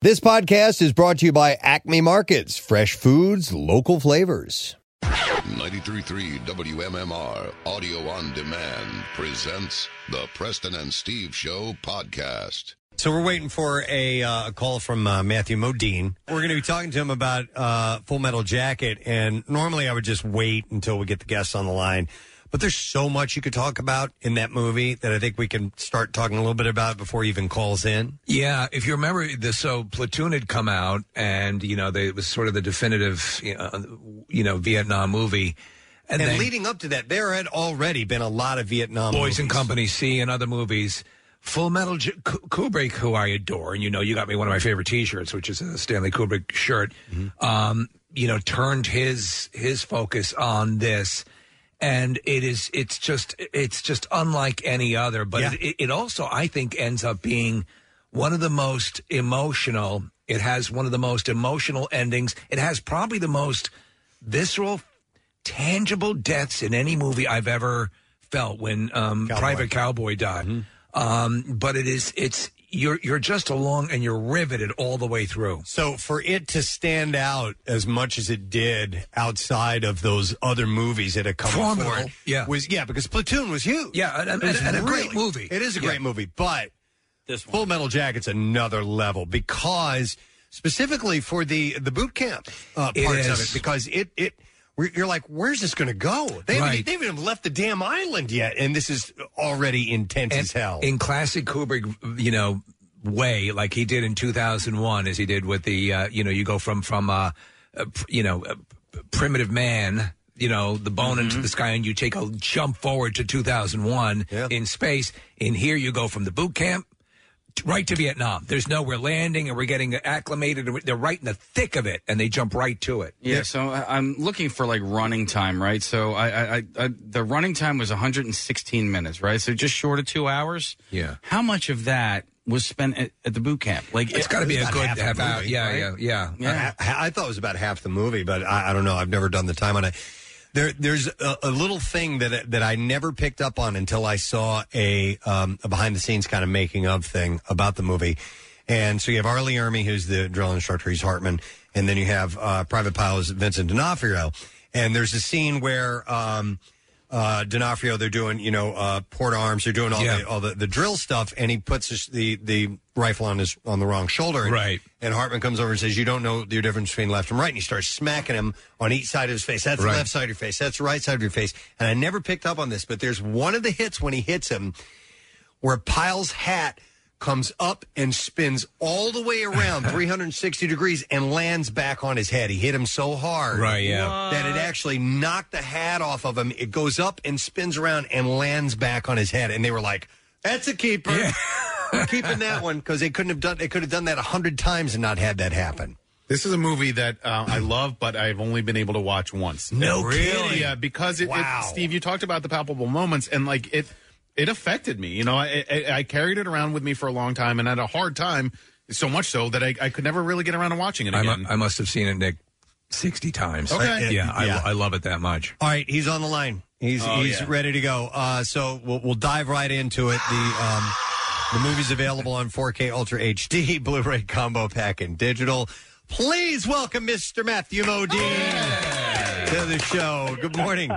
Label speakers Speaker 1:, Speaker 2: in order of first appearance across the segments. Speaker 1: This podcast is brought to you by Acme Markets, fresh foods, local flavors.
Speaker 2: 933 WMMR Audio on Demand presents the Preston and Steve Show podcast.
Speaker 1: So we're waiting for a uh, call from uh, Matthew Modine. We're going to be talking to him about uh, Full Metal Jacket, and normally I would just wait until we get the guests on the line. But there's so much you could talk about in that movie that I think we can start talking a little bit about before he even calls in.
Speaker 3: Yeah, if you remember, the, so Platoon had come out, and you know, they, it was sort of the definitive, you know, you know Vietnam movie.
Speaker 1: And,
Speaker 3: then
Speaker 1: leading up to that, there had already been a lot of Vietnam
Speaker 3: Boys
Speaker 1: movies.
Speaker 3: and Company C and other movies. Full Metal J- Ku- Kubrick, who I adore, and you know, you got me one of my favorite T-shirts, which is a Stanley Kubrick shirt.
Speaker 1: Mm-hmm.
Speaker 3: Um, you know, turned his his focus on this, and it is it's just it's just unlike any other. But it, it also, I think, ends up being one of the most emotional. It has one of the most emotional endings. It has probably the most visceral tangible deaths in any movie I've ever felt when um, Private Cowboy died.
Speaker 1: Mm-hmm.
Speaker 3: Um, but it is it's you're you're just along and you're riveted all the way through.
Speaker 1: So for it to stand out as much as it did outside of those other movies that had come
Speaker 3: Formidable,
Speaker 1: before, it
Speaker 3: yeah.
Speaker 1: was yeah because Platoon was huge,
Speaker 3: Yeah, and- and-
Speaker 1: It was
Speaker 3: and a great
Speaker 1: really-
Speaker 3: movie.
Speaker 1: It is a
Speaker 3: Yeah.
Speaker 1: great movie, but this Full Metal Jacket's another level because specifically for the the boot camp uh,
Speaker 3: It
Speaker 1: parts of
Speaker 3: is.
Speaker 1: it because it it. we're- You're like, where's this going to go? They haven't,
Speaker 3: Right.
Speaker 1: they haven't even left the damn island yet, and this is already intense as hell.
Speaker 3: In classic Kubrick, you know, way like he did in 2001, as he did with the, uh, you know, you go from from, uh, uh, pr- you know, uh, p- primitive man, you know, the bone
Speaker 1: Mm-hmm.
Speaker 3: into the sky, and you take a jump forward to 2001 in space. In here, you go from the boot camp. t- Right to Vietnam. There's no, we're landing and we're getting acclimated. and we- They're right in the thick of it, and they jump right to it.
Speaker 4: Yeah, so I- I'm looking for like running time, right? So I, I, I, I the running time was 116 minutes, right? So just short of two hours.
Speaker 3: Yeah.
Speaker 4: How much of that was spent at, at the boot camp? Like
Speaker 3: It's got to be a
Speaker 1: about
Speaker 3: good
Speaker 1: half the
Speaker 3: half hour.
Speaker 1: movie,
Speaker 3: Yeah,
Speaker 1: right?
Speaker 3: yeah, yeah,
Speaker 1: Yeah. I, I thought it was about half the movie, but I, I don't know. I've never done the time on it. There, there's a, a little thing that that I never picked up on until I saw a, um, a behind the scenes kind of making of thing about the movie. And so you have Arlie Ermy, who's the drill instructor. He's Hartman, and then you have uh, Private Pilots Vincent D'Onofrio. And there's a scene where um, uh, D'Onofrio, they're doing you know uh, port arms, they're doing all
Speaker 3: Yeah.
Speaker 1: the all the, the drill stuff, and he puts his, the the rifle on his on the wrong shoulder, and-
Speaker 3: Right.
Speaker 1: and Hartman comes over and says, "You don't know the difference between left and right." And he starts smacking him on each side of his face. That's the
Speaker 3: Right.
Speaker 1: left side of your face. That's the right side of your face. And I never picked up on this, but there's one of the hits when he hits him where Pyle's hat comes up and spins all the way around 360 degrees and lands back on his head. He hit him so hard,
Speaker 3: Right, yeah.
Speaker 1: that it actually knocked the hat off of him. It goes up and spins around and lands back on his head. And they were like, "That's a keeper." We're keeping that one because they couldn't have done they could have done that a hundred times and not had that happen.
Speaker 5: This is a movie that uh, I love, but I've only been able to watch once.
Speaker 1: No
Speaker 5: really?
Speaker 1: kidding.
Speaker 5: Yeah, because it,
Speaker 1: Wow.
Speaker 5: it, Steve, you talked about the palpable moments, and like it, it affected me. You know, I, I, I carried it around with me for a long time, and had a hard time. So much so that I, I could never really get around to watching it
Speaker 3: I,
Speaker 5: again.
Speaker 3: mu- I must have seen it, Nick, 60 times.
Speaker 5: Okay.
Speaker 3: Yeah, I,
Speaker 1: Yeah.
Speaker 3: I love it that much.
Speaker 1: All right, he's on the line. He's he's
Speaker 5: yeah.
Speaker 1: ready to go. Uh, so we'll, we'll dive right into it. The um, the movie's available on 4K Ultra HD Blu-ray combo pack and digital. Please welcome Mr. Matthew Modine to the show. Good morning,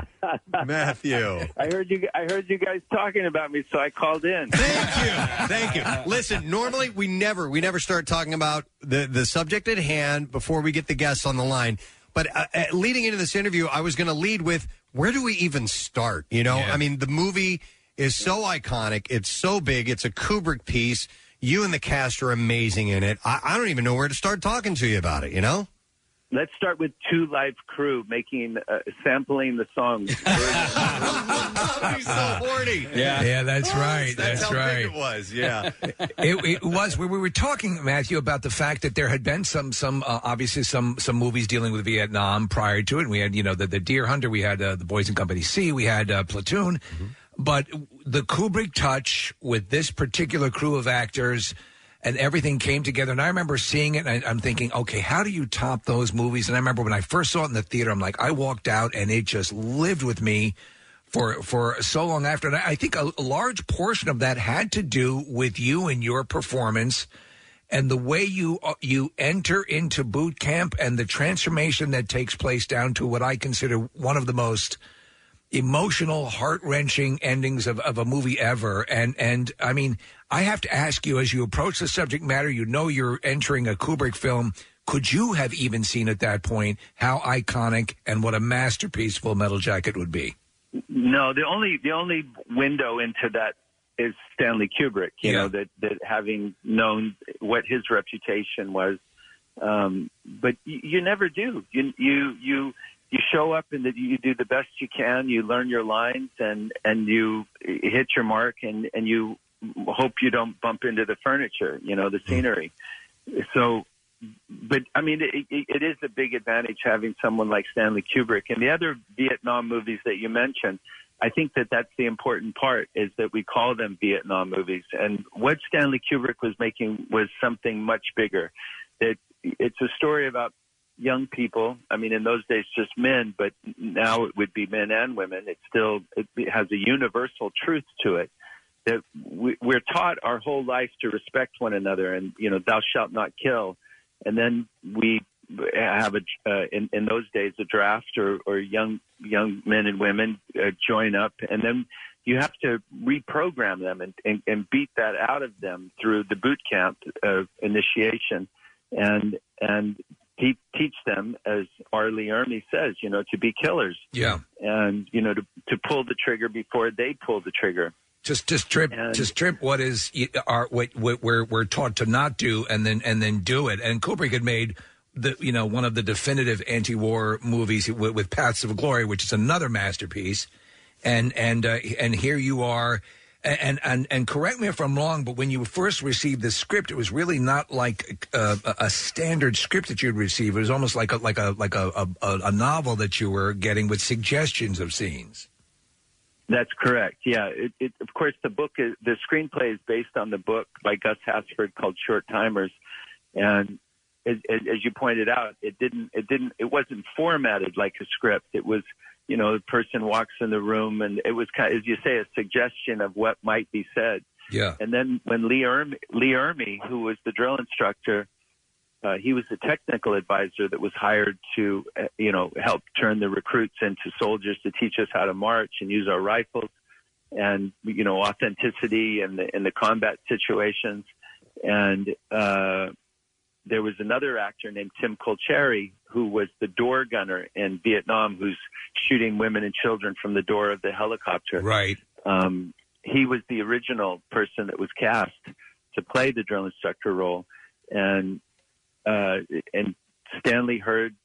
Speaker 1: Matthew.
Speaker 6: I heard you. I heard you guys talking about me, so I called in.
Speaker 1: Thank you. Thank you. Listen, normally we never we never start talking about the the subject at hand before we get the guests on the line. But uh, uh, leading into this interview, I was going to lead with where do we even start? You know, I mean, the movie is so iconic. It's so big. It's a Kubrick piece. You and the cast are amazing in it. I, I don't even know where to start talking to you about it. You know.
Speaker 6: Let's start with Two Live Crew making uh, sampling the songs.
Speaker 1: He's so horny.
Speaker 3: Yeah, yeah, that's right. That's, right.
Speaker 1: it was. Yeah.
Speaker 3: It, it was. We, we were talking, Matthew, about the fact that there had been some, some uh, obviously some some movies dealing with Vietnam prior to it. And we had, you know, the, the Deer Hunter, we had uh, the Boys and Company C, we had uh, Platoon, but the Kubrick touch with this particular crew of actors. And everything came together, and I remember seeing it. And I, I'm thinking, okay, how do you top those movies? And I remember when I first saw it in the theater, I'm like, I walked out, and it just lived with me for for so long after. And I I think a, a large portion of that had to do with you and your performance and the way you uh, you enter into boot camp and the transformation that takes place down to what I consider one of the most emotional, heart wrenching endings of, of a movie ever. And and I mean, I have to ask you as you approach the subject matter, you know you're entering a Kubrick film. Could you have even seen at that point how iconic and what a masterpiece Full Metal Jacket would be?
Speaker 6: No, the only the only window into that is Stanley Kubrick. You
Speaker 3: Yeah.
Speaker 6: know that that having known what his reputation was, um, but you, you never do. You you you you show up and that you do the best you can. You learn your lines and and you hit your mark and and you hope you don't bump into the furniture. You know the scenery. So but I mean, it, it, it is a big advantage having someone like Stanley Kubrick and the other Vietnam movies that you mentioned. I think that that's the important part is that we call them Vietnam movies, and what Stanley Kubrick was making was something much bigger. It, it's a story about young people. I mean, in those days, just men, but now it would be men and women. It still it has a universal truth to it that we, we're taught our whole life to respect one another, and you know, thou shalt not kill and then we have a uh, in, in those days a draft or, or young young men and women uh, join up and then you have to reprogram them and, and, and beat that out of them through the boot camp of initiation and and te- teach them as Arlie Ermy says you know to be killers
Speaker 3: Yeah.
Speaker 6: and you know to, to pull the trigger before they pull the trigger
Speaker 3: Just just trip
Speaker 6: And-
Speaker 3: just trip what is are what, what we're we're taught to not do and then and then do it. And Kubrick had made the you know one of the definitive anti-war movies with, with Paths of Glory, which is another masterpiece. And and uh, and here you are. And, and and correct me if I'm wrong, but when you first received the script, it was really not like a, a, a standard script that you'd receive. It was almost like a like a like a, a, a novel that you were getting with suggestions of scenes.
Speaker 6: That's correct. Yeah. It, it, of course, the book is the screenplay is based on the book by Gus Hasford called Short Timers, and as, as as you pointed out, it didn't it didn't it wasn't formatted like a script. It was you know the person walks in the room, and it was kind as you say a suggestion of what might be said.
Speaker 3: Yeah.
Speaker 6: And then when Lee Ermey, Lee Ermey who was the drill instructor, uh, he was the technical advisor that was hired to, uh, you know, help turn the recruits into soldiers to teach us how to march and use our rifles and, you know, authenticity and the, and the combat situations. And uh, there was another actor named Tim Colcherry who was the door gunner in Vietnam who's shooting women and children from the door of the helicopter
Speaker 3: Right.
Speaker 6: um, he was the original person that was cast to play the drill instructor role, and uh, and Stanley heard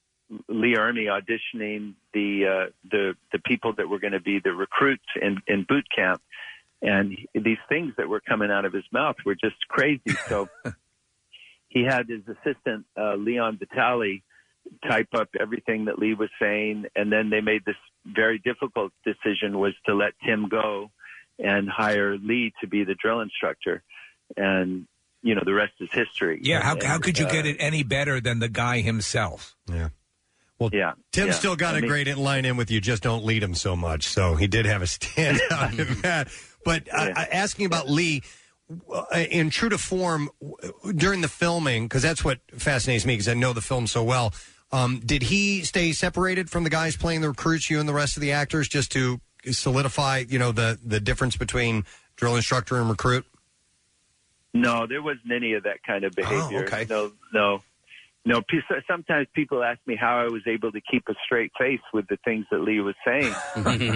Speaker 6: Lee Ermey auditioning the uh, the the people that were going to be the recruits in, in boot camp, and these things that were coming out of his mouth were just crazy. So he had his assistant uh, Leon Vitali type up everything that Lee was saying, and then they made this very difficult decision was to let Tim go and hire Lee to be the drill instructor, and you know the rest is history.
Speaker 3: Yeah, how,
Speaker 6: And-
Speaker 3: how could you
Speaker 6: uh,
Speaker 3: get it any better than the guy himself?
Speaker 1: Yeah. Well,
Speaker 6: yeah,
Speaker 1: Tim
Speaker 6: yeah.
Speaker 1: still got
Speaker 6: I
Speaker 1: a
Speaker 6: mean-
Speaker 1: great line in with you. Just don't lead him so much. So he did have a standout in that. But uh, uh, asking about Lee, uh, in true to form, w- during the filming, because that's what fascinates me, because I know the film so well. Um, did he stay separated from the guys playing the recruits, you and the rest of the actors, just to solidify, you know, the the difference between drill instructor and recruit?
Speaker 6: No, there wasn't any of that kind of behavior.
Speaker 1: okay.
Speaker 6: No, no, no. Pe- so- Sometimes people ask me how I was able to keep a straight face with the things that Lee was saying,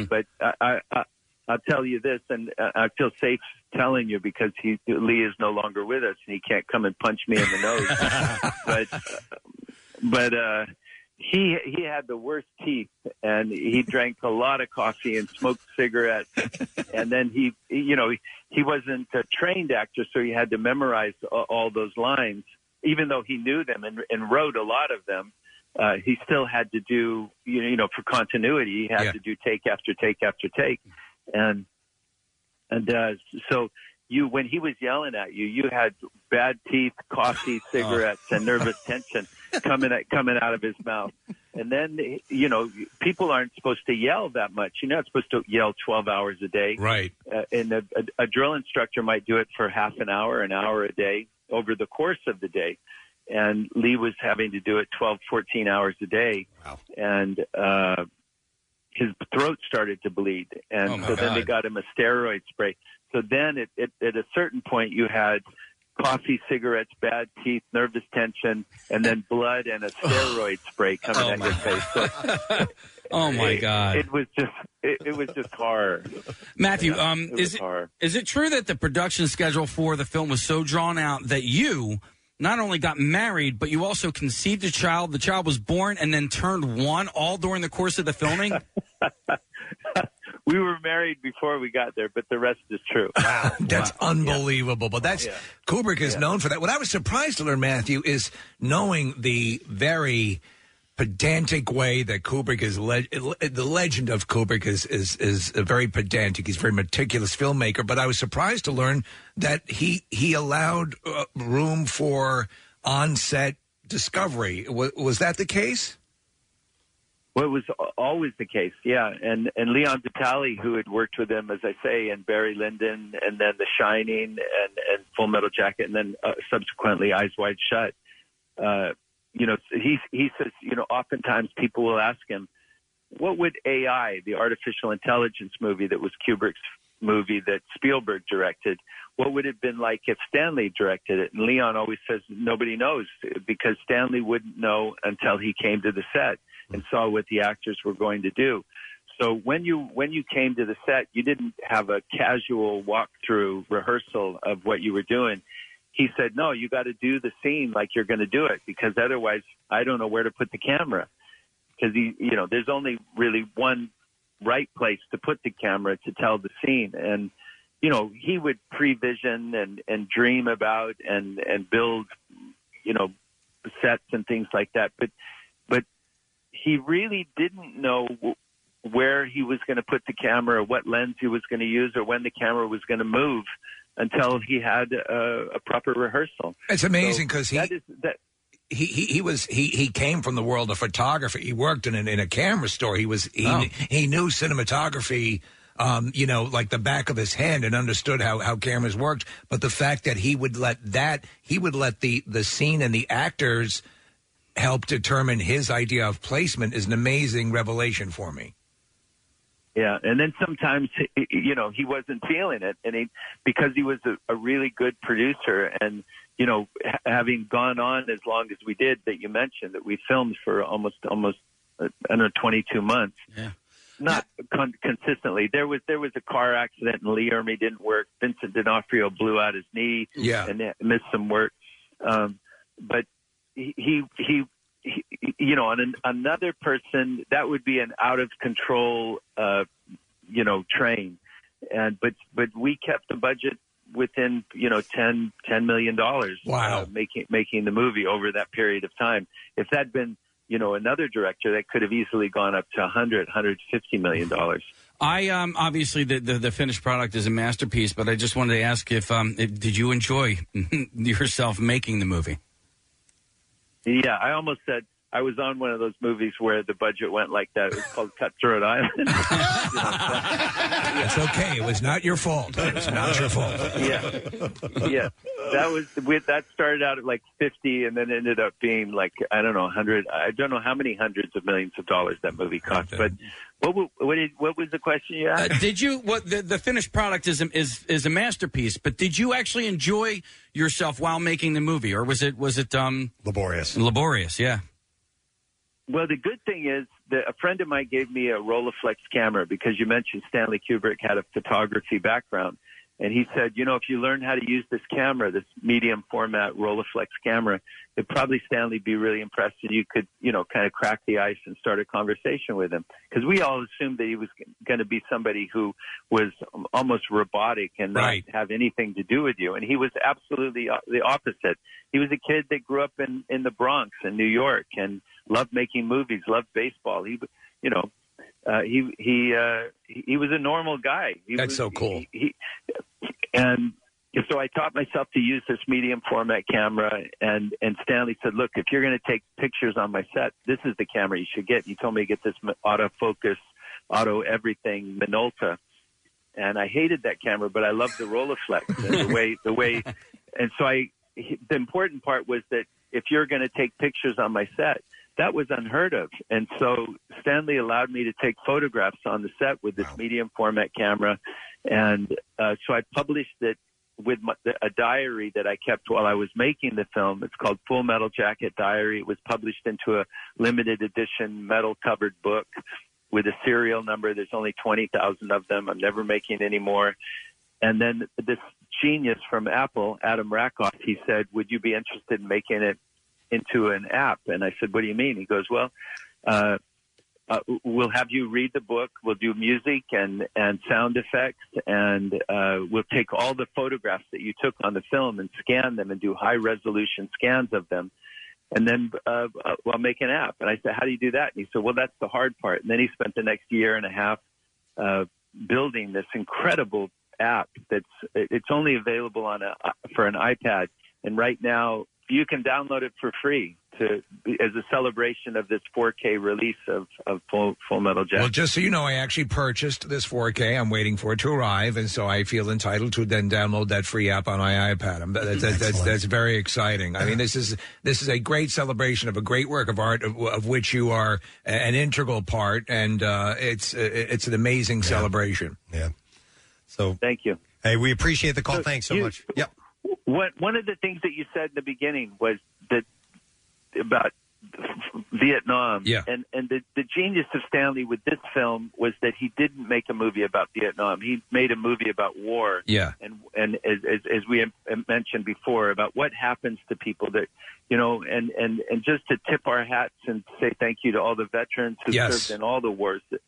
Speaker 6: but I, I, I, I'll tell you this, and uh, I feel safe telling you because he Lee is no longer with us, and he can't come and punch me in the nose. but, uh, but. uh he he had the worst teeth and he drank a lot of coffee and smoked cigarettes and then he you know he wasn't a trained actor so he had to memorize a- all those lines even though he knew them and, and wrote a lot of them uh, he still had to do you know, you know for continuity he had
Speaker 3: Yeah.
Speaker 6: to do take after take after take and and uh, so you when he was yelling at you you had bad teeth coffee cigarettes and nervous tension coming at, coming out of his mouth and then you know people aren't supposed to yell that much you're not supposed to yell 12 hours a day
Speaker 3: Right.
Speaker 6: uh, and a, a, a drill instructor might do it for half an hour, an hour a day, over the course of the day. And Lee was having to do it 12, 14 hours a day.
Speaker 1: Wow.
Speaker 6: And uh, his throat started to bleed. And
Speaker 4: Oh, my
Speaker 6: so then they
Speaker 4: God.
Speaker 6: got him a steroid spray. So then it, it, at a certain point, you had coffee, cigarettes, bad teeth, nervous tension, and then blood and a steroid spray coming
Speaker 4: Oh,
Speaker 6: at
Speaker 4: my
Speaker 6: your face. So
Speaker 4: Oh my
Speaker 6: it-
Speaker 4: God,
Speaker 6: It was just it, it was just horror.
Speaker 4: Matthew.
Speaker 6: Yeah,
Speaker 4: Um,
Speaker 6: it was
Speaker 4: is it
Speaker 6: horror.
Speaker 4: is it true that the production schedule for the film was so drawn out that you not only got married but you also conceived a child? The child was born and then turned one, all during the course of the filming.
Speaker 6: We were married before we got there, but the rest is true.
Speaker 3: Wow, that's unbelievable. But that's Kubrick is known for that. What I was surprised to learn, Matthew, is knowing the very pedantic way that Kubrick is le- the legend of Kubrick is is is a very pedantic. He's a very meticulous filmmaker. But I was surprised to learn that he he allowed uh, room for onset discovery. Was, was that the case?
Speaker 6: Well, it was uh, al- always the case, yeah. And and Leon Vitali, who had worked with him, as I say, and Barry Lyndon, and then The Shining, and and Full Metal Jacket, and then uh, subsequently Eyes Wide Shut. Uh, you know, he he says, you know, oftentimes people will ask him, what would AI, the artificial intelligence movie that was Kubrick's movie that Spielberg directed, what would it have been like if Stanley directed it? And Leon always says nobody knows because Stanley wouldn't know until he came to the set and saw what the actors were going to do. So when you when you came to the set, you didn't have a casual walkthrough rehearsal of what you were doing. He said, "No, you got to do the scene like you're going to do it because otherwise, I don't know where to put the camera." Because he, you know, there's only really one right place to put the camera to tell the scene, and you know, he would prevision and and dream about and and build, you know, sets and things like that. But but he really didn't know w- where he was going to put the camera, or what lens he was going to use, or when the camera was going to move until he had a, a proper rehearsal.
Speaker 3: It's amazing because he
Speaker 6: That is that.
Speaker 3: he, he he was he he came from the world of photography. He worked in an, in a camera store. He was he
Speaker 4: Oh.
Speaker 3: he knew cinematography. Um, you know, like the back of his hand, and understood how, how cameras worked. But the fact that he would let that he would let the the scene and the actors help determine his idea of placement is an amazing revelation for me.
Speaker 6: Yeah, and then sometimes he- you know he wasn't feeling it, and he because he was a, a really good producer, and you know ha- having gone on as long as we did that you mentioned that we filmed for almost almost uh, I don't know twenty two months.
Speaker 4: Yeah.
Speaker 6: Not con- consistently. There was there was a car accident, and Lee Ermey didn't work. Vincent D'Onofrio blew out his knee
Speaker 3: Yeah,
Speaker 6: and that- missed some work. Um, but he, he, he, he you know, on an, another person, that would be an out of control, uh, you know, train. And, but, but we kept the budget within, you know, 10, $10 million.
Speaker 3: Wow.
Speaker 6: Uh, making, making the movie over that period of time. If that'd been, you know, another director that could have easily gone up to 100, 150 million dollars.
Speaker 4: I um, obviously the, the the finished product is a masterpiece, but I just wanted to ask if um, if, did you enjoy yourself making the movie?
Speaker 6: Yeah, I almost said I was on one of those movies where the budget went like that. It was called Cutthroat Island.
Speaker 3: it's okay. It was not your fault. It was not your fault.
Speaker 6: yeah, yeah. That was with that started out at like fifty, and then ended up being like I don't know hundred. I don't know how many hundreds of millions of dollars that movie cost. But what wa- what did, what was the question you
Speaker 4: Uh,
Speaker 6: asked?
Speaker 4: did you what the, the finished product is a, is is a masterpiece? But did you actually enjoy yourself while making the movie, or was it was it um,
Speaker 1: Laborious.
Speaker 4: laborious? Yeah.
Speaker 6: Well, the good thing is that a friend of mine gave me a Rolleiflex camera because you mentioned Stanley Kubrick had a photography background. And he said, you know, if you learn how to use this camera, this medium format Rolleiflex camera, it'd probably Stanley be really impressed and you could, you know, kind of crack the ice and start a conversation with him. Cause we all assumed that he was going to be somebody who was almost robotic and not
Speaker 3: Right.
Speaker 6: have anything to do with you. And he was absolutely o- the opposite. He was a kid that grew up in, in the Bronx in New York and loved making movies, loved baseball. He, you know, uh, he he uh, he he was a normal guy. He
Speaker 3: That's
Speaker 6: was-
Speaker 3: so cool.
Speaker 6: He, he- and so I taught myself to use this medium format camera. And and Stanley said, "Look, if you're going to take pictures on my set, this is the camera you should get." He told me to get this autofocus, auto everything Minolta. And I hated that camera, but I loved the Rolleiflex and the way the way. And so I he- the important part was that if you're going to take pictures on my set, that was unheard of. And so Stanley allowed me to take photographs on the set with this medium format camera, and uh, so I published it with my, the, a diary that I kept while I was making the film. It's called Full Metal Jacket Diary. It was published into a limited edition metal covered book with a serial number. There's only 20,000 of them. I'm never making any more. And then this genius from Apple, Adam Rakoff, he said, Would you be interested in making it into an app? And I said, What do you mean? He goes, Well, uh, uh, we'll have you read the book. We'll do music and, and sound effects, and uh, we'll take all the photographs that you took on the film and scan them and do high resolution scans of them. And then uh, uh, we'll make an app. And I said, How do you do that? And he said, Well, that's the hard part. And then he spent the next year and a half uh, building this incredible app that's it's only available on a for an iPad and right now you can download it for free to as a celebration of this 4K release of, of Full, Full Metal Jacket.
Speaker 3: Well, just so you know, I actually purchased this 4K. I'm waiting for it to arrive, and so I feel entitled to then download that free app on my iPad. I'm, that, that, that's, that's that's very exciting. I mean, this is this is a great celebration of a great work of art of, of which you are a- an integral part, and uh, it's uh, it's an amazing celebration.
Speaker 1: Yeah. So
Speaker 6: thank you.
Speaker 1: Hey, we appreciate the call.
Speaker 6: So
Speaker 1: Thanks so
Speaker 6: you-
Speaker 1: much. Yep.
Speaker 6: What one of the things that you said in the beginning was that about Vietnam.
Speaker 7: Yeah.
Speaker 6: And and the, the genius of Stanley with this film was that he didn't make a movie about Vietnam. He made a movie about war.
Speaker 7: Yeah.
Speaker 6: And and as as, as we have mentioned before about what happens to people that you know and and and just to tip our hats and say thank you to all the veterans who
Speaker 7: Yes.
Speaker 6: served in all the wars. That,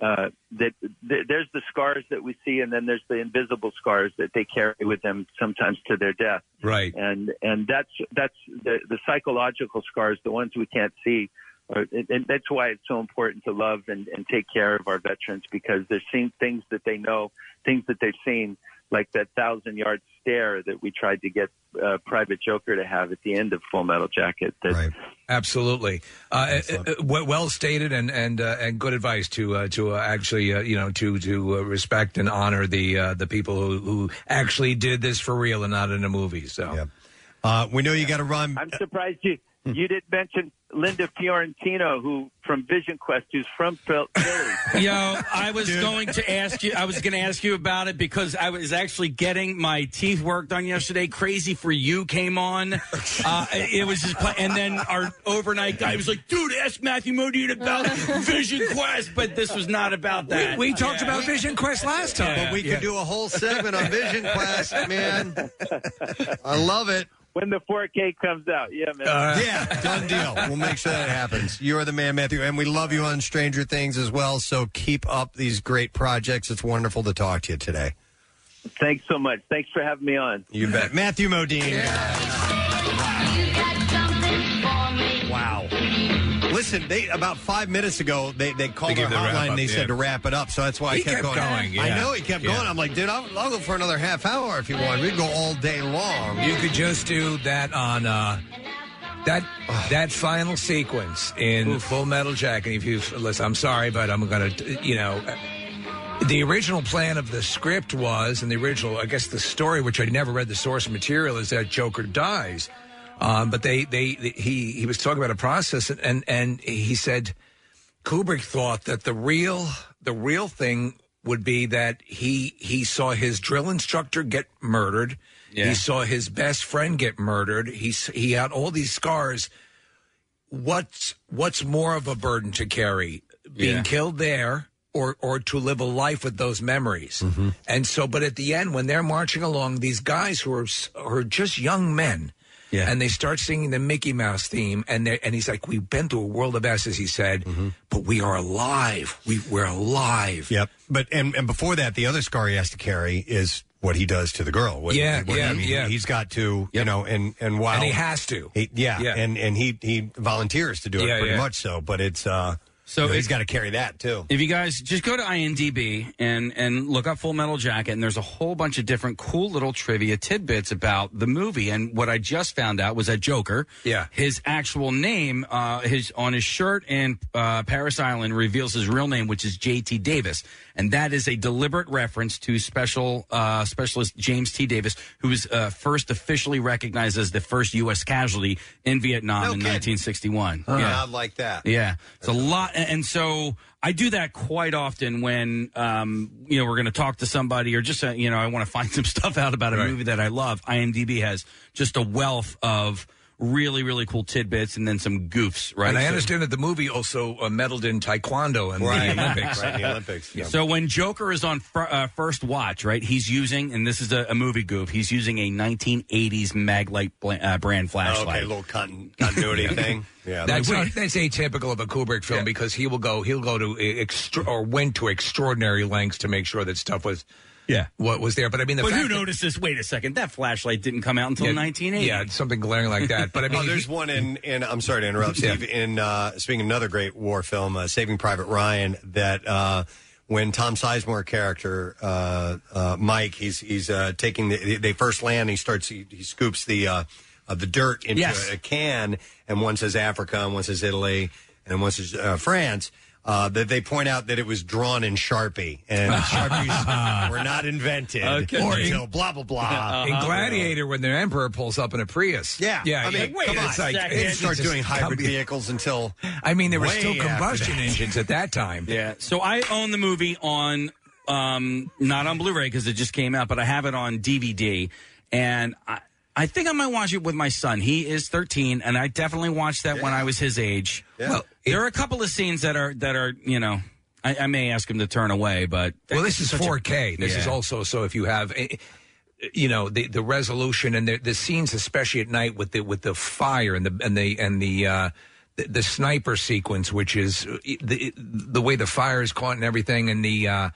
Speaker 6: uh, that th- there's the scars that we see, and then there's the invisible scars that they carry with them sometimes to their death
Speaker 3: Right.
Speaker 6: and and that's that's the the psychological scars, the ones we can't see, are, and, and that's why it's so important to love and, and take care of our veterans because they're seeing things that they know, things that they've seen, like that thousand yard stare that we tried to get uh, Private Joker to have at the end of Full Metal Jacket. That
Speaker 3: Absolutely, uh, uh, uh, well well stated and and uh, and good advice to uh, to uh, actually uh, you know to to uh, respect and honor the uh, the people who, who actually did this for real and not in a movie. So
Speaker 1: uh, we know you got to run. Uh,
Speaker 6: I'm surprised you
Speaker 1: Hmm.
Speaker 6: you didn't mention Linda Fiorentino, who from Vision Quest, who's from Phil- Philly.
Speaker 4: Yo, Oh, I was going to ask you. I was going to ask you about it because I was actually getting my teeth worked on yesterday. Crazy for you came on. Uh, it was just, play- and then our overnight guy was like, "Dude, ask Matthew Modine about Vision Quest," but this was not about that.
Speaker 3: we talked about Vision Quest last time.
Speaker 1: But we could do a whole segment on Vision Quest, man. I love it.
Speaker 6: When the 4K comes out, yeah, man.
Speaker 1: yeah, done deal. We'll make sure that happens. You are the man, Matthew, and we love you on Stranger Things as well. So keep up these great projects. It's wonderful to talk to you today.
Speaker 6: Thanks so much. Thanks for having me on.
Speaker 1: You bet, Matthew Modine. Wow. Listen, they about five minutes ago they, they called
Speaker 3: They
Speaker 1: our
Speaker 3: gave the wrap
Speaker 1: hotline
Speaker 3: up,
Speaker 1: and they
Speaker 3: yeah.
Speaker 1: said to wrap it up. So that's why
Speaker 3: He
Speaker 1: I kept,
Speaker 3: kept going, yeah.
Speaker 1: I know he kept
Speaker 3: Yeah.
Speaker 1: going. I'm like, dude, I'll, I'll go for another half hour if you want. We'd go all day long.
Speaker 3: You could just do that on uh, that that final sequence in Full Metal Jacket. If you listen, I'm sorry, but I'm gonna you know. The original plan of the script was, and the original, I guess, the story, which I never read the source material, is that Joker dies. Um, but they, they, he, he was talking about a process, and, and and he said Kubrick thought that the real, the real thing would be that he he saw his drill instructor get murdered, he saw his best friend get murdered, he s- he had all these scars what's what's more of a burden to carry being
Speaker 7: Yeah.
Speaker 3: killed there or or to live a life with those memories and so but at the end when they're marching along these guys who are s- who are just young men yeah. and they start singing the mickey mouse theme and they and he's like we've been through a world of s's he said but we are alive we we're alive
Speaker 1: Yep. But and and before that, the other scar he has to carry is what he does to the girl. What-
Speaker 3: Yeah,
Speaker 1: what-
Speaker 3: yeah,
Speaker 1: I mean,
Speaker 3: yeah.
Speaker 1: He's got to, you know, and and while
Speaker 3: And he has to.
Speaker 1: he- yeah,
Speaker 3: Yeah.
Speaker 1: and and he he volunteers to do it
Speaker 3: Yeah,
Speaker 1: pretty
Speaker 3: yeah.
Speaker 1: much so. But it's uh,
Speaker 4: So
Speaker 1: he's
Speaker 4: it-
Speaker 1: got to carry that too.
Speaker 4: If you guys just go to IMDb and and look up Full Metal Jacket, and there's a whole bunch of different cool little trivia tidbits about the movie. And what I just found out was that Joker,
Speaker 3: Yeah.
Speaker 4: his actual name, uh, his on his shirt and uh, Paris Island reveals his real name, which is J.T. Davis, and that is a deliberate reference to special uh, specialist James T. Davis, who was uh, first officially recognized as the first U.S. casualty in Vietnam in 1961.
Speaker 1: Yeah, I like that.
Speaker 4: Yeah, it's a lot, and and so I do that quite often when um, you know we're going to talk to somebody or just uh, you know I want to find some stuff out about a movie that I love. IMDb has just a wealth of really really cool tidbits and then some goofs, right?
Speaker 3: And I
Speaker 4: So-
Speaker 3: understand that the movie also uh, meddled in Taekwondo and
Speaker 4: Right.
Speaker 3: the Olympics.
Speaker 4: Right, the
Speaker 1: Olympics.
Speaker 4: So when Joker is on fir- uh, first watch, right, he's using, and this is a, a movie goof, he's using a 1980s Maglite bl- uh, brand flashlight.
Speaker 1: Okay, little cotton continuity thing. Yeah,
Speaker 3: that's that's atypical of a Kubrick film because he will go he'll go to eh, extra or went to extraordinary lengths to make sure that stuff was
Speaker 4: yeah
Speaker 3: what was there. But I mean, the
Speaker 4: but
Speaker 3: fact
Speaker 4: who
Speaker 3: that-
Speaker 4: notices? Wait a second, that flashlight didn't come out until
Speaker 3: Yeah,
Speaker 4: 1980.
Speaker 3: Yeah, something glaring like that. But I mean,
Speaker 1: oh, there's one in, in. I'm sorry to interrupt, Steve. In uh, speaking of another great war film, uh, Saving Private Ryan, that uh, when Tom Sizemore character uh, uh, Mike, he's he's uh, taking the they first land. He starts he, he scoops the uh, uh, the dirt into
Speaker 4: Yes.
Speaker 1: a, a can, and one says Africa, and one says Italy, and one says uh, France. Uh, that they point out that it was drawn in Sharpie, and
Speaker 3: Uh-huh.
Speaker 1: Sharpies were not invented
Speaker 4: Okay.
Speaker 1: or until blah blah blah.
Speaker 3: in Gladiator when the Emperor pulls up in a Prius.
Speaker 1: Yeah,
Speaker 3: yeah.
Speaker 1: I mean,
Speaker 3: you're like, wait,
Speaker 1: come
Speaker 3: it's
Speaker 1: on.
Speaker 3: like
Speaker 1: they didn't
Speaker 3: it's
Speaker 1: start
Speaker 3: just
Speaker 1: doing hybrid
Speaker 3: combi-
Speaker 1: vehicles until
Speaker 3: I mean, there were
Speaker 1: way
Speaker 3: still
Speaker 1: after
Speaker 3: combustion
Speaker 1: that.
Speaker 3: engines at that time.
Speaker 4: Yeah. So I own the movie on um not on Blu-ray because it just came out, but I have it on DVD, and I I think I might watch it with my son. He is 13, and I definitely watched that when I was his age.
Speaker 3: Well, it-
Speaker 4: there are a couple of scenes that are that are you know I, I may ask him to turn away, but
Speaker 3: well, this is 4K. This is
Speaker 4: Yeah.
Speaker 3: also so if you have, eh, you know, the the resolution and the, the scenes, especially at night with the with the fire and the and the and the. Uh, the, the sniper sequence, which is uh, the the way the fire is caught and everything, and the uh,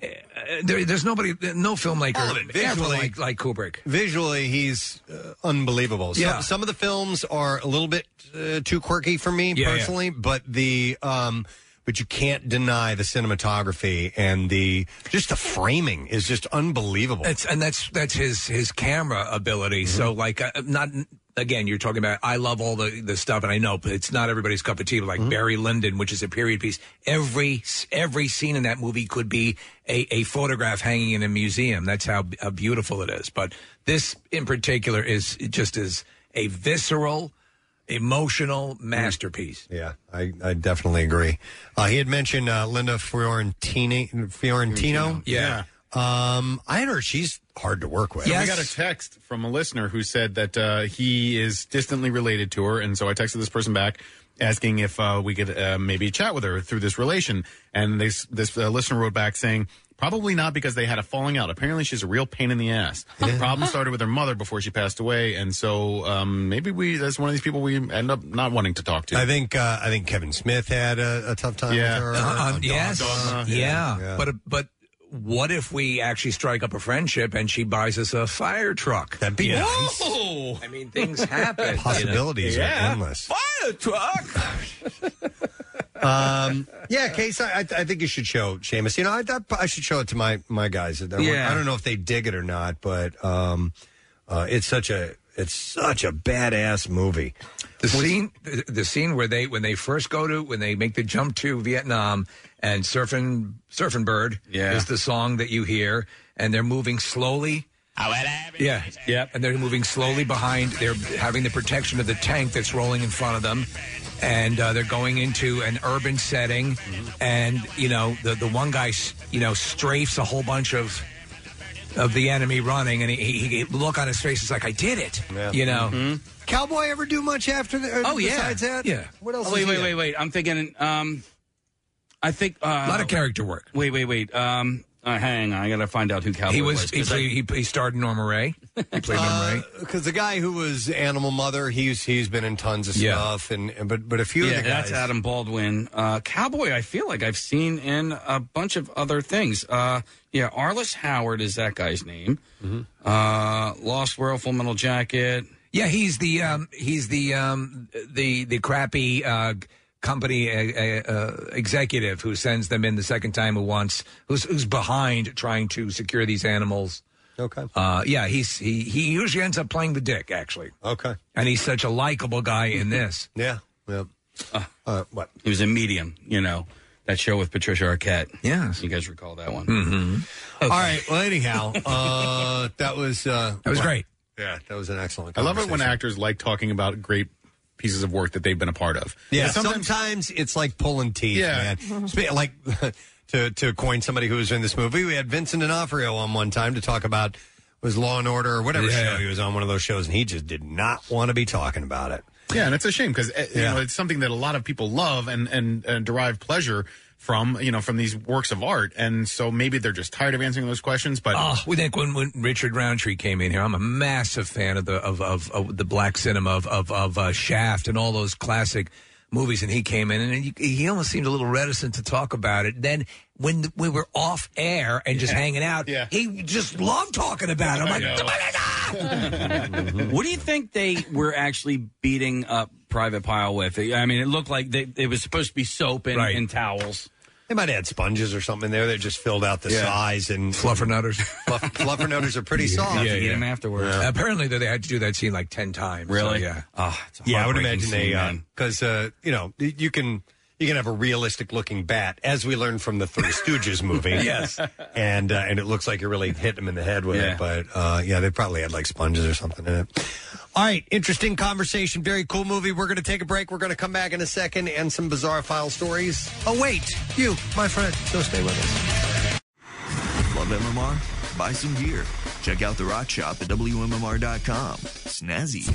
Speaker 3: eh, there, there's nobody, no filmmaker
Speaker 1: All of it,
Speaker 3: ever
Speaker 1: Oh, visually.
Speaker 3: like, like Kubrick.
Speaker 1: visually he's uh, unbelievable.
Speaker 3: Yeah.
Speaker 1: Some, some of the films are a little bit uh, too quirky for me
Speaker 3: Yeah, yeah.
Speaker 1: personally, but the um but you can't deny the cinematography and the just the framing is just unbelievable.
Speaker 3: It's, and that's that's his his camera ability.
Speaker 1: Mm-hmm.
Speaker 3: So like uh, not again, you're talking about. I love all the the stuff, and I know but it's not everybody's cup of tea. But like
Speaker 1: Mm-hmm.
Speaker 3: Barry Lyndon, which is a period piece. Every s- every scene in that movie could be a, a photograph hanging in a museum. That's how, b- how beautiful it is. But this in particular is it just is a visceral, emotional
Speaker 1: Mm-hmm.
Speaker 3: masterpiece.
Speaker 1: Yeah, I, I definitely agree. Uh, he had mentioned uh, Linda Fiorentini, Fiorentino.
Speaker 3: Yeah.
Speaker 1: Um, I heard she's hard to work with.
Speaker 5: So we got a text from a listener who said that uh, he is distantly related to her, and so I texted this person back asking if uh, we could uh, maybe chat with her through this relation. And this this uh, listener wrote back saying. Probably not because they had a falling out. Apparently, she's a real pain in the ass. The problem started with her mother before she passed away, and so um, maybe we—that's one of these people we end up not wanting to talk to.
Speaker 1: I think uh, I think Kevin Smith had a, a tough time
Speaker 5: Yeah.
Speaker 1: with her.
Speaker 3: Uh, um, yes,
Speaker 5: Dogma.
Speaker 3: yeah.
Speaker 1: Yeah.
Speaker 3: But but what if we actually strike up a friendship and she buys us a fire truck?
Speaker 1: That'd be nice.
Speaker 4: Oh,
Speaker 3: I mean, things happen.
Speaker 1: Possibilities are endless.
Speaker 3: Fire truck.
Speaker 1: Um, yeah, Case, I, I I think you should show Seamus. You know, I, thought I should show it to my, my guys. I don't-
Speaker 4: Yeah.
Speaker 1: I don't know if they dig it or not, but um, uh, it's such a it's such a badass movie.
Speaker 3: The scene, the, the scene where they when they first go to when they make the jump to Vietnam and surfing surfing bird
Speaker 4: Yeah.
Speaker 3: is the song that you hear, and they're moving slowly. Yeah,
Speaker 4: Yep.
Speaker 3: And they're moving slowly behind. They're having the protection of the tank that's rolling in front of them, and uh, they're going into an urban setting.
Speaker 1: Mm-hmm.
Speaker 3: And you know, the the one guy, s- you know, strafes a whole bunch of of the enemy running, and he, he, he look on his face is like, "I did it,"
Speaker 1: Yeah. Mm-hmm.
Speaker 3: you know.
Speaker 1: Cowboy ever do much after that?
Speaker 3: Oh, yeah.
Speaker 1: Besides that,
Speaker 3: Yeah.
Speaker 1: What else?
Speaker 4: Oh, wait,
Speaker 1: is he
Speaker 4: wait,
Speaker 1: in?
Speaker 4: wait, wait. I'm thinking. Um, I think uh,
Speaker 3: A lot of character work.
Speaker 4: Wait, wait, wait. Um, uh, hang on. I gotta find out who Cowboy
Speaker 3: He was he,
Speaker 4: 'cause I-
Speaker 3: played, he, he starred in Norma Ray. He played
Speaker 1: Uh,
Speaker 3: Norma Ray.
Speaker 1: Because the guy who was Animal Mother, he's he's been in tons of
Speaker 3: Yeah.
Speaker 1: stuff, and, and but but a few
Speaker 4: Yeah,
Speaker 1: of the guys.
Speaker 4: that's Adam Baldwin. Uh, Cowboy, I feel like I've seen in a bunch of other things. Uh, yeah, Arliss Howard is that guy's name. Uh, Lost World, Full Metal Jacket.
Speaker 3: Yeah, he's the um, he's the um, the the crappy uh, company uh, uh, executive who sends them in the second time who wants who's who's behind trying to secure these animals.
Speaker 1: Okay.
Speaker 3: Uh, yeah, he's he he usually ends up playing the dick actually,
Speaker 1: Okay.
Speaker 3: and he's such a likable guy in this.
Speaker 1: Yeah. Yeah. Uh, what?
Speaker 4: Uh, He was a medium, you know. That show with Patricia Arquette.
Speaker 3: Yes.
Speaker 4: You guys recall that one.
Speaker 3: Mm-hmm.
Speaker 1: All right. Well, anyhow, uh, that was uh,
Speaker 3: That was great.
Speaker 1: Yeah, that was an excellent.
Speaker 5: I love it when
Speaker 1: conversation.
Speaker 5: actors like talking about great pieces of work that they've been a part of.
Speaker 1: Yeah,
Speaker 5: And
Speaker 1: sometimes, it's like pulling teeth,
Speaker 5: Yeah.
Speaker 1: man. Spe- Like to to coin somebody who was in this movie, we had Vincent D'Onofrio on one time to talk about was Law and Order or whatever
Speaker 5: Yeah.
Speaker 1: show he was on one of those shows, and he just did not want to be talking about it.
Speaker 5: Yeah, and it's a shame because you
Speaker 1: Yeah.
Speaker 5: know it's something that a lot of people love and, and and derive pleasure from you know from these works of art, and so maybe they're just tired of answering those questions. But
Speaker 1: Ah.
Speaker 3: Oh, we think when, when Richard Roundtree came in here, I'm a massive fan of the of, of, of the black cinema of of, of uh, Shaft and all those classic movies, and he came in and he, he almost seemed a little reticent to talk about it. Then when we were off air and just hanging out,
Speaker 4: Yeah.
Speaker 3: he just loved talking about it. I'm like, "Come on,
Speaker 4: What do you think they were actually beating up Private Pile with? I mean, it looked like they, it was supposed to be soap and,
Speaker 1: Right.
Speaker 4: and towels.
Speaker 1: They might have had sponges or something there that just filled out the
Speaker 4: Yeah.
Speaker 1: size and
Speaker 3: fluffernutters.
Speaker 1: Fluff, fluffernutters are pretty soft.
Speaker 3: Yeah, yeah.
Speaker 4: afterwards.
Speaker 3: Apparently, though, they had to do that scene like ten times. so,
Speaker 4: Really?
Speaker 3: yeah.
Speaker 4: Ah, it's a
Speaker 1: Yeah, I would
Speaker 4: heartbreaking
Speaker 1: imagine
Speaker 4: scene,
Speaker 1: they
Speaker 4: man.
Speaker 1: because uh, you know y- you can you can have a realistic looking bat as we learned from the Three Stooges movie.
Speaker 4: Yes.
Speaker 1: and uh, and it looks like you really hit him in the head with
Speaker 4: Yeah.
Speaker 1: it. But uh, yeah, they probably had like sponges or something in it. All right, interesting conversation. Very cool movie. We're going to take a break. We're going to come back in a second and some bizarre file stories. Oh wait, you, my friend. So stay with us.
Speaker 7: Love MMR? Buy some gear. Check out the rock shop at WMMR.com. Snazzy.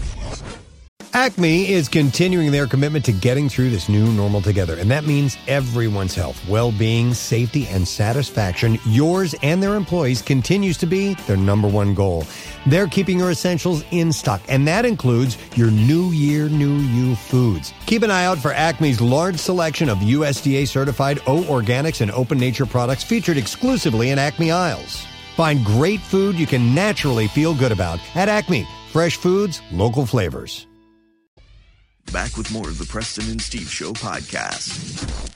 Speaker 1: Acme is continuing their commitment to getting through this new normal together, and that means everyone's health, well being, safety, and satisfaction, yours and their employees, continues to be their number one goal. They're keeping your essentials in stock, and that includes your New Year, New You foods. Keep an eye out for Acme's large selection of USDA certified O organics and open nature products featured exclusively in Acme aisles. Find great food you can naturally feel good about at Acme. Fresh foods, local flavors.
Speaker 7: Back with more of the Preston and Steve Show podcast.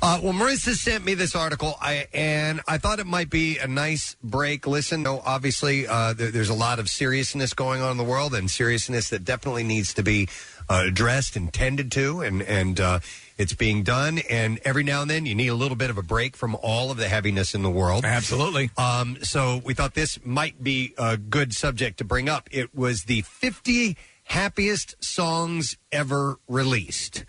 Speaker 1: Uh, well, Marissa sent me this article, I, and I thought it might be a nice break. Listen, no, obviously, uh, there, there's a lot of seriousness going on in the world, and seriousness that definitely needs to be uh, addressed and tended to, and and uh, it's being done. And every now and then, you need a little bit of a break from all of the heaviness in the world.
Speaker 3: Absolutely.
Speaker 1: Um, so we thought this might be a good subject to bring up. It was the 50 happiest songs ever released.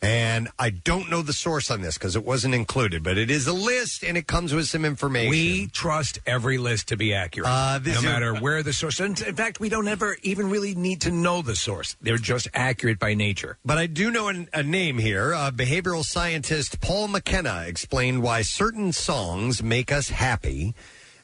Speaker 1: And I don't know the source on this because it wasn't included, but it is a list and it comes with some information.
Speaker 3: We trust every list to be accurate,
Speaker 1: Uh, this
Speaker 3: no
Speaker 1: is-
Speaker 3: matter where the source. In in fact, we don't ever even really need to know the source; they're just accurate by nature.
Speaker 1: But I do know an, a name here. Uh, behavioral scientist Paul McKenna explained why certain songs make us happy.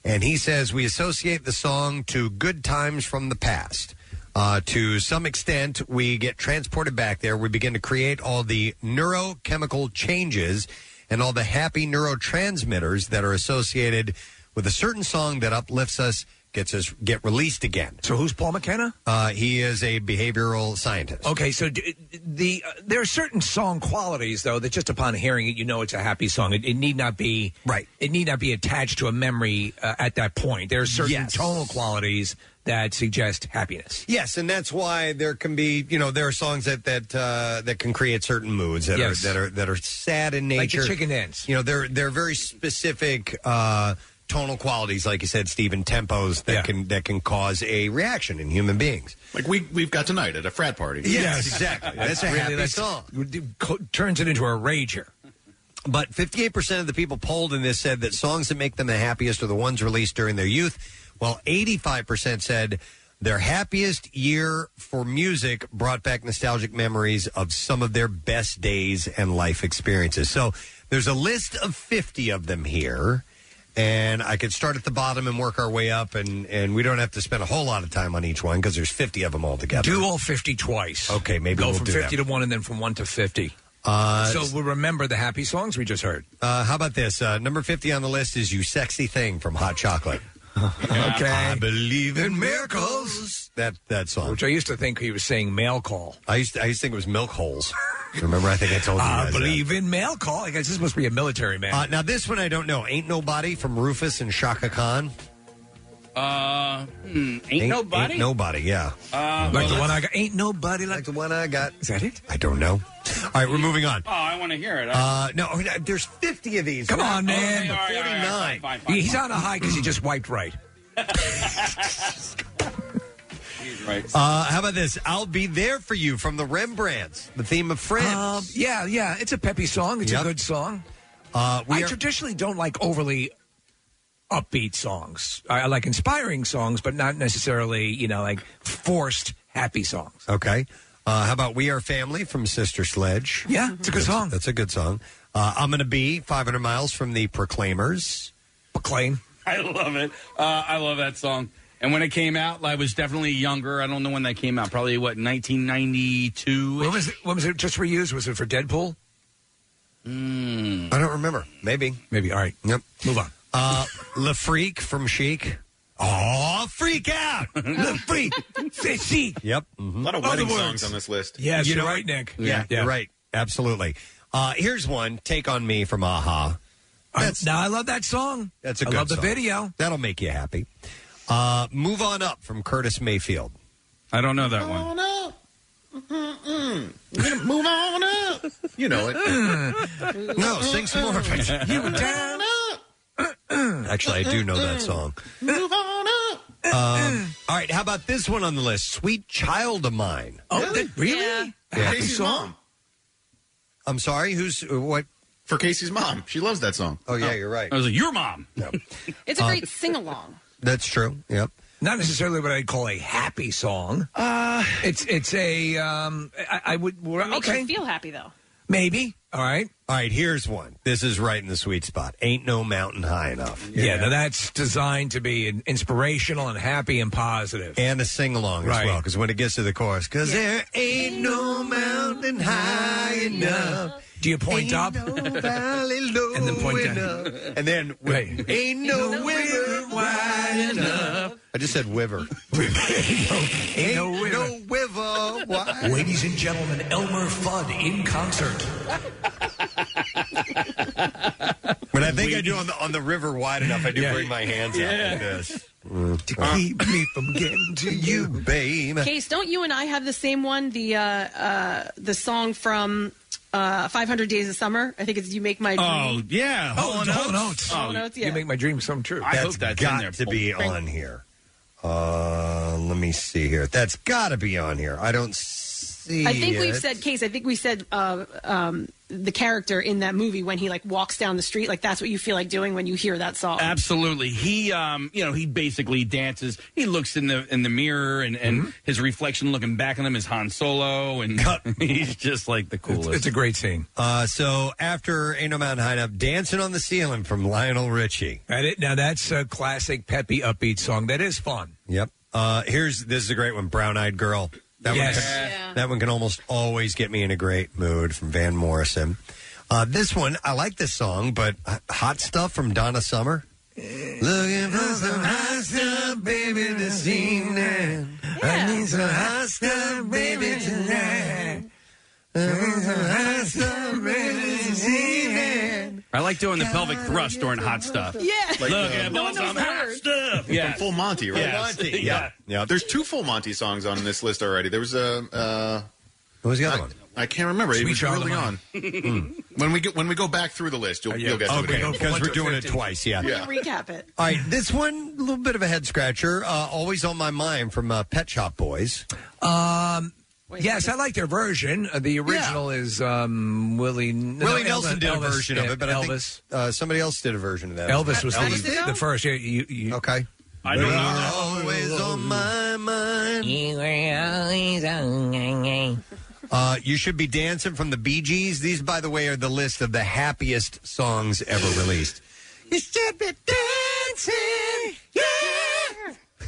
Speaker 1: And he says we associate the song to good times from the past. Uh, to some extent, we get transported back there. We begin to create all the neurochemical changes and all the happy neurotransmitters that are associated with a certain song that uplifts us, gets us get released again.
Speaker 3: So, who's Paul McKenna?
Speaker 1: Uh, he is a behavioral scientist.
Speaker 3: Okay, so d- the uh, there are certain song qualities though that just upon hearing it, you know it's a happy song. It, it need not be right. It need not be attached to a memory uh, at that point. There are certain
Speaker 1: Yes.
Speaker 3: tonal qualities that suggest happiness.
Speaker 1: Yes, and that's why there can be, you know, there are songs that that uh, that can create certain moods that
Speaker 3: Yes.
Speaker 1: are that are that are sad in
Speaker 3: Like the
Speaker 1: nature.
Speaker 3: chicken dance.
Speaker 1: You know, they're they're very specific uh, tonal qualities, like you said, Stephen, tempos that can that can cause a reaction in human beings.
Speaker 5: like we we've got tonight at a frat party.
Speaker 1: Yes, exactly. That's a happy song.
Speaker 3: co- turns it into a rager.
Speaker 1: But 58% of the people polled in this said that songs that make them the happiest are the ones released during their youth, while 85% said their happiest year for music brought back nostalgic memories of some of their best days and life experiences. So there's a list of 50 of them here. And I could start at the bottom and work our way up, and, and we don't have to spend a whole lot of time on each one because there's 50 of them altogether.
Speaker 3: Do all fifty twice.
Speaker 1: Okay, maybe
Speaker 3: go
Speaker 1: we'll
Speaker 3: from
Speaker 1: do
Speaker 3: fifty
Speaker 1: that.
Speaker 3: to one, and then from one to fifty.
Speaker 1: Uh,
Speaker 3: so we'll remember the happy songs we just heard.
Speaker 1: Uh, how about this? Uh, number 50 on the list is You Sexy Thing from Hot Chocolate.
Speaker 3: Okay.
Speaker 1: I believe in miracles. That that song.
Speaker 3: Which I used to think he was saying mail call.
Speaker 1: I used to, I used to think it was milk holes. Remember, I think I told you.
Speaker 3: I
Speaker 1: guys that.
Speaker 3: believe in mail call. I guess this must be a military man.
Speaker 1: Uh, now this one I don't know. Ain't nobody from Rufus and Shaka Khan.
Speaker 4: Uh, hmm, ain't, nobody.
Speaker 1: Ain't nobody. Yeah.
Speaker 4: Uh,
Speaker 1: Like the one
Speaker 3: I got. Ain't nobody like,
Speaker 1: the one I got.
Speaker 3: Is that it?
Speaker 1: I don't know. All right, we're moving on.
Speaker 4: Oh, I want to hear it.
Speaker 1: Uh, no, there's 50 of these.
Speaker 3: Come
Speaker 1: We're-
Speaker 3: on, man.
Speaker 4: all right, all right, all right,
Speaker 1: 49.
Speaker 4: fine, fine,
Speaker 3: Yeah, he's
Speaker 4: fine.
Speaker 3: on a high because he just wiped right.
Speaker 4: He's right.
Speaker 1: Uh, how about this? I'll be there for you from the Rembrandts, the theme of friends.
Speaker 3: Um, yeah, yeah. It's a peppy song. It's
Speaker 1: Yep.
Speaker 3: a good song.
Speaker 1: Uh, we
Speaker 3: I
Speaker 1: are-
Speaker 3: traditionally don't like overly upbeat songs. I, I like inspiring songs, but not necessarily, you know, like forced happy songs.
Speaker 1: okay. Uh, how about We Are Family from Sister Sledge?
Speaker 3: Yeah, it's a good
Speaker 1: That's-
Speaker 3: song.
Speaker 1: That's a good song. Uh, I'm going to be 500 miles from the Proclaimers.
Speaker 3: Proclaim.
Speaker 4: I love it. Uh, I love that song. And when it came out, I was definitely younger. I don't know when that came out. Probably what 1992.
Speaker 3: When was it? When was it just reused? Was it for Deadpool?
Speaker 1: I don't remember. Maybe.
Speaker 3: Hmm. Maybe. All right.
Speaker 1: Yep.
Speaker 3: Move on.
Speaker 1: Uh, La Freak from Chic. Oh, freak out! La Freak.
Speaker 3: Fifty.
Speaker 1: Yep.
Speaker 5: A lot of
Speaker 3: Mm-hmm. Other
Speaker 5: wedding
Speaker 3: words.
Speaker 5: songs on this list.
Speaker 3: Yes,
Speaker 1: You
Speaker 3: you're
Speaker 1: know-
Speaker 3: right, Nick.
Speaker 1: Yeah, you're right. Absolutely. Uh, here's one. Take on me from Aha.
Speaker 3: I,
Speaker 1: That's-
Speaker 3: now I love that song.
Speaker 1: That's a
Speaker 3: I
Speaker 1: good
Speaker 3: love
Speaker 1: song.
Speaker 3: the video.
Speaker 1: That'll make you happy. Uh, Move on up from Curtis Mayfield.
Speaker 4: I don't know that one.
Speaker 5: Move on up. You know it.
Speaker 1: No, sing some more of it.
Speaker 3: You were down.
Speaker 1: Actually, I do know that song.
Speaker 5: Move on up.
Speaker 1: Um, all right, how about this one on the list? Sweet Child of Mine.
Speaker 3: Oh, really? That, really? A happy
Speaker 5: Casey's
Speaker 3: song.
Speaker 5: mom.
Speaker 1: I'm sorry, who's uh, what?
Speaker 5: For Casey's mom. She loves that song.
Speaker 1: Oh, yeah, you're right.
Speaker 4: I was like, your mom.
Speaker 8: It's a
Speaker 3: Uh,
Speaker 8: great sing along.
Speaker 1: That's true. Yep.
Speaker 3: Not necessarily what I'd call a happy song. Uh, it's it's a um. I, I would well,
Speaker 8: It makes
Speaker 3: okay
Speaker 8: you feel happy though.
Speaker 3: maybe. All right.
Speaker 1: All right, here's one. This is right in the sweet spot. Ain't no mountain high enough.
Speaker 3: Yeah, now that's designed to be an inspirational and happy and positive.
Speaker 1: And a sing along as
Speaker 3: Right.
Speaker 1: well, because when it gets to the chorus, because there ain't no mountain high enough.
Speaker 3: Do you point up?
Speaker 1: and
Speaker 3: then point down.
Speaker 1: And then wi-
Speaker 3: Right.
Speaker 1: ain't no river wide enough. I just said wiver.
Speaker 3: Ain't no river.
Speaker 1: river wide.
Speaker 3: Ladies and gentlemen, Elmer Fudd in concert.
Speaker 1: When I think I do on the on the river wide enough, I do
Speaker 3: Yeah.
Speaker 1: bring my hands out like this.
Speaker 3: To keep me from getting to
Speaker 1: Mm. You babe.
Speaker 8: Case, don't you and I have the same one? The uh, uh, the song from uh, 500 Days of Summer. I think it's "You Make My Dream."
Speaker 4: Oh yeah.
Speaker 3: Oh,
Speaker 4: Hall and
Speaker 3: Hall and
Speaker 4: Oates.
Speaker 3: Oates.
Speaker 8: Oh, no, it's- yeah.
Speaker 3: You make my dreams come true.
Speaker 4: I hope
Speaker 1: That's
Speaker 4: that's in
Speaker 1: got
Speaker 4: there.
Speaker 1: to be on here. Uh, let me see here. That's got to be on here. I don't see.
Speaker 8: I think we've
Speaker 1: it.
Speaker 8: said Case. I think we said uh, um, the character in that movie when he like walks down the street. Like that's what you feel like doing when you hear that song.
Speaker 4: Absolutely. He um you know, he basically dances. He looks in the in the mirror and, and his reflection looking back at him is Han Solo and he's just like the coolest.
Speaker 3: It's a great scene.
Speaker 1: Uh, so after Ain't No Mountain High Enough, Dancing on the Ceiling from Lionel Richie.
Speaker 3: That it- now that's a classic peppy upbeat song. That is fun.
Speaker 1: Yep. Uh, here's this is a great one. Brown Eyed Girl. That
Speaker 3: Yes.
Speaker 1: one. Can, That one can almost always get me in a great mood from Van Morrison. Uh, this one, I like this song, but uh, Hot Stuff from Donna Summer. Looking for some hot stuff, baby, this evening. I need some hot stuff, baby, tonight.
Speaker 4: I like doing the pelvic thrust during hot stuff.
Speaker 8: Yeah.
Speaker 4: Look
Speaker 1: um,
Speaker 4: at
Speaker 8: No one
Speaker 4: both
Speaker 8: knows
Speaker 4: some
Speaker 8: the
Speaker 4: hot
Speaker 8: words.
Speaker 4: stuff.
Speaker 5: From
Speaker 4: Yeah.
Speaker 5: Full Monty, right?
Speaker 4: Yeah. Yes.
Speaker 1: Monty. Yeah. Yep.
Speaker 5: There's two Full Monty songs on this list already. There was a. Uh,
Speaker 1: Who's the other one?
Speaker 5: I can't remember.
Speaker 3: Sweet
Speaker 5: it was
Speaker 3: Child of
Speaker 5: early on.
Speaker 3: Mine.
Speaker 5: when we get when we go back through the list, you'll,
Speaker 3: yeah.
Speaker 5: you'll get to
Speaker 1: Hmm. Uh, Okay,
Speaker 5: it. again.
Speaker 3: from
Speaker 1: because
Speaker 3: one
Speaker 1: we're
Speaker 3: to
Speaker 1: doing it
Speaker 3: 50.
Speaker 1: twice. Yeah.
Speaker 5: Yeah.
Speaker 8: We can recap it.
Speaker 1: All right, this one, a little bit of a head scratcher. Uh, always on my mind from uh, Pet Shop Boys.
Speaker 8: Wait,
Speaker 3: Um, Yes, I like their version. Uh, the original is um, Willie Willie
Speaker 1: Willie Nelson did a version of it, but
Speaker 3: Elvis.
Speaker 1: I think uh, somebody else did a version of that.
Speaker 3: Elvis was
Speaker 8: Elvis
Speaker 3: the,
Speaker 8: did it?
Speaker 3: the first. Yeah, you, you,
Speaker 1: Okay.
Speaker 4: I don't know.
Speaker 1: always on my mind. Uh, you should be dancing from the Bee Gees. These, by the way, are the list of the happiest songs ever released. you should be dancing. Yeah.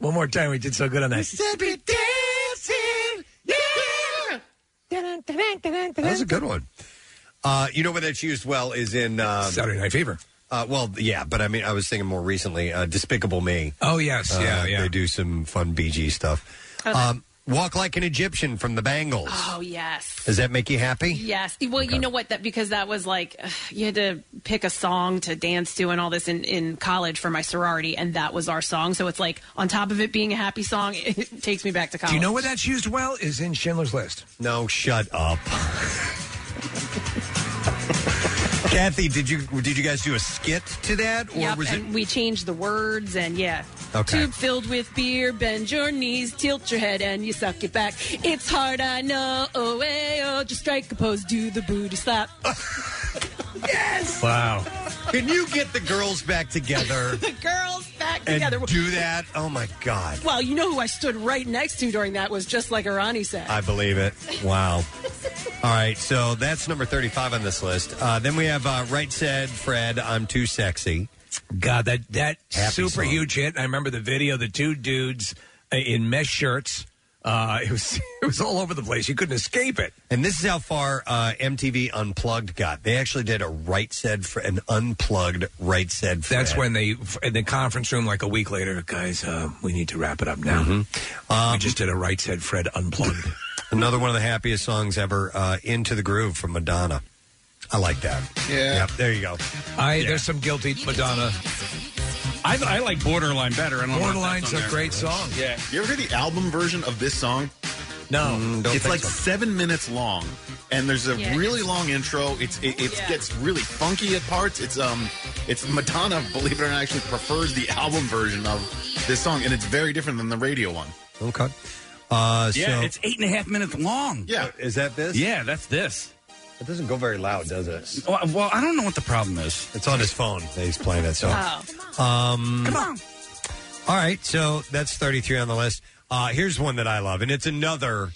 Speaker 3: One more time, we did so good on that.
Speaker 1: should be dancing. Yeah. That was a good one. Uh, you know where that's used well is in uh,
Speaker 3: Saturday Night Fever.
Speaker 1: uh, well, yeah, but I mean, I was thinking more recently, uh, Despicable Me.
Speaker 3: Oh yes,
Speaker 1: Uh,
Speaker 3: yeah, yeah.
Speaker 1: They do some fun BG stuff.
Speaker 8: Okay.
Speaker 1: Um, Walk Like an Egyptian from the Bangles.
Speaker 8: Oh yes.
Speaker 1: Does that make you happy?
Speaker 8: Yes. Well, you know what? That because that was like ugh, you had to pick a song to dance to and all this in, in college for my sorority, and that was our song. So it's like on top of it being a happy song, it takes me back to college.
Speaker 3: Do you know where that's used well? Is in Schindler's List.
Speaker 1: No, shut up. Kathy, did you did you guys do a skit to that, or
Speaker 8: Yep,
Speaker 1: was it?
Speaker 8: and we changed the words, and yeah.
Speaker 1: Okay.
Speaker 8: Tube filled with beer, bend your knees, tilt your head, and you suck it back. It's hard, I know. Oh, eh, oh, just strike a pose, do the booty slap. yes!
Speaker 3: Wow.
Speaker 1: Can you get the girls back together
Speaker 8: the girls back
Speaker 1: and
Speaker 8: together.
Speaker 1: do that? Oh my God,
Speaker 8: Well, you know who I stood right next to during that was just like Irani said.
Speaker 1: I believe it. Wow. All right, so that's number thirty-five on this list. Uh, then we have uh, Right Said Fred. I'm too sexy.
Speaker 3: God, that that
Speaker 1: Happy
Speaker 3: super
Speaker 1: song.
Speaker 3: huge hit. And I remember the video. The two dudes uh, in mesh shirts. Uh, it was it was all over the place. You couldn't escape it.
Speaker 1: And this is how far uh, MTV Unplugged got. They actually did a Right Said Fred, an unplugged Right Said Fred.
Speaker 3: That's when they in the conference room like a week later, guys. Uh, we need to wrap it up now. we just did a right said Fred unplugged.
Speaker 1: Mm-hmm. Um, Another one of the happiest songs ever, uh, "Into the Groove" from Madonna. I like that. Yeah. Yep, there you go.
Speaker 3: I there's some guilty Madonna.
Speaker 1: I, I like Borderline better. I
Speaker 5: don't know if that's
Speaker 3: Borderline's
Speaker 5: on
Speaker 3: a
Speaker 5: there.
Speaker 3: great song.
Speaker 5: Yeah. You ever hear the album version of this song?
Speaker 3: No.
Speaker 5: it's like seven minutes long, and there's a
Speaker 9: Yeah.
Speaker 5: really long intro. It's it, it gets really funky at parts. It's um, it's Madonna, believe it or not, actually prefers the album version of this song, and it's very different than the radio one.
Speaker 1: Okay. Uh,
Speaker 4: Yeah,
Speaker 1: so,
Speaker 4: it's eight and a half minutes long.
Speaker 5: Yeah.
Speaker 1: is that this?
Speaker 4: Yeah, that's this.
Speaker 1: It doesn't go very loud, does it?
Speaker 4: Well, well, I don't know what the problem is. Uh,
Speaker 1: It's on his phone. that He's playing that song. Um,
Speaker 4: Come on.
Speaker 1: All right, so that's 33 on the list. Uh, here's one that I love, and it's another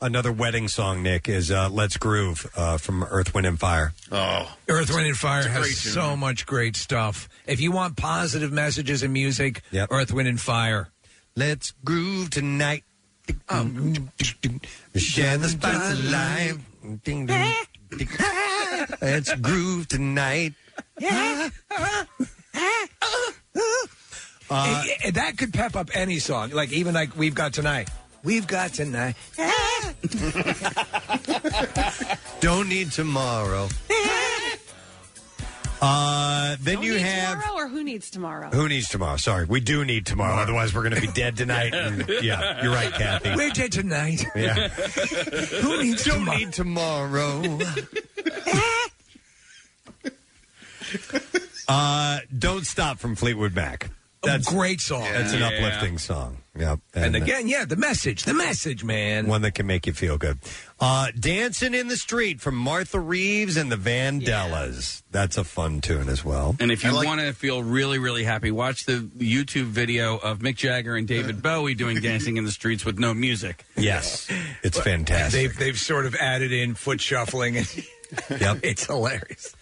Speaker 1: another wedding song. Nick is uh, "Let's Groove" uh, from Earth, Wind, and Fire.
Speaker 5: Oh,
Speaker 3: Earth, Wind, and Fire
Speaker 1: It's a
Speaker 3: has
Speaker 1: great tune.
Speaker 3: so much great stuff. If you want positive messages in music,
Speaker 1: Yep.
Speaker 3: Earth, Wind, and Fire.
Speaker 1: Let's groove tonight.
Speaker 3: Um,
Speaker 1: Share the spice of life. Ding, ding, ding. Let's groove tonight.
Speaker 3: Uh, that could pep up any song. Like even like We've Got Tonight. We've Got Tonight.
Speaker 1: Don't need tomorrow. Uh, then
Speaker 8: Who
Speaker 1: you
Speaker 8: needs
Speaker 1: have
Speaker 8: tomorrow or who needs tomorrow?
Speaker 1: who needs tomorrow? Sorry, we do need tomorrow. Otherwise, we're going to be dead tonight. and- yeah, you're right, Kathy.
Speaker 3: We're dead tonight.
Speaker 1: Yeah.
Speaker 3: Who needs
Speaker 1: Don't
Speaker 3: tomorrow?
Speaker 1: need tomorrow. uh, Don't Stop from Fleetwood Mac.
Speaker 3: a
Speaker 1: That's
Speaker 3: great song.
Speaker 1: That's an uplifting song. Yep. uh,
Speaker 3: And again, yeah, the message, the message, man.
Speaker 1: one that can make you feel good. Uh, Dancing in the Street from Martha Reeves and the Vandellas. That's a fun tune as well.
Speaker 4: And if you
Speaker 1: I like-
Speaker 4: want to feel really, really happy, watch the YouTube video of Mick Jagger and David Bowie doing Dancing in the Streets with no music.
Speaker 1: Yes, it's fantastic.
Speaker 3: They've they've sort of added in foot shuffling, and
Speaker 1: Yep.
Speaker 3: it's hilarious.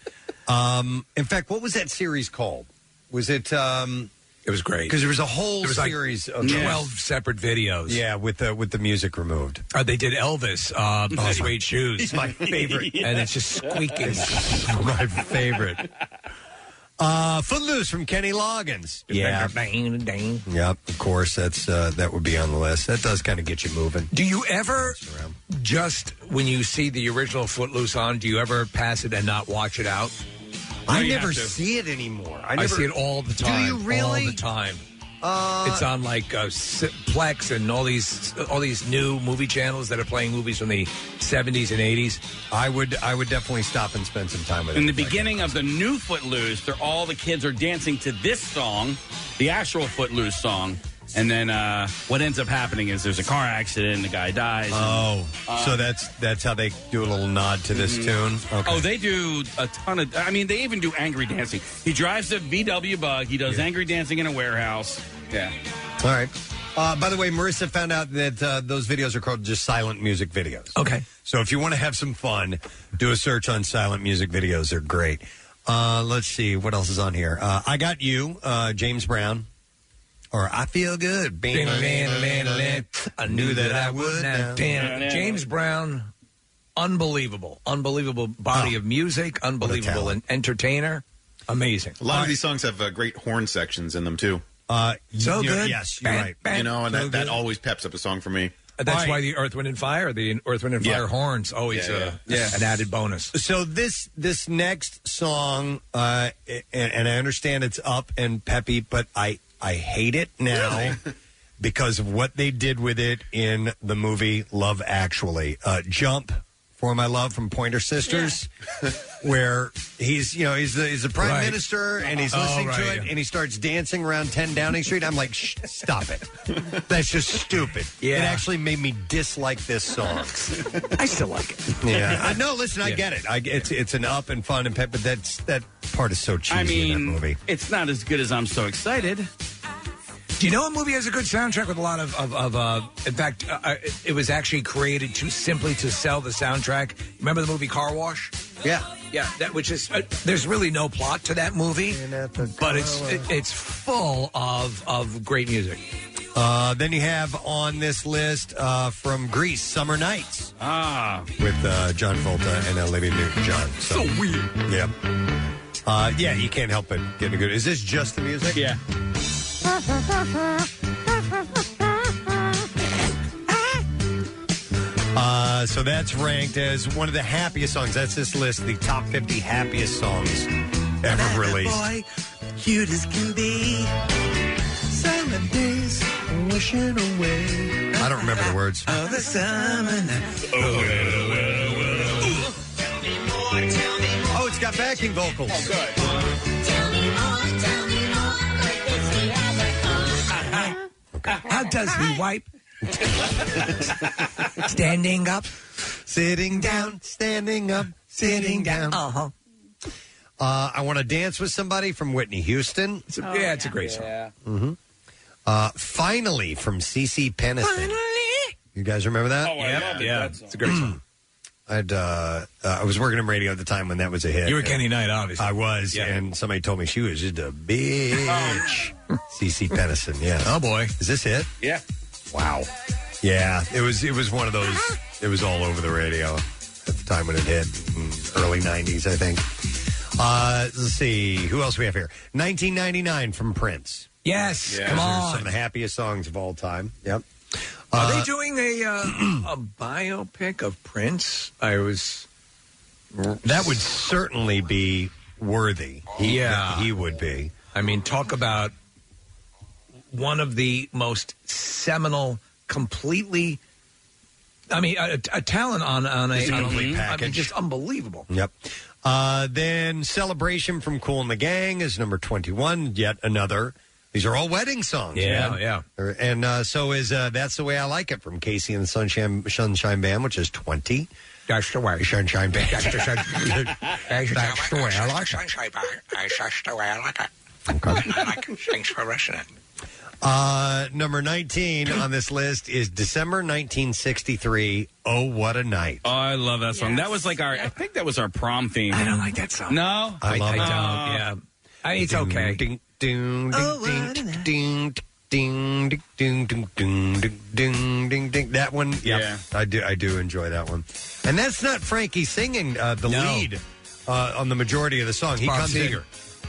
Speaker 1: Um, in fact, what was that series called? Was it? Um,
Speaker 3: It was great
Speaker 1: because there was a whole
Speaker 3: There was like
Speaker 1: series of
Speaker 3: twelve separate videos.
Speaker 1: Yeah, with the with the music removed.
Speaker 3: Uh, they did Elvis, uh,
Speaker 1: my-
Speaker 3: suede shoes. It's
Speaker 1: my favorite.
Speaker 3: and it's just squeaking.
Speaker 1: my favorite. Uh, Footloose from Kenny Loggins. Yeah.
Speaker 3: Do
Speaker 1: Yep, of course. That's uh, that would be on the list. That does kind of get you moving.
Speaker 3: you ever just when you see the original Footloose on? Do you ever pass it and not watch it out?
Speaker 1: I never see it anymore. I,
Speaker 3: I,
Speaker 1: never,
Speaker 3: see it all the time.
Speaker 1: Do you really?
Speaker 3: All the time.
Speaker 1: Uh,
Speaker 3: it's on like uh, S- Plex and all these all these new movie channels that are playing movies from the seventies and eighties.
Speaker 1: I would I would definitely stop and spend some time with it.
Speaker 4: In the
Speaker 1: if I could.
Speaker 4: beginning of the new Footloose, they're all the kids are dancing to this song, the actual Footloose song. And then uh, what ends up happening is there's a car accident, the guy dies. and-
Speaker 1: Oh, so that's that's how they do a little nod to this tune. Okay.
Speaker 4: Oh, they do a ton of. I mean, they even do angry dancing. He drives a VW bug. He does angry dancing in a warehouse. Yeah.
Speaker 1: All right. Uh, by the way, Marissa found out that uh, those videos are called just silent music videos.
Speaker 3: Okay.
Speaker 1: So if you want to have some fun, do a search on silent music videos. They're great. Uh, let's see what else is on here. Uh, I got you, uh, James Brown, or I feel good.
Speaker 3: I knew that I would. Now. Damn. James Brown, unbelievable, unbelievable body of music, unbelievable and entertainer, amazing.
Speaker 5: A lot of these songs have uh, great horn sections in them too.
Speaker 1: Uh,
Speaker 3: So
Speaker 1: you're-
Speaker 3: good.
Speaker 1: Yes, you're
Speaker 3: Bang,
Speaker 1: right.
Speaker 3: bang,
Speaker 5: you know, and
Speaker 3: so
Speaker 5: that, that
Speaker 3: good.
Speaker 5: always peps up a song for me.
Speaker 3: That's
Speaker 1: Right.
Speaker 3: why the Earth, Wind, and Fire, the Earth, Wind, and Fire horns always
Speaker 1: Yeah,
Speaker 3: uh,
Speaker 1: yeah. Yeah.
Speaker 3: an added bonus.
Speaker 1: So this this next song, uh, a- and, I understand it's up and peppy, but I I hate it now because of what they did with it in the movie Love Actually. Uh, Jump for my love from Pointer Sisters, where he's you know he's the he's the prime
Speaker 9: Right.
Speaker 1: minister and he's
Speaker 9: Oh,
Speaker 1: listening to
Speaker 9: right,
Speaker 1: it
Speaker 9: yeah.
Speaker 1: and he starts dancing around Ten Downing Street. I'm like, Shh, stop it. That's just stupid.
Speaker 9: Yeah.
Speaker 1: It actually made me dislike this song.
Speaker 3: I still like it.
Speaker 1: Yeah, I, no. Listen, I
Speaker 4: Yeah.
Speaker 1: get it. I, it's it's an up and fun and pep, but that's that part is so cheesy
Speaker 4: I
Speaker 1: in that
Speaker 4: mean,
Speaker 1: movie.
Speaker 4: it's not as good as I'm so excited.
Speaker 3: Do you know a movie has a good soundtrack with a lot of of, of uh, in fact, uh, uh, it was actually created to simply to sell the soundtrack. Remember the movie Car Wash?
Speaker 1: Yeah,
Speaker 3: yeah. That which is uh, there's really no plot to that movie, but it's it, it's full of of great music.
Speaker 1: Uh, then you have on this list uh, from Greece, Summer Nights.
Speaker 4: Ah,
Speaker 1: with uh, John Volta and Olivia Newton-John. So,
Speaker 3: weird.
Speaker 1: Yeah. Uh, yeah, you can't help but get a good. Is this just the music?
Speaker 4: Yeah.
Speaker 1: Uh, so that's ranked as one of the happiest songs. That's this list, the top 50 happiest songs ever released.
Speaker 9: cute as can be. Silent days wishing away.
Speaker 1: I don't remember the words.
Speaker 9: Of the summer
Speaker 1: Oh, it's got backing vocals.
Speaker 3: Oh, How does he wipe? Standing up,
Speaker 1: sitting down, standing up, sitting down.
Speaker 3: Uh-huh.
Speaker 1: Uh, I want to dance with somebody from Whitney Houston.
Speaker 3: a- Oh, yeah, it's a yeah. great song.
Speaker 1: hmm Uh, finally, from CC Pennison. You guys remember that?
Speaker 4: Oh, I Yep. loved
Speaker 3: Yeah. that song. It's a great song.
Speaker 1: I'd, uh, uh, I was working in radio at the time when that was a hit.
Speaker 3: You were Kenny Knight, obviously.
Speaker 1: I was,
Speaker 3: Yeah.
Speaker 1: and somebody told me she was just a
Speaker 3: Oh,
Speaker 1: bitch. CC Pennison, yeah. Oh boy, is this it?
Speaker 4: Yeah.
Speaker 1: Wow. Yeah, it was. It was one of those. It was all over the radio at the time when it hit, in early '90s, I think. Uh, let's see who else we have here. 1999 from Prince.
Speaker 3: Yes,
Speaker 1: Those
Speaker 3: come
Speaker 1: are
Speaker 3: on.
Speaker 1: some of the happiest songs of all time. Yep.
Speaker 3: Are
Speaker 1: Uh,
Speaker 3: they doing a uh, a biopic of Prince? I was.
Speaker 1: That would certainly be worthy.
Speaker 3: Oh,
Speaker 1: He,
Speaker 3: Yeah.
Speaker 1: he would be.
Speaker 3: I mean, talk about one of the most seminal, completely. I mean, a, a talent on on a,
Speaker 1: It's a
Speaker 3: on a
Speaker 1: complete
Speaker 3: I mean,
Speaker 1: package.
Speaker 3: just unbelievable.
Speaker 1: Yep. Uh, then Celebration from Cool and the Gang is number 21, yet another. These are all wedding songs.
Speaker 3: Yeah,
Speaker 1: man.
Speaker 3: yeah.
Speaker 1: Or- And uh, so is uh, That's the Way I Like It from Casey and the Sunshine, Sunshine Band, which is 20.
Speaker 3: That's the way.
Speaker 1: Sunshine Band.
Speaker 3: That's the-
Speaker 1: That's the way I like it.
Speaker 3: Thanks for listening.
Speaker 1: Uh, number 19 on this list is December 1963, Oh What a Night.
Speaker 4: Oh, I love that song. That was like our. I think that was our prom theme. I
Speaker 3: don't like that song.
Speaker 4: No,
Speaker 1: I love
Speaker 4: I
Speaker 1: it.
Speaker 4: don't.
Speaker 3: I mean, it's okay.
Speaker 1: Ding, ding, ding, ding, ding, ding, ding, ding, ding, ding, ding, ding, ding, ding. That one, yeah, I do, I do enjoy that one. And that's not Frankie singing uh, the
Speaker 9: No.
Speaker 1: lead uh, on the majority of the song. he
Speaker 9: Bob
Speaker 1: comes
Speaker 9: Seger.
Speaker 1: in.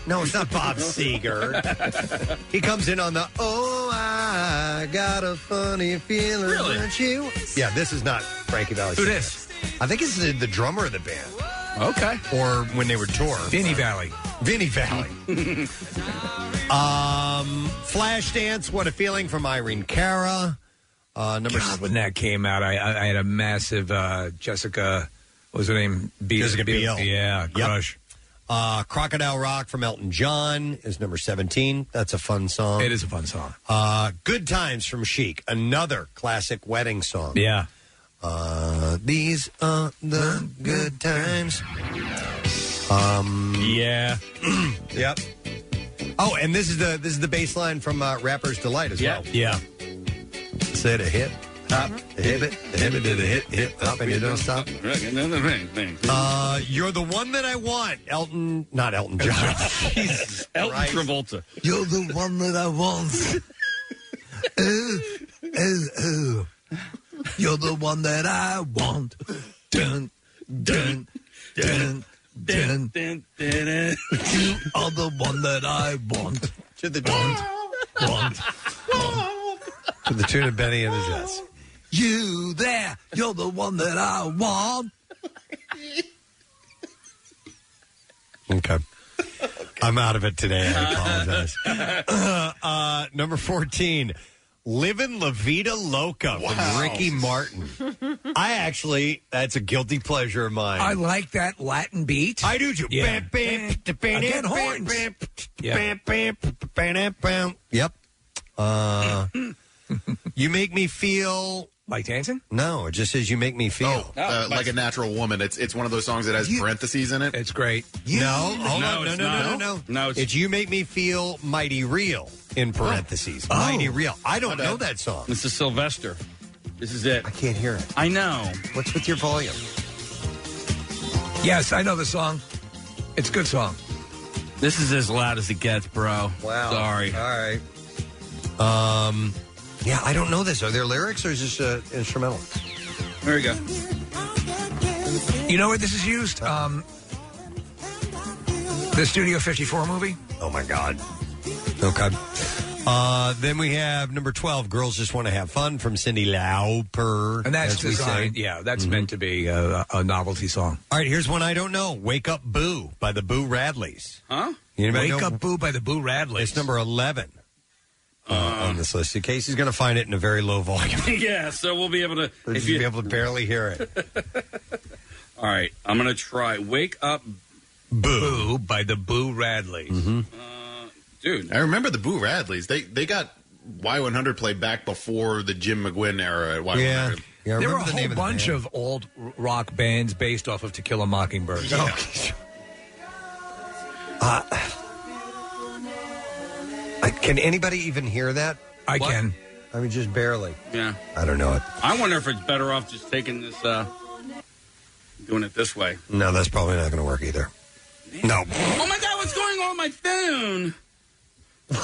Speaker 1: No, it's not Bob Seger. he comes in on the "Oh, I got a funny feeling
Speaker 9: Really?
Speaker 1: about you." Yeah, this is not Frankie Valley.
Speaker 9: Who
Speaker 1: singing
Speaker 9: dis?
Speaker 1: it. I think it's the, the drummer of the band.
Speaker 4: Okay.
Speaker 1: Or when they were tour.
Speaker 3: Vinny Valley.
Speaker 1: Vinny Valley.
Speaker 4: Yeah.
Speaker 1: Um, Flashdance, what a feeling from Irene Cara. Uh, number
Speaker 3: God, when that came out, I, I, I had a massive uh, Jessica. What was her name? Be-
Speaker 1: Jessica
Speaker 3: Be-
Speaker 1: Biel.
Speaker 3: Yeah, crush.
Speaker 1: Uh, Crocodile Rock from Elton John is number 17. That's a fun song.
Speaker 3: It is a fun song.
Speaker 1: Uh, Good Times from Chic, another classic wedding song.
Speaker 3: Yeah.
Speaker 1: Uh, these are the good times. Um,
Speaker 4: yeah.
Speaker 1: yep. Oh, and this is the this is the bass line from uh, Rapper's Delight as well.
Speaker 3: Yeah.
Speaker 1: Said a hip hop,
Speaker 6: Uh,
Speaker 1: a hip it, a hip it, did a hit, hip hop, and it don't stop. Uh, you're the one that I want, Elton. Not Elton John. Jesus
Speaker 4: Elton
Speaker 1: Christ.
Speaker 4: Travolta.
Speaker 1: You're the one that I want.
Speaker 9: Ooh, ooh, ooh. You're the one that I want. Dun, dun, dun, dun. You are the one that I want.
Speaker 1: To the want,
Speaker 9: want.
Speaker 1: To the tune of Benny and the Jets.
Speaker 9: You the one that I want.
Speaker 1: Okay. I'm out of it today. I apologize. uh, number 14, Livin' La Vida Loca from Ricky Martin. I actually, that's a guilty pleasure of mine.
Speaker 3: I like that Latin beat.
Speaker 1: I do too.
Speaker 3: Yeah.
Speaker 1: Bam, bam, bam,
Speaker 3: Again,
Speaker 1: bam,
Speaker 3: horns.
Speaker 1: bam,
Speaker 3: Yeah.
Speaker 1: bam, bam, bam, bam, bam. Yep. Uh, you make me feel
Speaker 3: like dancing.
Speaker 1: No, it just says you make me feel.
Speaker 5: uh, like a natural woman. It's it's one of those songs that has parentheses in it.
Speaker 3: It's great.
Speaker 1: No, hold
Speaker 4: No,
Speaker 1: on. No,
Speaker 4: it's
Speaker 1: no, no, no,
Speaker 4: not.
Speaker 1: no.
Speaker 4: No,
Speaker 1: it's,
Speaker 4: it's-
Speaker 1: you make me feel mighty real in parentheses.
Speaker 4: Oh.
Speaker 1: Mighty real. I don't know that song.
Speaker 4: This is Sylvester. This is it.
Speaker 1: I can't hear it.
Speaker 4: I know.
Speaker 1: What's with your volume?
Speaker 3: Yes, I know the song. It's a good song.
Speaker 4: This is as loud as it gets, bro.
Speaker 1: Wow.
Speaker 4: Sorry.
Speaker 1: All right. Um. Yeah, I don't know this. Are there lyrics or is this uh, instrumental?
Speaker 4: There we go.
Speaker 3: You know where this is used? Um, the Studio 54 movie.
Speaker 1: Oh my God. Okay. Uh, then we have number twelve. Girls just want to have fun from Cindy Lauper,
Speaker 3: And that's
Speaker 1: as we
Speaker 3: designed.
Speaker 1: say.
Speaker 3: Yeah,
Speaker 4: Mm-hmm.
Speaker 3: that's meant to be a, a novelty song.
Speaker 1: All right, here's one I don't know. "Wake Up, Boo" by the Boo Radleys.
Speaker 4: Huh?
Speaker 1: Anybody
Speaker 3: Wake
Speaker 1: know?
Speaker 3: Up Boo by the Boo Radleys.
Speaker 1: It's number eleven uh, on this list. Casey's going to find it in a very low volume.
Speaker 4: yeah, so we'll be able to.
Speaker 1: You'll
Speaker 4: If you,
Speaker 1: be able to barely hear it.
Speaker 4: all right, I'm going to try. Wake up,
Speaker 3: Boo
Speaker 1: Boo.
Speaker 3: by the Boo Radleys.
Speaker 1: Mm-hmm.
Speaker 4: dude.
Speaker 5: Uh, I remember the Boo Radleys. They they got Y100 played back before the Jim McGuinn era at Y100.
Speaker 1: Yeah. yeah I
Speaker 3: There were
Speaker 1: remember
Speaker 3: a
Speaker 1: the
Speaker 3: whole
Speaker 1: name of the
Speaker 3: bunch
Speaker 1: band.
Speaker 3: of old r- rock bands based off of To Kill a Mockingbird. Oh,
Speaker 1: Uh, can anybody even hear that?
Speaker 3: I
Speaker 4: What?
Speaker 3: can.
Speaker 1: I mean, just barely.
Speaker 4: Yeah.
Speaker 1: I don't know it.
Speaker 4: I wonder if it's better off just taking this, uh doing it this way.
Speaker 1: No, that's probably not going to work either. No.
Speaker 4: Oh my God, what's going on with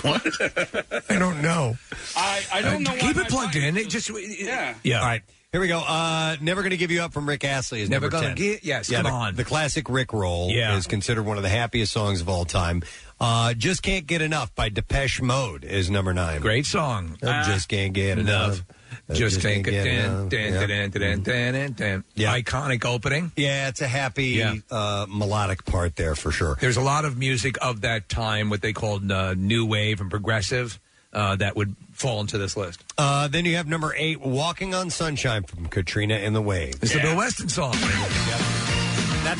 Speaker 4: my phone?
Speaker 1: I don't know.
Speaker 4: I, I don't
Speaker 1: Uh,
Speaker 4: know. why
Speaker 3: Uh, Keep
Speaker 4: my
Speaker 3: it plugged
Speaker 4: volume
Speaker 3: in. It
Speaker 4: goes-
Speaker 3: just it-
Speaker 4: Yeah.
Speaker 3: yeah.
Speaker 1: All right. Here we go. Uh, Never Gonna Give You Up from Rick Astley is
Speaker 3: Never
Speaker 1: number
Speaker 3: Gonna
Speaker 1: 10.
Speaker 3: Gi- yes,
Speaker 1: yeah,
Speaker 3: come
Speaker 1: the,
Speaker 3: on.
Speaker 1: The classic Rick roll
Speaker 3: Yeah.
Speaker 1: is considered one of the happiest songs of all time. Uh, Just Can't Get Enough by Depeche Mode is number nine.
Speaker 3: Great song.
Speaker 1: I just can't get enough.
Speaker 3: Enough.
Speaker 1: I
Speaker 3: Just think it.
Speaker 1: can't get
Speaker 3: Dan,
Speaker 1: enough.
Speaker 3: dan,
Speaker 1: Yeah.
Speaker 3: dan, dan, dan, dan, dan.
Speaker 1: Yeah.
Speaker 3: Iconic opening.
Speaker 1: Yeah, it's a happy
Speaker 3: Yeah.
Speaker 1: uh, melodic part there for sure.
Speaker 3: There's a lot of music of that time, what they called uh, new wave and progressive, uh, that would fall into this list.
Speaker 1: Uh, then you have number eight, "Walking on Sunshine" from Katrina and the Waves.
Speaker 3: It's the Bill Weston song.
Speaker 1: Now that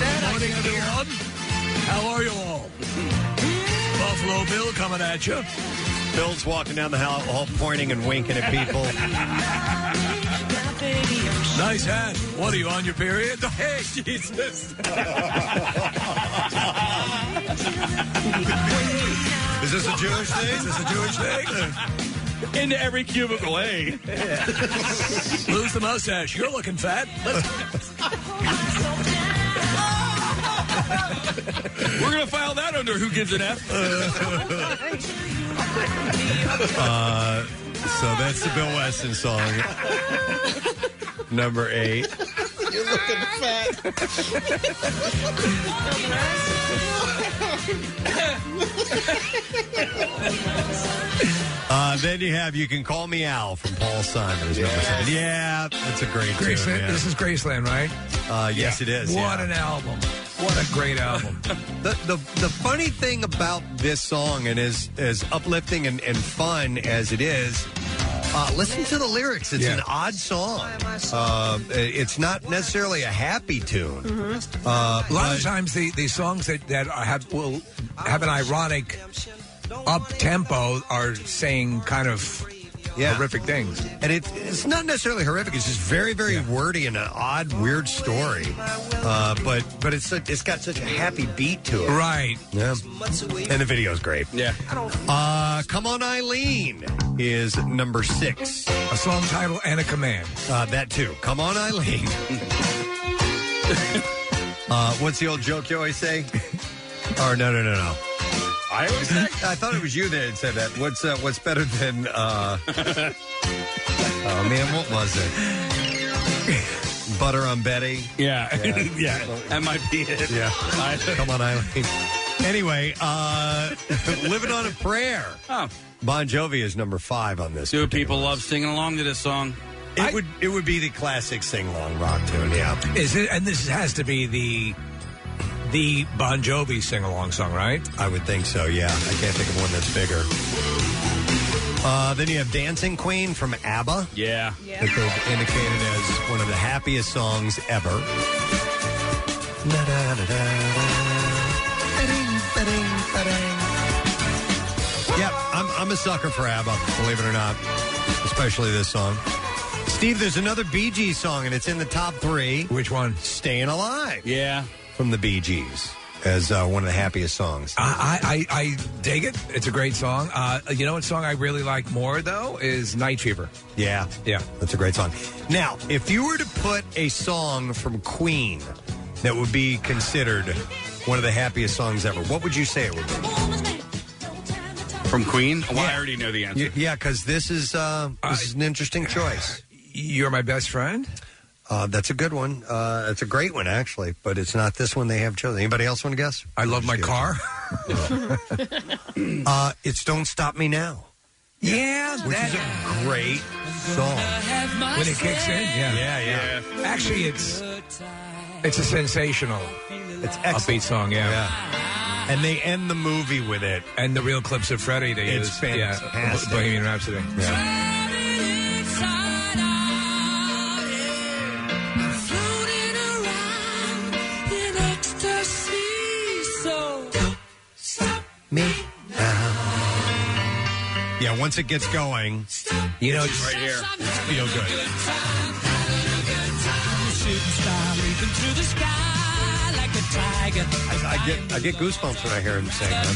Speaker 1: I
Speaker 3: Morning, everyone. How are you all? Buffalo Bill coming at you.
Speaker 1: Bill's walking down the hall, hall pointing and winking at people.
Speaker 3: Nice hat. What are you on your period? Hey, Jesus.
Speaker 1: Is this a Jewish thing? Is this a Jewish thing?
Speaker 4: into every cubicle. Hey,
Speaker 3: Lose the mustache. You're looking fat.
Speaker 4: we're gonna file that under who gives an F.
Speaker 1: Uh, So that's the Bill Weston song. Number eight. Uh, then you have "You Can Call Me Al" from Paul Simon. is number seven. Yeah, that's a great
Speaker 3: Graceland.
Speaker 1: tune. yeah.
Speaker 3: This is Graceland, right?
Speaker 1: Uh, yes, it is.
Speaker 3: What
Speaker 1: yeah.
Speaker 3: an album. What a great album.
Speaker 1: The, the the funny thing about this song, and as as uplifting and, and fun as it is, uh, listen to the lyrics. It's
Speaker 3: Yeah.
Speaker 1: an odd song. Uh, it's not necessarily a happy tune. Uh,
Speaker 3: a lot of
Speaker 1: but-
Speaker 3: times the, the songs that, that are- have will have an ironic up tempo are saying kind of
Speaker 1: Yeah.
Speaker 3: horrific things.
Speaker 1: and it, it's not necessarily horrific. It's just very, very wordy and an odd, weird story. Uh, but but it's such- it's got such a happy beat to it.
Speaker 3: Right.
Speaker 1: Yeah. And the video's great.
Speaker 4: Yeah.
Speaker 1: Uh, Come on, Eileen is number six.
Speaker 3: A song title and a command.
Speaker 1: Uh, that too. Come on, Eileen. uh, what's the old joke you always say? or Oh, no, no, no, no.
Speaker 4: I always say.
Speaker 1: I thought it was you that had said that. What's uh, what's better than? Uh... oh man, what was it? Butter on Betty.
Speaker 4: Yeah, yeah. That might be it.
Speaker 1: Yeah.
Speaker 4: I-
Speaker 1: Come on, Eileen. Anyway, uh, living on a prayer.
Speaker 4: oh,
Speaker 1: Bon Jovi is number five on this.
Speaker 4: dude, people
Speaker 1: particular
Speaker 4: love singing along to this song.
Speaker 1: list. It would it would be the classic sing along rock tune. Yeah.
Speaker 3: Is it? And this has to be the the Bon Jovi sing along song, right?
Speaker 1: I would think so. Yeah, I can't think of one that's bigger. Uh, then you have Dancing Queen from ABBA.
Speaker 4: Yeah.
Speaker 1: That they've indicated as one of the happiest songs ever. Yep, I'm, I'm a sucker for ABBA, believe it or not, especially this song. Steve, there's another Bee Gees song, and it's in the top three.
Speaker 3: Which one?
Speaker 1: Staying Alive.
Speaker 4: Yeah.
Speaker 1: From the Bee Gees as uh, one of the happiest songs.
Speaker 3: I, I, I I dig it. It's a great song. Uh, you know what song I really like more though is Night Fever.
Speaker 1: Yeah.
Speaker 3: Yeah.
Speaker 1: That's a great song. Now, if you were to put a song from Queen that would be considered one of the happiest songs ever, what would you say it would be?
Speaker 5: From Queen?
Speaker 1: Well, I already
Speaker 5: know the answer.
Speaker 1: Y- Yeah, because this is uh, this is an interesting choice.
Speaker 3: You're my best friend.
Speaker 1: Uh, that's a good one. Uh, that's a great one, actually, but it's not this one they have chosen. Anybody else want to guess?
Speaker 3: I love my car.
Speaker 1: uh, it's "Don't Stop Me Now."
Speaker 3: Yeah,
Speaker 1: which is a great song.
Speaker 3: When it kicks in, yeah.
Speaker 1: yeah, yeah.
Speaker 3: Actually, it's it's a sensational,
Speaker 1: it's
Speaker 3: upbeat song. Yeah.
Speaker 1: and they end the movie with it.
Speaker 3: And the real clips of Freddie they
Speaker 1: It's
Speaker 3: use. yeah,
Speaker 1: fantastic.
Speaker 3: Bohemian Rhapsody.
Speaker 1: Me. Yeah, once it gets going,
Speaker 3: you know,
Speaker 1: right here, it's feel good. I, I get I get goosebumps when I hear him sing. I'm-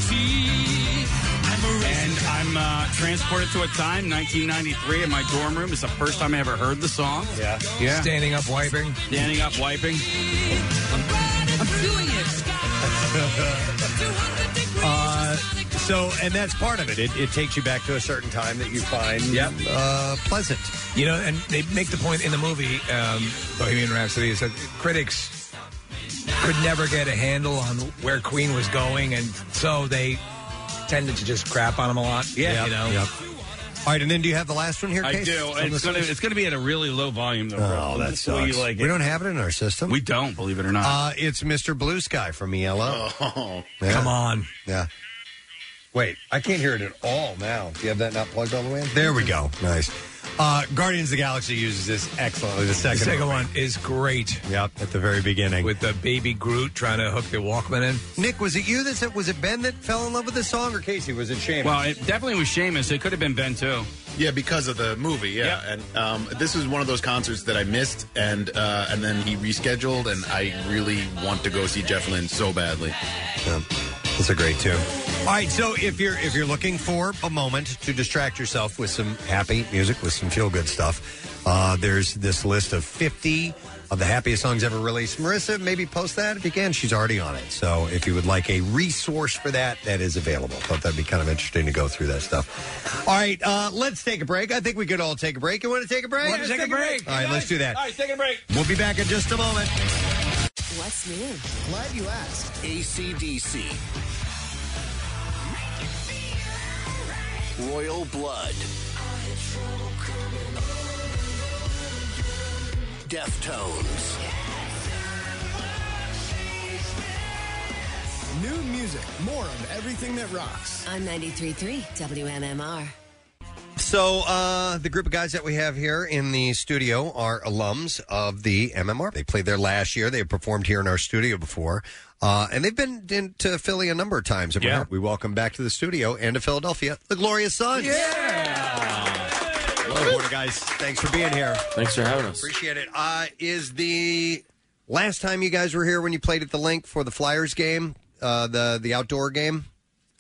Speaker 4: And I'm uh, transported to a time, 1993, in my dorm room. It's the first time I ever heard the song.
Speaker 1: Yeah.
Speaker 4: Yeah.
Speaker 3: Standing up, wiping.
Speaker 4: Standing up, wiping.
Speaker 1: Uh, so, and that's part of it. it. It takes you back to a certain time that you find
Speaker 4: Yep.
Speaker 1: uh, pleasant.
Speaker 3: You know, and they make the point in the movie um, Bohemian Rhapsody is that critics could never get a handle on where Queen was going, and so they tended to just crap on him a lot.
Speaker 4: Yeah.
Speaker 3: you know.
Speaker 1: Yep. All right, and then do you have the last one here?
Speaker 4: I
Speaker 1: Case?
Speaker 4: do.
Speaker 1: From
Speaker 4: It's
Speaker 1: this
Speaker 4: gonna
Speaker 1: list?
Speaker 4: it's gonna be at a really low volume though.
Speaker 1: Oh, that
Speaker 4: That's the way
Speaker 1: sucks.
Speaker 4: you like
Speaker 1: we
Speaker 4: it.
Speaker 1: don't have it in our system.
Speaker 4: We don't believe it or not.
Speaker 1: uh, it's Mr. Blue Sky from ELO.
Speaker 5: Oh.
Speaker 1: Yeah.
Speaker 3: Come on.
Speaker 1: Yeah. Wait, I can't hear it at all now. Do you have that not plugged all the way in? There we go. Nice. Uh, Guardians of the Galaxy uses this excellently. Oh, The
Speaker 3: The
Speaker 1: second,
Speaker 3: second
Speaker 1: movie.
Speaker 3: one is great
Speaker 1: Yep, at the very beginning.
Speaker 3: with the baby Groot trying to hook the Walkman in.
Speaker 1: Nick, was it you that said, was it Ben that fell in love with this song or Casey? Was it Shane?
Speaker 4: well, it definitely was Seamus. It could have been Ben too.
Speaker 5: Yeah, because of the movie. Yeah, and um, this is one of those concerts that I missed, and uh, and then he rescheduled, and I really want to go see Jeff Lynne so badly.
Speaker 1: Yeah. That's a great tune. All right, so if you're if you're looking for a moment to distract yourself with some happy music, with some feel good stuff, uh, there's this list of 50 of the happiest songs ever released. Marissa, maybe post that if you can. She's already on it. So if you would like a resource for that, that is available. Thought that'd be kind of interesting to go through that stuff. All right, uh, let's take a break. I think we could all take a break. You want to take a break?
Speaker 3: Want to
Speaker 1: Let's
Speaker 3: take a break.
Speaker 1: All right, let's do that.
Speaker 4: right, take a break.
Speaker 1: We'll be back in just a moment.
Speaker 10: What's new?
Speaker 11: Glad you asked. ACDC. Royal Blood. Deftones. New music. More of everything that rocks.
Speaker 10: On 93.3 WMMR.
Speaker 1: So, uh, the group of guys that we have here in the studio are alums of the MMR. They played there last year. They have performed here in our studio before. Uh, and they've been in- to Philly a number of times. And we're
Speaker 4: Yeah.
Speaker 1: happy- We welcome back to the studio and to Philadelphia, the Glorious Sons. Yeah. Hello, morning, guys. Thanks for being here.
Speaker 12: Thanks for having us.
Speaker 1: Appreciate it. Uh, is the last time you guys were here when you played at the link for the Flyers game, uh, the, the outdoor game?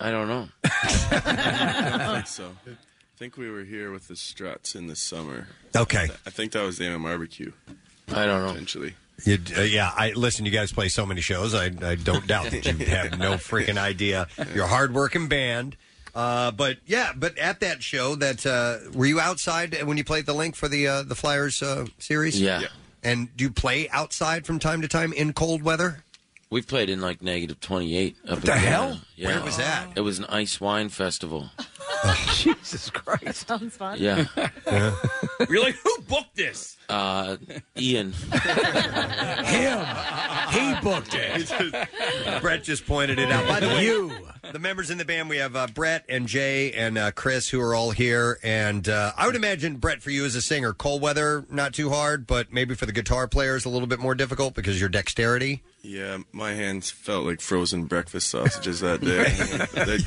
Speaker 12: I don't know.
Speaker 11: I think so. I think we were here with the struts in the summer.
Speaker 1: Okay.
Speaker 11: I think that was the MM barbecue,
Speaker 12: I don't know.
Speaker 11: potentially.
Speaker 1: You, uh, yeah, I listen. You guys play so many shows. I, I don't doubt that you have no freaking idea. You're a hardworking band, uh, but yeah, but at that show, that uh, were you outside when you played the link for the uh, the Flyers uh, series?
Speaker 12: Yeah.
Speaker 11: Yeah.
Speaker 1: And do you play outside from time to time in cold weather?
Speaker 12: We played in like negative 28. Up
Speaker 3: The hell?
Speaker 12: Yeah.
Speaker 1: Where was that?
Speaker 12: It was an ice wine festival.
Speaker 3: Jesus Christ.
Speaker 8: Sounds fun.
Speaker 12: Yeah.
Speaker 4: You're like, who booked this?
Speaker 12: Uh, Ian.
Speaker 1: Him. He booked it. Brett just pointed it out. By the way, you, the members in the band, we have uh, Brett and Jay and uh, Chris, who are all here. And uh, I would imagine Brett, for you as a singer, cold weather not too hard, but maybe for the guitar players a little bit more difficult because your dexterity.
Speaker 11: Yeah, my hands felt like frozen breakfast sausages that day.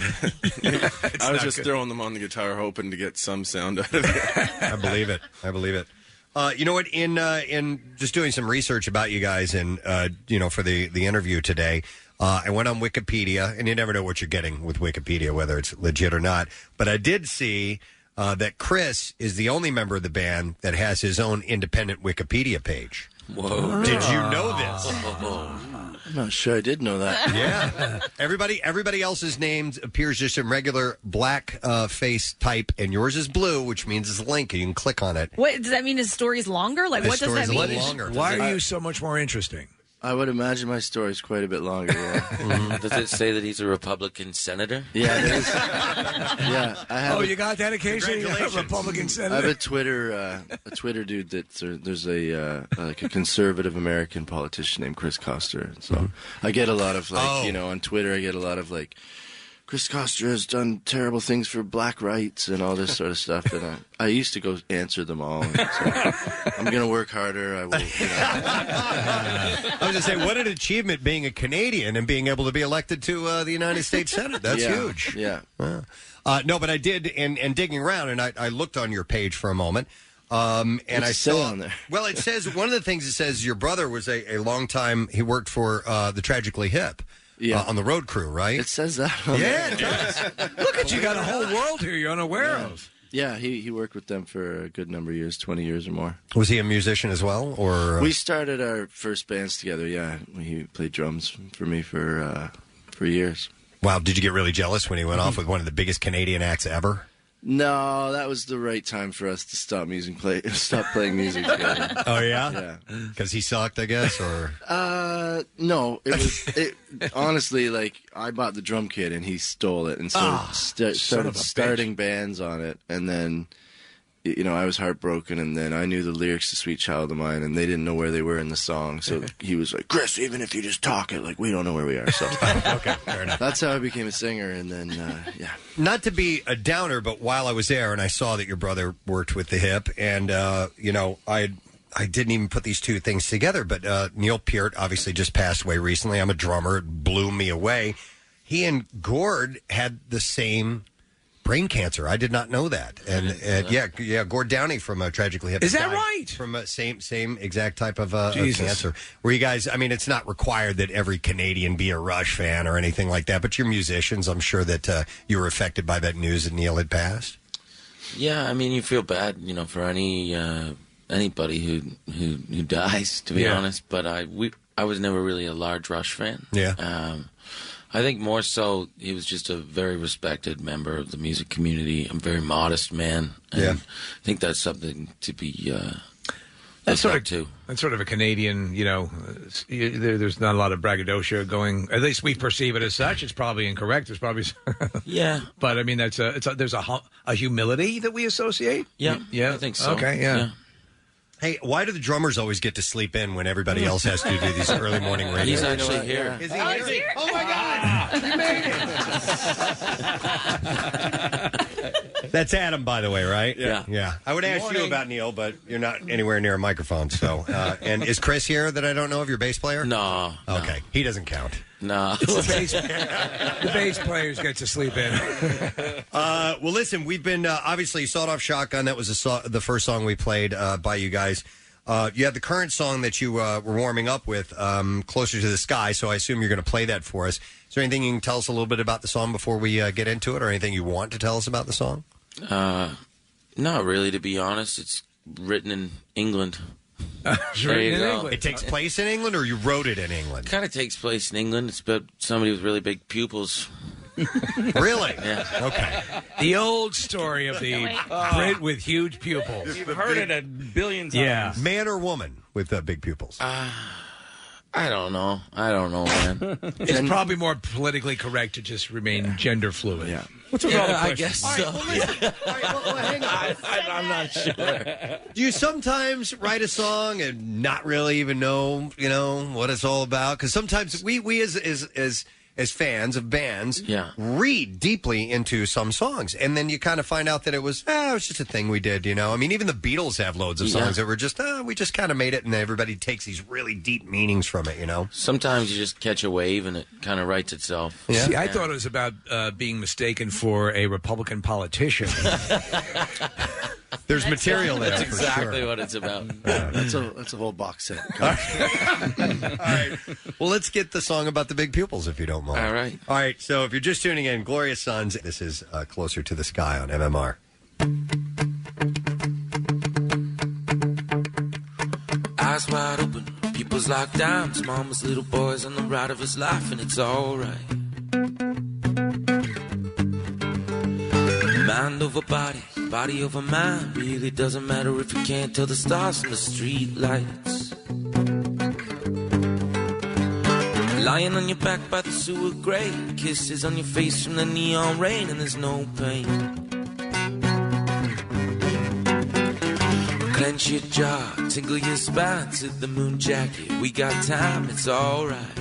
Speaker 11: They- I was
Speaker 1: not
Speaker 11: just
Speaker 1: good.
Speaker 11: throwing them on the guitar, hoping to get some sound out of it.
Speaker 1: I believe it. I believe it. Uh, you know what? In uh, in just doing some research about you guys, and uh, you know, for the the interview today, uh, I went on Wikipedia, and you never know what you're getting with Wikipedia, whether it's legit or not. But I did see uh, that Chris is the only member of the band that has his own independent Wikipedia page.
Speaker 12: Whoa!
Speaker 1: Did you
Speaker 12: Oh,
Speaker 1: know this?
Speaker 12: Ah. I'm not sure I did know that.
Speaker 1: Yeah. everybody everybody else's names appears just in regular black uh, face type, and yours is blue, which means it's a link, and you can click on it.
Speaker 13: What does that mean? His story's longer? Like,
Speaker 1: His
Speaker 13: what does
Speaker 1: story's
Speaker 13: that
Speaker 1: a lot
Speaker 13: mean?
Speaker 1: longer.
Speaker 3: Why are you so much more interesting?
Speaker 12: I would imagine my story's quite a bit longer. Yeah. oh.
Speaker 8: Mm-hmm.
Speaker 12: Does it say that he's a Republican senator? Yeah, it is. yeah, I have.
Speaker 3: Oh,
Speaker 12: a-
Speaker 3: you got dedication. You're a Republican
Speaker 12: I have
Speaker 3: senator.
Speaker 12: a Twitter, uh, a Twitter dude that's uh, there's a uh, like a conservative American politician named Chris Coster. So I get a lot of like you know on Twitter I get a lot of like Chris Coster has done terrible things for black rights and all this sort of stuff. And I, I used to go answer them all. And so I'm gonna work harder. I will. You know.
Speaker 1: I was just saying, what an achievement being a Canadian and being able to be elected to uh, the United States Senate. That's
Speaker 12: Yeah,
Speaker 1: huge.
Speaker 12: Yeah.
Speaker 1: Uh, uh, no, but I did, and, and digging around, and I, I looked on your page for a moment. Um, and
Speaker 12: What's
Speaker 1: I
Speaker 12: it say
Speaker 1: saw
Speaker 12: on there?
Speaker 1: Well, it says one of the things it says your brother was a, a long time. He worked for uh, the Tragically Hip. Yeah. on the road crew, right? It
Speaker 12: says that.
Speaker 1: yeah, it does.
Speaker 3: Look at you got a whole world here you're unaware of.
Speaker 12: Yeah, he, he worked with them for a good number of years, 20 years or more.
Speaker 1: Was he a musician as well, or uh,
Speaker 12: We started our first bands together, yeah. He played drums for me for uh, for years.
Speaker 1: wow? Did you get really jealous when he went
Speaker 12: Mm-hmm.
Speaker 1: off with one of the biggest Canadian acts ever?
Speaker 12: No, that was the right time for us to stop music play stop playing music together.
Speaker 1: Oh yeah, yeah. Because he sucked, I guess, or
Speaker 12: Uh, no, it was it, honestly like I bought the drum kit and he stole it and so
Speaker 1: Ah, son
Speaker 12: sta-
Speaker 1: of
Speaker 12: started
Speaker 1: a bitch.
Speaker 12: starting bands on it and then y- you know I was heartbroken and then I knew the lyrics to Sweet Child of Mine and they didn't know where they were in the song so he was like Chris even if you just talk it like we don't know where we are so okay fair enough that's how I became a singer and then uh, yeah
Speaker 1: not to be a downer, but while I was there and I saw that your brother worked with the hip, and uh, you know, I I didn't even put these two things together. But uh, Neil Peart obviously just passed away recently. I'm a drummer; it blew me away. He and Gord had the same brain cancer. I did not know that. And, and yeah, yeah, Gord Downey from uh, Tragically Hip
Speaker 3: Is that
Speaker 1: died
Speaker 3: right?
Speaker 1: From uh, same same exact type of, uh, of
Speaker 3: Jesus.
Speaker 1: cancer. Where you guys? I mean, it's not required that every Canadian be a Rush fan or anything like that. But you're musicians. I'm sure that uh, you were affected by that news that Neil had passed.
Speaker 12: Yeah, I mean, you feel bad, you know, for any uh, anybody who who who dies, to be
Speaker 1: Yeah.
Speaker 12: honest. But I we I was never really a large Rush fan.
Speaker 1: Yeah.
Speaker 12: Um, I think more so he was just a very respected member of the music community. A very modest man. And
Speaker 3: Yeah.
Speaker 12: I think that's something to be. Uh,
Speaker 3: That's sort
Speaker 12: looked
Speaker 3: of
Speaker 12: up to.
Speaker 3: that's sort of a Canadian, you know. uh, s- y- There, there's not a lot of braggadocio going. At least we perceive it as such. It's probably incorrect. There's probably,
Speaker 12: yeah.
Speaker 3: But I mean, that's a it's a, there's a hu- a humility that we associate.
Speaker 12: Yeah,
Speaker 3: yeah,
Speaker 12: I think so.
Speaker 3: Okay, yeah.
Speaker 12: Yeah.
Speaker 1: Hey, why do the drummers always get to sleep in when everybody else has to do these early morning radio?
Speaker 12: He's actually here.
Speaker 1: Is he Oh, he's here?
Speaker 9: Oh my God! You made
Speaker 1: That's Adam, by the way, right?
Speaker 9: Yeah.
Speaker 1: yeah. I would ask you
Speaker 9: Morning.
Speaker 1: about Neil, but you're not anywhere near a microphone. So, uh, and is Chris here that I don't know of your bass player?
Speaker 12: No.
Speaker 1: Okay, he doesn't count.
Speaker 12: No.
Speaker 3: The bass, the bass players get to sleep in.
Speaker 1: Uh, well, listen, we've been uh, obviously sawed off shotgun. That was the, so- the first song we played uh, by you guys. Uh, you had the current song that you uh, were warming up with, um, closer to the sky. So I assume you're going to play that for us. Is there anything you can tell us a little bit about the song before we uh, get into it, or anything you want to tell us about the song?
Speaker 12: Uh, not really, to be honest. It's written in England. There you go.
Speaker 1: It
Speaker 3: Uh,
Speaker 1: takes
Speaker 8: Uh,
Speaker 1: place in England, or you wrote it in England?
Speaker 12: kind of takes place in England. It's about somebody with really big pupils.
Speaker 1: really?
Speaker 12: Yeah.
Speaker 1: Okay.
Speaker 3: The old story of the Brit with huge pupils.
Speaker 4: You've heard it a billion times.
Speaker 1: man or woman with uh, big pupils?
Speaker 12: Uh, I don't know. I don't know, man.
Speaker 3: It's probably more politically correct to just remain gender fluid. Yeah.
Speaker 12: What's
Speaker 3: a
Speaker 12: with all the I questions? guess so.
Speaker 1: I'm not Do you sometimes write a song and not really even know, you know, what it's all about? Because sometimes we we as as as as fans of bands, yeah. read deeply into some songs, and then you kind of find out that it was ah, it was just a thing we did, you know. I mean, even the Beatles have loads of
Speaker 12: Yeah.
Speaker 1: songs that were just ah, we just kind of made it, and everybody takes these really deep meanings from it, you know.
Speaker 12: Sometimes you just catch a wave and it kind of writes itself.
Speaker 3: See, I thought it was about uh, being mistaken for a Republican politician.
Speaker 1: There's
Speaker 3: material there.
Speaker 12: That's
Speaker 3: for
Speaker 12: exactly
Speaker 3: sure.
Speaker 12: what it's about. That's a that's a whole box set.
Speaker 1: Well, let's get the song about the big pupils, if you don't mind. All right. All right. So, if you're just tuning in, Glorious Sons, this is uh, Closer to the Sky on MMR.
Speaker 14: Eyes wide open, pupils locked down. His mama's little boy's on the ride of his life, and it's alright. Mind over body, body over mind. Really doesn't matter if you can't tell the stars from the street lights. Lying on your back by the sewer grate, kisses on your face from the neon rain, and there's no pain. Clench your jaw, tingle your spine to the moon jacket. We got time, it's alright.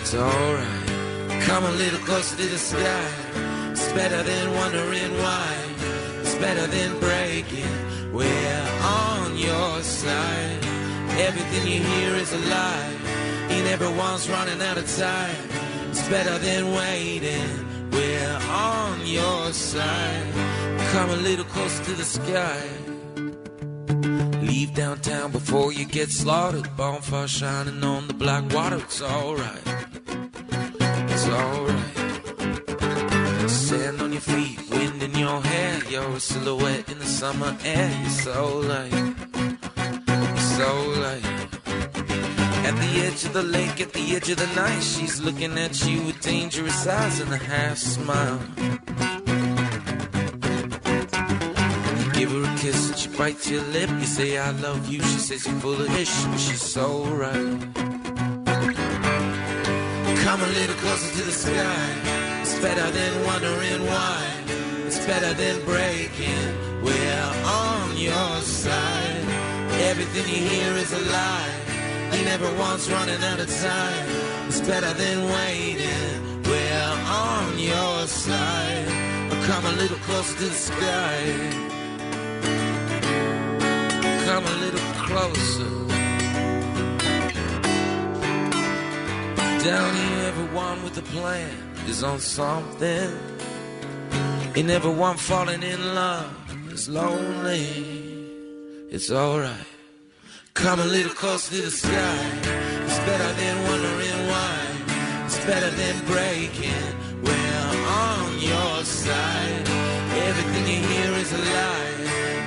Speaker 14: It's alright. Come a little closer to the sky. It's better than wondering why. It's better than breaking. We're on your side. Everything you hear is a lie. And everyone's running out of time. It's better than waiting. We're on your side. Come a little closer to the sky. Leave downtown before you get slaughtered. Bonfire shining on the black water. It's alright. It's alright. Sand on your feet, wind in your hair. You're a silhouette in the summer air. You're so light. You're so light. At the edge of the lake, at the edge of the night, she's looking at you with dangerous eyes and a half smile. You give her a kiss and she bites your lip. You say, I love you. She says, You're full of ish. And she's so right. Come a little closer to the sky. It's better than wondering why. It's better than breaking. We're on your side. Everything you hear is a lie. And everyone's running out of time. It's better than waiting. We're on your side. Come a little closer to the sky. Come a little closer. Down here, everyone with a plan is on something. And everyone falling in love is lonely. It's alright. Come a little closer to the sky. It's better than wondering why. It's better than breaking. We're on your side. Everything you hear is a lie.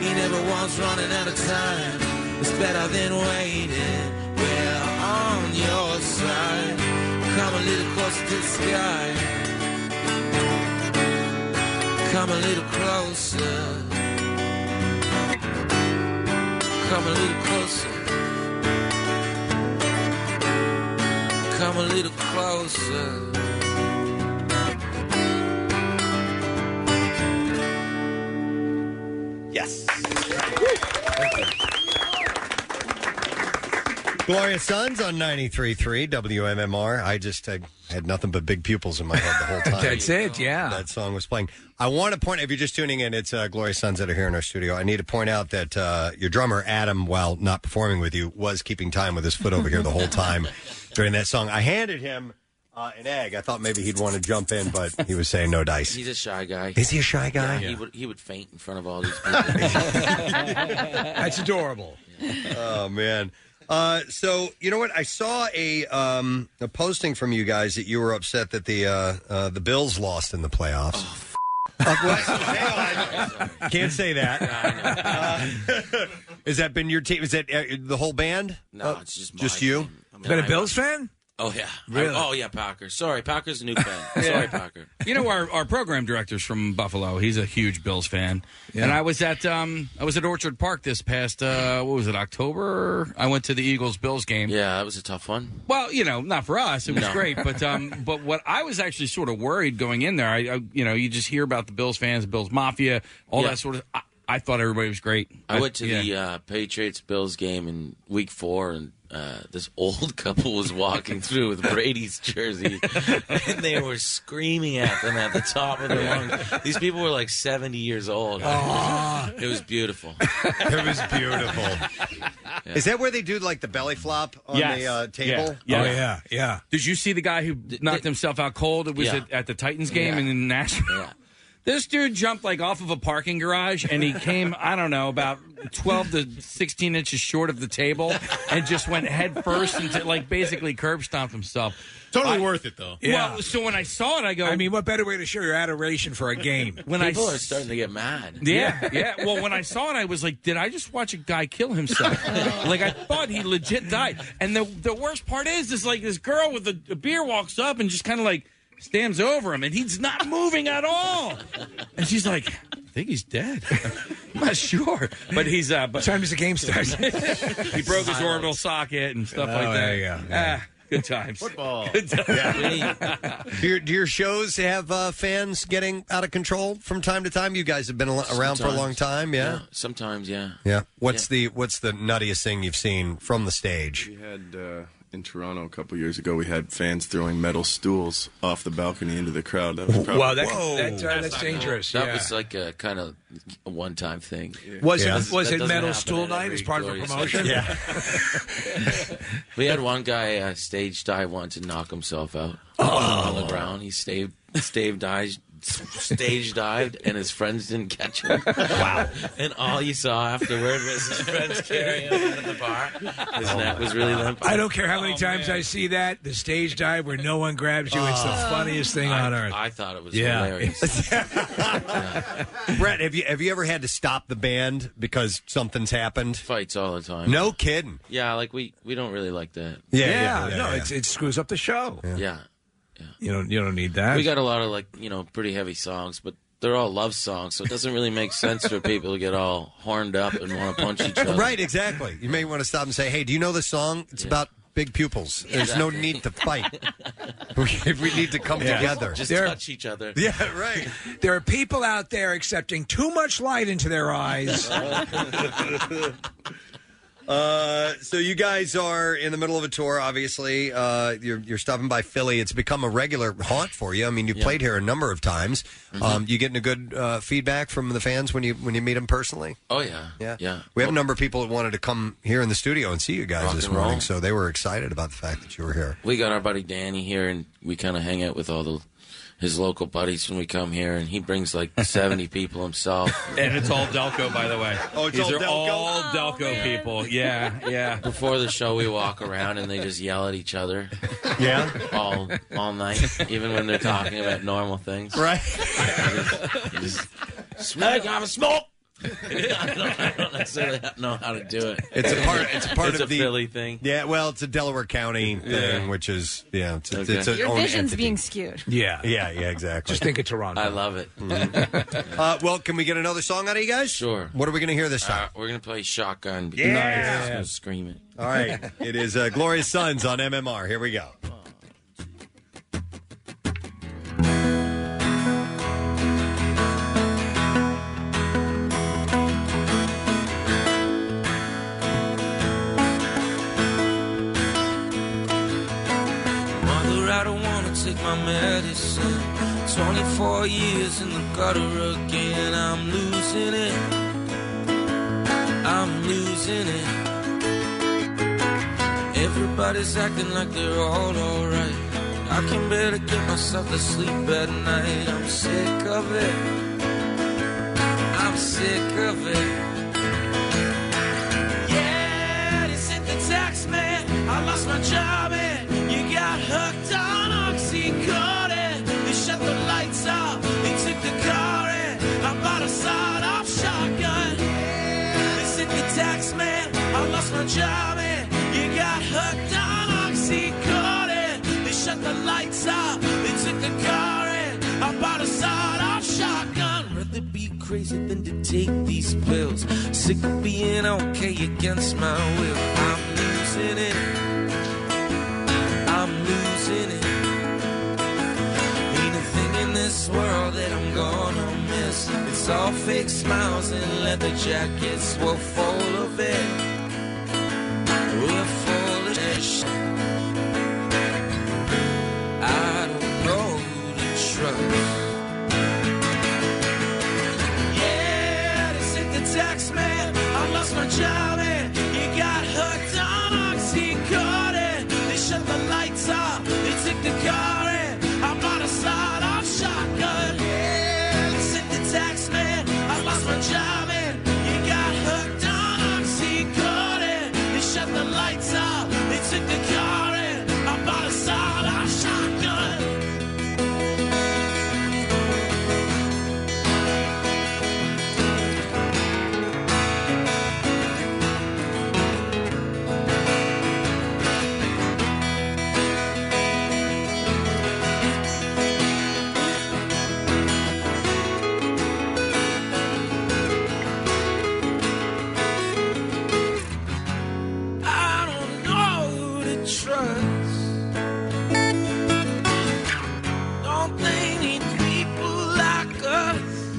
Speaker 14: You never once running out of time. It's better than waiting. We're on your side. Come a little closer to the sky. Come a little closer. Come a little closer. Come a little closer.
Speaker 1: Yes. Glorious Sons on 93.3 WMMR. I just uh, had nothing but big pupils in my head the whole time.
Speaker 3: That's it, yeah.
Speaker 1: That song was playing. I want to point, if you're just tuning in, it's uh, Glorious Sons that are here in our studio. I need to point out that uh, your drummer, Adam, while not performing with you, was keeping time with his foot over here the whole time during that song. I handed him uh, an egg. I thought maybe he'd want to jump in, but he was saying no dice.
Speaker 14: He's a shy guy.
Speaker 1: Is he a shy guy?
Speaker 14: Yeah,
Speaker 1: Yeah.
Speaker 14: He would he would faint in front of all these people.
Speaker 3: That's adorable.
Speaker 1: oh man. Uh, so you know what? I saw a um, a posting from you guys that you were upset that the uh, uh, the Bills lost in the playoffs. Uh, what? Hang on. Can't say that. Uh, has that been your team? Is that uh, the whole band? No,
Speaker 14: it's just
Speaker 1: just you.
Speaker 3: Is that a Bills fan?
Speaker 8: Oh yeah,
Speaker 4: Really?
Speaker 8: oh yeah, Packer. Sorry, Packer's a new fan. Sorry, Packer.
Speaker 4: You know our, our program director's from Buffalo. He's a huge Bills fan,
Speaker 8: Yeah.
Speaker 4: and I was at um I was at Orchard Park this past uh what was it October? I went to the Eagles Bills game.
Speaker 8: Yeah, that was a tough one.
Speaker 4: Well, you know, not for us. It was
Speaker 8: No.
Speaker 4: great, but um but what I was actually sort of worried going in there. I, I you know you just hear about the Bills fans, Bills Mafia, all
Speaker 8: Yeah.
Speaker 4: that sort of. I, I thought everybody was great.
Speaker 8: I went to the uh, Patriots Bills game in Week Four, and uh, this old couple was walking through with Brady's jersey, and they were screaming at them at the top of their lungs. These people were like seventy years old. It was beautiful.
Speaker 1: It was beautiful. Is that where they do like the belly flop on the uh, table?
Speaker 4: Yeah.
Speaker 3: yeah.
Speaker 4: Did you see the guy who knocked himself out cold? It was
Speaker 1: Yeah.
Speaker 4: at, at the Titans game
Speaker 1: Yeah.
Speaker 4: and in Nashville. This dude jumped like off of a parking garage and he came, I don't know, about 12 to 16 inches short of the table and just went head first into like basically curb stomped himself.
Speaker 15: Totally worth it though.
Speaker 4: Yeah. Well, so when I saw it, I go.
Speaker 3: I mean, what better way to show your adoration for a
Speaker 1: uh,
Speaker 3: game?
Speaker 4: When I People s- are
Speaker 8: starting to get mad.
Speaker 4: Yeah, yeah. Well, when I saw it, I was like, "Did I just watch a guy kill himself?" like I thought he legit died. And the the worst part is, is like this girl with a, a beer walks up and just kind of like stands over him, and he's not moving at all. And she's like, "I think he's dead." I'm not sure, but he's uh, but
Speaker 3: time is the game starts.
Speaker 4: he broke his orbital socket and stuff
Speaker 1: Oh,
Speaker 4: like that.
Speaker 1: there you go. Yeah.
Speaker 4: Ah, good times.
Speaker 1: Football.
Speaker 4: Good times.
Speaker 1: do, your, do your shows have uh, fans getting out of control from time to time? You guys have been al- around for a long time, yeah.
Speaker 8: Sometimes, yeah.
Speaker 1: Yeah. What's the What's the nuttiest thing you've seen from the stage?
Speaker 16: We had uh, in Toronto a couple years ago. We had fans throwing metal stools off the balcony into the crowd. That was probably-
Speaker 3: Wow, that- Whoa. that- uh, that's dangerous,
Speaker 8: That
Speaker 3: yeah.
Speaker 8: was like a kind of a one-time thing.
Speaker 3: Was
Speaker 8: Yeah.
Speaker 3: it was
Speaker 8: That
Speaker 3: it
Speaker 8: doesn't
Speaker 3: metal
Speaker 8: happen
Speaker 3: stool
Speaker 8: at
Speaker 3: night
Speaker 8: every
Speaker 3: as part of a
Speaker 8: glorious
Speaker 3: promotion?
Speaker 8: event. we had one guy uh, stage dive once and knock himself out
Speaker 3: Oh.
Speaker 8: on the ground. He stave stave dived. Stage dived and his friends didn't catch him. Wow! and all you saw afterward was his friends carrying him out of the bar. His neck was really limp.
Speaker 3: Oh I don't care how many times I see that the stage dive where no one grabs you. It's the
Speaker 8: Oh.
Speaker 3: funniest thing
Speaker 8: I-
Speaker 3: on earth.
Speaker 8: I thought it was
Speaker 3: Yeah.
Speaker 8: hilarious.
Speaker 1: Brett, have you have you ever had to stop the band because something's happened?
Speaker 8: Fights all the time.
Speaker 1: No kidding.
Speaker 8: Yeah, like we we don't really like that.
Speaker 1: Yeah,
Speaker 3: no, It's, it screws up the show.
Speaker 8: yeah.
Speaker 3: You don't you don't need that.
Speaker 8: We got a lot of like you know pretty heavy songs, but they're all love songs, so it doesn't really make sense for people to get all horned up and want to punch each other.
Speaker 1: Right, exactly. You may want to stop and say, "Hey, do you know this song? It's about big pupils. There's no
Speaker 8: Exactly.
Speaker 1: need to fight. we, we need to come
Speaker 3: Yeah.
Speaker 1: together.
Speaker 3: Just There- touch
Speaker 8: each other.
Speaker 1: Yeah, right.
Speaker 3: There are people out there accepting too much light into their eyes.
Speaker 1: Uh, so you guys are in the middle of a tour, obviously. Uh, you're, you're stopping by Philly. It's become a regular haunt for you. I mean, you have played here a number of times.
Speaker 8: Mm-hmm.
Speaker 1: Um, you getting a good uh, feedback from the fans when you when you meet them personally?
Speaker 8: Oh yeah,
Speaker 1: yeah,
Speaker 8: yeah.
Speaker 1: We have a number of people that wanted to come here in the studio and see you guys
Speaker 8: Rock
Speaker 1: this
Speaker 8: and roll.
Speaker 1: morning, so they were excited about the fact that you were here.
Speaker 8: We got our buddy Danny here, and we kind of hang out with all the his local buddies when we come here, and he brings like seventy people himself.
Speaker 4: And it's all Delco, by the way.
Speaker 8: Oh, it's
Speaker 4: These
Speaker 8: all
Speaker 4: are
Speaker 8: Delco?
Speaker 4: all
Speaker 8: Oh,
Speaker 4: Delco people. Yeah, yeah.
Speaker 8: Before the show, we walk around and they just yell at each other.
Speaker 1: Yeah.
Speaker 8: All all night, even when they're talking about normal things.
Speaker 1: Right.
Speaker 8: just, smoke. I'm a smoke. I, don't, I don't necessarily know how to do it.
Speaker 1: It's a part. It's a part
Speaker 8: It's
Speaker 1: of
Speaker 8: a
Speaker 1: the
Speaker 8: Philly thing.
Speaker 1: Yeah, well, it's a Delaware County thing, which is yeah, it's, it's, it's its
Speaker 13: Your
Speaker 1: own
Speaker 13: vision's
Speaker 1: entity.
Speaker 13: being skewed.
Speaker 3: Yeah,
Speaker 1: yeah, yeah, exactly.
Speaker 3: Just think of Toronto.
Speaker 8: I love it.
Speaker 1: Uh, well, can we get another song out of you guys?
Speaker 8: Sure.
Speaker 1: What are we going to hear this time?
Speaker 8: Uh, we're gonna play shotgun.
Speaker 1: Yeah.
Speaker 8: Nice. Just gonna scream it.
Speaker 1: All right. it is uh, Glorious Sons on MMR. Here we go.
Speaker 8: Mother,
Speaker 14: I don't wanna take my medicine. 24 years in the gutter again. I'm losing it. I'm losing it. Everybody's acting like they're all alright. I can barely get myself to sleep at night. I'm sick of it. I'm sick of it.
Speaker 17: Yeah, they sent the tax man. I lost my job and you got hooked on oxycodone. They shut the lights off. They took the car and I bought a sawed-off shotgun. They sent the tax man. I lost my job and you got hooked on oxycodone.
Speaker 18: crazy than
Speaker 14: to take these pills. Sick of being okay against my will. I'm losing it. I'm losing it. Ain't a thing in this world that I'm gonna miss. It's all fake smiles and leather jackets. We're full of it. We're full of that shit. I don't know who to trust.
Speaker 17: Yeah, they sent the text, man. I lost my job, man. You got hooked on oxycodone. They shut the lights off. They took the car in. I'm out of sight on shotgun. Yeah, they sent the text, man. I lost my job, man. You got hooked on oxycodone. They shut the lights off. They took the car in. I'm out of sight on shotgun.
Speaker 18: I don't know who to trust. Don't they need people like us?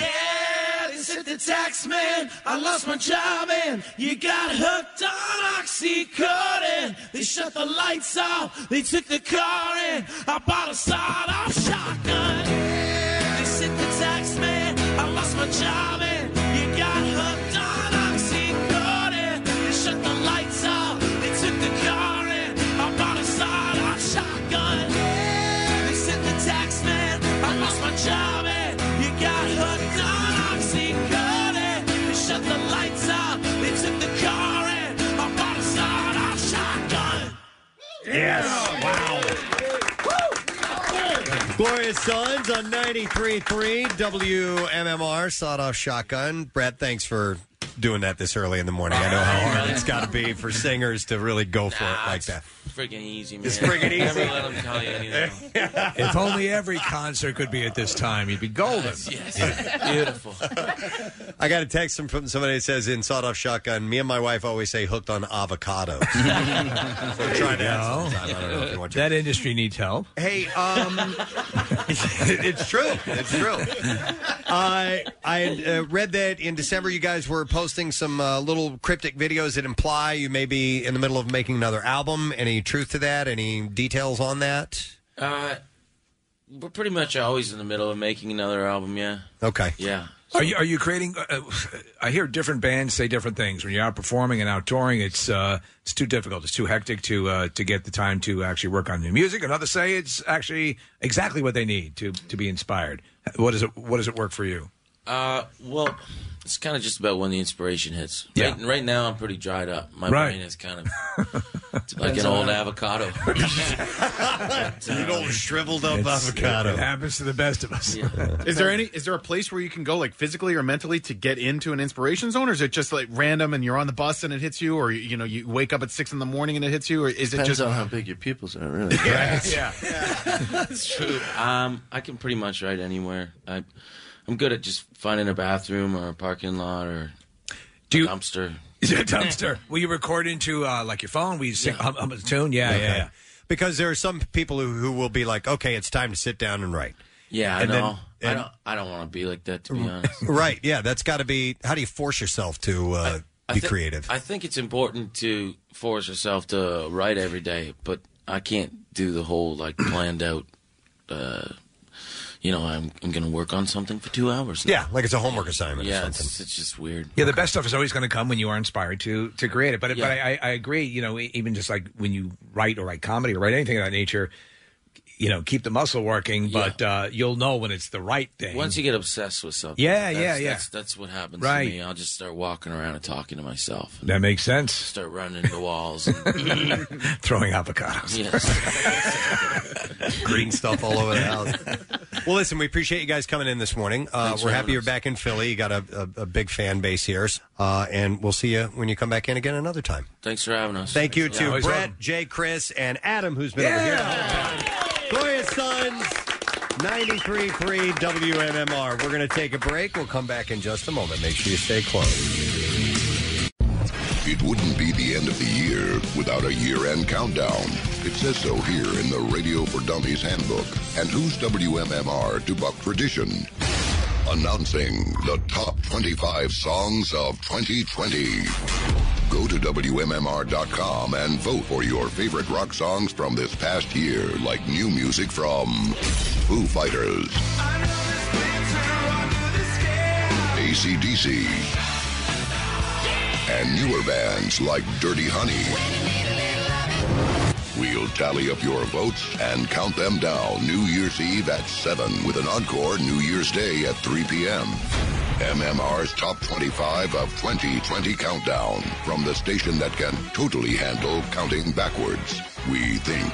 Speaker 17: Yeah, they sent the tax man. I lost my job and you got hooked on oxycodone. They shut the lights off. They took the car in. I bought a sawed-off shotgun. Yeah, they sent the tax man. I lost my job and you got hooked on oxycodone. They shut the lights off. They took the car in. I bought a sawed-off shotgun. Yeah, they sent the tax man. I lost my job and you got hooked on oxycodone. They shut the lights off. They took the car in. I bought a sawed-off shotgun.
Speaker 1: Yes. Wow. Glorious Sons on 93.3 WMMR, sawed off shotgun. Brett, thanks for doing that this early in the morning. I know how hard it's got to be for singers to really go for it like that.
Speaker 14: Friggin' easy, man.
Speaker 1: It's friggin' easy.
Speaker 14: Never let 'em tell you anything.
Speaker 3: if only every concert could be at this time, you'd be golden.
Speaker 14: Yes.
Speaker 3: Beautiful.
Speaker 1: I got a text from- from somebody that says, in sawed off shotgun, me and my wife always say hooked on avocados. so
Speaker 3: There
Speaker 1: try
Speaker 3: you
Speaker 1: that
Speaker 3: go.
Speaker 1: sometime. I don't know if you want to.
Speaker 3: That industry needs help.
Speaker 1: Hey, um, it's true. It's true. I I had, uh, read that in December you guys were posting some uh, little cryptic videos that imply you may be in the middle of making another album. Any truth to that? Any details on that?
Speaker 14: Uh, we're pretty much always in the middle of making another album, yeah.
Speaker 1: Okay.
Speaker 14: Yeah.
Speaker 3: Are you are you creating? Uh, I hear different bands say different things. When you're out performing and out touring, it's uh, it's too difficult. It's too hectic to uh, to get the time to actually work on new music. And others say it's actually exactly what they need to to be inspired. What is it? What does it work for you?
Speaker 14: Uh, well, it's kind of just about when the inspiration hits.
Speaker 3: Yeah.
Speaker 14: Right, right now, I'm pretty dried up. My
Speaker 3: Right.
Speaker 14: brain is kind of like
Speaker 3: Depends
Speaker 14: an
Speaker 3: on
Speaker 14: old
Speaker 3: how-
Speaker 14: avocado.
Speaker 1: An old shriveled up
Speaker 3: It's- It happens to the best of us.
Speaker 5: Is there any? Is there a place where you can go, like physically or mentally, to get into an inspiration zone, or is it just like random and you're on the bus and it hits you, or you know you wake up at six in the morning and it hits you, or is it
Speaker 12: Depends
Speaker 5: just
Speaker 12: on how big your pupils are, really.
Speaker 5: Yeah.
Speaker 14: That's true. Um, I can pretty much write anywhere. I, I'm good at just finding a bathroom or a parking lot or
Speaker 3: Do
Speaker 14: a dumpster.
Speaker 3: Is it a dumpster? Will you record into uh, like your phone? Will you sing hum, hum a tune? Yeah,
Speaker 1: Okay.
Speaker 3: yeah, yeah.
Speaker 1: Because there are some people who, who will be like, okay, it's time to sit down and write.
Speaker 14: Yeah, I
Speaker 1: And then-
Speaker 14: know.
Speaker 1: and-
Speaker 14: I don't. I don't want to be like that, to be honest.
Speaker 1: right. Yeah. That's got to be. How do you force yourself to uh,
Speaker 14: I
Speaker 1: be
Speaker 14: thi-
Speaker 1: creative?
Speaker 14: I think it's important to force yourself to write every day, but I can't do the whole like planned out. Uh, you know, I'm I'm going to work on something for two hours. now.
Speaker 1: Yeah, like it's a homework assignment.
Speaker 14: Yeah,
Speaker 1: or something.
Speaker 14: it's, it's just weird.
Speaker 3: Yeah, the best stuff is always going to come when you are inspired to to create it. But
Speaker 14: Yeah.
Speaker 3: but I, I- I agree. You know, e- even just like when you write or write comedy or write anything of that nature, you know, keep the muscle working. But uh, you'll know when it's the right thing.
Speaker 14: Once you get obsessed with something,
Speaker 3: Yeah,
Speaker 14: that's,
Speaker 3: yeah, yeah.
Speaker 14: That's, that's what happens
Speaker 3: Right.
Speaker 14: to me. I'll just start walking around and talking to myself.
Speaker 3: that makes sense.
Speaker 14: Start running into walls. And
Speaker 3: Throwing avocados.
Speaker 1: green stuff all over the house. Well, listen, we appreciate you guys coming in this morning. Uh,
Speaker 14: Thanks
Speaker 1: we're
Speaker 14: for
Speaker 1: happy
Speaker 14: having
Speaker 1: you're back in Philly. You got a, a, a big fan base here, uh, and we'll see you when you come back in again another time.
Speaker 14: Thanks for having us.
Speaker 1: Thank you
Speaker 14: Yeah,
Speaker 1: to
Speaker 14: always
Speaker 1: Brett,
Speaker 14: welcome.
Speaker 1: Jay, Chris, and Adam, who's been over here. the whole time. Glorious Sons, 93.3 WMMR. We're going to take a break. We'll come back in just a moment. Make sure you stay close.
Speaker 2: It wouldn't be the end of the year without a year end countdown. It says so here in the Radio for Dummies handbook. And who's WMMR to buck tradition? Announcing the top 25 songs of 2020. Go to WMMR.com and vote for your favorite rock songs from this past year, like new music from Foo Fighters, ACDC, and newer bands like Dirty Honey. We'll tally up your votes and count them down New Year's Eve at 7 with an encore New Year's Day at 3 p.m. MMR's Top 25 of 2020 Countdown from the station that can totally handle counting backwards. We think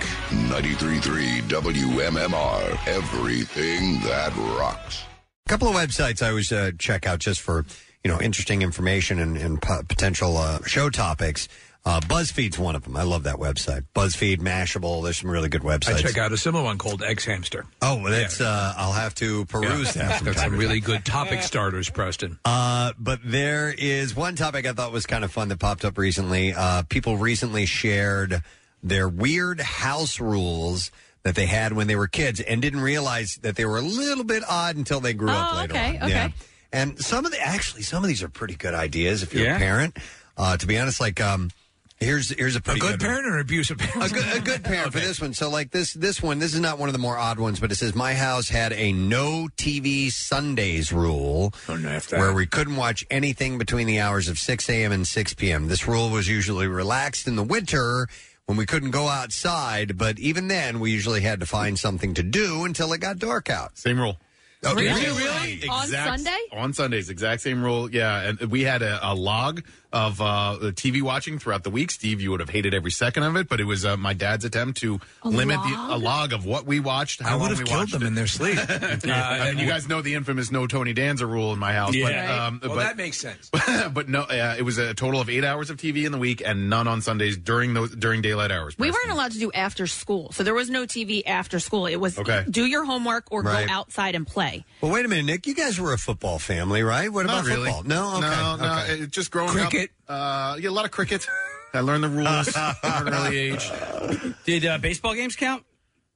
Speaker 2: 93.3 WMMR, everything that rocks.
Speaker 1: A couple of websites I always uh, check out just for you know interesting information and, and po- potential uh, show topics. Uh, BuzzFeed's one of them. I love that website. BuzzFeed, Mashable. There's some really good websites.
Speaker 3: I check out a similar one called X Hamster.
Speaker 1: Oh, well, that's. Uh, I'll have to peruse
Speaker 3: Yeah.
Speaker 1: that. from
Speaker 3: Got
Speaker 1: time
Speaker 3: some
Speaker 1: to
Speaker 3: really
Speaker 1: time.
Speaker 3: good topic starters, Preston.
Speaker 1: Uh, but there is one topic I thought was kind of fun that popped up recently. Uh, people recently shared their weird house rules that they had when they were kids and didn't realize that they were a little bit odd until they grew up
Speaker 17: Oh,
Speaker 1: later.
Speaker 17: okay,
Speaker 1: on.
Speaker 17: okay.
Speaker 1: Yeah. And some of the actually some of these are pretty good ideas if you're
Speaker 3: Yeah.
Speaker 1: a parent. Uh, to be honest, like um, here's here's a pretty
Speaker 3: a good,
Speaker 1: good
Speaker 3: parent or an abusive parent?
Speaker 1: a good, a good parent for this one. So like this this one, this is not one of the more odd ones, but it says my house had a no TV Sundays rule,
Speaker 3: Oh,
Speaker 1: where we couldn't watch anything between the hours of 6 a.m. and 6 p.m. This rule was usually relaxed in the winter when we couldn't go outside, but even then we usually had to find something to do until it got dark out.
Speaker 5: Same rule.
Speaker 1: Okay.
Speaker 13: On Sunday?
Speaker 5: On Sundays, exact same rule. Yeah, and we had a, a log of uh, the TV watching throughout the week. Steve, you would have hated every second of it, but it was uh, my dad's attempt to
Speaker 3: A
Speaker 5: limit
Speaker 3: log?
Speaker 5: The, a log of what we watched. How
Speaker 3: I would
Speaker 5: long
Speaker 3: have
Speaker 5: we
Speaker 3: killed
Speaker 5: watched
Speaker 3: them
Speaker 5: it.
Speaker 3: in their sleep. Uh,
Speaker 5: I mean, you guys know the infamous "no Tony Danza" rule in my house, but, um,
Speaker 3: well,
Speaker 5: but
Speaker 3: that makes sense.
Speaker 5: but no, uh, it was a total of eight hours of TV in the week and none on Sundays during those during daylight hours.
Speaker 13: We weren't allowed to do after school, so there was no TV after school. It was
Speaker 1: Okay.
Speaker 13: do your homework or
Speaker 1: Right.
Speaker 13: go outside and play.
Speaker 1: Well, wait a minute, Nick. You guys were a football family, right? What
Speaker 5: Not
Speaker 1: about
Speaker 5: really.
Speaker 1: football? No, okay.
Speaker 5: no, no.
Speaker 1: okay.
Speaker 5: it- just growing
Speaker 1: Cricket.
Speaker 5: up. Uh, yeah, a lot of cricket. I learned the rules at an early age.
Speaker 4: Did uh, baseball games count?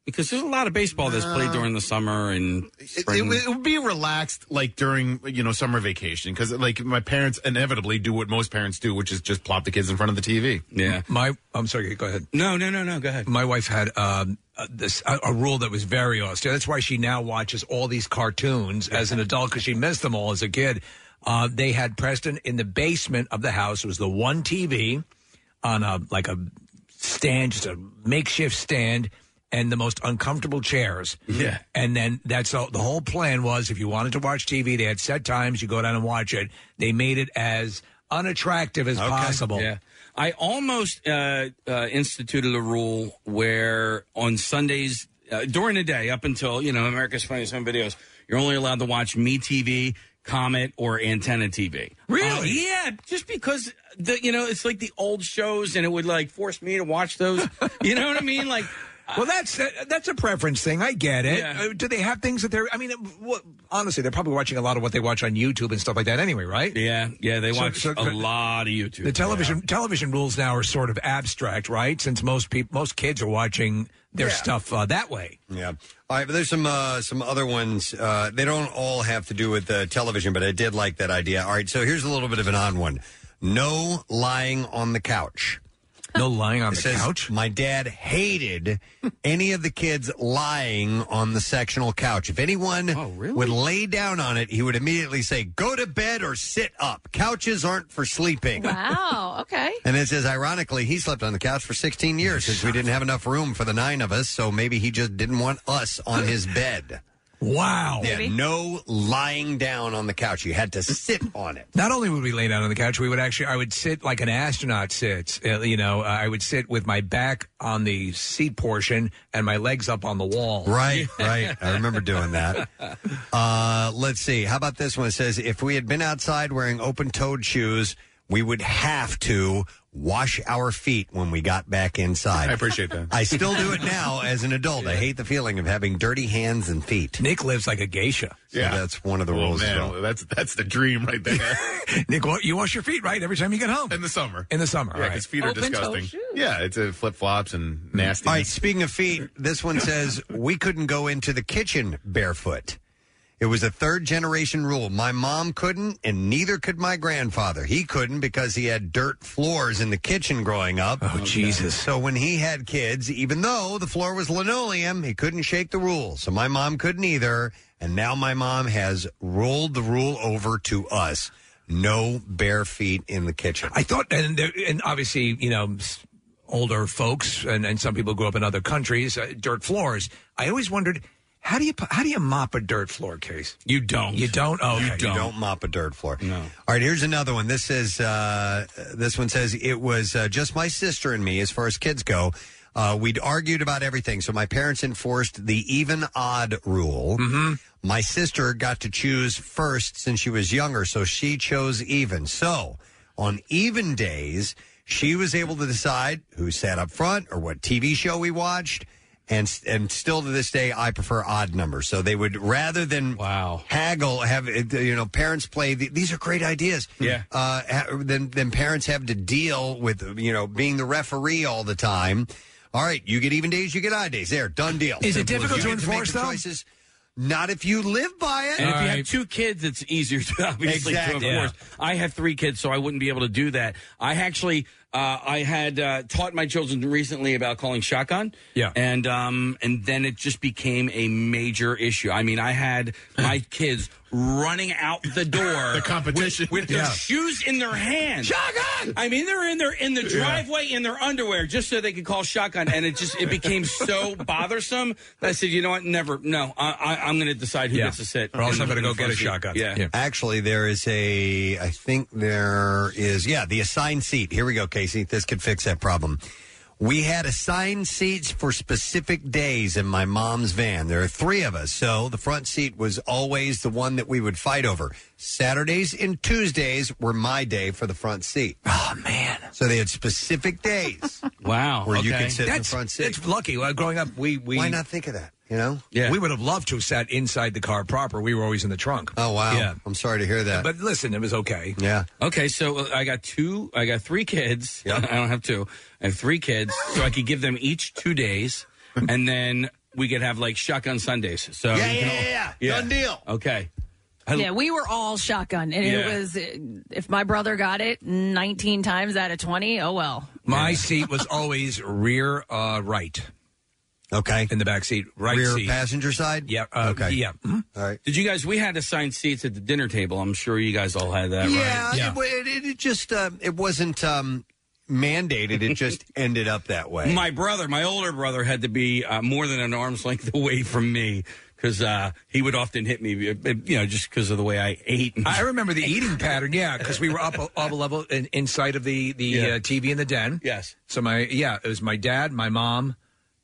Speaker 4: Because there's a lot of baseball that's played during the summer and
Speaker 5: Uh, It, it would- it would be relaxed, like during you know summer vacation, because like my parents inevitably do what most parents do, which is just plop the kids in front of the TV.
Speaker 4: Yeah,
Speaker 3: my I'm sorry. Go ahead.
Speaker 4: No, no, no, no. Go ahead.
Speaker 3: My wife had um, uh, this a, a rule that was very austere. That's why she now watches all these cartoons as an adult because she missed them all as a kid. Uh, they had Preston in the basement of the house. It was the one TV on a like a stand, just a makeshift stand, and the most uncomfortable chairs.
Speaker 17: Yeah.
Speaker 3: And then that's all, the whole plan was if you wanted to watch TV, they had set times. You go down and watch it. They made it as unattractive as possible.
Speaker 4: Yeah. I almost uh, uh, instituted a rule where on Sundays uh, during the day, up until you know America's Funniest Home Videos, you're only allowed to watch Me TV, Comet, or Antenna TV.
Speaker 3: Oh,
Speaker 4: Really? yeah, just because the you know it's like the old shows, and it would like force me to watch those. you know what I mean? Like.
Speaker 3: Well, that's that's a preference thing. I get it.
Speaker 4: Yeah.
Speaker 3: Uh, Do they have things that they're? I mean, what, honestly, they're probably watching a lot of what they watch on YouTube and stuff like that. Anyway, right?
Speaker 4: Yeah, yeah, they
Speaker 3: So-
Speaker 4: watch
Speaker 3: so-
Speaker 4: a lot of YouTube.
Speaker 3: The television television rules now are sort of abstract, right? Since most people, most kids are watching their
Speaker 1: Yeah.
Speaker 3: stuff uh, that way.
Speaker 1: Yeah. All right, but there's some uh, some other ones. Uh, they don't all have to do with uh, television, but I did like that idea. All right, so here's a little bit of an odd one: no lying on the couch.
Speaker 3: No lying on
Speaker 1: the couch. My dad hated any of the kids lying on the sectional couch. If anyone
Speaker 3: Oh,
Speaker 1: would lay down on it, he would immediately say, "Go to bed or sit up. Couches aren't for sleeping."
Speaker 13: Wow. Okay.
Speaker 1: And it says, ironically, he slept on the couch for 16 years since we didn't have enough room for the nine of us, so maybe he just didn't want us on his bed.
Speaker 3: Wow.
Speaker 1: Yeah, no lying down on the couch. You had to sit on it.
Speaker 3: Not only would we lay down on the couch, we would actually, I would sit like an astronaut sits. Uh, you know, uh, I would sit with my back on the seat portion and my legs up on the wall.
Speaker 1: Right, right. I remember doing that. Uh, let's see. How about this one? It says, if we had been outside wearing open toed shoes, we would have to wash our feet when we got back inside.
Speaker 5: I appreciate that.
Speaker 1: I still do it now as an adult. I hate the feeling of having dirty hands and feet.
Speaker 3: Nick lives like a geisha.
Speaker 1: So that's one of the
Speaker 5: Oh,
Speaker 1: rules. as
Speaker 5: man,
Speaker 1: well.
Speaker 5: that's that's the dream right there.
Speaker 3: Nick, wa- you wash your feet right every time you get home in
Speaker 5: the summer.
Speaker 3: In the summer,
Speaker 5: Yeah, because feet are disgusting. Yeah, it's a flip flops
Speaker 3: Mm.
Speaker 5: and nasty.
Speaker 1: All right, speaking of feet, this one says we couldn't go into the kitchen barefoot. It was a third generation rule. My mom couldn't, and neither could my grandfather. He couldn't because he had dirt floors in the kitchen growing up. Oh,
Speaker 3: Jesus.
Speaker 1: So when he had kids, even though the floor was linoleum, he couldn't shake the rule. So my mom couldn't either. And now my mom has rolled the rule over to us no bare feet in the kitchen.
Speaker 3: I thought, and there- and obviously, you know, s- older folks and, and some people grew up in other countries, uh, dirt floors. I always wondered how do you pu- how do you mop a dirt floor case?
Speaker 1: You don't.
Speaker 3: You don't. Oh, okay.
Speaker 1: you don't. mop a dirt floor. No. All right, here's another one. This is uh, this one says it was uh, just my sister and me as far as kids go. Uh, we'd argued about everything, so my parents enforced the even odd rule. My sister got to choose first since she was younger, so she chose even. So on even days, she was able to decide who sat up front or what TV show we watched and and still to this day I prefer odd numbers. So they would rather than wow haggle have uh, you know parents play the, these are great ideas.
Speaker 5: Yeah.
Speaker 1: uh, ha- then then parents have to deal with you know being the referee all the time. All right, you get even days, you get odd days. There, done deal.
Speaker 4: Is it
Speaker 1: Simple as
Speaker 4: difficult
Speaker 1: you
Speaker 4: to
Speaker 1: get make
Speaker 4: enforce,
Speaker 1: the
Speaker 4: though?
Speaker 1: Choices. Not if you live by it.
Speaker 4: And if you have two kids, it's easier to obviously
Speaker 1: Exactly.
Speaker 4: to enforce. I have three kids, so I wouldn't be able to do that. I actually, uh, I had uh, taught my children recently about calling shotgun.
Speaker 3: Yeah.
Speaker 4: and um, and then it just became a major issue. I mean, I had my kids running out the door, the
Speaker 5: competition
Speaker 4: with, with their
Speaker 5: Yeah.
Speaker 4: shoes in their hands. Shotgun. I mean, they're in their in the
Speaker 5: Yeah.
Speaker 4: driveway in their underwear just so they could call shotgun, and it just it became so bothersome that I said, you know what, never, no, I, I, I'm going to decide who
Speaker 3: Yeah.
Speaker 4: gets to sit.
Speaker 3: Or else
Speaker 4: in
Speaker 3: I'm
Speaker 4: the-
Speaker 3: gonna go
Speaker 4: in the
Speaker 3: get a
Speaker 4: front seat.
Speaker 3: shotgun.
Speaker 4: Yeah.
Speaker 1: Actually, there is a. I think there is. Yeah, the assigned seat. Here we go, Casey. This could fix that problem. We had assigned seats for specific days in my mom's van. There are three of us, so the front seat was always the one that we would fight over. Saturdays and Tuesdays were my day for the front seat. Oh man! So they had specific days.
Speaker 4: wow,
Speaker 1: where you
Speaker 3: okay.
Speaker 1: could sit in the
Speaker 3: That's-
Speaker 1: front seat.
Speaker 3: That's lucky. Well, growing up, we, we
Speaker 1: Why not think of that? You know,
Speaker 3: Yeah. We would have loved to have sat inside the car proper. We were always in the trunk.
Speaker 1: Oh wow!
Speaker 3: Yeah.
Speaker 1: I'm sorry to hear that.
Speaker 3: But listen, it was okay.
Speaker 1: Yeah.
Speaker 4: Okay, so uh, I got two. I got three kids. I don't have two. I have three kids, so I could give them each two days, and then we could have like shotgun Sundays. So
Speaker 17: Yeah,
Speaker 4: you can
Speaker 17: yeah,
Speaker 4: all-
Speaker 17: yeah, yeah. Done deal.
Speaker 4: Okay. I-
Speaker 13: Yeah, we were all shotgun, and it
Speaker 4: Yeah.
Speaker 13: was if my brother got it 19 times out of 20. Oh well.
Speaker 3: My seat was always rear uh, right.
Speaker 1: Okay.
Speaker 3: In the back seat, right
Speaker 1: Rear
Speaker 3: seat.
Speaker 1: passenger side.
Speaker 3: Yeah. Uh, okay. Yeah.
Speaker 1: All right.
Speaker 4: Hmm? Did you guys? We had assigned seats at the dinner table. I'm sure you guys all had that.
Speaker 1: yeah,
Speaker 4: right?
Speaker 1: it wa- It, it, it just uh, it wasn't um, mandated. It just ended up that way.
Speaker 4: My brother, my older brother, had to be uh, more than an arm's length away from me because uh, he would often hit me, uh, you know, just because of the way I ate.
Speaker 3: I remember the eating pattern, yeah, because we were up a, up a level in, inside of the the
Speaker 4: Yeah.
Speaker 3: uh, TV in the den.
Speaker 4: Yes.
Speaker 3: So my yeah, it was my dad, my mom,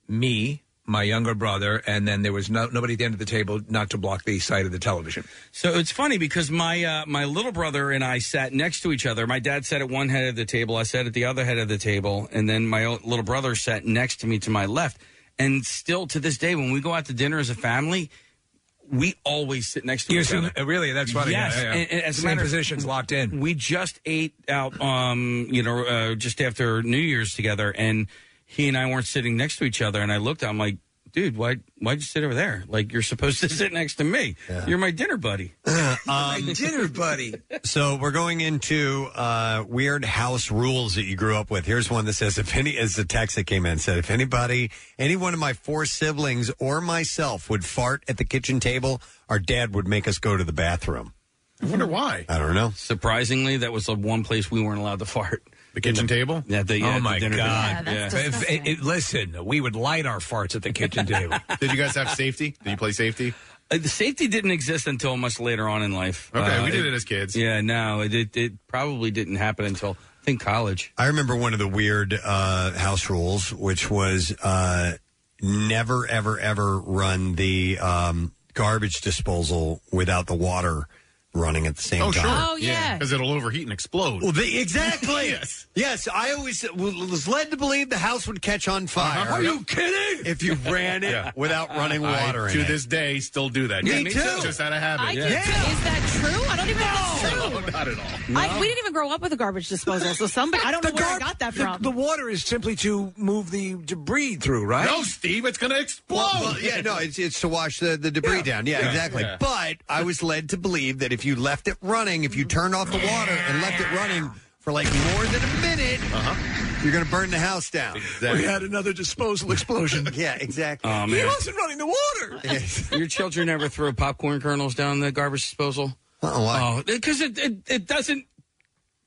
Speaker 3: me, my younger brother, and then there was no, nobody at the end of the table not to block the side of the television.
Speaker 4: So it's funny because my uh, my little brother and I sat next to each other. My dad sat at one head of the table, I sat at the other head of the table, and then my o- little brother sat next to me to my left. And still to this day, when we go out to dinner as a family, we always sit next to
Speaker 3: You're
Speaker 4: each
Speaker 3: assuming-
Speaker 4: other.
Speaker 3: really? That's funny.
Speaker 4: Yes,
Speaker 3: Yeah, yeah, yeah.
Speaker 4: and- and as a
Speaker 3: Same
Speaker 4: matter of-
Speaker 3: positions locked in.
Speaker 4: We just ate out, um, you know, uh, just after New Year's together, and he and I weren't sitting next to each other. And I looked, I'm like, dude, why why'd you sit over there? Like you're supposed to sit next to me. You're my dinner buddy.
Speaker 1: Um,
Speaker 3: dinner buddy.
Speaker 1: so we're going into uh, weird house rules that you grew up with. Here's one that says, "If any," as the text that came in said, "If anybody, any one of my four siblings or myself would fart at the kitchen table, our dad would make us go to the bathroom."
Speaker 5: I wonder why.
Speaker 1: I don't know.
Speaker 4: Surprisingly, that was the one place we weren't allowed to fart.
Speaker 5: The kitchen table?
Speaker 4: Yeah, the, yeah,
Speaker 3: oh
Speaker 4: the
Speaker 3: my
Speaker 4: dinner
Speaker 3: god!
Speaker 4: table.
Speaker 3: If- it- it- listen, we would light our farts at the kitchen table.
Speaker 5: Did you guys have safety? Did you play safety?
Speaker 4: Uh, the safety didn't exist until much later on in life.
Speaker 5: Okay,
Speaker 4: Uh,
Speaker 5: we did it as kids.
Speaker 4: Yeah, no, it, it, it probably didn't happen until I think college.
Speaker 1: I remember one of the weird uh, house rules, which was uh, never, ever, ever run the um, garbage disposal without the water running at the same
Speaker 5: Oh,
Speaker 1: time.
Speaker 5: sure. Because it'll overheat and explode.
Speaker 1: Well, they, exactly. yes. I always was led to believe the house would catch on fire.
Speaker 5: Uh-huh. Are you
Speaker 1: kidding? If you ran it
Speaker 5: Yeah.
Speaker 1: without running
Speaker 5: I,
Speaker 1: water in
Speaker 5: to
Speaker 1: it.
Speaker 5: this day, still do that.
Speaker 1: Me
Speaker 5: Yeah,
Speaker 1: too.
Speaker 5: Just out of habit.
Speaker 1: I
Speaker 5: yeah.
Speaker 1: do too.
Speaker 13: Is that true? I don't even know if it's true.
Speaker 5: Not at all.
Speaker 13: I, we didn't even grow up with a garbage disposal, so somebody I don't know where I got that from.
Speaker 3: The, the water is simply to move the debris through, right?
Speaker 1: No,
Speaker 5: Steve, it's going to explode.
Speaker 1: Well, well, yeah, no, it's, it's to wash the, the debris down. Yeah,
Speaker 3: Yeah.
Speaker 1: exactly.
Speaker 3: Yeah.
Speaker 1: But I was led to believe that if you left it running, if you turned off the water and left it running for like more than a minute, you're going to burn the house down.
Speaker 17: We had another disposal explosion.
Speaker 1: yeah, exactly.
Speaker 4: Oh, man.
Speaker 17: running the water.
Speaker 4: Your children ever throw popcorn kernels down the garbage disposal?
Speaker 1: Oh,
Speaker 4: why? because it, it it doesn't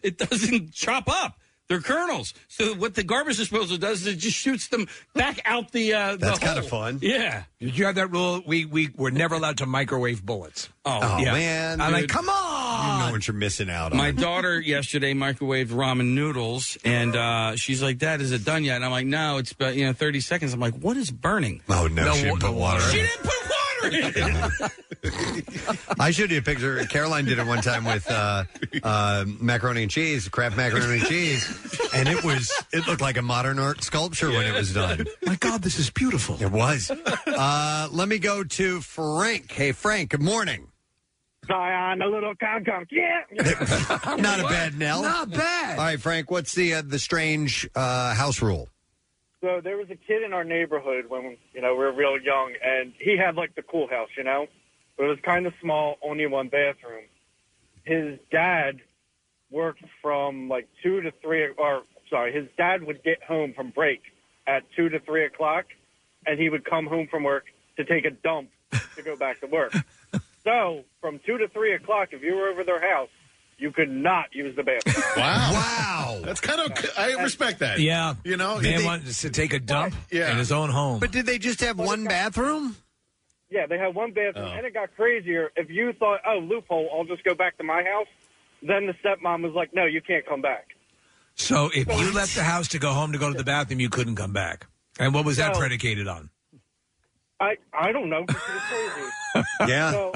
Speaker 4: it doesn't chop up. They're kernels. So what the garbage disposal does is it just shoots them back out the. Uh,
Speaker 3: That's
Speaker 4: kind of
Speaker 1: fun.
Speaker 4: Yeah.
Speaker 3: Did you have that rule? We we were never allowed to microwave bullets.
Speaker 4: Oh, yeah.
Speaker 3: I'm like,
Speaker 4: Dude.
Speaker 3: come on.
Speaker 1: You know what you're missing out on.
Speaker 4: My daughter yesterday microwaved ramen noodles, and uh, she's like, "Dad, is it done yet?" And I'm like, "No, it's about you know 30 seconds." I'm like, "What is burning?"
Speaker 1: Oh no, she didn't put water.
Speaker 4: She didn't put
Speaker 1: in it.
Speaker 4: water in it.
Speaker 1: I showed you a picture. Caroline did it one time with uh, uh, macaroni and cheese, Kraft macaroni and cheese, and it was it looked like a modern art sculpture when it was done.
Speaker 17: My God, this is beautiful.
Speaker 1: It was. Uh, let me go to Frank. Hey, Frank. Good morning.
Speaker 19: Zion, a little concom. Yeah.
Speaker 1: Not a bad Nell. All right, Frank. What's the uh, the strange uh, house rule?
Speaker 19: So there was a kid in our neighborhood when you know we were real young, and he had like the cool house, you know, but it was kind of small, only one bathroom. His dad worked from like two to three, or sorry, his dad would get home from break at two to three o'clock, and he would come home from work to take a dump to go back to work. So from two to three o'clock, if you were over their house, you could not use the bathroom.
Speaker 5: Wow.
Speaker 1: Wow.
Speaker 5: That's kind of, I respect that.
Speaker 3: Yeah.
Speaker 5: You know,
Speaker 3: man
Speaker 5: they-
Speaker 3: wanted to take a dump
Speaker 5: Yeah.
Speaker 3: in his own home.
Speaker 1: But did they just have one bathroom?
Speaker 19: Yeah, they had one bathroom,
Speaker 3: Oh.
Speaker 19: and it got crazier. If you thought, oh, loophole, I'll just go back to my house, then the stepmom was like, no, you can't come back.
Speaker 3: So if you left the house to go home to go to the bathroom, you couldn't come back. And what was that
Speaker 19: No.
Speaker 3: predicated on?
Speaker 19: I, I don't know. 'cause She was crazy.
Speaker 3: Yeah.
Speaker 19: So,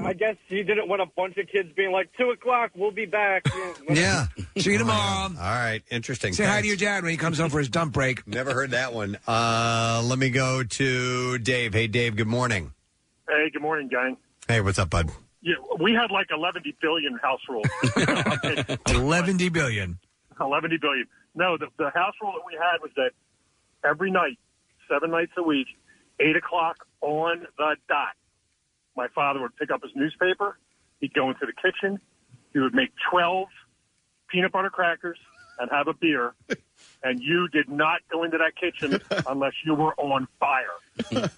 Speaker 19: I guess she didn't want a bunch of kids being like, two o'clock, we'll be back. You know, whatever.
Speaker 1: Oh, Yeah.
Speaker 3: See you tomorrow.
Speaker 1: All right. Interesting.
Speaker 3: Say hi to
Speaker 1: Thanks.
Speaker 3: your dad when he comes home for his dump break.
Speaker 1: Never heard that one. Uh, let me go to Dave. Hey, Dave. Good morning.
Speaker 20: Hey, good morning, gang.
Speaker 1: Hey, what's up, bud?
Speaker 20: Yeah, we had like 11 billion house rule.
Speaker 3: 11 billion.
Speaker 20: 11 billion. No, the, the house rule that we had was that every night, seven nights a week, eight o'clock on the dot, my father would pick up his newspaper. He'd go into the kitchen. He would make 12 peanut butter crackers and have a beer. And you did not go into that kitchen unless you were on fire.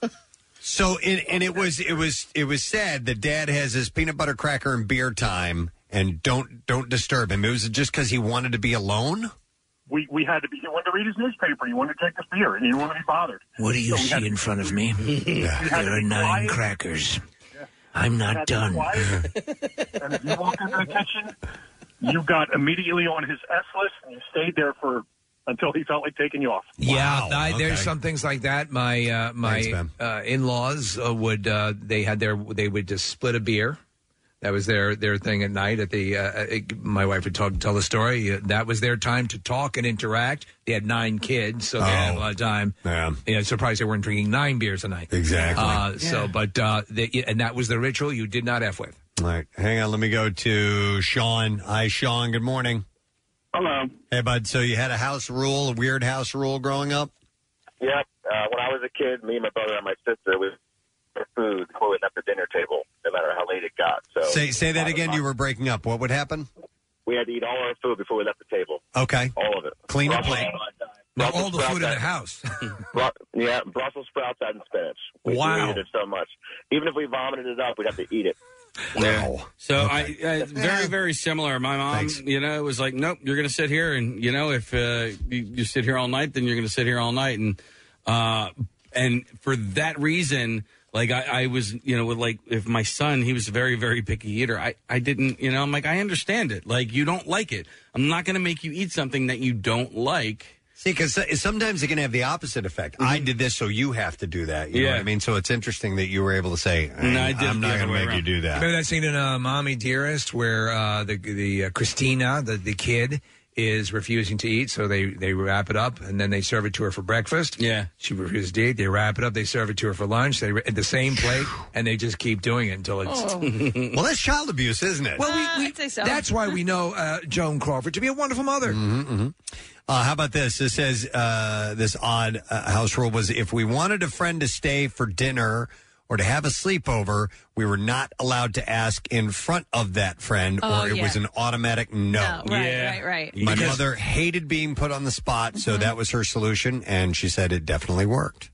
Speaker 1: So, it, and it was it was it was said that Dad has his peanut butter cracker and beer time, and don't don't disturb him. It was just because he wanted to be alone.
Speaker 20: We, we had to be, he wanted to read his newspaper. He wanted to drink his beer and he didn't want to be bothered.
Speaker 17: What do
Speaker 20: So
Speaker 17: you
Speaker 20: we had
Speaker 17: see
Speaker 20: to-
Speaker 17: in front of me?
Speaker 20: had to
Speaker 17: there are
Speaker 20: be
Speaker 17: nine
Speaker 20: quiet.
Speaker 17: crackers. I'm
Speaker 20: Had
Speaker 17: not
Speaker 20: to be
Speaker 17: done.
Speaker 20: quiet. and if you walked into the kitchen, you got immediately on his S list and you stayed there for until he felt like taking you off.
Speaker 3: Yeah, I, there's
Speaker 20: okay.
Speaker 3: some things like that. My uh, my
Speaker 20: Thanks, man.
Speaker 3: uh, in-laws uh, would uh, they had their they would just split a beer. That was their their thing at night. At the uh, it- my wife would talk, tell the story. Uh, That was their time to talk and interact. They had nine kids, so they had
Speaker 1: Oh,
Speaker 3: a lot of time.
Speaker 1: Yeah,
Speaker 3: yeah. Surprised they weren't drinking nine beers a night.
Speaker 1: Exactly.
Speaker 3: Uh, So,
Speaker 1: Yeah.
Speaker 3: but uh, they, and that was the ritual you did not f with.
Speaker 1: All right, hang on. Let me go to Sean. Hi, Sean. Good morning.
Speaker 6: Hello.
Speaker 1: Hey, bud. So you had a house rule, a weird house rule growing up.
Speaker 6: Yep. Uh, when I was a kid, me, my brother, and my sister we for food going up the dinner table, no matter how late it got. So
Speaker 1: say say that again. You were breaking up. What would happen?
Speaker 6: we had to eat all our food before we left the table.
Speaker 1: Okay.
Speaker 6: All of it.
Speaker 1: Clean the
Speaker 6: Brussels
Speaker 1: plate.
Speaker 6: sprouts-
Speaker 3: No,
Speaker 6: Brussels
Speaker 3: all the food
Speaker 6: sprouts
Speaker 3: in the
Speaker 6: out-
Speaker 3: house.
Speaker 6: Bru- yeah, Brussels sprouts out and spinach. We we
Speaker 4: Wow.
Speaker 6: hated it so much. Even if we vomited it up, we'd have to eat it.
Speaker 4: Wow. So I, I very very similar. My mom, you know, was like, "Nope, you're going to sit here, and you know, if uh, you, you sit here all night, then you're going to sit here all night." And uh, and for that reason, like I, I was, you know, with like if my son, he was a very very picky eater. I I didn't, you know, I'm like Mm-hmm. I understand it. Like you don't like it. I'm not going to make you eat something that you don't like.
Speaker 1: See, because sometimes it can have the opposite effect. I did this, so you have to do that. You know
Speaker 3: Yeah.
Speaker 1: what I mean? So it's interesting that you were able to say,
Speaker 3: No, I did
Speaker 1: I'm
Speaker 3: it the
Speaker 1: not
Speaker 3: other
Speaker 1: going to
Speaker 3: way
Speaker 1: make you
Speaker 3: around.
Speaker 1: do that.
Speaker 3: Remember that scene in uh, Mommy Dearest where uh, the the uh, Christina, the, the kid, is refusing to eat, so they, they wrap it up and then they serve it to her for breakfast. Yeah, she refuses to eat. They wrap it up, they serve it to her for lunch. They at the same plate, and they just keep doing it until it's.
Speaker 1: Oh. Well, that's child abuse, isn't it?
Speaker 3: Well, we,
Speaker 1: Uh,
Speaker 3: we-
Speaker 1: I'd say so.
Speaker 3: that's why we know uh, Joan Crawford to be a wonderful mother.
Speaker 1: Mm-hmm, Uh, how about this? This says uh, this odd uh, house rule was if we wanted a friend to stay for dinner or to have a sleepover, we were not allowed to ask in front of that friend,
Speaker 8: Oh,
Speaker 1: or it
Speaker 8: yeah.
Speaker 1: was an automatic no.
Speaker 8: No, right, Yeah. right, right.
Speaker 1: My
Speaker 8: Because-
Speaker 1: mother hated being put on the spot, so
Speaker 8: Mhm.
Speaker 1: that was her solution, and she said it definitely worked.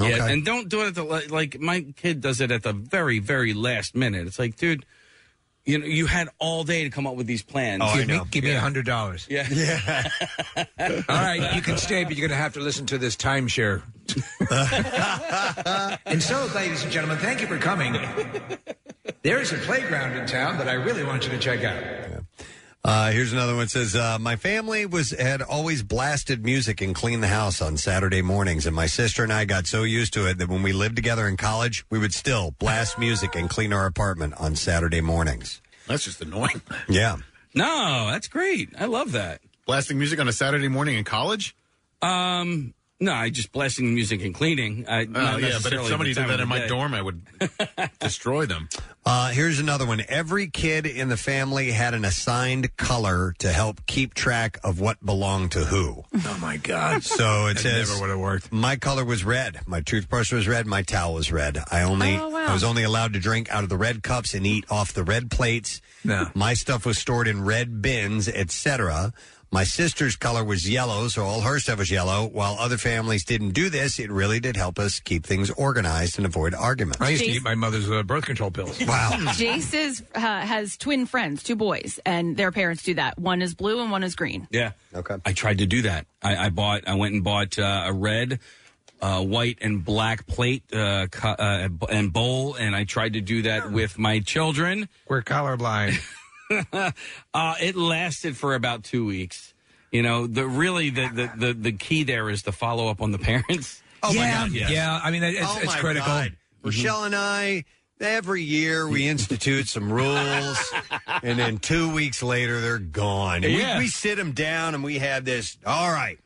Speaker 1: Okay.
Speaker 4: Yeah, and don't do it at the la- like my kid does it at the very very last minute. It's like, dude, you know, you had all day to come up with these plans.
Speaker 5: Oh,
Speaker 3: give me give me a hundred dollars.
Speaker 4: Oh, Yeah.
Speaker 1: Yeah.
Speaker 3: All right, you can stay, but you're going to have to listen to this timeshare. and so, ladies and gentlemen, thank you for coming. There is a playground in town that I really want you to check out.
Speaker 1: Uh, here's another one. It says, uh, my family was had always blasted music and cleaned the house on Saturday mornings, and my sister and I got so used to it that when we lived together in college, we would still blast music and clean our apartment on Saturday mornings.
Speaker 5: That's just annoying.
Speaker 1: Yeah.
Speaker 4: No, that's great. I love that.
Speaker 5: Blasting music on a Saturday morning in college?
Speaker 4: Um, no, I just blasting the music and cleaning. I,
Speaker 5: Oh, yeah, but if somebody did that in my dorm, I would destroy them.
Speaker 1: Uh, here's another one. Every kid in the family had an assigned color to help keep track of what belonged to who.
Speaker 3: Oh my God!
Speaker 1: So it
Speaker 3: That
Speaker 1: says
Speaker 3: never would have worked.
Speaker 1: My color was red. My toothbrush was red. My towel was red. I only
Speaker 3: Oh, wow.
Speaker 1: I was only allowed to drink out of the red cups and eat off the red plates.
Speaker 3: No.
Speaker 1: My stuff was stored in red bins, etc. My sister's color was yellow, so all her stuff was yellow. While other families didn't do this, it really did help us keep things organized and avoid arguments.
Speaker 3: I used to eat my mother's uh, birth control pills.
Speaker 1: Wow.
Speaker 8: Jace is, uh, has twin friends, two boys, and their parents do that. One is blue and one is green.
Speaker 4: Yeah.
Speaker 1: Okay.
Speaker 4: I tried to do that. I, I bought. I went and bought uh, a red, uh, white, and black plate uh, cu- uh, and bowl, and I tried to do that with my children.
Speaker 3: We're colorblind.
Speaker 4: uh, it lasted for about two weeks. You know, the really the the, the, the key there is to follow up on the parents.
Speaker 3: yeah,
Speaker 4: yes.
Speaker 3: yeah. I mean, it's,
Speaker 4: Oh,
Speaker 3: it's
Speaker 4: my
Speaker 3: critical.
Speaker 4: God.
Speaker 3: Mm-hmm.
Speaker 1: Rochelle and I, every year we institute some rules, and then two weeks later they're gone. And
Speaker 17: Yeah.
Speaker 1: we, we sit them down and we have this. All right.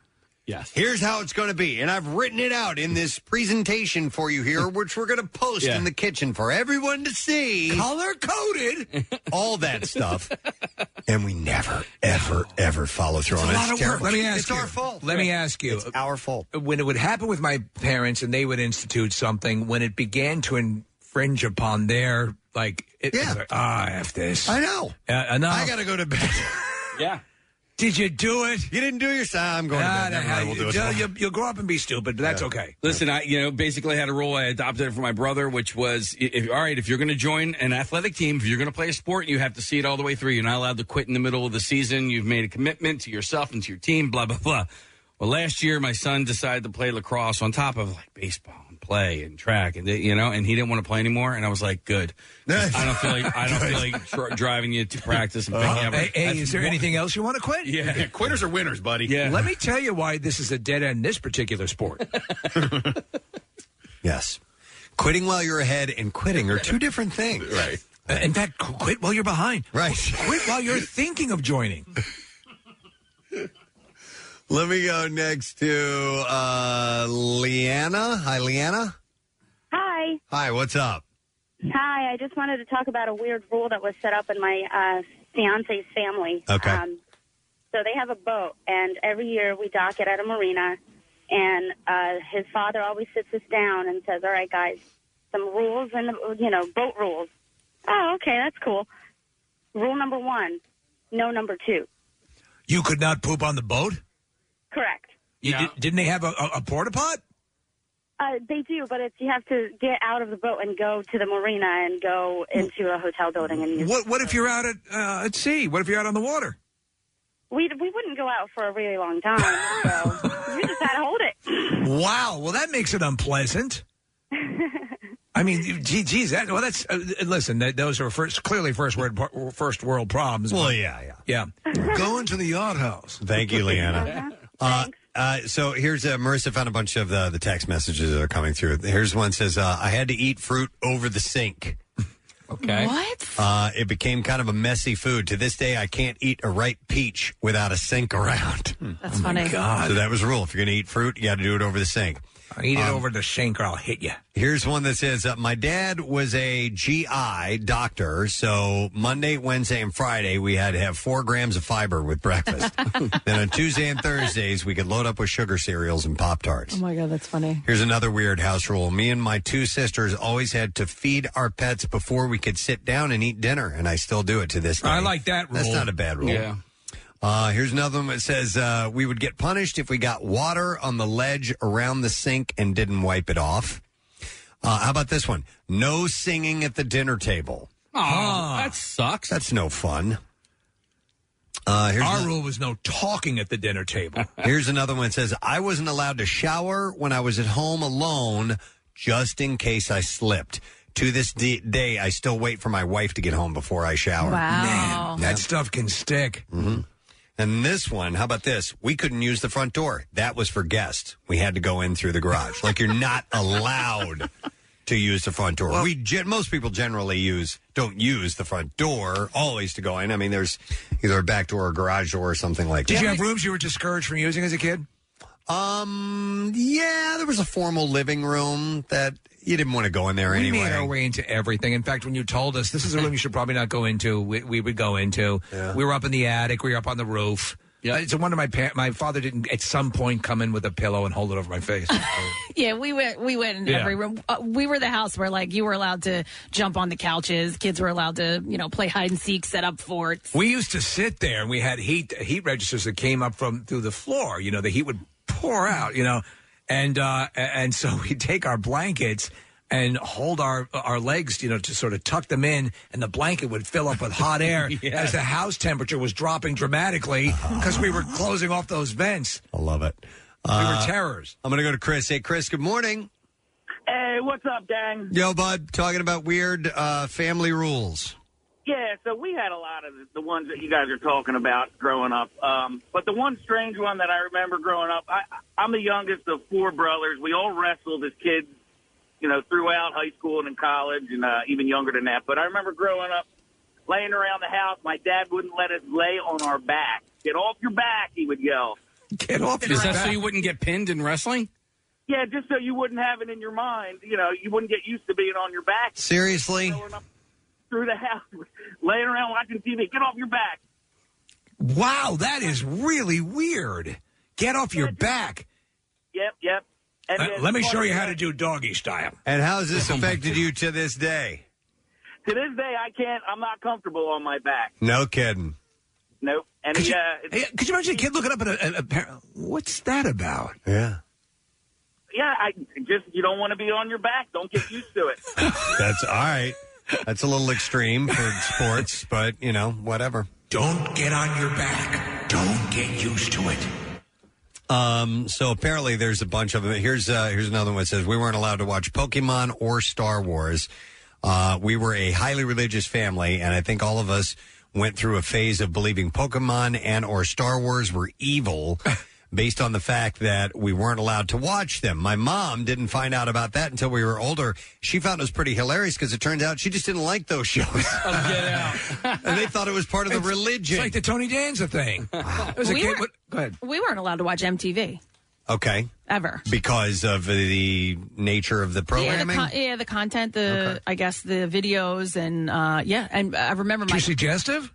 Speaker 4: Yes.
Speaker 1: Here's how it's going to be. And I've written it out in this presentation for you here, which we're going to post
Speaker 17: Yeah.
Speaker 1: in the kitchen for everyone to see.
Speaker 3: Color coded.
Speaker 1: All that stuff. and we never, ever, ever follow through
Speaker 3: It's a
Speaker 1: on it.
Speaker 3: lot of work.
Speaker 1: terrible.
Speaker 3: Let me ask
Speaker 1: It's
Speaker 3: you.
Speaker 1: our fault.
Speaker 3: Let me ask you.
Speaker 1: It's our fault.
Speaker 3: When it would happen with my parents and they would institute something, when it began to infringe upon their like, it, yeah, like, ah, f this.
Speaker 1: I know.
Speaker 3: Uh, enough.
Speaker 1: I gotta go to bed.
Speaker 4: yeah.
Speaker 3: Did you do it? Ah,
Speaker 1: You didn't do your. ah, I'm going
Speaker 4: to bed. Never mind. We'll do it tomorrow.
Speaker 3: You'll, you'll grow up and be stupid, but that's okay.
Speaker 4: Listen, I you know basically had a rule I adopted it from my brother, which was i- if all right if you're going to join an athletic team, if you're going to play a sport, you have to see it all the way through. You're not allowed to quit in the middle of the season. You've made a commitment to yourself and to your team. Blah blah blah. Well, last year my son decided to play lacrosse on top of like baseball and play and track and you know, and he didn't want to play anymore. And I was like, good. I don't feel like I don't feel like dri- driving you to practice and picking
Speaker 3: Uh,
Speaker 4: up.
Speaker 3: hey, hey,
Speaker 4: That's
Speaker 3: is there
Speaker 4: one-
Speaker 3: anything else you want to quit?
Speaker 4: Yeah. Yeah,
Speaker 5: quitters are winners, buddy.
Speaker 4: Yeah.
Speaker 3: Let me tell you why this is a dead end. This particular sport.
Speaker 1: Yes. Quitting while you're ahead and quitting are two different things.
Speaker 5: Right.
Speaker 3: Uh, In fact, qu- quit while you're behind.
Speaker 1: Right.
Speaker 3: Quit while you're thinking of joining.
Speaker 1: Let me go next to uh, Leanna. Hi, Leanna.
Speaker 21: Hi.
Speaker 1: Hi, what's up?
Speaker 21: Hi. I just wanted to talk about a weird rule that was set up in my uh, fiance's family.
Speaker 1: Okay.
Speaker 21: Um, so they have a boat, and every year we dock it at a marina. And uh, his father always sits us down and says, "All right, guys, some rules and you know boat rules." Oh, okay, that's cool. Rule number one, no number two.
Speaker 3: You could not poop on the boat.
Speaker 21: Correct.
Speaker 3: You did, didn't they have a, a, a porta pot?
Speaker 21: Uh, they do, but it's you have to get out of the boat and go to the marina and go into a hotel building and use
Speaker 3: What What if you're out at uh, at sea? What if you're out on the water?
Speaker 21: We we wouldn't go out for a really long time, so you just had to hold it.
Speaker 3: Wow. Well, that makes it unpleasant. I mean, you- gee, geez, that, well, that's uh, listen. That, those are first, clearly first word, pro- first world problems.
Speaker 1: Well, yeah,
Speaker 3: yeah, yeah. Go into the yacht house.
Speaker 1: Thank you, Leanna. Uh, Uh, so here's uh, Marissa found a bunch of uh, the, the text messages that are coming through. Here's one says, uh, "I had to eat fruit over the sink."
Speaker 3: Okay.
Speaker 13: What?
Speaker 1: Uh, it became kind of a messy food. To this day, I can't eat a ripe peach without a sink around.
Speaker 13: That's
Speaker 3: Oh
Speaker 1: Oh,
Speaker 13: funny.
Speaker 1: So that was a rule. If you're going to eat fruit, you got to do it over the sink. Um,
Speaker 3: I eat it over the sink or I'll hit you.
Speaker 1: Here's one that says uh, My dad was a GI doctor, so Monday, Wednesday, and Friday we had to have four grams of fiber with breakfast.
Speaker 8: Oh
Speaker 1: then on Tuesday and Thursdays we could load up with sugar cereals and Pop Tarts.
Speaker 8: Oh my god, that's funny.
Speaker 1: Here's another weird house rule. Me and my two sisters always had to feed our pets before we could sit down and eat dinner, and I still do it to this day.
Speaker 3: I like that
Speaker 1: That's
Speaker 3: rule.
Speaker 1: not a bad rule.
Speaker 3: Yeah.
Speaker 1: Uh, here's another one that says uh, we would get punished if we got water on the ledge around the sink and didn't wipe it off. Uh, how about this one? No singing at the dinner table.
Speaker 3: Aw, that
Speaker 1: sucks. That's no fun. Uh, here's
Speaker 3: Our
Speaker 1: ano-
Speaker 3: rule was no talking at the dinner table.
Speaker 1: Here's another one that says, I wasn't allowed to shower when I was at home alone just in case I slipped. To this d- day, I still wait for my wife to get home before I
Speaker 3: Oh,
Speaker 1: shower.
Speaker 17: Oh.
Speaker 13: Wow. Man,
Speaker 1: that stuff can stick.
Speaker 3: Mm-hmm.
Speaker 1: hmm And this one, how about this? We couldn't use the front door. That was for guests. We had to go in through the garage. like you're not allowed to use the front door. we gen- most people generally use don't use the front door always to go in. I mean, there's either a back door or garage door or something like
Speaker 3: Did
Speaker 1: that.
Speaker 3: you have rooms you were discouraged from using as a kid?
Speaker 1: Um. Yeah, there was a formal living room that you didn't want to go in there
Speaker 3: we
Speaker 1: anyway.
Speaker 3: made our way into everything. In fact, when you told us this is a room you should probably not go into, we, we would go into. We were up in the attic. We were up on the roof. Uh, Yeah. it's a wonder my pa- my father didn't at some point come in with a pillow and hold it over my face.
Speaker 13: Yeah, we went. We went in
Speaker 3: Yeah.
Speaker 13: every room. Uh, we were the house where like you were allowed to jump on the couches. Kids were allowed to you know play hide and seek, set up forts.
Speaker 3: we used to sit there and we had heat heat registers that came up from through the floor. You know, the heat would pour out. You know, and uh, a- and so we would take our blankets. And hold our our legs, you know, to sort of tuck them in, and the blanket would fill up with hot air as the house temperature was dropping dramatically
Speaker 1: Uh-huh.
Speaker 3: because we were closing off those vents.
Speaker 1: I love it.
Speaker 3: we were
Speaker 1: Uh,
Speaker 3: terrors.
Speaker 1: I'm gonna go to Chris. Hey, Chris. Good morning.
Speaker 22: Hey, what's up, gang?
Speaker 1: Yo, bud. Talking about weird uh, family rules.
Speaker 22: Yeah, so we had a lot of the- the ones that you guys are talking about growing up. Um, but the one strange one that I remember growing up, I, I'm the youngest of four brothers. We all wrestled as kids, you know, throughout high school and in college and uh, even younger than that. But I remember growing up laying around the house. My dad wouldn't let us lay on our back. Get off your back, he would yell.
Speaker 3: Get off
Speaker 4: Is that so you wouldn't get pinned in wrestling?
Speaker 22: Yeah, just so you wouldn't have it in your mind. You know, you wouldn't get used to being on your back.
Speaker 1: Seriously?
Speaker 22: Going up Through the house, laying around watching TV. Get off your back.
Speaker 3: Wow, that is really weird. Get off your back.
Speaker 22: Yep, yep. And
Speaker 3: Let,
Speaker 22: then-
Speaker 3: let me show you how to do doggy style. Oh
Speaker 1: And how has this affected you to this day?
Speaker 22: To this day, I can't. I'm not comfortable on my back.
Speaker 1: No kidding.
Speaker 22: Nope. And
Speaker 3: Could you,
Speaker 22: yeah, it's-
Speaker 3: hey, could you imagine a kid looking up at a, a, a parent? What's that about?
Speaker 1: Yeah,
Speaker 22: yeah, I just you don't want to be on your back. Don't get used to it.
Speaker 1: That's all right. That's a little extreme for sports, but you know, whatever.
Speaker 3: Don't get on your back. Don't get used to it.
Speaker 1: Um, so apparently there's a bunch of them. Here's uh, here's another one that says we weren't allowed to watch Pokemon or Star Wars. Uh, we were a highly religious family, and I think all of us went through a phase of believing Pokemon and or Star Wars were evil. Based on the fact that we weren't allowed to watch them. My mom didn't find out about that until we were older. She found it was pretty hilarious because it turns out she just didn't like those shows. and they thought it was part of the religion.
Speaker 3: It's like the Tony Danza thing. Wow. It was a
Speaker 13: We
Speaker 3: kid.
Speaker 13: were-
Speaker 3: What, go ahead.
Speaker 13: We weren't allowed to watch MTV
Speaker 1: Okay.
Speaker 13: ever.
Speaker 1: Because of the nature of the
Speaker 13: Yeah, the,
Speaker 1: programming?
Speaker 13: con- yeah, the content, the I guess the videos, and uh, yeah, and I remember my
Speaker 3: Too suggestive?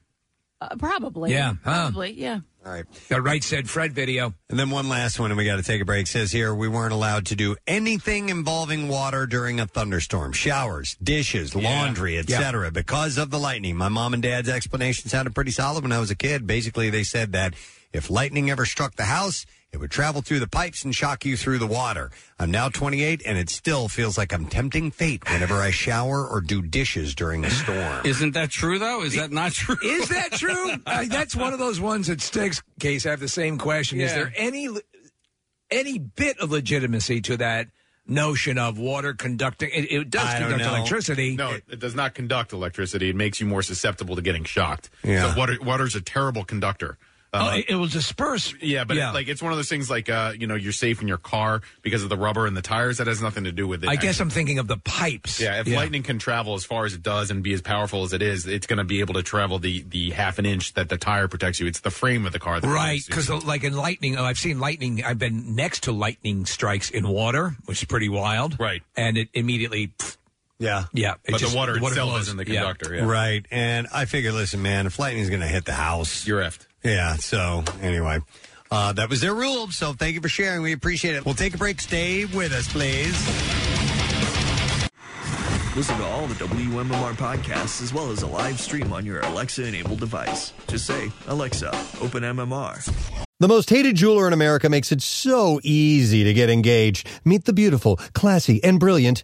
Speaker 13: uh, probably.
Speaker 3: Yeah, huh.
Speaker 13: probably. Yeah.
Speaker 1: All right.
Speaker 3: The right said Fred video.
Speaker 1: And then one last one, and we got to take a break. Says here, we weren't allowed to do anything involving water during a thunderstorm showers, dishes, laundry, etc. because of the lightning. My mom and dad's explanation sounded pretty solid when I was a kid. Basically, they said that if lightning ever struck the house, it would travel through the pipes and shock you through the water. I'm now 28, and it still feels like I'm tempting fate whenever I shower or do dishes during a storm.
Speaker 4: Isn't that true though? Is that not true?
Speaker 3: Is that true? Uh, that's one of those ones that sticks. Case I have the same question. Is
Speaker 4: Yeah.
Speaker 3: there any le- any bit of legitimacy to that notion of water conducting? It, it does conduct electricity.
Speaker 5: No, it, does not conduct electricity. It makes you more susceptible to getting shocked.
Speaker 1: Yeah.
Speaker 5: So water, water's a terrible conductor.
Speaker 3: oh, it, it will disperse.
Speaker 5: Uh, Yeah, but It, like it's one of those things like uh, you know you're safe in your car because of the rubber and the tires. That has nothing to do with it.
Speaker 3: I guess I'm thinking of the pipes.
Speaker 5: Yeah, if lightning can travel as far as it does and be as powerful as it is, it's going to be able to travel the the half an inch that the tire protects you. It's the frame of the car, that
Speaker 3: Right,
Speaker 5: protects you.
Speaker 3: because like in lightning, oh, I've seen lightning. I've been next to lightning strikes in water, which is pretty wild. Right, and it immediately. pfft,
Speaker 1: Yeah,
Speaker 3: yeah. it just- blows. Yeah.
Speaker 1: Right. And I figure, listen, man, if lightning's going to hit the house,
Speaker 5: you're effed.
Speaker 1: Yeah. So anyway, uh, that was their rule. So thank you for sharing. We appreciate it. We'll take a break. Stay with us, please.
Speaker 7: Listen to all the WMMR podcasts as well as a live stream on your Alexa enabled device. Just say, Alexa, open MMR.
Speaker 1: The most hated jeweler in America makes it so easy to get engaged. Meet the beautiful, classy, and brilliant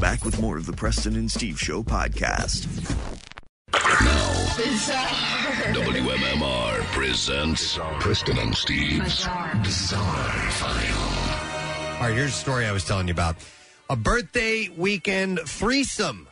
Speaker 7: Back with more of the Preston and Steve Show podcast.
Speaker 2: WMMR presents Preston and Steve's Bizarre File.
Speaker 1: All right, here's a story I was telling you about. A birthday weekend threesome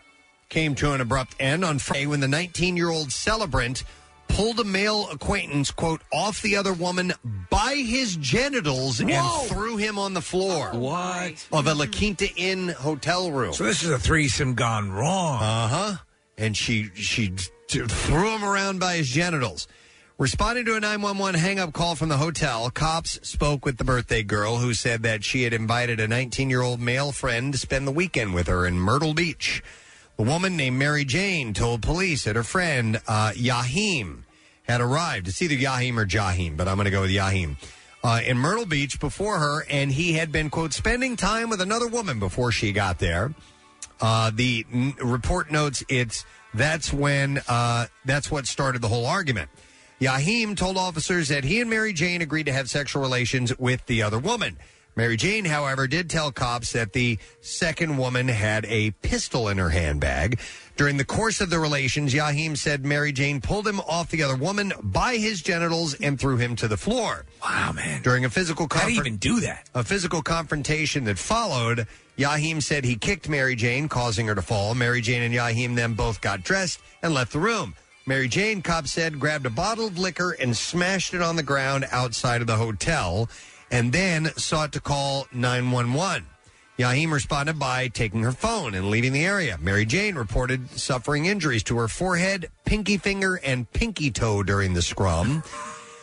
Speaker 1: came to an abrupt end on Friday when the 19 year old celebrant pulled a male acquaintance, quote, off the other woman by his genitals and threw him on the floor. What? Of a La Quinta Inn hotel room.
Speaker 3: So this is a threesome gone wrong.
Speaker 1: Uh huh. And she she t- threw him around by his genitals. Responding to a 911 hang up call from the hotel, cops spoke with the birthday girl who said that she had invited a 19 year old male friend to spend the weekend with her in Myrtle Beach. The woman named Mary Jane told police that her friend, uh, Yahim, had arrived. It's either Yahim or Jahim, but I'm going to go with Yahim. Uh, in Myrtle Beach before her, and he had been, quote, spending time with another woman before she got there. Uh, the n- report notes it's that's when uh, that's what started the whole argument. Yahim told officers that he and Mary Jane agreed to have sexual relations with the other woman. Mary Jane, however, did tell cops that the second woman had a pistol in her handbag. During the course of the relations, Yahim said Mary Jane pulled him off the other woman by his genitals and threw him to the floor. Wow, man. During a physical confrontation. How do even
Speaker 3: do that?
Speaker 1: A physical confrontation that followed, Yahim said he kicked Mary Jane, causing her to fall. Mary Jane and Yahim then both got dressed and left the room. Mary Jane, cop said, grabbed a bottle of liquor and smashed it on the ground outside of the hotel and then sought to call 911. Yahim responded by taking her phone and leaving the area. Mary Jane reported suffering injuries to her forehead, pinky finger, and pinky toe during the scrum.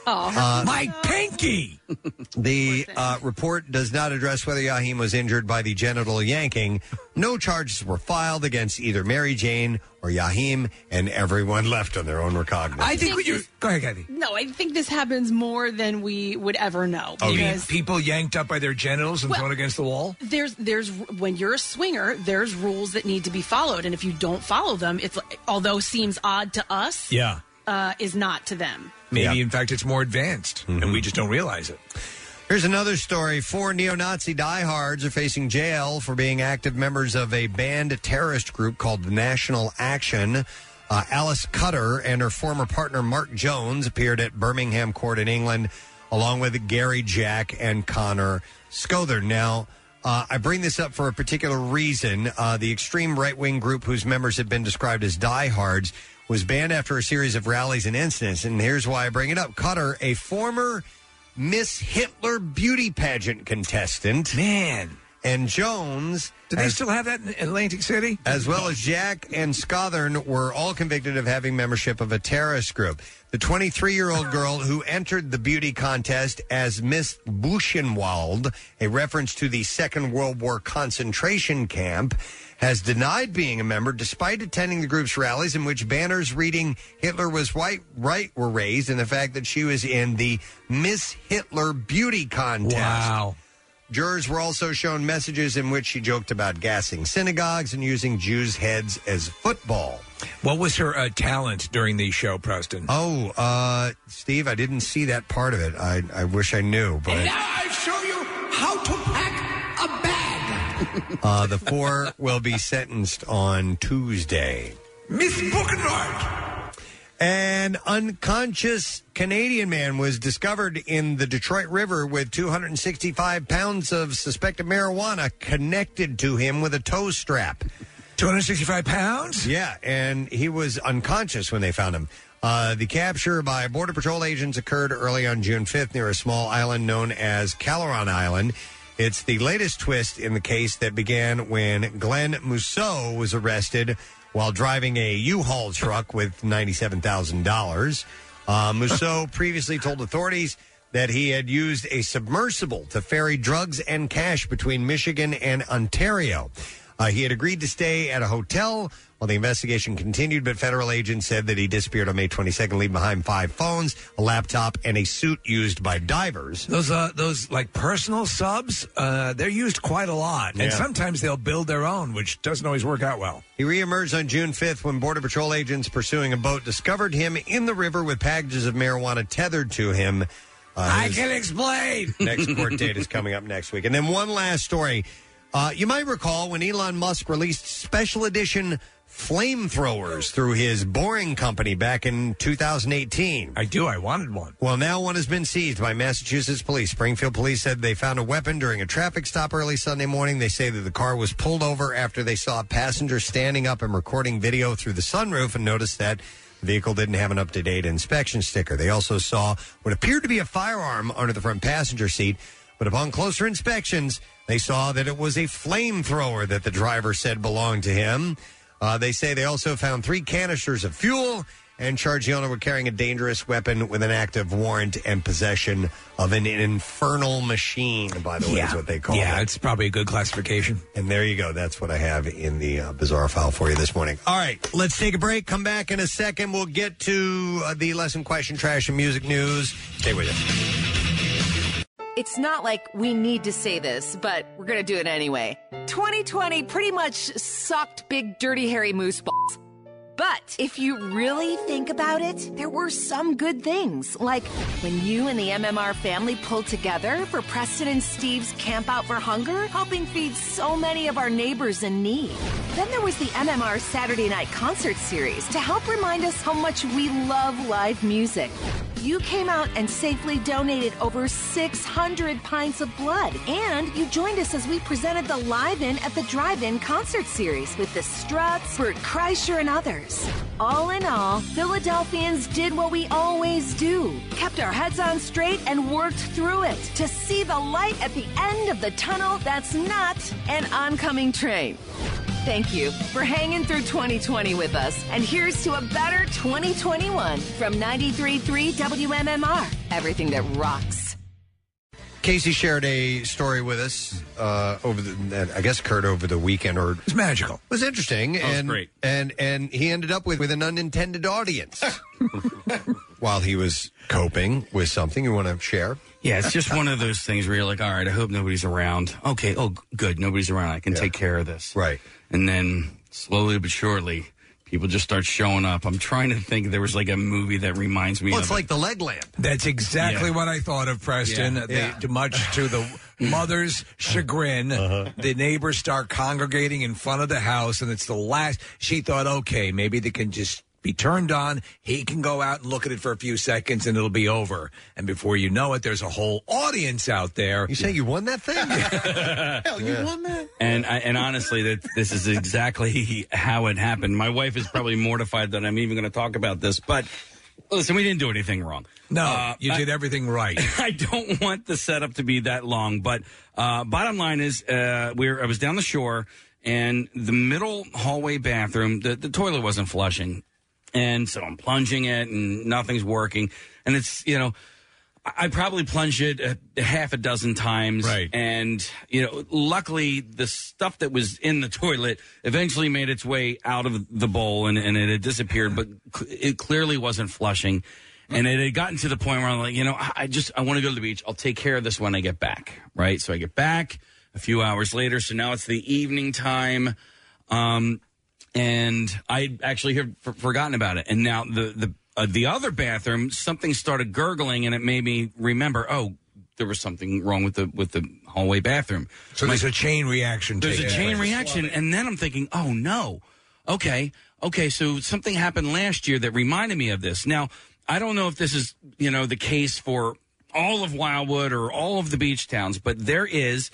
Speaker 13: Oh,
Speaker 1: Uh,
Speaker 3: my pinky!
Speaker 1: The uh, report does not address whether Yahim was injured by the genital yanking. No charges were filed against either Mary Jane or Yahim, and everyone left on their own recognizance.
Speaker 13: I think when you-
Speaker 3: Go ahead, Kathy.
Speaker 13: No, I think this happens more than we would ever know.
Speaker 1: Oh,
Speaker 3: You mean
Speaker 13: because
Speaker 3: people yanked up by their genitals and thrown against the wall.
Speaker 13: there's there's when you're a swinger, there's rules that need to be followed, and if you don't follow them, it's although seems odd to us,
Speaker 3: Yeah.
Speaker 13: uh, is not to them.
Speaker 3: Maybe in fact it's more advanced,
Speaker 1: Mm-hmm.
Speaker 3: and we just don't realize it.
Speaker 1: Here's another story. Four neo Nazi diehards are facing jail for being active members of a banned terrorist group called the National Action. Uh, Alice Cutter and her former partner Mark Jones appeared at Birmingham Court in England, along with Gary Jack and Connor Scother. Now, uh, I bring this up for a particular reason. Uh, the extreme right wing group, whose members have been described as diehards, was banned after a series of rallies and incidents. And here's why I bring it up. Cutter, a former Miss Hitler beauty pageant contestant.
Speaker 3: Man.
Speaker 1: and Jones.
Speaker 3: Do they still have that in Atlantic City?
Speaker 1: As well as Jack and Scothern were all convicted of having membership of a terrorist group. The 23 year old girl who entered the beauty contest as Miss Buchenwald, a reference to the Second World War concentration camp, has denied being a member despite attending the group's rallies in which banners reading Hitler was white right were raised and the fact that she was in the Miss Hitler beauty contest. Wow. Jurors were also shown messages in which she joked about gassing synagogues and using Jews' heads as football.
Speaker 3: What was her uh, talent during the show, Preston?
Speaker 1: Oh, uh, Steve, I didn't see that part of it. I, I wish I knew, but.
Speaker 17: I show you how to pack a bag.
Speaker 1: Uh, the four will be sentenced on Tuesday.
Speaker 17: Miss Buchenwald.
Speaker 1: An unconscious Canadian man was discovered in the Detroit River with 265 pounds of suspected marijuana connected to him with a tow strap.
Speaker 3: 265 pounds?
Speaker 1: Yeah, and he was unconscious when they found him. Uh, the capture by Border Patrol agents occurred early on June 5th near a small island known as Caloron Island. It's the latest twist in the case that began when Glenn Mousseau was arrested while driving a U-Haul truck with $97,000. Uh, Mousseau previously told authorities that he had used a submersible to ferry drugs and cash between Michigan and Ontario. Uh, he had agreed to stay at a hotel while the investigation continued, but federal agents said that he disappeared on May 22nd, leaving behind five phones, a laptop, and a suit used by divers.
Speaker 3: Those uh, those like personal subs, uh, they're used quite a lot,
Speaker 1: Yeah.
Speaker 3: and sometimes they'll build their own, which doesn't always work out well.
Speaker 1: He reemerged on June 5th when Border Patrol agents pursuing a boat discovered him in the river with packages of marijuana tethered to him. Uh, his-
Speaker 3: explain.
Speaker 1: Next court date is coming up next week. And then one last story. Uh, you might recall when Elon Musk released special edition flamethrowers through his boring company back in 2018.
Speaker 3: I do. I wanted one.
Speaker 1: Well, now one has been seized by Massachusetts police. Springfield police said they found a weapon during a traffic stop early Sunday morning. They say that the car was pulled over after they saw a passenger standing up and recording video through the sunroof and noticed that the vehicle didn't have an up to date inspection sticker. They also saw what appeared to be a firearm under the front passenger seat, but upon closer inspections, they saw that it was a flamethrower that the driver said belonged to him. Uh, they say they also found three canisters of fuel and Chargiona were carrying a dangerous weapon with an active warrant and possession of an infernal machine, by the way, is what they call
Speaker 3: yeah,
Speaker 1: it.
Speaker 3: it's probably a good classification.
Speaker 1: And there you go. That's what I have in the uh, bizarre file for you this morning. All right, let's take a break. Come back in a second. We'll get to uh, the lesson question, trash, and music news. Stay with us.
Speaker 10: It's not like we need to say this, but we're going to do it anyway. 2020 pretty much sucked big, dirty, hairy moose balls. But if you really think about it, there were some good things, like when you and the MMR family pulled together for Preston and Steve's Camp Out for Hunger, helping feed so many of our neighbors in need. Then there was the MMR Saturday Night Concert Series to help remind us how much we love live music. You came out and safely donated over 600 pints of blood. And you joined us as we presented the Live In at the Drive In concert series with the Struts, Bert Kreischer, and others. All in all, Philadelphians did what we always do kept our heads on straight and worked through it to see the light at the end of the tunnel that's not an oncoming train. Thank you for hanging through 2020 with us. And here's to a better 2021 from 93.3 WMMR. Everything that rocks.
Speaker 1: Casey shared a story with us uh, over the, I guess, occurred over the weekend or
Speaker 3: It's magical.
Speaker 1: was interesting and great. and and he ended up with, with an unintended audience while he was coping with something you want to share
Speaker 4: Yeah, it's just one of those things where you're like, all right, I hope nobody's around. Okay, oh, g- good, nobody's around. I can take care of this.
Speaker 1: Right.
Speaker 4: And then slowly but surely, people just start showing up. I'm trying to think there was like a movie that reminds me
Speaker 3: Well,
Speaker 4: of
Speaker 3: it's
Speaker 4: it.
Speaker 3: like
Speaker 1: the leg lamp.
Speaker 3: That's exactly
Speaker 4: Yeah.
Speaker 3: what I thought of, Preston.
Speaker 4: Yeah.
Speaker 3: They-
Speaker 4: Yeah.
Speaker 3: Much to the mother's chagrin,
Speaker 1: Uh-huh.
Speaker 3: the neighbors start congregating in front of the house, and it's the last. She thought, okay, maybe they can just be turned on. He can go out and look at it for a few seconds, and it'll be over. And before you know it, there's a whole audience out there. You
Speaker 1: say you won that thing?
Speaker 4: Hell,
Speaker 1: you won that?
Speaker 4: And I, and honestly, that this is exactly how it happened. My wife is probably mortified that I'm even going to talk about this, but Listen, we didn't do anything wrong.
Speaker 3: No,
Speaker 4: Uh,
Speaker 3: you
Speaker 4: I-
Speaker 3: did everything right.
Speaker 4: I don't want the setup to be that long, but uh, bottom line is, uh, we were, I was down the shore, and the middle hallway bathroom, the, the toilet wasn't flushing, and so I'm plunging it, and nothing's working, and it's you know. I I probably plunged it a, a half a dozen times, right? And you know, luckily the stuff that was in the toilet eventually made its way out of the bowl and, and it had disappeared, but cl- it clearly wasn't flushing. And it had gotten to the point where I'm like, you know, I I just I want to go to the beach. I'll take care of this when I get back, right? So I get back a few hours later. So now it's the evening time, um, and I actually had for- forgotten about it. And now the the uh, the other bathroom, something started gurgling, and it made me remember. Oh, there was something wrong with the with the hallway bathroom.
Speaker 3: So
Speaker 4: My-
Speaker 3: there's a chain reaction.
Speaker 4: there's a
Speaker 3: taking
Speaker 4: chain
Speaker 3: place.
Speaker 4: reaction, and then I'm thinking, oh no, okay, okay. So something happened last year that reminded me of this. Now I don't know if this is you know the case for all of Wildwood or all of the beach towns, but there is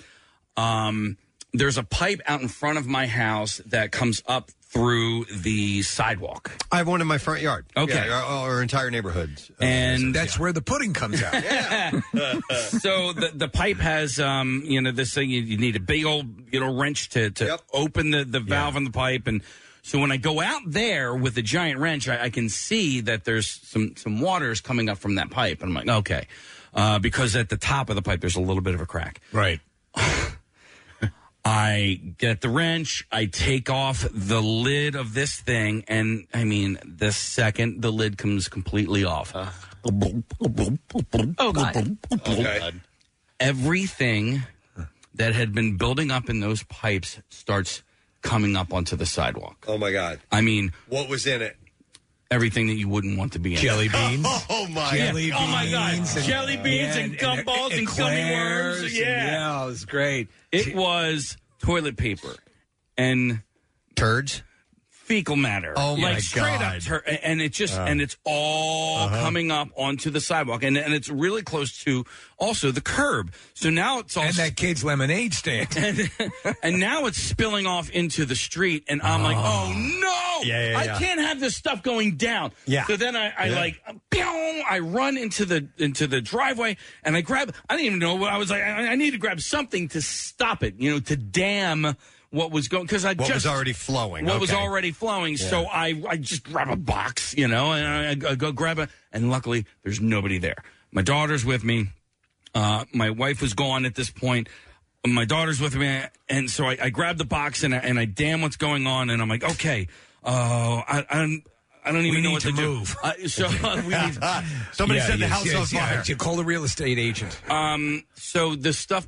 Speaker 4: um, there's a pipe out in front of my house that comes up through the sidewalk.
Speaker 1: I have one in my front yard.
Speaker 4: Okay.
Speaker 1: Yeah, our, our entire neighborhoods,
Speaker 4: And
Speaker 3: that's where the pudding comes out.
Speaker 4: so the the pipe has um you know this thing you, you need a big old you know wrench to to open the the valve on the pipe and so when I go out there with the giant wrench I, I can see that there's some some water is coming up from that pipe and I'm like okay uh, because at the top of the pipe there's a little bit of a crack
Speaker 3: right
Speaker 4: I get the wrench, I take off the lid of this thing, and I mean, the second the lid comes completely off.
Speaker 17: Oh, God.
Speaker 4: Everything that had been building up in those pipes starts coming up onto the sidewalk.
Speaker 1: Oh my God!
Speaker 4: I mean,
Speaker 1: what was in it?
Speaker 4: Everything that you wouldn't want to be in.
Speaker 1: Jelly beans? Oh, my-
Speaker 4: Jelly
Speaker 1: Oh, my God.
Speaker 4: beans and-
Speaker 1: Jelly beans
Speaker 4: Yeah,
Speaker 1: and gumballs and
Speaker 4: gummy
Speaker 3: eclairs
Speaker 4: worms.
Speaker 3: and-
Speaker 4: Yeah.
Speaker 3: yeah, it was great.
Speaker 4: It was toilet paper and
Speaker 1: turds,
Speaker 4: fecal matter.
Speaker 3: Oh,
Speaker 4: like
Speaker 3: my
Speaker 4: straight
Speaker 3: God. Uh-huh.
Speaker 4: up, tur- and it just
Speaker 3: Oh.
Speaker 4: and it's all coming up onto the sidewalk, and and it's really close to also the curb. So now it's all
Speaker 3: And that kid's lemonade stand.
Speaker 4: and, and now it's spilling off into the street, and I'm like, oh no,
Speaker 3: Yeah, yeah, yeah.
Speaker 4: I can't have this stuff going down.
Speaker 3: Yeah.
Speaker 4: So then I, I
Speaker 3: Yeah.
Speaker 4: like, boom, I run into the into the driveway, and I grab. I didn't even know what I was like. I, I need to grab something to stop it, you know, to dam what was going because I
Speaker 1: What
Speaker 4: just
Speaker 1: was already flowing,
Speaker 4: What was
Speaker 1: okay.
Speaker 4: already flowing.
Speaker 1: Yeah.
Speaker 4: So I I just grab a box, you know, and I, I go grab it, and luckily there's nobody there. My daughter's with me. Uh, my wife was gone at this point. My daughter's with me, and so I, I grab the box and I, and I damn what's going on, and I'm like, okay, oh, I, I'm. I don't even know what to, do. Uh, so we need,
Speaker 3: Yeah, yes, yes, yeah. You call the real estate agent.
Speaker 4: Um, so the stuff,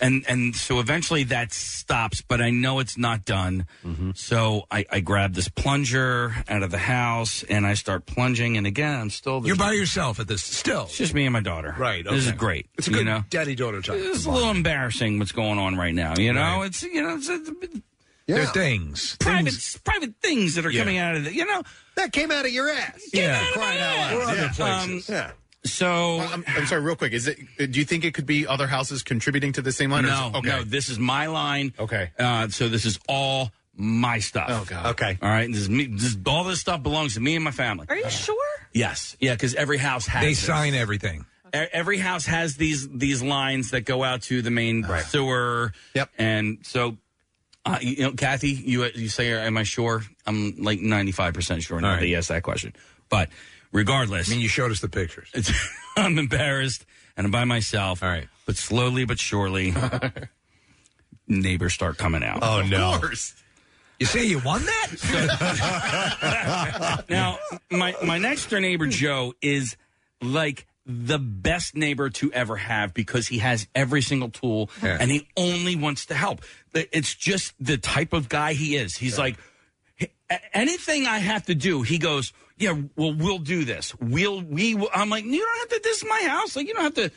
Speaker 4: and and so eventually that stops, but I know it's not done. So I, I grab this plunger out of the house and I start plunging, and again I'm still.
Speaker 3: You're by yourself at this. Still, it's
Speaker 4: just me and my daughter.
Speaker 3: Right.
Speaker 4: This is
Speaker 3: okay.
Speaker 4: great.
Speaker 3: It's a
Speaker 4: you
Speaker 3: good
Speaker 4: know?
Speaker 3: daddy daughter time.
Speaker 4: It's a little embarrassing what's going on right now. You know,
Speaker 3: Right.
Speaker 4: it's you know, it's, it's
Speaker 3: They're things.
Speaker 4: private private things that are
Speaker 3: Yeah.
Speaker 4: coming out of the you know
Speaker 1: that came out of your ass.
Speaker 4: Yeah,
Speaker 1: crying
Speaker 4: loud.
Speaker 1: out
Speaker 5: Yeah.
Speaker 4: Um, So
Speaker 5: Uh, I'm, I'm sorry, real quick. Is it? uh, Do you think it could be other houses contributing to the same line?
Speaker 4: No, no, this is my line.
Speaker 5: Okay.
Speaker 4: Uh, so this is all my stuff. Oh
Speaker 5: God.
Speaker 1: Okay.
Speaker 4: All right. This is me. This, all this stuff belongs to me and my family.
Speaker 13: Are you sure?
Speaker 4: Yes. Yeah. Because every house has.
Speaker 3: They
Speaker 4: this.
Speaker 3: sign everything.
Speaker 4: E- Every house has these these lines that go out to the main sewer. Yep. And so, uh, you know, Kathy, you you say, "Am I sure?" I'm like 95 percent sure uh, now that you asked that question. But regardless, I mean,
Speaker 3: you showed us the pictures.
Speaker 4: It's, I'm embarrassed and I'm by myself. All right. But slowly but surely, neighbors start coming out.
Speaker 1: Oh no!
Speaker 3: You say you won that?
Speaker 4: now, my my next door neighbor Joe is like the best neighbor to ever have because he has every single tool
Speaker 3: Yeah.
Speaker 4: and he only wants to help. The- It's just the type of guy he is. He's like a- anything I have to do, he goes, "Yeah, well, we'll do this. We'll we." Will. I'm like, "You don't have to. This is my house. Like, you don't have to."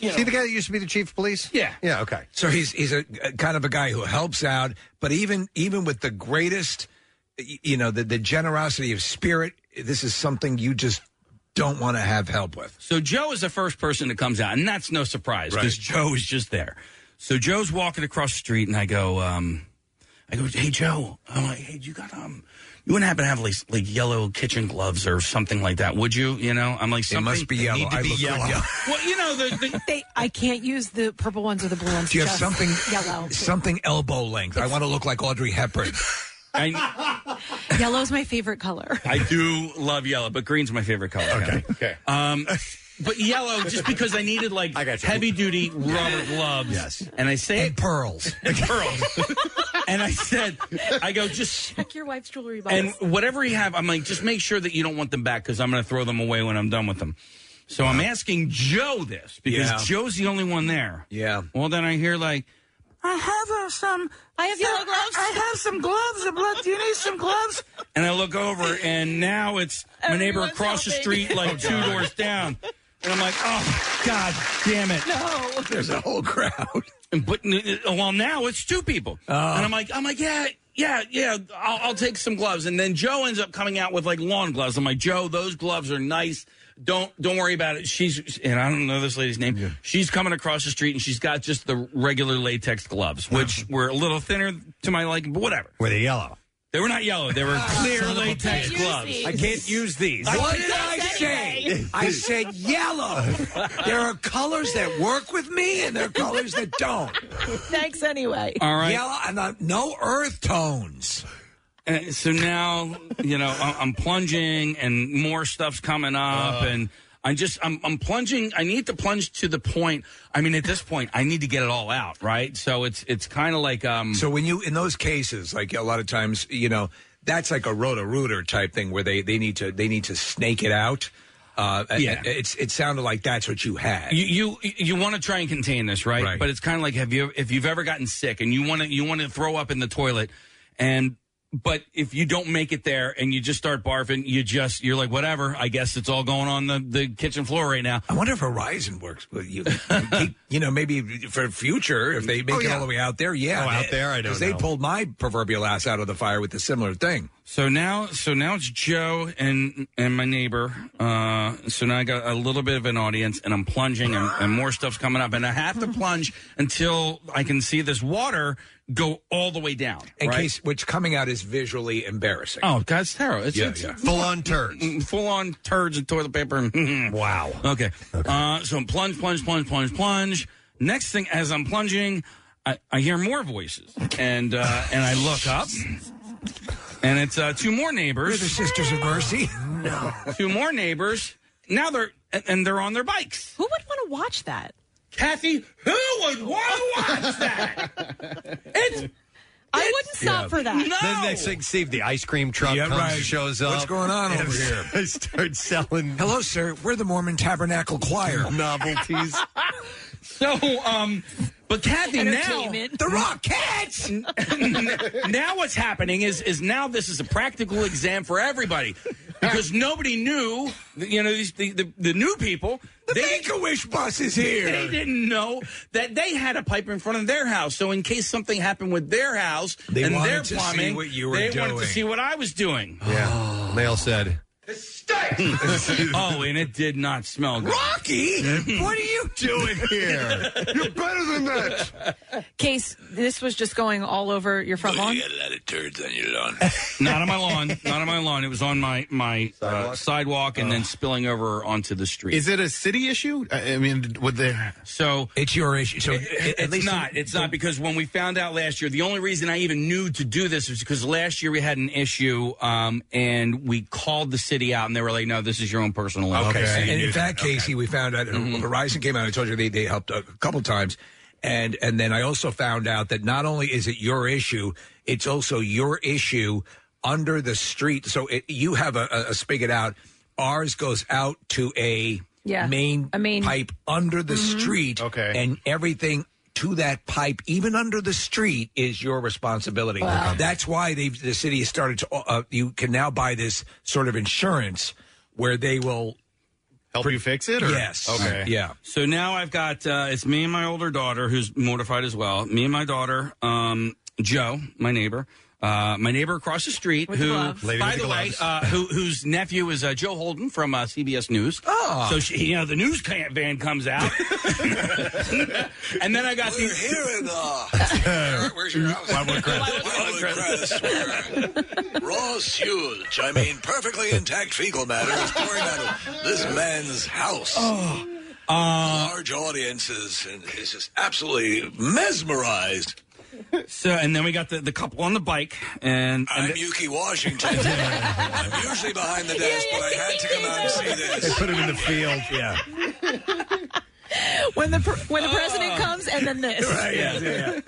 Speaker 4: You know.
Speaker 1: See the guy that used to be the chief of police?
Speaker 4: Yeah.
Speaker 1: Yeah. Okay.
Speaker 3: So he's he's a, a kind of a guy who helps out, but even even with the greatest, y- you know, the, the generosity of spirit, this is something you just don't want to have help with.
Speaker 4: So Joe is the first person that comes out, and that's no surprise because Joe is just there. So Joe's walking across the street, and I go, um, I go, hey Joe, I'm like, hey, you got um, you wouldn't happen to have like, like yellow kitchen gloves or something like that, would you? You know, I'm like,
Speaker 3: They
Speaker 4: something
Speaker 3: must be yellow.
Speaker 4: Need to
Speaker 3: I
Speaker 4: be
Speaker 3: look
Speaker 4: yellow.
Speaker 3: yellow.
Speaker 23: Well, you know the,
Speaker 13: they. I can't use the purple ones or the blue ones.
Speaker 3: Do you have
Speaker 13: just
Speaker 3: something
Speaker 13: yellow?
Speaker 3: Something elbow length. I want to look like Audrey Hepburn.
Speaker 13: Yellow's my favorite color.
Speaker 4: I do love yellow, but green's my favorite color. Okay.
Speaker 5: Okay.
Speaker 4: Um, but yellow, just because I needed like heavy duty rubber gloves. Yes. And I say and
Speaker 3: pearls
Speaker 4: and pearls. and I said, I go just
Speaker 13: Check your wife's jewelry box.
Speaker 4: and whatever you have, I'm like, just make sure that you don't want them back because I'm going to throw them away when I'm done with them. So I'm asking Joe this because
Speaker 3: Yeah.
Speaker 4: Joe's the only one there.
Speaker 3: Yeah.
Speaker 4: Well, then I hear like, I have uh, some.
Speaker 13: I have
Speaker 4: yellow gloves. I have some gloves. I'm like, do you need some gloves? and I look over, and now it's my neighbor
Speaker 17: Everyone's
Speaker 4: across the
Speaker 17: helping.
Speaker 4: street, like
Speaker 17: Oh,
Speaker 4: two
Speaker 17: God.
Speaker 4: doors down. And I'm like, oh, God damn it.
Speaker 13: No.
Speaker 4: There's a whole crowd. And but well, now it's two people.
Speaker 1: Oh.
Speaker 4: And I'm like, I'm like, yeah, yeah, yeah. I'll, I'll take some gloves. And then Joe ends up coming out with like lawn gloves. I'm like, Joe, those gloves are nice. Don't don't worry about it. She's and I don't know this lady's name. She's coming across the street and she's got just the regular latex gloves, which were a little thinner to my liking, but whatever.
Speaker 1: Uh-huh. Were they yellow?
Speaker 4: They were not yellow. They were clear
Speaker 1: Son of a
Speaker 4: latex
Speaker 1: bitch.
Speaker 4: gloves.
Speaker 1: I can't use these.
Speaker 4: I
Speaker 3: What
Speaker 4: can't-
Speaker 3: did I say? I said yellow. There are colors that work with me, and there are colors that don't.
Speaker 13: Thanks anyway.
Speaker 4: All right.
Speaker 3: Yellow and uh, no earth tones.
Speaker 4: And Uh, so now, you know, I- I'm plunging and more stuff's coming up
Speaker 3: Uh.
Speaker 4: and I just I'm I'm plunging. I need to plunge to the point. I mean, at this point, I need to get it all out, right? So it's it's kind of like um
Speaker 3: So when you in those cases, like a lot of times, you know, that's like a roto rooter type thing where they they need to they need to snake it out. Uh,
Speaker 4: Yeah.
Speaker 3: yeah, it's it sounded like that's what you had.
Speaker 4: You you you want to try and contain this, right?
Speaker 3: Right.
Speaker 4: But it's kind of like have you if you've ever gotten sick and you want to you want to throw up in the toilet, and but if you don't make it there and you just start barfing, you just you're like whatever. I guess it's all going on the the kitchen floor right now.
Speaker 3: I wonder if Horizon works with you. you know, maybe for future, if they make
Speaker 4: Oh,
Speaker 3: it
Speaker 4: yeah.
Speaker 3: all the way out there, yeah.
Speaker 4: Oh, out there, I don't
Speaker 3: Because they
Speaker 4: know.
Speaker 3: pulled my proverbial ass out of the fire with a similar thing.
Speaker 4: So now, so now it's Joe and and my neighbor. Uh, so now I got a little bit of an audience, and I'm plunging, and, and more stuff's coming up, and I have to plunge until I can see this water go all the way down.
Speaker 3: In
Speaker 4: right?
Speaker 3: case, which coming out is visually embarrassing.
Speaker 4: Oh, God, it's terrible. It's,
Speaker 3: Yeah,
Speaker 4: it's Mm,
Speaker 3: yeah.
Speaker 1: Full-on turds.
Speaker 4: Full-on turds and toilet paper. And mm,
Speaker 1: wow.
Speaker 4: Okay. Uh, so I'm plunge, plunge, plunge, plunge, plunge. Next thing, as I'm plunging, I, I hear more voices. And, uh, and I look up. And it's uh, two more neighbors.
Speaker 3: We're the Sisters of Mercy. No.
Speaker 4: Two more neighbors. Now they're, and- and they're on their bikes.
Speaker 13: Who would want to watch that?
Speaker 4: Kathy, who would want to watch that? it's
Speaker 13: I wouldn't stop for that.
Speaker 1: Then next thing, Steve, the ice cream truck
Speaker 3: Yeah,
Speaker 1: comes,
Speaker 3: right.
Speaker 1: shows up.
Speaker 3: What's going on
Speaker 1: and
Speaker 3: over here?
Speaker 1: They start selling
Speaker 3: Hello, sir. We're the Mormon Tabernacle Choir.
Speaker 1: novelties.
Speaker 4: So, um, but Kathy, now
Speaker 13: Entertainment.
Speaker 3: the Rock Cats.
Speaker 4: now what's happening is is now this is a practical exam for everybody because nobody knew. You know, these, the, the the new people. The Make
Speaker 3: a Wish bus is here.
Speaker 4: They didn't know that they had a pipe in front of their house. So in case something happened with their house
Speaker 3: They
Speaker 4: and their
Speaker 3: wanted to see
Speaker 4: plumbing,
Speaker 3: what you were
Speaker 4: they wanted to
Speaker 3: doing.
Speaker 4: see what I was doing.
Speaker 1: Yeah. They all said,
Speaker 4: oh, and it did not smell good.
Speaker 3: Rocky, what are you doing here?
Speaker 13: You're better than that. Case, this was just going all over your front lawn.
Speaker 4: a lot of turds on your lawn. Not on my lawn. Not on my lawn. It was on my my sidewalk, uh, sidewalk
Speaker 3: Oh.
Speaker 4: and then spilling over onto the street.
Speaker 5: Is it a city issue? I I mean, would the
Speaker 4: so
Speaker 3: it's your issue? So
Speaker 4: it's not. it's not because when we found out last year, the only reason I even knew to do this is because last year we had an issue, um, and we called the city out, and they were like, "No, this is your own personal." lawn."
Speaker 3: Okay. and in fact, Casey, we found out
Speaker 1: Mm-hmm.
Speaker 3: Horizon came out. I told you they, they helped a couple times, and and then I also found out that not only is it your issue, it's also your issue under the street. So it, you have a, a, a spigot out. Ours goes out to a
Speaker 13: Yeah,
Speaker 3: main
Speaker 13: a main-
Speaker 3: pipe under the
Speaker 5: Mm-hmm.
Speaker 3: street. Okay, and everything. To that pipe, even under the street, is your responsibility. That's why they the city has started to. Uh, you can now buy this sort of insurance where they will
Speaker 5: help you fix it? Or?
Speaker 3: Yes.
Speaker 5: Okay.
Speaker 3: Yeah.
Speaker 4: So now I've got uh, it's me and my older daughter who's mortified as well. Me and my daughter, um, Joe, my neighbor, uh, Uh, my neighbor across the street,
Speaker 24: With
Speaker 4: who,
Speaker 24: gloves. Lady
Speaker 4: by
Speaker 24: with
Speaker 4: the,
Speaker 24: the
Speaker 4: way,
Speaker 24: gloves.
Speaker 4: uh, who, whose nephew is uh, Joe Holden from uh, CBS News.
Speaker 24: Oh.
Speaker 4: so she, you know the news can- van comes out, and then I got these.
Speaker 10: Here in uh,
Speaker 4: Where's your house?
Speaker 10: Wildwood Crest, where raw sewage, I mean perfectly intact fecal matter, is pouring out of this
Speaker 3: Uh,
Speaker 10: man's house.
Speaker 3: Oh.
Speaker 10: Large audiences, and it's just absolutely mesmerized.
Speaker 4: So, and then we got the, the couple on the bike, and, and
Speaker 10: I'm
Speaker 4: the-
Speaker 10: Yuki Washington. I'm usually behind the desk, but I had to come out and see this.
Speaker 1: They put him in the field. Yeah.
Speaker 13: when the pr- when
Speaker 4: Oh.
Speaker 13: the president comes and then this.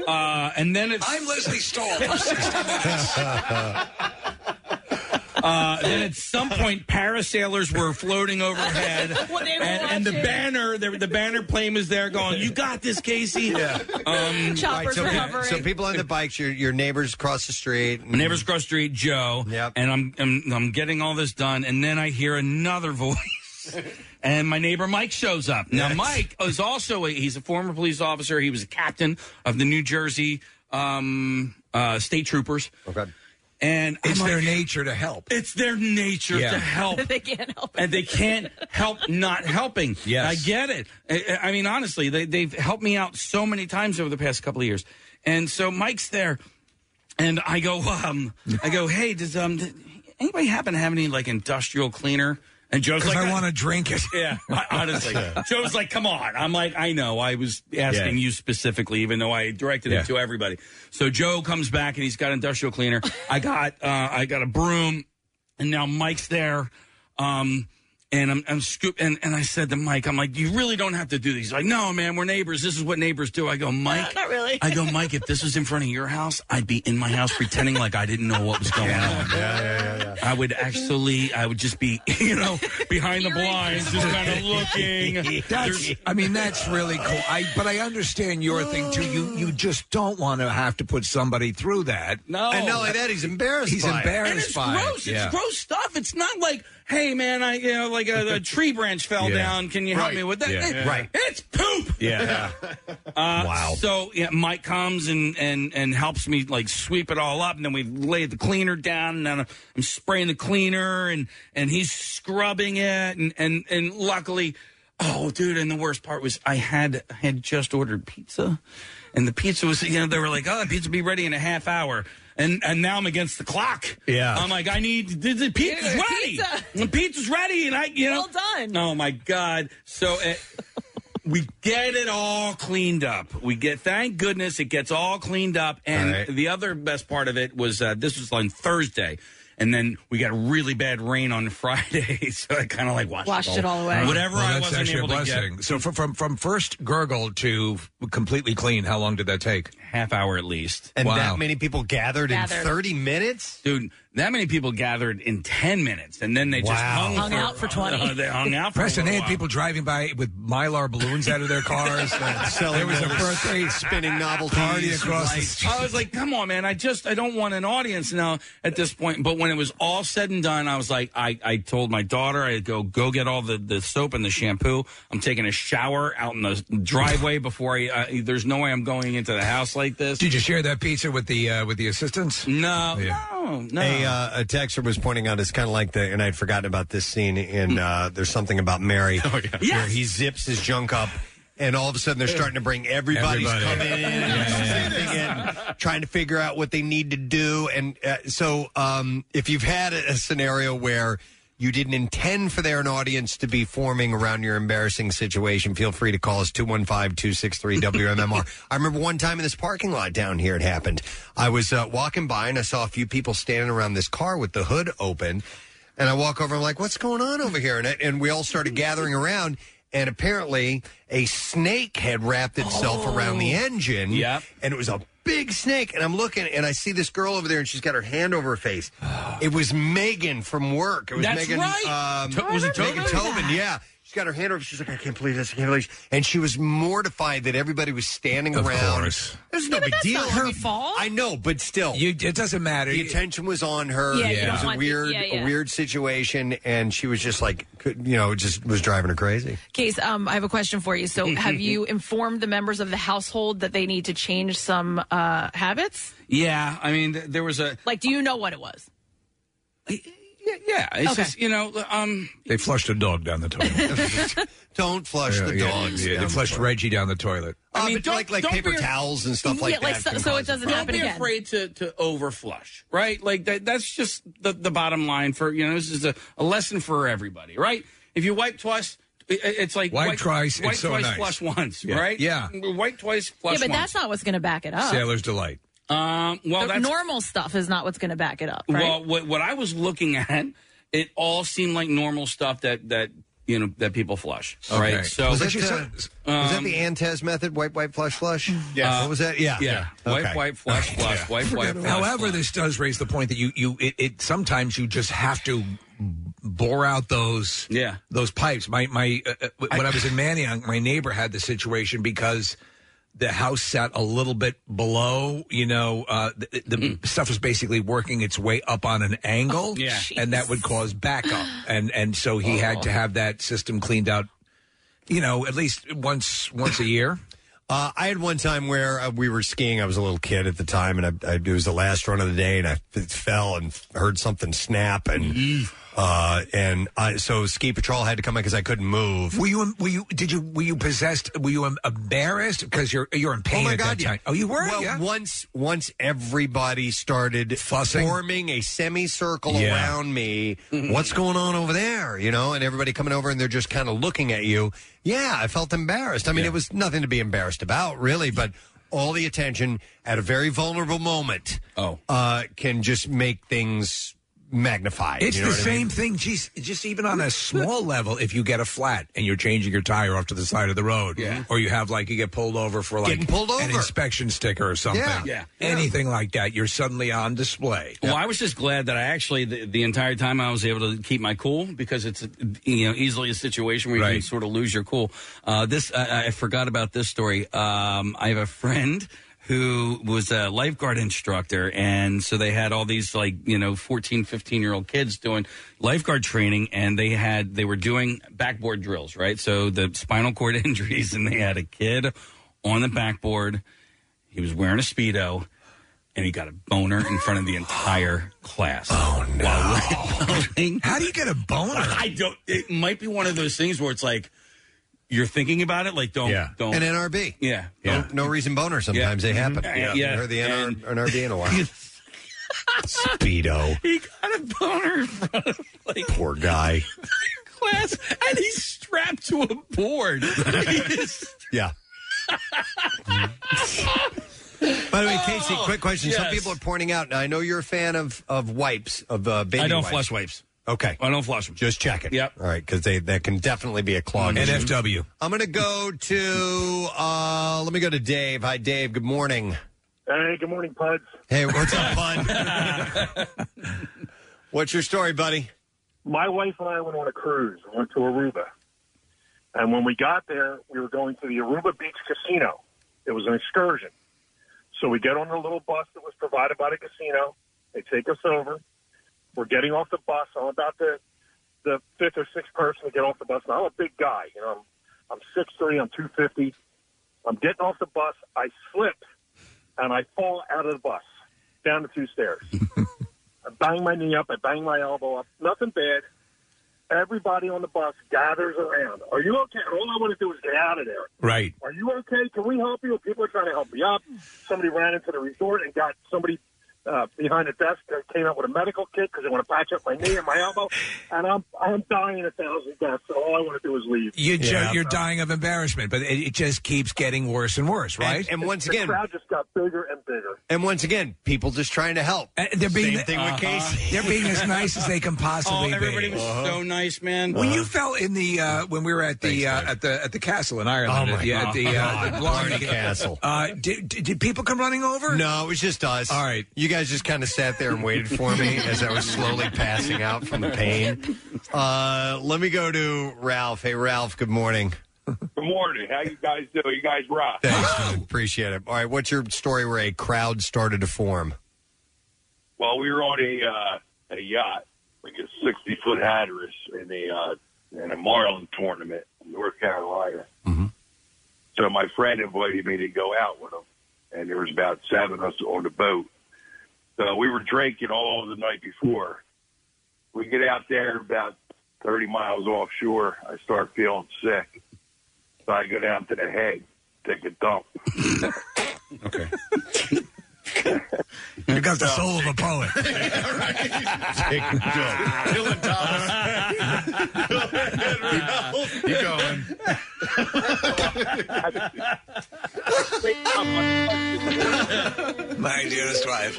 Speaker 4: Uh, and then it's
Speaker 10: I'm Leslie Stahl from 60 Minutes.
Speaker 4: Uh, then at some point, parasailers were floating overhead,
Speaker 17: Well, they were
Speaker 4: and, and the
Speaker 17: watching.
Speaker 4: banner, the, the banner plane was there, going, "You got this, Casey." Yeah. Um,
Speaker 1: Right, so, pe- so people on the bikes, your your neighbors across the street.
Speaker 4: My neighbor's across the street, Joe. And I'm, I'm I'm getting all this done, and then I hear another voice, and my neighbor Mike shows up. Now
Speaker 24: Yes.
Speaker 4: Mike is also a, he's a former police officer. He was a captain of the New Jersey um, uh, State Troopers. Okay. And
Speaker 3: It's
Speaker 4: I'm
Speaker 3: their
Speaker 4: like,
Speaker 3: nature to help.
Speaker 4: It's their nature
Speaker 3: Yeah.
Speaker 4: to help.
Speaker 13: they can't help.
Speaker 4: and they can't help not helping.
Speaker 3: Yes.
Speaker 4: I get it. I, I mean, honestly, they, they've helped me out so many times over the past couple of years, and so Mike's there, and I go, um, I go, hey, does um, th- anybody happen to have any like industrial cleaner? And Joe's
Speaker 3: Because
Speaker 4: like, "Uh,
Speaker 3: I want to drink it.
Speaker 4: Yeah, I- honestly, Joe's like, come on. I'm like, I know. I was asking
Speaker 3: Yeah.
Speaker 4: you specifically, even though I directed
Speaker 3: Yeah.
Speaker 4: it to everybody. So Joe comes back and he's got industrial cleaner. I got uh, I got a broom, and now Mike's there. Um, and I'm, I'm scoop and, and I said to Mike, I'm like, you really don't have to do these. He's like, no, man, we're neighbors. This is what neighbors do. I go, Mike,
Speaker 17: Not really.
Speaker 4: I go, Mike, if this was in front of your house, I'd be in my house pretending like I didn't know what was going on. I would actually, I would just be, you know, behind the blinds, just kind of looking.
Speaker 3: That's, I mean, that's really cool. I, but I understand your thing too. You, you just don't want to have to put somebody through that.
Speaker 4: No.
Speaker 3: and not only
Speaker 1: that, he's embarrassed.
Speaker 3: He's
Speaker 4: by it.
Speaker 3: embarrassed
Speaker 4: And it's
Speaker 3: by it.
Speaker 4: gross.
Speaker 3: Yeah.
Speaker 4: It's gross stuff. It's not like, hey man, I you know like a, a tree branch fell
Speaker 3: Yeah.
Speaker 4: down. Can you help
Speaker 3: Right.
Speaker 4: me with that?
Speaker 3: Yeah.
Speaker 4: It-
Speaker 3: Yeah. Right.
Speaker 4: It's poop.
Speaker 3: Yeah.
Speaker 4: Uh, wow. So yeah, Mike comes and and and helps me like sweep it all up, and then we lay the cleaner down, and then I'm spraying the cleaner, and and he's scrubbing it, and and and luckily, oh dude, and the worst part was I had had just ordered pizza, and the pizza was you know they were like oh the pizza will be ready in a half hour. And, and now I'm against the clock.
Speaker 1: Yeah.
Speaker 4: I'm like, I need the, the pizza's
Speaker 17: Yeah,
Speaker 4: ready.
Speaker 17: pizza.
Speaker 4: The pizza's ready, and I, you know,
Speaker 13: well done.
Speaker 4: Oh my God! So uh, we get it all cleaned up. We get, thank goodness, it gets all cleaned up. And
Speaker 24: All right.
Speaker 4: the other best part of it was uh, this was on Thursday. And then we got really bad rain on Friday, so I kind of like washed,
Speaker 13: Washed it all away.
Speaker 4: Whatever
Speaker 3: Well,
Speaker 4: I
Speaker 3: that's
Speaker 4: wasn't
Speaker 3: actually
Speaker 4: able
Speaker 3: a blessing.
Speaker 4: to get.
Speaker 3: So from, from from first gurgle to f- completely clean, how long did that take?
Speaker 4: Half hour at least.
Speaker 1: And that many people gathered, in
Speaker 4: Gathered.
Speaker 1: 30 minutes?
Speaker 4: Dude, that many people gathered in 10 minutes, and then they just hung, Uh, they hung out for
Speaker 3: Preston,
Speaker 4: a
Speaker 3: they
Speaker 4: little
Speaker 3: had
Speaker 4: while.
Speaker 3: people driving by with mylar balloons out of their cars. there was a birthday
Speaker 1: spinning novelties.
Speaker 3: party across the street.
Speaker 4: I was like, come on, man. I just, I don't want an audience now at this point. But when it was all said and done, I was like, I, I told my daughter, I go, go get all the, the soap and the shampoo. I'm taking a shower out in the driveway before I, uh, there's no way I'm going into the house like this.
Speaker 3: Did you share that pizza with the uh, with the assistants?
Speaker 4: No, no, no.
Speaker 1: A, uh, a texter was pointing out it's kind of like the, and I'd forgotten about this scene in uh, There's Something About Mary, where he zips his junk up, and all of a sudden they're starting to bring everybody's
Speaker 17: Everybody.
Speaker 1: coming in, and zipping it, trying to figure out what they need to do. And uh, so um, if you've had a, a scenario where you didn't intend for there an audience to be forming around your embarrassing situation, feel free to call us 215 263 WMMR. I remember one time in this parking lot down here, it happened. I was uh, walking by and I saw a few people standing around this car with the hood open. And I walk over, I'm like, what's going on over here? And, I, and we all started gathering around. And apparently, a snake had wrapped itself around the engine. Yep. And it was a big snake. And I'm looking, and I see this girl over there, and she's got her hand over her face. it was Megan from work. It was
Speaker 17: That's
Speaker 1: Megan.
Speaker 17: right.
Speaker 1: Um,
Speaker 17: To- was it
Speaker 1: Megan
Speaker 17: Tobin?
Speaker 1: Tobin, yeah. She's got her hand over. She's like, I can't believe this. I can't believe this. And she was mortified that everybody was standing
Speaker 3: Of
Speaker 1: around.
Speaker 3: course.
Speaker 1: It was no big
Speaker 3: that's
Speaker 1: deal.
Speaker 3: not her
Speaker 1: I mean,
Speaker 13: fault.
Speaker 1: I know, but still,
Speaker 3: it doesn't matter.
Speaker 1: The attention was on her.
Speaker 3: Yeah, you
Speaker 1: it
Speaker 3: don't
Speaker 1: was a
Speaker 13: want-
Speaker 1: weird,
Speaker 13: yeah, yeah.
Speaker 1: a weird situation, and she was just like, could- you know, it just was driving her crazy.
Speaker 13: Case, um, I have a question for you. So, have you informed the members of the household that they need to change some uh, habits?
Speaker 4: Yeah, I mean, th- there was a
Speaker 13: Like, do you know what it was?
Speaker 4: yeah. It's
Speaker 13: Okay.
Speaker 4: just you know, um,
Speaker 3: They flushed a dog down the toilet.
Speaker 1: Don't flush
Speaker 3: the dogs. Yeah, they flushed Reggie down the toilet.
Speaker 1: I mean, like like
Speaker 4: don't
Speaker 1: paper
Speaker 4: be a-
Speaker 1: towels and stuff like that. can cause
Speaker 4: don't
Speaker 1: problem.
Speaker 4: be afraid to to overflush, right? Like that, that's just the the bottom line for you know. This is a, a lesson for everybody, right? If you wipe twice, i- i- it's like
Speaker 3: Wipe twice,
Speaker 4: wipe
Speaker 3: it's so
Speaker 4: twice,
Speaker 3: nice.
Speaker 4: flush once,
Speaker 3: Yeah.
Speaker 4: right?
Speaker 3: Yeah.
Speaker 4: wipe twice, flush
Speaker 13: yeah, but
Speaker 4: once.
Speaker 13: that's not what's going to back it
Speaker 4: Ah.
Speaker 13: up.
Speaker 3: Sailor's delight.
Speaker 4: Um, well,
Speaker 13: the
Speaker 4: that's
Speaker 13: normal stuff is not what's going to back it up, right?
Speaker 4: Well, what, what I was looking at, it all seemed like normal stuff that that you know that people flush. All right, So
Speaker 1: was that, the, was that the
Speaker 17: Um,
Speaker 1: Antez method? Wipe, wipe, flush, flush.
Speaker 4: Yeah.
Speaker 1: What was that? Yeah.
Speaker 4: Yeah. Wipe, wipe, flush, flush, wipe,
Speaker 3: Forget
Speaker 4: wipe,
Speaker 3: about
Speaker 4: flush.
Speaker 3: it. However, this does raise the point that you you it, it sometimes you just have to bore out those
Speaker 4: yeah
Speaker 3: those pipes. My my uh, uh, when I was in Manioc, my neighbor had the situation because the house sat a little bit below. You know, uh, the, the stuff was basically working its way up on an angle,
Speaker 4: Mm. Oh, Yeah. Oh.
Speaker 3: and that would cause backup. And and so he had to have that system cleaned out. You
Speaker 1: Oh,
Speaker 3: know, at least once once a year.
Speaker 1: Uh, I had one time where uh, we were skiing. I was a little kid at the time, and I, I, it was the last run of the day, and I f- fell and f- heard something snap, and uh, and I, so ski patrol had to come in because I couldn't move.
Speaker 3: Were you were you did you were you possessed? Were you embarrassed because you're you're in pain
Speaker 1: oh my
Speaker 3: at
Speaker 1: god!
Speaker 3: that
Speaker 1: yeah.
Speaker 3: time? Oh, you were.
Speaker 1: Well,
Speaker 3: yeah.
Speaker 1: once once everybody started forming a semicircle
Speaker 3: Yeah.
Speaker 1: around me. What's going on over there? You know, and everybody coming over and they're just kind of looking at you. Yeah, I felt embarrassed. I mean, it was nothing to be embarrassed about, really, but all the attention at a very vulnerable moment.
Speaker 4: Oh,
Speaker 1: uh, can just make things magnified.
Speaker 3: It's
Speaker 1: you know
Speaker 3: the
Speaker 1: what I
Speaker 3: same
Speaker 1: mean?
Speaker 3: thing. Geez, just even on a small level, if you get a flat and you're changing your tire off to the side of the road, yeah. or you have like you get pulled over for like
Speaker 4: Getting pulled
Speaker 3: an
Speaker 4: over.
Speaker 3: inspection sticker or something,
Speaker 4: Yeah. Yeah.
Speaker 3: anything like that, you're suddenly on display.
Speaker 4: Well, I was just glad that I actually the, the entire time I was able to keep my cool because it's you know easily a situation where you can sort of lose your cool. Uh, this I, I forgot about this story. Um, I have a friend who was a lifeguard instructor and so they had all these like you know 14 15 year old kids doing lifeguard training and they had they were doing backboard drills right so the spinal cord injuries and they had a kid on the backboard he was wearing a speedo and he got a boner in front of the entire class. Oh no!
Speaker 3: How do you get a boner?
Speaker 4: I don't. It might be one of those things where it's like you're thinking about it, like don't, don't.
Speaker 1: An NRB.
Speaker 4: Yeah.
Speaker 1: No, no reason boner sometimes. They happen.
Speaker 4: Yeah.
Speaker 1: Yeah.
Speaker 4: Yeah.
Speaker 1: Heard the NR,
Speaker 4: And-
Speaker 1: NRB in a while. Speedo.
Speaker 4: He got a boner in front of like
Speaker 1: Poor guy.
Speaker 4: class, and he's strapped to a board. He is-
Speaker 1: Yeah. By the way, Casey,
Speaker 4: Oh,
Speaker 1: quick question. Some
Speaker 4: yes.
Speaker 1: people are pointing out, and I know you're a fan of, of wipes, of uh, baby
Speaker 4: I don't
Speaker 1: wipes.
Speaker 4: flush wipes.
Speaker 1: Okay.
Speaker 4: I don't flush them.
Speaker 1: Just check it.
Speaker 4: Yep. Mm-hmm.
Speaker 1: All right, because they that can definitely be a clog.
Speaker 3: NFW.
Speaker 1: I'm going to go to, uh, let me go to Dave. Hi, Dave. Good morning.
Speaker 20: Hey, good morning, Puds.
Speaker 1: Hey, what's up, bud? what's your story, buddy?
Speaker 20: My wife and I went on a cruise. We went to Aruba. And when we got there, we were going to the Aruba Beach Casino. It was an excursion. So we get on a little bus that was provided by the casino. They take us over. We're getting off the bus. I'm about the the fifth or sixth person to get off the bus. Now, I'm a big guy. You know, I'm, I'm 6'3", I'm 250. I'm getting off the bus. I slip, and I fall out of the bus down the two stairs. I bang my knee up. I bang my elbow up. Nothing bad. Everybody on the bus gathers around. Are you okay? All I want to do is get out of there.
Speaker 3: Right.
Speaker 20: Are you okay? Can we help you? People are trying to help me up. Somebody ran into the resort and got somebody uh, behind the desk that came out with a medical kit because they want to patch up my knee and my elbow. And I'm I'm dying a thousand deaths. So all I want to do is leave.
Speaker 3: You ju-
Speaker 20: Yeah.
Speaker 3: you're dying of embarrassment, but it, it just keeps getting worse and worse, right?
Speaker 1: and once
Speaker 20: the crowd just got bigger and bigger.
Speaker 1: And once again, people just trying to help.
Speaker 3: Uh, they're being Uh-huh.
Speaker 1: Same thing with Casey.
Speaker 3: They're being as nice as they can possibly
Speaker 1: Uh-huh. Oh, everybody
Speaker 3: be.
Speaker 1: was Uh-huh. so
Speaker 4: nice, man.
Speaker 3: When you fell in the uh, when we were at the uh, at the at the castle in Ireland,
Speaker 1: Oh, my
Speaker 3: at the, at
Speaker 1: God.
Speaker 3: the, uh,
Speaker 1: God,
Speaker 3: the
Speaker 1: Blarney
Speaker 3: Blarney
Speaker 1: Castle.
Speaker 3: Uh, did, did did people come running over?
Speaker 1: No, it was just us.
Speaker 3: All right,
Speaker 1: you guys just kind of sat there and waited for me as I was slowly passing out from the pain. Uh, let me go to Ralph. Hey, Ralph. Good morning.
Speaker 11: Good morning. How you guys doing? You guys rock.
Speaker 1: Thanks. man. Appreciate it. All right. What's your story where a crowd started to form?
Speaker 11: Well, we were on a uh, a yacht, like a sixty foot Hatteras, in a uh, in a marlin tournament in North Carolina. So my friend invited me to go out with him, and there was about seven of us on the boat. So we were drinking all the night before. We get out there about thirty miles offshore. I start feeling sick, so I go down to the head, take a dump. okay.
Speaker 9: You got the soul of a poet.
Speaker 5: Keep going.
Speaker 10: My dearest wife,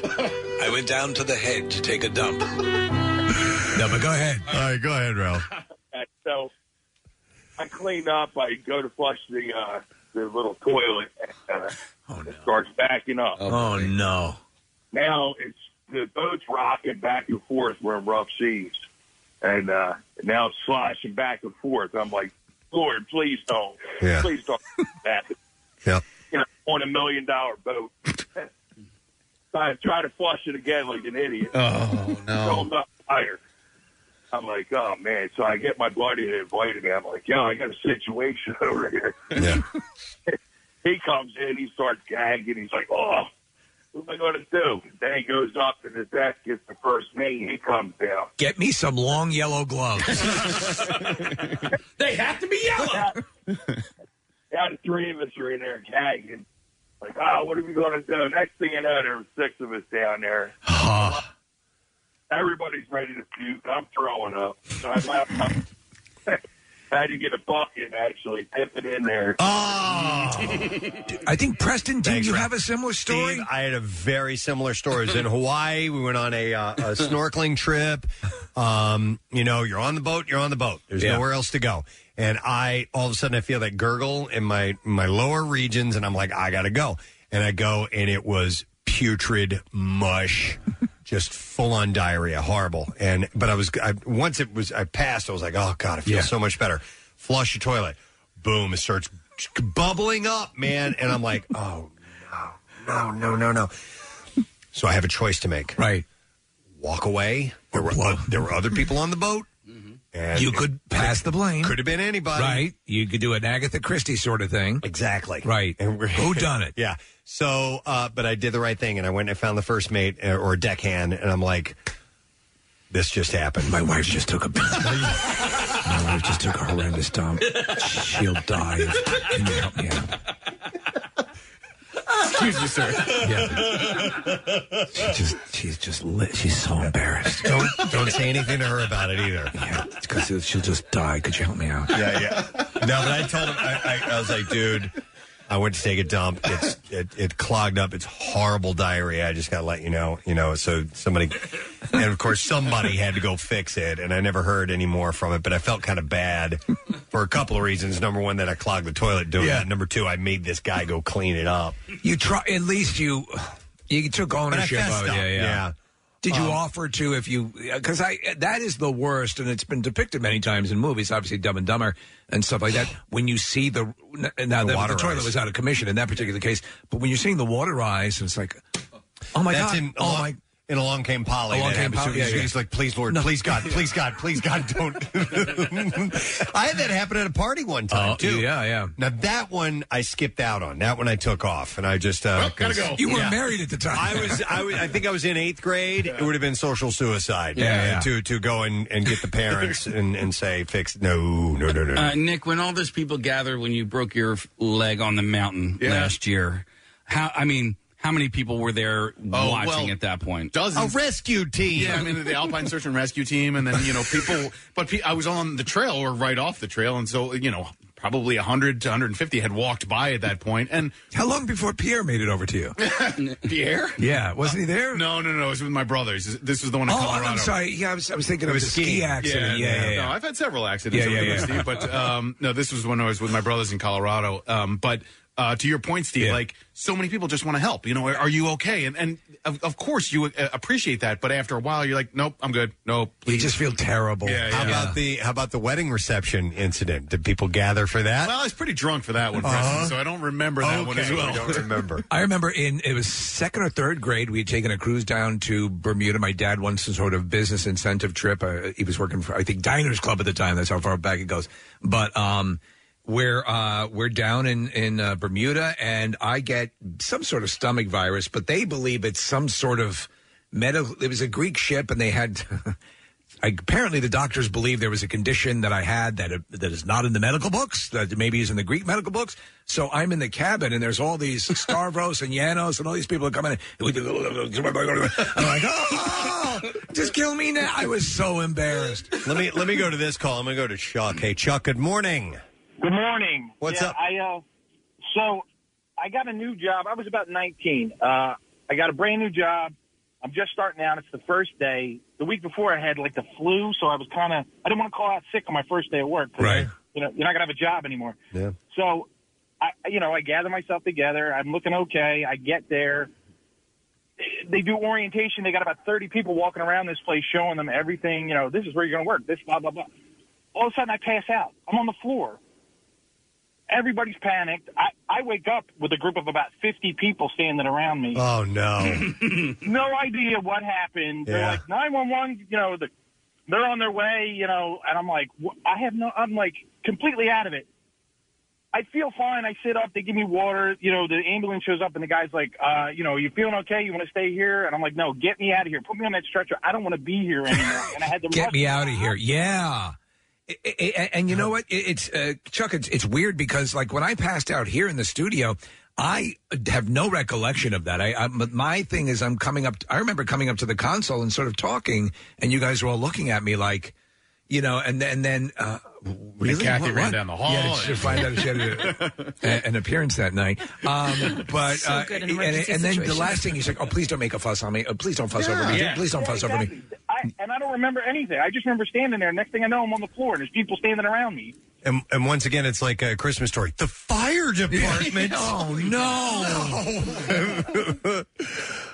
Speaker 10: I went down to the head to take a dump.
Speaker 1: No, but go ahead. All right, go ahead, Ralph.
Speaker 11: And so I clean up. I go to flush the uh, the little toilet. And, uh, It starts backing up.
Speaker 3: Oh, no.
Speaker 11: Now it's the boat's rocking back and forth. We're in rough seas, and uh, now it's sloshing back and forth. I'm like, Lord, please don't,
Speaker 1: Yeah.
Speaker 11: please don't that.
Speaker 1: Yep.
Speaker 11: You know, on a million dollar boat. I try to flush it again like an idiot.
Speaker 5: Oh, no.
Speaker 11: Goes up higher. I'm like, oh man. So I get my buddy that invited me. I'm like, yo, I got a situation over here.
Speaker 1: Yeah.
Speaker 11: he comes in, he starts gagging. He's like, oh, what am I going to do? Then he goes up and his desk gets the first name. He comes down.
Speaker 3: Get me some long yellow gloves.
Speaker 11: They have to be yellow. now the three of us are in there gagging. Like, oh, what are we going to do? Next thing you know, there were six of us down there.
Speaker 9: Uh-huh.
Speaker 11: Everybody's ready to puke. I'm throwing up. So I laugh. I had to get a bucket and actually dip it in there.
Speaker 3: I think Preston, did
Speaker 1: Thanks,
Speaker 3: you
Speaker 1: Ralph.
Speaker 3: have a similar story?
Speaker 1: Steve, I had a very similar story. It was in Hawaii. We went on a, uh, a snorkeling trip. Um, you know, you're on the boat. You're on the boat. There's
Speaker 9: Yeah.
Speaker 1: nowhere else to go. And I all of a sudden I feel that gurgle in my my lower regions, and I'm like, I gotta go. And I go, and it was putrid mush. Just full on diarrhea, horrible. And but I was I, once it was I passed. I was like, oh god, I feel
Speaker 9: Yeah.
Speaker 1: so much better. Flush the toilet, boom, it starts bubbling up, man. And I'm like, oh no, no, no, no. So I have a choice to make.
Speaker 3: Right.
Speaker 1: Walk away. There were there were other people on the boat. And
Speaker 3: You
Speaker 1: it
Speaker 3: could pass the blame.
Speaker 1: Could have been anybody.
Speaker 3: Right. You could do an Agatha Christie sort of thing.
Speaker 1: Exactly.
Speaker 3: Right. Who done it?
Speaker 1: Yeah. So, uh, but I did the right thing, and I went and I found the first mate uh, or deckhand, and I'm like, "This just happened.
Speaker 3: My wife just took a My wife just took a horrendous dump. She'll die. if- Can you help me out? Excuse me, sir. Yeah. She just, she's just lit. She's so embarrassed.
Speaker 1: Don't don't say anything to her about it either.
Speaker 3: Yeah, because she'll just die. Could you help me out?
Speaker 1: Yeah, yeah. No, but I told him, I, I, I was like, dude, I went to take a dump. It's it, it clogged up. It's horrible diarrhea. I just got to let you know, you know. So somebody, and of course, somebody had to go fix it. And I never heard any more from it, but I felt kind of bad for a couple of reasons. Number one, that I clogged the toilet doing
Speaker 3: Yeah.
Speaker 1: that. Number two, I made this guy go clean it up.
Speaker 3: You try. At least you you took ownership
Speaker 1: But I
Speaker 3: of
Speaker 1: fessed
Speaker 3: it.
Speaker 1: up,
Speaker 3: Yeah, yeah.
Speaker 1: yeah.
Speaker 3: Did you
Speaker 1: Um,
Speaker 3: offer to if you? Because I that is the worst, and it's been depicted many times in movies. Obviously, Dumb and Dumber and stuff like that. When you see the now the, the,
Speaker 1: water
Speaker 3: toilet
Speaker 1: rise.
Speaker 3: was out of commission in that particular case, but when you're seeing the water rise, and it's like, oh my
Speaker 1: That's
Speaker 3: god,
Speaker 1: in
Speaker 3: oh
Speaker 1: along,
Speaker 3: my.
Speaker 1: in along came Polly.
Speaker 3: Along
Speaker 1: that
Speaker 3: Came
Speaker 1: happens to
Speaker 3: Polly,
Speaker 1: me.
Speaker 3: yeah, yeah.
Speaker 1: He's like, please, Lord,
Speaker 3: No.
Speaker 1: please, God, please, God, please, God, don't. I had that happen at a party one time
Speaker 3: Oh,
Speaker 1: too.
Speaker 3: yeah, yeah.
Speaker 1: Now that one I skipped out on. That one I took off, and I just uh,
Speaker 3: Well, gotta
Speaker 1: 'cause-
Speaker 3: go. You were
Speaker 1: Yeah.
Speaker 3: married at the time.
Speaker 1: I was. I was. I think I was in eighth grade. It would have been social suicide.
Speaker 3: Yeah,
Speaker 1: uh,
Speaker 3: yeah.
Speaker 1: To to go and, and get the parents and, and say fix no no no no. no.
Speaker 24: Uh, Nick, when all those people gathered when you broke your f- leg on the mountain last year, how I mean, how many people were there
Speaker 3: Oh,
Speaker 11: well,
Speaker 24: watching at that point?
Speaker 11: dozens.
Speaker 1: A rescue team.
Speaker 11: Yeah,
Speaker 5: I mean, the Alpine search and rescue team, and then you know people. But pe- I was on the trail or right off the trail, and so you know probably 100 to 150 had walked by at that point. And
Speaker 3: How long before Pierre made it over to you?
Speaker 5: Oh, Pierre?
Speaker 3: Yeah, wasn't he there?
Speaker 5: No, no, no. It was with my brothers. This was the one in
Speaker 3: Oh,
Speaker 5: Colorado.
Speaker 3: I'm sorry. Yeah, I was, I was thinking of the ski accident. Yeah, yeah, yeah.
Speaker 5: No, I've had several accidents
Speaker 3: Yeah,
Speaker 5: over
Speaker 3: yeah,
Speaker 5: the years,
Speaker 3: yeah.
Speaker 5: Steve, but um, no, this was when I was with my brothers in Colorado. Um, but uh, to your point, Steve, like so many people just want to help. You know, are, are you okay? And and of, of course you uh, appreciate that, but after a while you're like, nope, I'm good. Nope.
Speaker 3: You just feel terrible.
Speaker 5: Yeah, yeah.
Speaker 1: How about the how about the wedding reception incident? Did people gather for that?
Speaker 5: Well, I was pretty drunk for that one, Preston,
Speaker 1: Uh-huh.
Speaker 5: so I don't remember that one as
Speaker 1: Okay,
Speaker 5: well.
Speaker 1: I don't remember.
Speaker 3: I remember in it was second or third grade. We had taken a cruise down to Bermuda. My dad won some sort of business incentive trip. Uh, he was working for I think Diners Club at the time. That's how far back it goes. But um, we're uh, we're down in in uh, Bermuda, and I get some sort of stomach virus, but they believe it's some sort of medical. It was a Greek ship, and they had. I, apparently, the doctors believe there was a condition that I had that uh, that is not in the medical books, that maybe is in the Greek medical books. So I'm in the cabin, and there's all these Starvos and Yanos and all these people that come in. And I'm like,
Speaker 9: Ah.
Speaker 3: oh, just kill me now. I was so embarrassed.
Speaker 1: let me let me go to this call. I'm going to go to Chuck. Hey, Chuck. Good morning.
Speaker 9: Good morning.
Speaker 1: What's
Speaker 9: Yeah,
Speaker 1: up?
Speaker 9: I uh, so I got a new job. I was about 19. Uh, I got a brand new job. I'm just starting out. It's the first day. The week before, I had like the flu, so I was kind of I didn't want to call out sick on my first day at work. 'cause,
Speaker 25: Right.
Speaker 9: You know, you're not gonna have a job anymore.
Speaker 1: Yeah.
Speaker 9: So, I you know I gather myself together. I'm looking okay. I get there. They do orientation. They got about 30 people walking around this place, showing them everything. You know, this is where you're gonna work. This blah blah blah. All of a sudden, I pass out. I'm on the floor everybody's panicked. I, I wake up with a group of about 50 people standing around me.
Speaker 1: Oh no.
Speaker 9: no idea what happened. They're
Speaker 1: Yeah.
Speaker 9: like 911, you know, the, they're on their way, you know, and I'm like, wh- I have no, I'm like completely out of it. I feel fine. I sit up. They give me water. You know, the ambulance shows up and the guy's like, uh, you know, you feeling okay? You want to stay here? And I'm like, no, get me out of here. Put me on that stretcher. I don't want to be here anymore. And I had to
Speaker 3: Get
Speaker 9: rush
Speaker 3: me out of here. Yeah. I- I- I- And you know what? It- It's uh, Chuck. It's, it's weird because like when I passed out here in the studio, I have no recollection of that. I, I but my thing is I'm coming up. I remember coming up to the console and sort of talking, and you guys were all looking at me like, you know, and then and then uh, really
Speaker 5: Kathy
Speaker 3: What-
Speaker 5: ran
Speaker 3: what?
Speaker 5: down the hall
Speaker 3: Yeah, to
Speaker 5: and-
Speaker 3: find out she had a, a- an appearance that night. Um, but
Speaker 9: So
Speaker 3: uh,
Speaker 9: good in
Speaker 3: and,
Speaker 9: emergency
Speaker 3: and then the
Speaker 9: situations.
Speaker 3: last thing he's like, oh, please don't make a fuss on me. Oh, please don't fuss
Speaker 9: Yeah.
Speaker 3: over me.
Speaker 9: Yeah.
Speaker 3: Please don't
Speaker 9: Yeah,
Speaker 3: fuss over me.
Speaker 9: I, and I don't remember anything. I just remember standing there. Next thing I know, I'm on the floor and there's people standing around me.
Speaker 1: And, and once again, it's like a Christmas story. The fire department.
Speaker 3: oh no.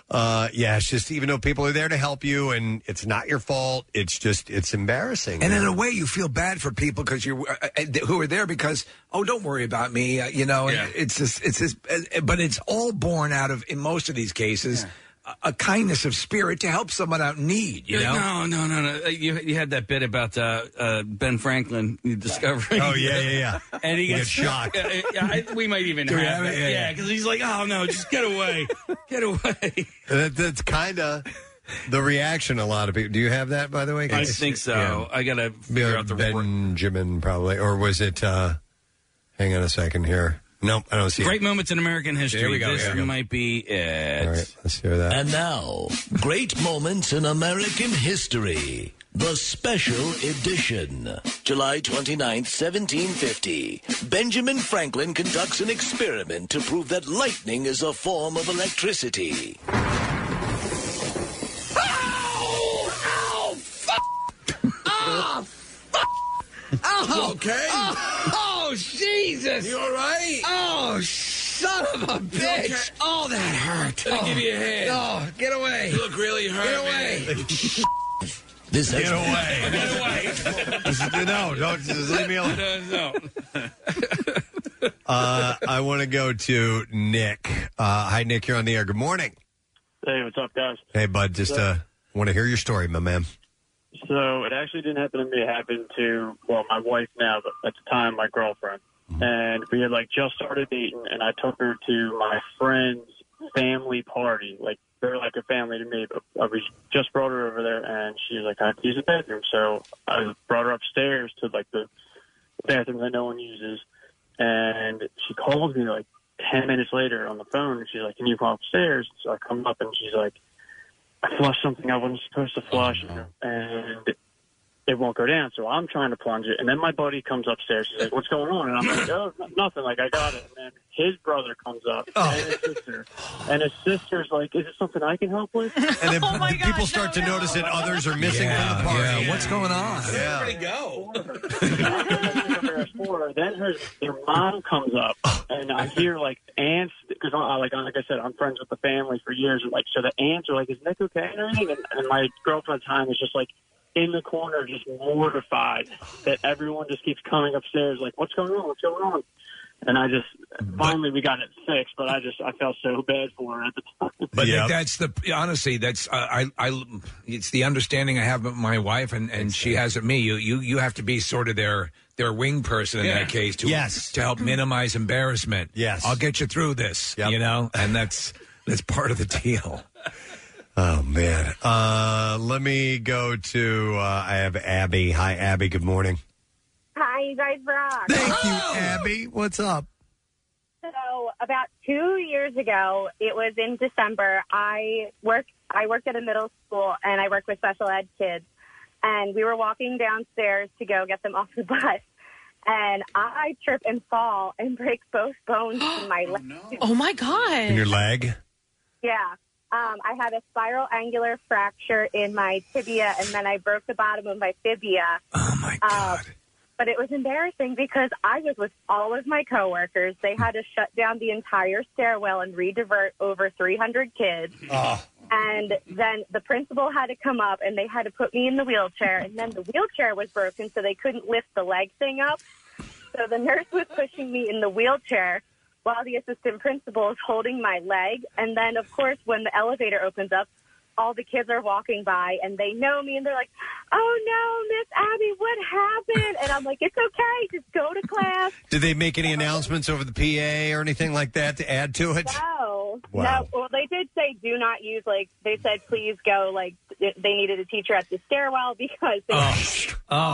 Speaker 1: Uh, yeah, it's just even though people are there to help you, and it's not your fault. It's just it's embarrassing.
Speaker 3: And in a way, you feel bad for people because you uh, uh, who are there because oh, don't worry about me, uh, you know. and It's just it's just, uh, but it's all born out of in most of these cases a, a kindness of spirit to help someone out in need. You
Speaker 4: You're
Speaker 3: know,
Speaker 4: like, no, no, no, no. Uh, You, you had that bit about uh, uh, Ben Franklin discovering.
Speaker 1: Oh, yeah, yeah, yeah.
Speaker 4: and he
Speaker 1: He
Speaker 4: gets
Speaker 1: gets shocked.
Speaker 4: Yeah, yeah, I- we might even
Speaker 1: Do we
Speaker 4: have
Speaker 1: have
Speaker 4: it.
Speaker 1: it? Yeah,
Speaker 4: Yeah,
Speaker 1: yeah.
Speaker 4: because he's like, oh no, just get away, get away.
Speaker 1: That, that's kind of the reaction a lot of people. Do you have that, by the way?
Speaker 4: I think so. I gotta figure out the
Speaker 1: Benjamin probably, or was it? uh Hang on a second here. Nope, I don't see
Speaker 4: Great
Speaker 1: it.
Speaker 4: moments in American history.
Speaker 1: There we go,
Speaker 4: This
Speaker 1: there we go.
Speaker 4: might be it.
Speaker 1: All right, let's hear that.
Speaker 17: And now, great moments in American history. The special edition. July 29th, 1750. Benjamin Franklin conducts an experiment to prove that lightning is a form of electricity.
Speaker 25: Ow! Fuck! Ah! Fuck!
Speaker 17: You okay?
Speaker 25: Oh, Jesus!
Speaker 17: You all right?
Speaker 25: Oh, son of a bitch! Oh, that hurt.
Speaker 17: Let me give you a hand.
Speaker 25: Oh, get away!
Speaker 17: You look really hurt,
Speaker 25: Get away!
Speaker 17: This
Speaker 25: Get
Speaker 17: away.
Speaker 1: no, don't just leave me alone.
Speaker 4: No,
Speaker 1: Uh, I want to go to Nick. Uh, hi, Nick. You're on the air. Good morning.
Speaker 26: Hey, what's up, guys?
Speaker 1: Hey, bud. Just uh, want to hear your story, my man.
Speaker 26: So it actually didn't happen to me. It happened to well, my wife now, but at the time, my girlfriend. And we had like just started dating, and I took her to my friend's family party. Like they're like a family to me, but I was just brought her over there, and she was like, "I have to use the bathroom," so I brought her upstairs to like the bathroom that no one uses. And she calls me like ten minutes later on the phone, and she's like, "Can you come upstairs?" So I come up, and she's like. I flushed something I wasn't supposed to flush, and it won't go down. So I'm trying to plunge it, and then my buddy comes upstairs. He's like, "What's going on?" And I'm like, "Oh, n- nothing. Like I got it." And then his brother comes up, and his sister, and his sister's like, "Is it something I can help with?" And
Speaker 1: then
Speaker 3: Oh
Speaker 1: people start to notice that others are missing from the party.
Speaker 17: yeah. What's
Speaker 3: going on?
Speaker 17: Yeah.
Speaker 4: go?
Speaker 26: there at four. Then her their mom comes up, and I hear like aunts because I like like I said I'm friends with the family for years, and like so the aunts are like, "Is Nick okay?" and everything, and, and my girlfriend at the time is just like in the corner, just mortified that everyone just keeps coming upstairs, like, "What's going on? What's going on?" And I just finally we got it fixed, but I just I felt so bad for her at the time.
Speaker 3: But Nick, that's the honestly, that's uh, I, I. It's the understanding I have of my wife, and, and she has of me. You, you, you have to be sort of their their wing person in
Speaker 1: Yeah.
Speaker 3: that case to
Speaker 1: Yes.
Speaker 3: to help minimize embarrassment.
Speaker 1: Yes.
Speaker 3: I'll get you through this. You know, and that's that's part of the deal.
Speaker 1: Oh man. Uh, let me go to. Uh, I have Abby. Hi, Abby. Good morning.
Speaker 24: Hi, you guys rock.
Speaker 1: Thank you, Abby. What's up?
Speaker 24: So about two years ago, it was in December. I worked. I worked at a middle school, and I work with special ed kids. And we were walking downstairs to go get them off the bus, and I trip and fall and break both bones in my leg.
Speaker 27: Oh my god!
Speaker 1: In your leg?
Speaker 24: Yeah. Um, I had a spiral angular fracture in my tibia, and then I broke the bottom of my fibia. Oh my god! but it was embarrassing because I was with all of my coworkers. They had to shut down the entire stairwell and redivert over 300 kids. And then the principal had to come up, and they had to put me in the wheelchair. And then the wheelchair was broken, so they couldn't lift the leg thing up. So the nurse was pushing me in the wheelchair while the assistant principal is holding my leg. And then, of course, when the elevator opens up, all the kids are walking by and they know me and they're like, oh no, Miss Abby, what happened? And I'm like, it's okay, just go to class.
Speaker 1: Did they make any announcements over the PA or anything like that to add to it?
Speaker 24: No.
Speaker 1: Wow.
Speaker 24: No. Well, they did say do not use, like, they said please go, like, th- they needed a teacher at the stairwell because they
Speaker 1: Oh.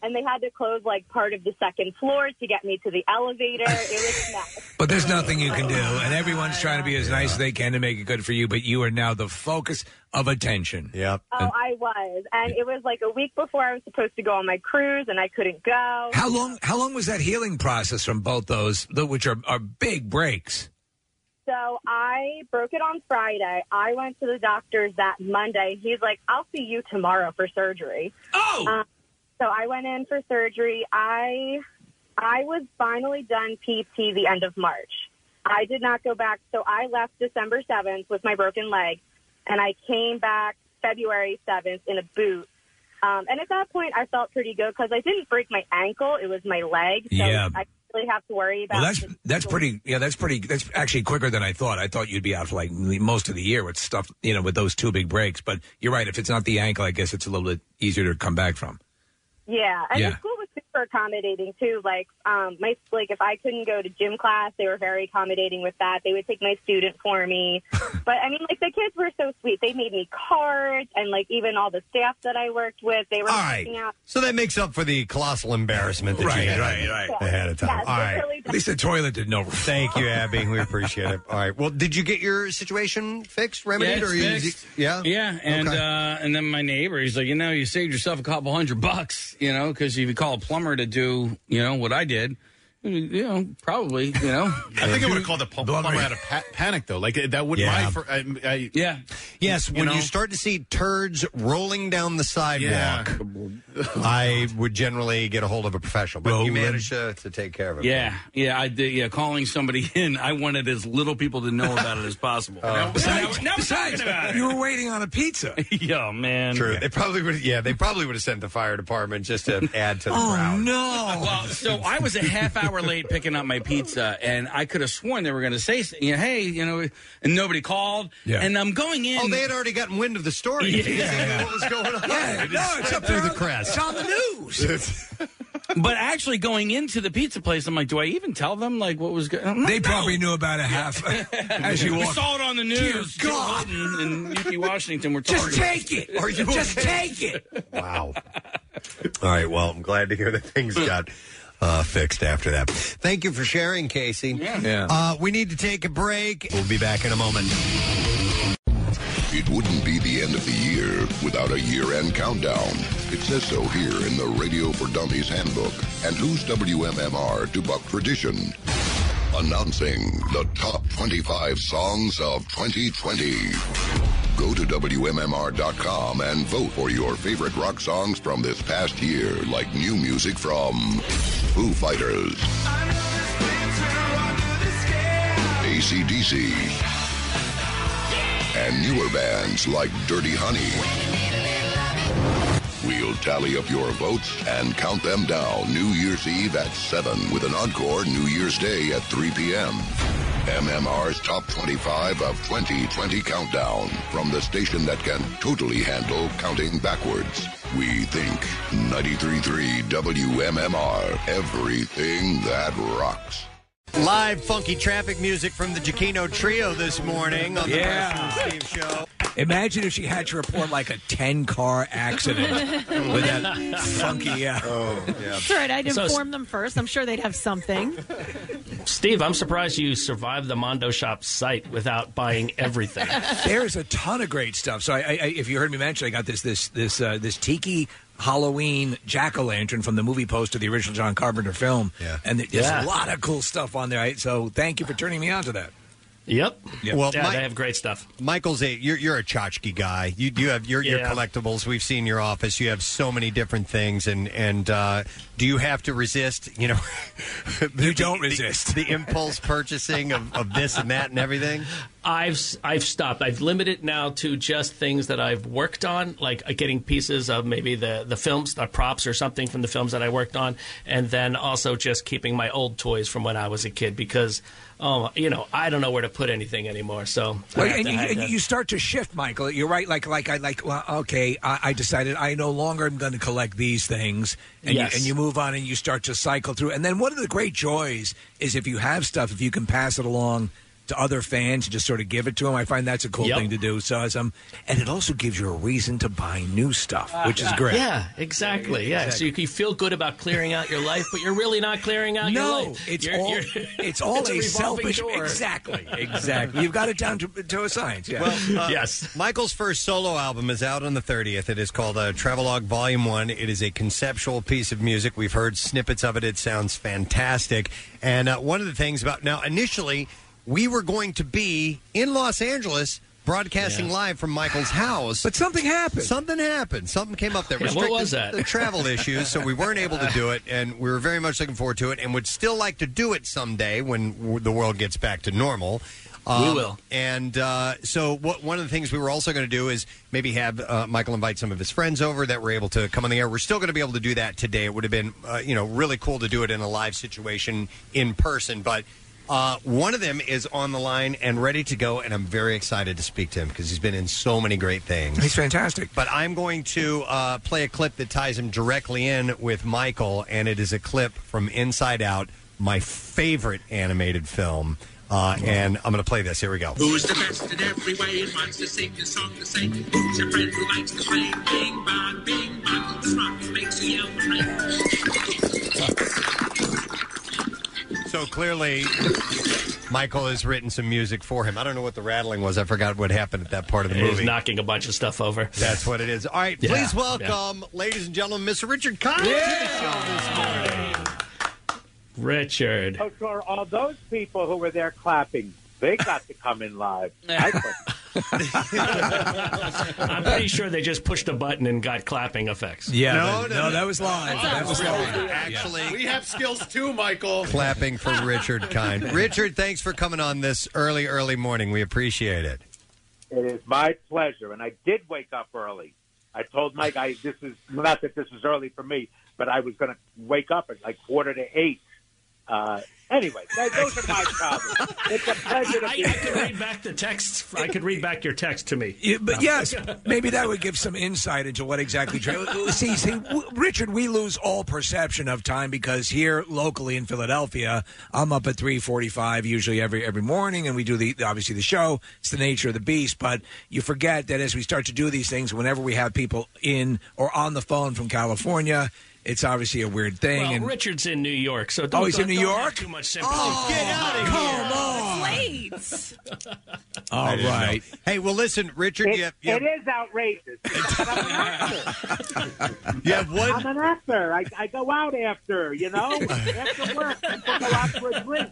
Speaker 24: and they had to close, like, part of the second floor to get me to the elevator. It was a mess.
Speaker 3: But there's nothing you can do, and everyone's trying to be as nice as they can to make it good for you. But you are now the focus of attention.
Speaker 1: Yep.
Speaker 24: Oh, I was, and it was like a week before I was supposed to go on my cruise, and I couldn't go.
Speaker 3: How long? How long was that healing process from both those, th- which are, are big breaks?
Speaker 24: So I broke it on Friday. I went to the doctor's that Monday. He's like, "I'll see you tomorrow for surgery." Um,
Speaker 4: Oh.
Speaker 24: so I went in for surgery. I I was finally done PT the end of March. I did not go back, so I left December seventh with my broken leg, and I came back February seventh in a boot. Um, and at that point, I felt pretty good because I didn't break my ankle; it was my leg. So
Speaker 3: Yeah.
Speaker 24: I didn't really have to worry about.
Speaker 3: Well, that's
Speaker 24: it.
Speaker 3: that's pretty. Yeah, that's pretty. That's actually quicker than I thought. I thought you'd be out for like most of the year with stuff, you know, with those two big breaks. But you're right. If it's not the ankle, I guess it's a little bit easier to come back from.
Speaker 24: Yeah, and
Speaker 3: Yeah.
Speaker 24: the school was super accommodating too. Like, um, my like if I couldn't go to gym class, they were very accommodating with that. They would take my student for me. but I mean, like the kids were so sweet. They made me cards, and like even all the staff that I worked with, they were
Speaker 1: All right.
Speaker 24: helping out.
Speaker 1: So that makes up for the colossal embarrassment that
Speaker 3: Right,
Speaker 1: you had
Speaker 3: right, right.
Speaker 1: ahead of time.
Speaker 24: Yes,
Speaker 1: All right.
Speaker 24: it really
Speaker 3: At least the toilet didn't over.
Speaker 1: Thank you, Abby. We appreciate it. All right. Well, did you get your situation fixed, remedied,
Speaker 4: Yeah, it's
Speaker 1: or you-
Speaker 4: fixed.
Speaker 1: yeah,
Speaker 4: yeah, and
Speaker 1: Okay.
Speaker 4: uh, and then my neighbor, he's like, you know, you saved yourself a couple hundred bucks, you know, because if you call a plumber to do, you know, what I did, you know, probably, you know,
Speaker 5: I think I would have called the pl- plumber out of pa- panic though. Like that would
Speaker 4: Yeah.
Speaker 5: my. Fir- I, I,
Speaker 4: yeah.
Speaker 1: Yes, when
Speaker 5: know?
Speaker 1: you start to see turds rolling down the
Speaker 5: Yeah.
Speaker 1: sidewalk, I would generally get a hold of a professional, but you
Speaker 4: Rolling.
Speaker 1: managed to, to take care of it.
Speaker 4: Yeah, yeah, I did. Yeah, calling somebody in, I wanted as little people to know about it as possible.
Speaker 3: Oh. Besides, besides, you were waiting on a pizza.
Speaker 4: yeah, man.
Speaker 1: True. They probably would. Yeah, they probably would have sent the fire department just to add to the crowd.
Speaker 3: Oh, no!
Speaker 4: Oh, Well, so I was a half hour late picking up my pizza, and I could have sworn they were going to say, you know, "Hey, you know," and nobody called.
Speaker 1: Yeah.
Speaker 4: And I'm going in.
Speaker 1: Oh, they had already gotten wind of the story.
Speaker 4: Yeah.
Speaker 1: They knew what was going on.
Speaker 4: Yeah,
Speaker 1: It
Speaker 4: no,
Speaker 1: just
Speaker 4: it's
Speaker 1: spread
Speaker 4: up
Speaker 1: through
Speaker 4: there.
Speaker 1: the crest.
Speaker 4: It's on the news. but actually, going into the pizza place, I'm like, do I even tell them like what was going?
Speaker 3: They probably knew about a half as you
Speaker 4: we
Speaker 3: walked.
Speaker 4: saw it on the news.
Speaker 3: Dear God.
Speaker 4: Joe Holden and Yuki Washington were
Speaker 3: Just
Speaker 4: targeted.
Speaker 3: take it. Are you Just okay? take it.
Speaker 1: Wow. All right. Well, I'm glad to hear that things got uh, fixed after that. Thank you for sharing, Casey.
Speaker 3: Yeah.
Speaker 1: Uh, we need to take a break. We'll be back in a moment.
Speaker 2: It wouldn't be the end of the year without a year end countdown. It says so here in the Radio for Dummies handbook. And who's WMMR to buck tradition? Announcing the top 25 songs of 2020. Go to WMMR.com and vote for your favorite rock songs from this past year, like new music from Foo Fighters, ACDC, and newer bands like Dirty Honey. We'll tally up your votes and count them down New Year's Eve at 7 with an encore New Year's Day at 3 p.m. MMR's Top 25 of 2020 Countdown from the station that can totally handle counting backwards. We think 93.3 WMMR, everything that rocks.
Speaker 1: Live funky traffic music from the Giacchino Trio this morning on the Preston and Steve Show.
Speaker 3: Imagine if she had to report like a 10 car accident with that funky. Uh, oh, yeah.
Speaker 8: That's all right. I'd
Speaker 28: So-
Speaker 8: inform them first. I'm sure they'd have something.
Speaker 28: Steve, I'm surprised you survived the Mondo Shop site without buying everything.
Speaker 3: There's a ton of great stuff. So, I, I, if you heard me mention, I got this this this uh, this tiki Halloween jack o' lantern from the movie post of the original John Carpenter film. Yeah, and there's
Speaker 28: Yeah.
Speaker 3: a lot of cool stuff on there. I, so, thank you for turning me on to that.
Speaker 28: Yep.
Speaker 1: Well,
Speaker 28: yeah,
Speaker 1: my-
Speaker 28: they have great stuff.
Speaker 1: Michael's a you're you're a tchotchke guy. You you have your your
Speaker 28: Yeah.
Speaker 1: collectibles. We've seen your office. You have so many different things, and and uh, do you have to resist? You know, you don't resist the, impulse purchasing of, of this and that and everything.
Speaker 28: I've I've stopped. I've limited now to just things that I've worked on, like uh, getting pieces of maybe the the films, the props or something from the films that I worked on, and then also just keeping my old toys from when I was a kid because, um, you know, I don't know where to put anything anymore. So I
Speaker 3: Well,
Speaker 28: have
Speaker 3: and
Speaker 28: to-
Speaker 3: you,
Speaker 28: I have
Speaker 3: and
Speaker 28: to-
Speaker 3: you start to shift, Michael. You're right. Like, like I like. Well, okay. I, I decided I no longer am going to collect these things, and,
Speaker 28: Yes.
Speaker 3: you, and you move on and you start to cycle through. And then one of the great joys is if you have stuff, if you can pass it along to other fans and just sort of give it to them. I find that's a cool
Speaker 28: Yep.
Speaker 3: thing to do. So, as I'm- and it also gives you a reason to buy new stuff, which is great.
Speaker 28: Yeah, exactly. Yeah, so you, you feel good about clearing out your life, but you're really not clearing out
Speaker 3: No,
Speaker 28: your life.
Speaker 3: it's
Speaker 28: You're-
Speaker 3: all-
Speaker 28: you're-
Speaker 3: it's all a
Speaker 28: revolving
Speaker 3: selfish-
Speaker 28: door.
Speaker 3: exactly, Exactly. You've got it down to, to a science. Yeah.
Speaker 1: Well, uh, Michael's first solo album is out on the 30th. It is called uh, Travelogue Volume 1. It is a conceptual piece of music. We've heard snippets of it. It sounds fantastic. And uh, one of the things about now, initially, we were going to be in Los Angeles broadcasting live from Michael's house. But
Speaker 3: something happened.
Speaker 1: Something happened. Something came up that
Speaker 28: Yeah, what
Speaker 1: restricted
Speaker 28: was that?
Speaker 1: the travel issues, so we weren't able to do it. And we were very much looking forward to it and would still like to do it someday when w- the world gets back to normal. Um,
Speaker 28: We will.
Speaker 1: And uh, so, what, one of the things we were also going to do is maybe have uh, Michael invite some of his friends over that were able to come on the air. We're still going to be able to do that today. It would have been, uh, you know, really cool to do it in a live situation in person. But uh, one of them is on the line and ready to go, and I'm very excited to speak to him because he's been in so many great things.
Speaker 3: He's fantastic.
Speaker 1: But I'm going to uh, play a clip that ties him directly in with Michael, and it is a clip from Inside Out, my favorite animated film. Uh, and I'm going to play this. Here we go.
Speaker 17: Who's the best in every way and wants to sing the song the same? Who's your friend who likes to play? Bing bong, bing bong, the smartest makes you yell.
Speaker 1: So clearly, Michael has written some music for him. I don't know what the rattling was. I forgot what happened at that part of the
Speaker 28: He's
Speaker 1: movie.
Speaker 28: knocking a bunch of stuff over.
Speaker 1: That's what it is. All right,
Speaker 28: Yeah,
Speaker 1: please
Speaker 28: yeah.
Speaker 1: welcome, ladies and gentlemen, Mr. Richard Cox to the show this morning.
Speaker 28: Richard.
Speaker 25: So for Oh, all those people who were there clapping, they got to come in live. I couldn't.
Speaker 28: I'm pretty sure they just pushed a button and got clapping effects.
Speaker 3: Yeah, No, but- no, no, that was live.
Speaker 1: Actually,
Speaker 5: we have skills too, Michael.
Speaker 1: Clapping for Richard Kind. Richard, thanks for coming on this early, early morning. We appreciate it.
Speaker 25: It is my pleasure, and I did wake up early. I told Mike, I this is not that this is early for me, but I was going to wake up at like quarter to eight. Uh, anyway, that, those are my problems. It's a pleasure to be
Speaker 28: I could read back the texts. I could read back your text to me.
Speaker 3: Yeah, but yes, maybe that would give some insight into what exactly. Tra- see, see, w- Richard, we lose all perception of time because here locally in Philadelphia, I'm up at three forty-five usually every every morning, and we do the obviously the show. It's the nature of the beast, but you forget that as we start to do these things, whenever we have people in or on the phone from California, it's obviously a weird thing.
Speaker 28: Well,
Speaker 3: and
Speaker 28: Richard's in New York, so don't,
Speaker 3: Oh, he's in
Speaker 28: don't-
Speaker 3: New
Speaker 28: don't have
Speaker 3: York?
Speaker 28: Too much sympathy.
Speaker 17: Oh,
Speaker 28: get
Speaker 17: out of
Speaker 28: here!
Speaker 17: Plates.
Speaker 1: I
Speaker 3: all
Speaker 1: didn't know.
Speaker 3: right,
Speaker 1: Hey, well, listen, Richard, you have, you have,
Speaker 25: It is outrageous. But I'm an actor.
Speaker 1: you have one.
Speaker 25: I'm an actor. I, I go out after, you know, after work. I go out for a drink.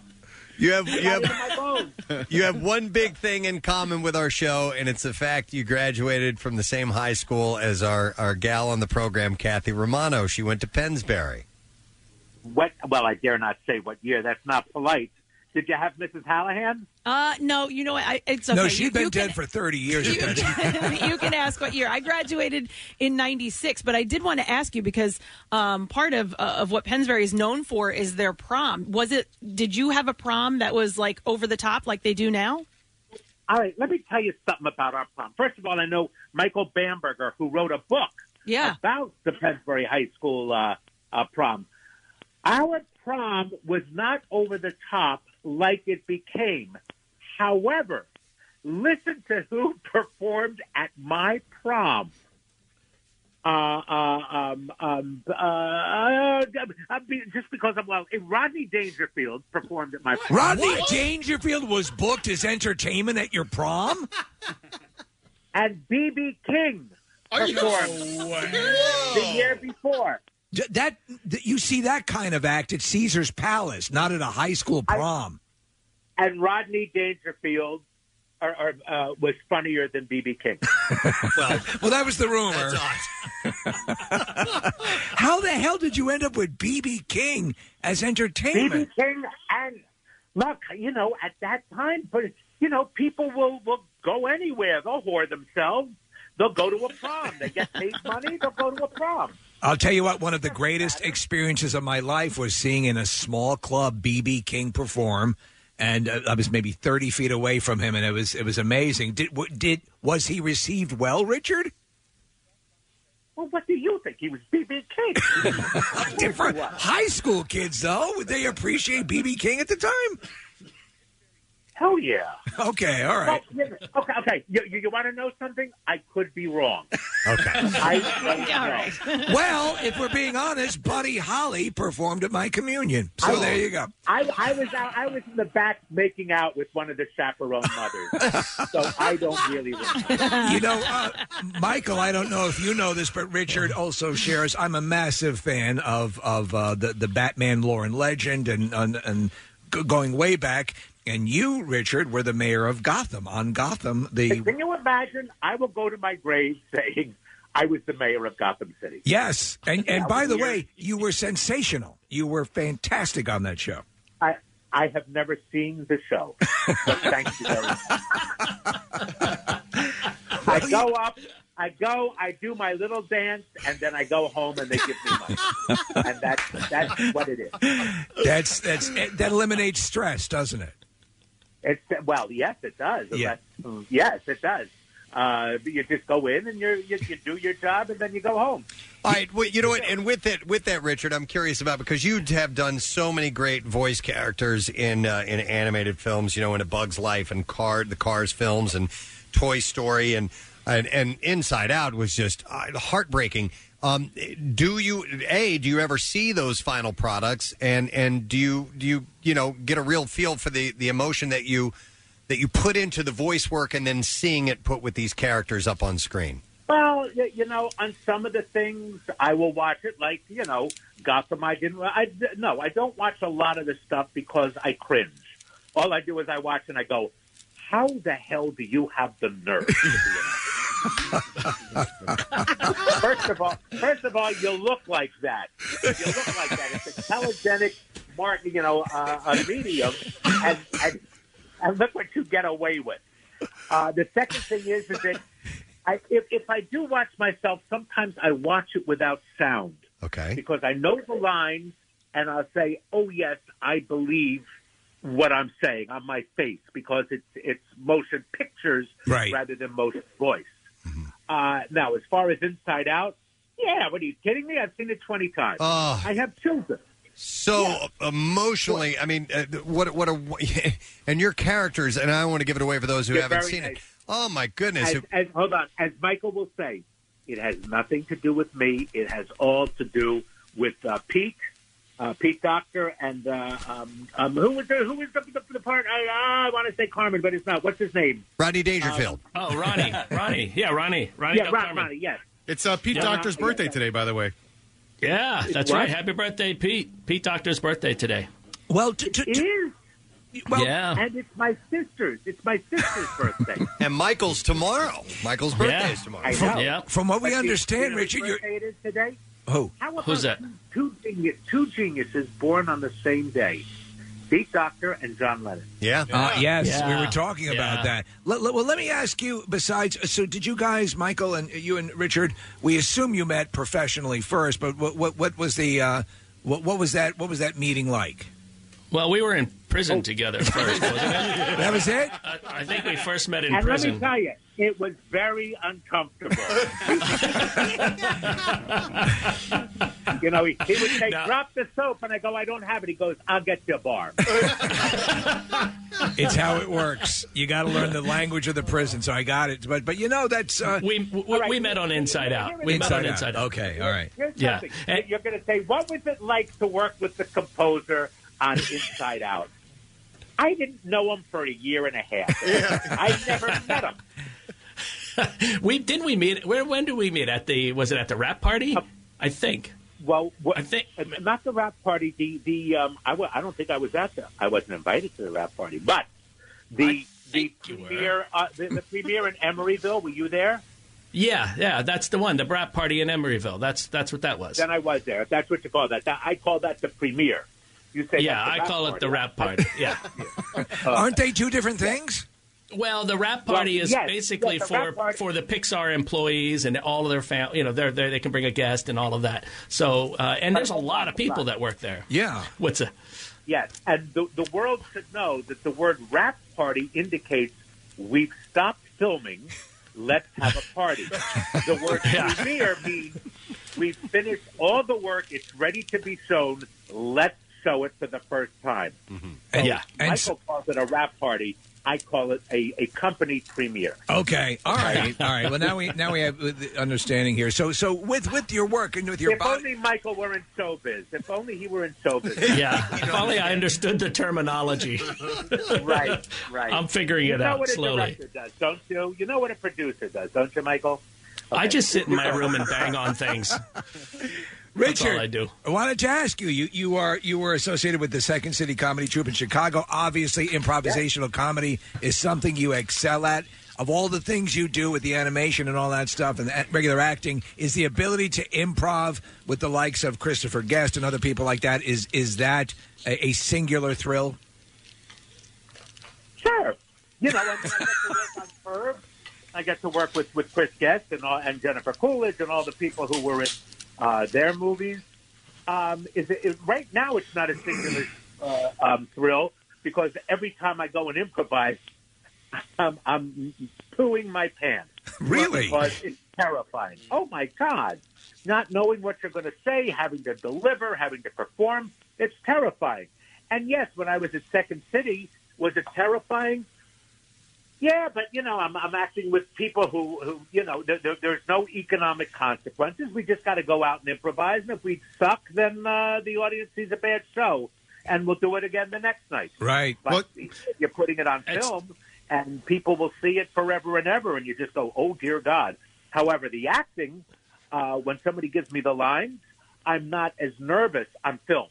Speaker 1: You have you
Speaker 17: Right
Speaker 1: have you have one big thing in common with our show, and it's the fact you graduated from the same high school as our our gal on the program, Kathy Romano. She went to Pennsbury.
Speaker 25: What? Well, I dare not say what year. That's not polite. Did you have Mrs. Hallahan?
Speaker 13: Uh, no, you know what? I, it's okay.
Speaker 3: No,
Speaker 13: You-
Speaker 3: she's been
Speaker 13: you
Speaker 3: dead for 30 years.
Speaker 13: you, can, you can ask what year. I graduated in 96, but I did want to ask you because um, part of uh, of what Pensbury is known for is their prom. Was it did you have a prom that was like over the top like they do now?
Speaker 25: All right, let me tell you something about our prom. First of all, I know Michael Bamberger, who wrote a book
Speaker 13: Yeah.
Speaker 25: about the Pennsbury High School uh, uh, prom. Our prom was not over the top like it became. However, listen to who performed at my prom. Uh, uh, um, um, uh, uh, uh, be- just because I'm well, Rodney Dangerfield performed at my prom.
Speaker 3: Rodney Dangerfield was booked as entertainment at your prom?
Speaker 25: and BB King
Speaker 17: Are you
Speaker 25: performed the
Speaker 3: Whoa.
Speaker 25: year before.
Speaker 3: D- That th- you see that kind of act at Caesar's Palace, not at a high school prom.
Speaker 25: And Rodney Dangerfield or, or, uh, was funnier than BB King.
Speaker 3: well, well, that was the rumor. How the hell did you end up with BB King as entertainment?
Speaker 25: BB King and look, you know, at that time, but you know, people will will go anywhere. They'll whore themselves. They'll go to a prom. They get paid money. They'll go to a prom.
Speaker 3: I'll tell you what, one of the greatest experiences of my life was seeing in a small club BB King perform. And uh, I was maybe thirty feet away from him, and it was it was amazing. Did w- did was he received well, Richard?
Speaker 25: Well, what do you think? He was BB King.
Speaker 3: Different high school kids, though, would they appreciate BB King at the time?
Speaker 25: Hell yeah!
Speaker 3: Okay, all right.
Speaker 25: Oh, yeah, okay, okay. You, you, you want to know something? I could be wrong.
Speaker 1: Okay.
Speaker 25: I don't know.
Speaker 3: well, if we're being honest, Buddy Holly performed at my communion. So
Speaker 25: I-
Speaker 3: there you go.
Speaker 25: I, I was out, I was in the back making out with one of the chaperone mothers, so I don't really. Remember.
Speaker 3: You know, uh, Michael, I don't know if you know this, but Richard also shares. I'm a massive fan of of uh, the the Batman lore and legend, and and, and g- going way back. And you, Richard, were the mayor of Gotham on Gotham. The
Speaker 25: Can you imagine? I will go to my grave saying I was the mayor of Gotham City.
Speaker 3: yes, and and
Speaker 25: That
Speaker 3: by
Speaker 25: was
Speaker 3: the
Speaker 25: weird.
Speaker 3: way, you were sensational. You were fantastic on that show.
Speaker 25: I I have never seen the show. But thank you very much. I go up, I go, I do my little dance, and then I go home and they give me money. and that's that's what it is.
Speaker 3: That's that's that eliminates stress, doesn't it?
Speaker 25: It's well, mm, yes, it does.
Speaker 3: Yeah.
Speaker 25: Unless- Yes, it does. Uh, you just go in and you're, you you do your job and then you go home.
Speaker 1: All right, well, you know what? And with that, with that, Richard, I'm curious about because you have done so many great voice characters in uh, in animated films. You know, in A Bug's Life and Card, the Cars films, and Toy Story, and and, and Inside Out was just uh, heartbreaking. Um, do you a do you ever see those final products and and do you do you you know get a real feel for the the emotion that you that you put into the voice work and then seeing it put with these characters up on screen?
Speaker 25: Well, y- you know, on some of the things I will watch it, like you know, Gotham. I didn't. I no, I don't watch a lot of the stuff because I cringe. All I do is I watch and I go, "How the hell do you have the nerve?" to do that?" first of all, first of all, you look like that. You look like that. It's a telegenic, mark, you know, uh, a medium, and, and and look what you get away with. Uh, the second thing is, is that I, if, if I do watch myself, sometimes I watch it without sound.
Speaker 1: Okay.
Speaker 25: Because I know the lines and I'll say, oh, yes, I believe what I'm saying on my face because it's, it's motion pictures
Speaker 17: Right.
Speaker 25: rather than motion voice.
Speaker 1: Mm-hmm.
Speaker 25: Uh, now, as far as Inside Out, yeah, what are you kidding me? I've seen it 20 times.
Speaker 1: Oh.
Speaker 25: I have children.
Speaker 1: so emotionally. I mean, uh, what what a and your characters, and I don't want to give it away for those who
Speaker 25: They're
Speaker 1: haven't
Speaker 25: very
Speaker 1: seen it.
Speaker 25: nice.
Speaker 1: Oh my goodness!
Speaker 25: As, as, hold on, as Michael will say, it has nothing to do with me. It has all to do with uh, Pete, uh, Pete Doctor, and uh, um, um, who was the, who was the, the, the part? I, I want to say Carmen, but it's not. What's his name? Um,
Speaker 1: Rodney
Speaker 25: Dangerfield.
Speaker 28: Oh, Ronnie, Ronnie, yeah, Ronnie, Ronnie.
Speaker 25: yeah,
Speaker 28: Del
Speaker 25: Ron,
Speaker 28: Carmen.
Speaker 25: Ronnie. Yes.
Speaker 5: It's uh, Pete
Speaker 28: Yeah.
Speaker 5: Doctor's
Speaker 28: Yeah.
Speaker 5: birthday today, by the way.
Speaker 28: Yeah, that's
Speaker 5: What?
Speaker 28: right. Happy birthday, Pete. Pete Doctor's birthday today.
Speaker 3: Well, to, to,
Speaker 25: to, And it's my sister's. It's my sister's birthday.
Speaker 1: And Michael's tomorrow. Michael's birthday is tomorrow.
Speaker 25: I know.
Speaker 3: From what we
Speaker 25: But you- you
Speaker 3: understand,
Speaker 25: know
Speaker 3: Richard,
Speaker 25: whose
Speaker 3: you're.
Speaker 25: birthday it is today.
Speaker 3: Who?
Speaker 25: How about Two, genius, two geniuses born on the same day: Deep Doctor and John Lennon.
Speaker 1: Yeah.
Speaker 3: Uh, yes,
Speaker 25: Yeah.
Speaker 3: we were talking
Speaker 25: Yeah.
Speaker 3: about that. Let- let- well, let me ask you. Besides, so did you guys, Michael and you and Richard? We assume you met professionally first, but what what, what was the uh, what, what was that what was that meeting like?
Speaker 28: Well, we were in prison together first, wasn't it?
Speaker 3: Oh. That was it?
Speaker 28: I, I think we first met in
Speaker 25: and
Speaker 28: prison.
Speaker 25: let me tell you, it was very uncomfortable. you know, he, he would say, "Drop the soap," and I go, "I don't have it." He goes, "I'll get you a bar."
Speaker 3: It's how it works. You got to learn the language of the prison. So I got it, but but you know that's uh,
Speaker 28: we we, we met on Inside Out. We met on Inside Out.
Speaker 3: Okay, all right.
Speaker 25: Here's something.
Speaker 28: Eh.
Speaker 25: You're going to say, "What was it like to work with the composer on Inside Out?" I didn't know him for a year and a half. I never met him.
Speaker 28: we didn't we meet? Where when did we meet? At the was it at the rap party? I think.
Speaker 25: Well, uh,
Speaker 28: I think
Speaker 25: not the rap party. The the um, I w- I don't think I was at the. I wasn't invited to the rap party, but the the premiere uh, the, the premiere in Emeryville. Were you there?
Speaker 28: Yeah, yeah, that's the one. The brat party in Emeryville. That's that's what that was.
Speaker 25: Then I was there. If that's what you call that, that I call that the premiere. You say
Speaker 28: yeah,
Speaker 25: that's the
Speaker 28: I
Speaker 25: rap
Speaker 28: call
Speaker 25: party.
Speaker 28: it the rap party. Yeah.
Speaker 3: Aren't they two different things?
Speaker 28: Well, the rap party
Speaker 3: Well,
Speaker 28: is
Speaker 3: yes,
Speaker 28: basically
Speaker 3: yes, the
Speaker 28: for
Speaker 3: rap party-
Speaker 28: for the Pixar employees and all of their family. You know, they're, they they can bring a guest and all of that. So, uh, and there's a lot of people that work there.
Speaker 3: Yeah.
Speaker 28: What's a
Speaker 25: Yes, and the, the world should know that the word rap party indicates we've stopped filming. Let's have a party. The word premiere means we've finished all the work. It's ready to be shown. Let's show it for the first time.
Speaker 3: yeah, and
Speaker 25: Michael calls it a rap party. I call it a, a company premiere.
Speaker 3: Okay, all right, all right. Well, now we now we have the understanding here. So so with with your work and with your
Speaker 25: If
Speaker 3: body.
Speaker 25: only Michael were in showbiz. If only he were in showbiz.
Speaker 28: yeah. if only I understood the terminology.
Speaker 25: right, right.
Speaker 28: I'm figuring
Speaker 25: you
Speaker 28: it
Speaker 25: know
Speaker 28: out
Speaker 25: what
Speaker 28: slowly.
Speaker 25: A director does, don't you? You know what a producer does, don't you, Michael?
Speaker 28: I
Speaker 25: Okay.
Speaker 28: just sit in my room and bang on things.
Speaker 3: Richard,
Speaker 28: That's all I do.
Speaker 3: wanted to ask you, you you are you were associated with the Second City Comedy Troupe in Chicago. Obviously, improvisational comedy is something you excel at. Of all the things you do with the animation and all that stuff and the a- regular acting, is the ability to improv with the likes of Christopher Guest and other people like that is is that a, a singular thrill?
Speaker 25: Sure. You know, I, mean, I get to work on Ferb. I get to work with, with Chris Guest and all, and Jennifer Coolidge and all the people who were in uh, their movies. Um, is it, it, right now, it's not a singular uh, um, thrill because every time I go and improvise, I'm, I'm pooing my pants.
Speaker 3: Really?
Speaker 25: Because it's terrifying. Oh my God! Not knowing what you're going to say, having to deliver, having to perform, it's terrifying. And yes, when I was at Second City, was it terrifying? Yeah, but you know, I'm, I'm acting with people who, who you know, there, there, there's no economic consequences. We just got to go out and improvise, and if we suck, then uh, the audience sees a bad show, and we'll do it again the next night.
Speaker 3: Right.
Speaker 25: But you're putting it on film, and people will see it forever and ever, and you just go, "Oh dear God." However, the acting, uh, when somebody gives me the lines, I'm not as nervous on film.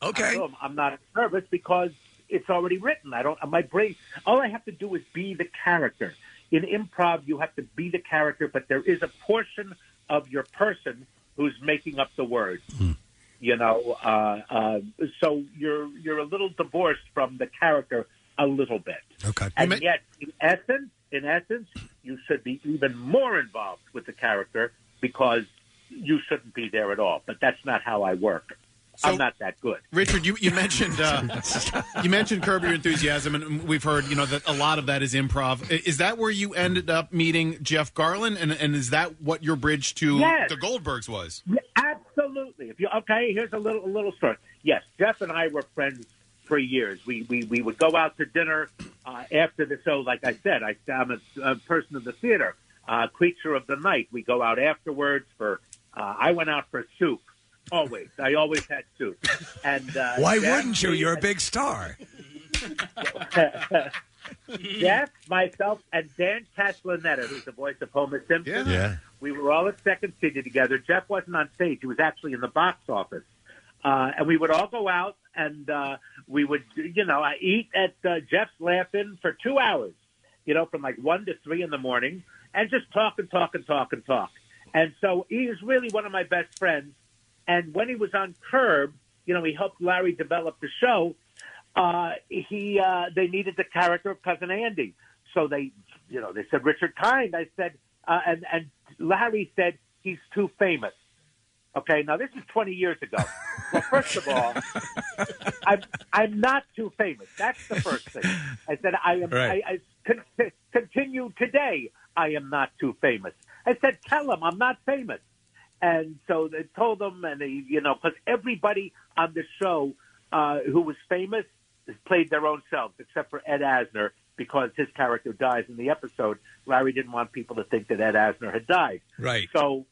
Speaker 3: Okay,
Speaker 25: on film, I'm not as nervous because it's already written. I don't. My brain. All I have to do is be the character. In improv, you have to be the character, but there is a portion of your person who's making up the words you know. Uh, uh, so you're you're a little divorced from the character a little bit.
Speaker 1: Okay.
Speaker 25: And yet, in essence, in essence, you should be even more involved with the character because you shouldn't be there at all. But that's not how I work. I'm not that good.
Speaker 5: Richard, you, you mentioned uh, you mentioned Curb Your Enthusiasm, and we've heard you know that a lot of that is improv. I- Is that where you ended up meeting Jeff Garland, and, and is that what your bridge to
Speaker 25: Yes.
Speaker 5: the Goldbergs was?
Speaker 25: Yeah, absolutely. If you okay, here's a little a little story. Yes, Jeff and I were friends for years. We we, we would go out to dinner uh, after the show. Like I said, I, I'm a, a person of the theater, uh, creature of the night. We go out afterwards for. Uh, I went out for soup. Always, I always had soup. And uh,
Speaker 3: Why
Speaker 25: Jeff-
Speaker 3: wouldn't you? You're a big star.
Speaker 25: Jeff, myself, and Dan Castellaneta, who's the voice of Homer Simpson.
Speaker 1: Yeah.
Speaker 25: We were all at Second City together. Jeff wasn't on stage; he was actually in the box office. Uh, and we would all go out and uh, we would, you know, I eat at uh, Jeff's Laughing for two hours, you know, from like one to three in the morning, and just talk and talk and talk and talk. And so he is really one of my best friends. And when he was on Curb, you know, he helped Larry develop the show. Uh, he uh, they needed the character of Cousin Andy, so they, you know, they said Richard Kind. I said, uh, and and Larry said he's too famous. Okay, now this is 20 years ago. Well, first of all, I'm, I'm not too famous. That's the first thing. I said, I am,
Speaker 17: Right.
Speaker 25: I, I con- continue today. I am not too famous. I said, tell him I'm not famous. And so they told him, and they, you know, because everybody on the show uh, who was famous played their own selves, except for Ed Asner, because his character dies in the episode. Larry didn't want people to think that Ed Asner had died.
Speaker 3: Right.
Speaker 25: So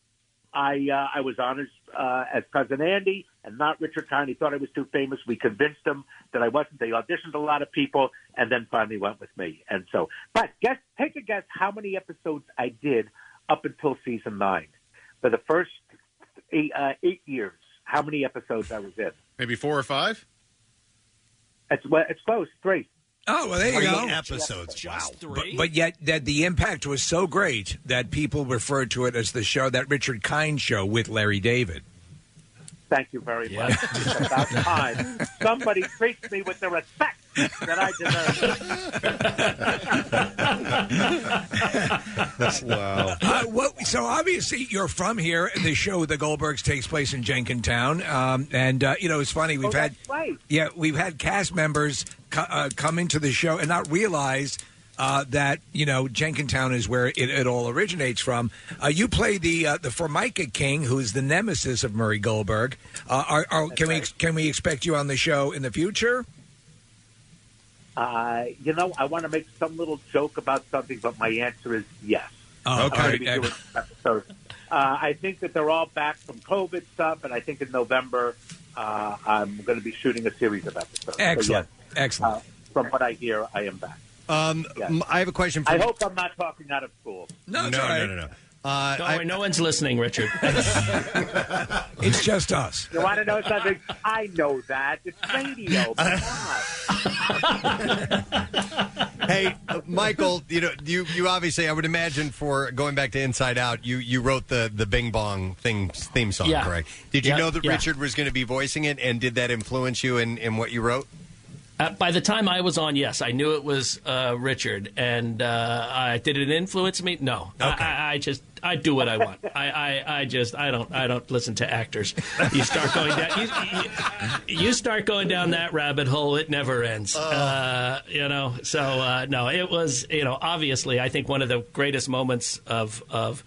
Speaker 25: I uh, I was on as uh, as cousin Andy and not Richard Kind. He thought I was too famous. We convinced him that I wasn't. They auditioned a lot of people and then finally went with me. And so, but guess take a guess how many episodes I did up until season nine for the first eight, uh, eight years. How many episodes I was in?
Speaker 5: Maybe four or five.
Speaker 25: It's well, it's close. Three.
Speaker 3: Oh, well, there you
Speaker 5: Three
Speaker 3: go.
Speaker 5: episodes.
Speaker 3: Just three. But, but yet, that the impact was so great that people referred to it as the show, that Richard Kind show with Larry David.
Speaker 25: Thank you very much. It's about time somebody treats me with the respect that I deserve.
Speaker 1: wow.
Speaker 3: Uh, what, so obviously you're from here. The show The Goldbergs takes place in Jenkintown, um, and uh, you know it's funny. We've
Speaker 25: Oh,
Speaker 3: had
Speaker 25: that's right.
Speaker 3: yeah, we've had cast members co- uh, come into the show and not realize uh, that you know Jenkintown is where it, it all originates from. Uh, you play the uh, the Formica King, who is the nemesis of Murray Goldberg. Uh, are, are, can we can we expect you on the show in the future?
Speaker 25: Uh, you know, I want to make some little joke about something, but my answer is yes. I'm
Speaker 3: Oh,
Speaker 25: gonna be
Speaker 3: okay.
Speaker 25: doing episodes. Uh, I think that they're all back from COVID stuff, and I think in November uh, I'm going to be shooting a series of episodes. So,
Speaker 3: Excellent, excellent.
Speaker 25: yes, uh, from what I hear, I am back.
Speaker 1: Um, m- I have a question for
Speaker 25: I
Speaker 1: you.
Speaker 25: hope I'm not talking out of school.
Speaker 1: no, no, no, no, Uh,
Speaker 28: Don't worry, no one's listening, Richard.
Speaker 3: it's just us.
Speaker 25: You want to know something? I know that. It's radio. but
Speaker 1: Hey, uh, Michael, you know you you obviously I would imagine for going back to Inside Out, you you wrote the the Bing Bong thing theme song,
Speaker 28: Yeah.
Speaker 1: correct? Did you
Speaker 28: Yeah,
Speaker 1: know that
Speaker 28: yeah.
Speaker 1: Richard was going to be voicing it, and did that influence you in in what you wrote?
Speaker 28: Uh, by the time I was on, yes, I knew it was uh, Richard, and uh, I, did it influence me? No,
Speaker 1: Okay.
Speaker 28: I, I, I just I do what I want. I, I, I just I don't I don't listen to actors. You start going down you, you, you start going down that rabbit hole, it never
Speaker 1: Oh.
Speaker 28: ends. Uh, you know, so uh, no, it was you know obviously I think one of the greatest moments of of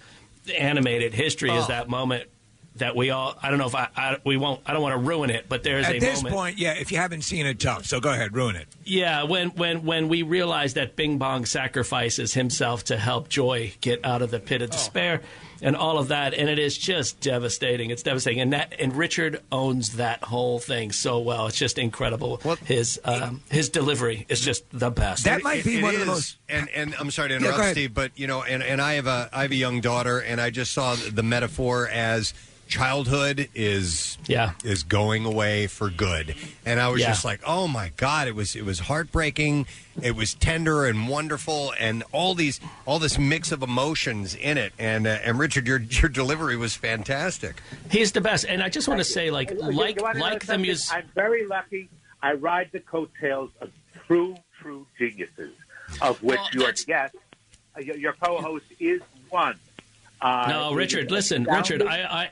Speaker 28: animated history
Speaker 3: Oh.
Speaker 28: is that moment. That we all, I don't know if I, I we won't, I don't want to ruin it, but there's a
Speaker 3: At this
Speaker 28: moment.
Speaker 3: point, yeah, if you haven't seen it, tough. So go ahead, ruin it.
Speaker 28: Yeah, when when when we realize that Bing Bong sacrifices himself to help Joy get out of the pit
Speaker 3: Oh.
Speaker 28: of despair and all of that and it is just devastating. It's devastating and that and Richard owns that whole thing so well. It's just incredible. his um, his delivery is just the best.
Speaker 1: It is, And and I'm sorry to
Speaker 28: Yeah, go
Speaker 1: interrupt,
Speaker 28: ahead.
Speaker 1: Steve, but you know, and and I have a I have a young daughter, and I just saw the metaphor as childhood is
Speaker 28: yeah
Speaker 1: is going away for good, and I was
Speaker 28: Yeah.
Speaker 1: just like, oh my god, it was it was heartbreaking, it was tender and wonderful, and all these all this mix of emotions in it, and uh, and Richard, your your delivery was fantastic.
Speaker 28: He's the best, and I just want to say, like,
Speaker 25: You- you wanna know something? I'm very lucky. I ride the coattails of true, true geniuses, of which your guest, uh, your, your co-host, is one. Uh,
Speaker 28: no,
Speaker 25: he
Speaker 28: Richard,
Speaker 25: is
Speaker 28: listen, Richard, I, I,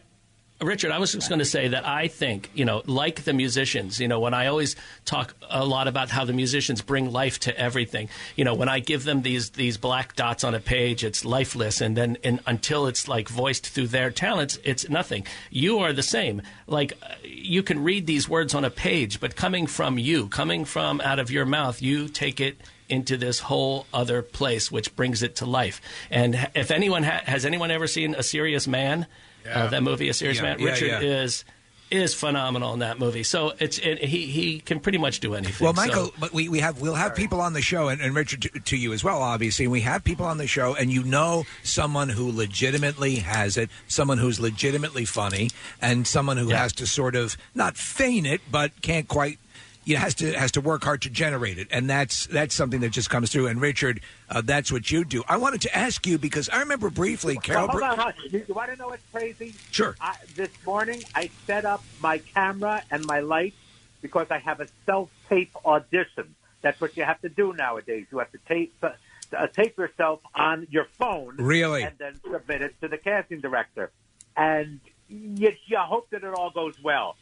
Speaker 28: Richard, I was just going to say that I think, you know, like the musicians, you know, when I always talk a lot about how the musicians bring life to everything, you know, when I give them these these black dots on a page, it's lifeless, and then and until it's like voiced through their talents, it's nothing. You are the same. Like uh, you can read these words on a page, but coming from you, coming from out of your mouth, you take it into this whole other place, which brings it to life. And ha- if anyone ha- has anyone ever seen A Serious Man, uh, that movie, A Serious
Speaker 3: Yeah,
Speaker 28: Man,
Speaker 3: yeah,
Speaker 28: Richard
Speaker 3: yeah.
Speaker 28: is is phenomenal in that movie. So it's it, he he can pretty much do anything.
Speaker 3: Well,
Speaker 28: So-
Speaker 3: Michael, but we, we have we'll have people on the show, and, and Richard to, to you as well, obviously. We have people on the show, and you know someone who legitimately has it, someone who's legitimately funny, and someone who has to sort of not feign it, but can't quite you know, has to has to work hard to generate it, and that's that's something that just comes through. And Richard, uh, that's what you do. I wanted to ask you because I remember briefly, Carol.
Speaker 25: Well, hold
Speaker 3: Bur-
Speaker 25: on, hold on. You, want to know what's crazy?
Speaker 3: Sure.
Speaker 25: I, this morning, I set up my camera and my lights because I have a self-tape audition. That's what you have to do nowadays. You have to tape uh, uh, tape yourself on your phone,
Speaker 3: Really?
Speaker 25: and then submit it to the casting director. And you, you hope that it all goes well.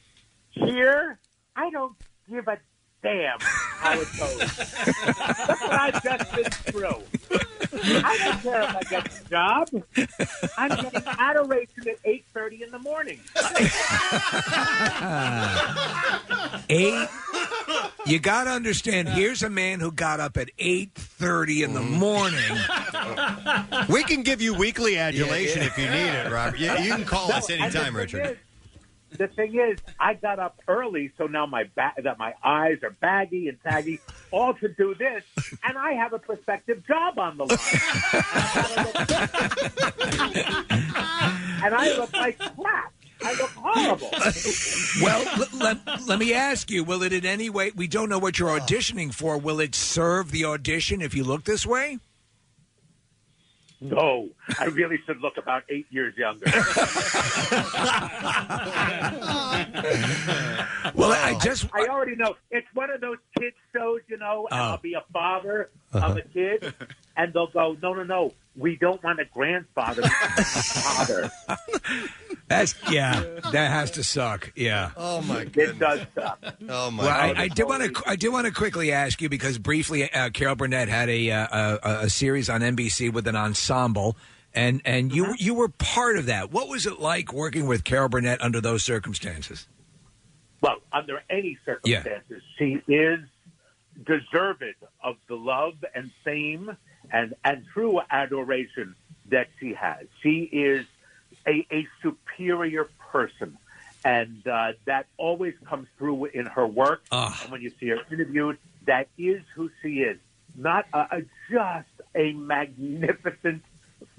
Speaker 25: Here, I don't give a damn how it goes. Look what I've just been through. I don't care if I get the job. I'm getting adoration at eight thirty in the morning.
Speaker 3: eight. You got to understand. Here's a man who got up at eight thirty in the morning.
Speaker 1: Mm. we can give you weekly adulation if you need it, Robert. You, you can call
Speaker 25: No,
Speaker 1: us
Speaker 25: and the
Speaker 1: anytime,
Speaker 25: thing
Speaker 1: Richard.
Speaker 25: is- the thing is, I got up early, so now my ba- that my eyes are baggy and saggy, all to do this, and I have a prospective job on the line. and I look like crap. I look horrible.
Speaker 3: well, l- let, let me ask you: Will it in any way? We don't know what you're auditioning for. Will it serve the audition if you look this way?
Speaker 25: No, I really should look about eight years younger.
Speaker 3: Well, I just
Speaker 25: I already know it's one of those kid shows, you know. And
Speaker 3: Oh. Uh-huh.
Speaker 25: I'll be a father of a kid, and they'll go, "No, no, no, we don't want a grandfather, we want a father."
Speaker 3: That's yeah. That has to suck. Yeah.
Speaker 1: Oh my
Speaker 25: It does suck.
Speaker 1: Oh
Speaker 3: Well, I, I do want to. I do want to quickly ask you because briefly, uh, Carol Burnett had a, uh, a a series on NBC with an ensemble, and and you you were part of that. What was it like working with Carol Burnett under those circumstances?
Speaker 25: Well, under any
Speaker 3: Yeah.
Speaker 25: circumstances, she is deserved of the love and fame and, and true adoration that she has. She is a, a superior person. And uh, that always comes through in her work. And when you see her interviewed, that is who she is. Not a, a, just a magnificent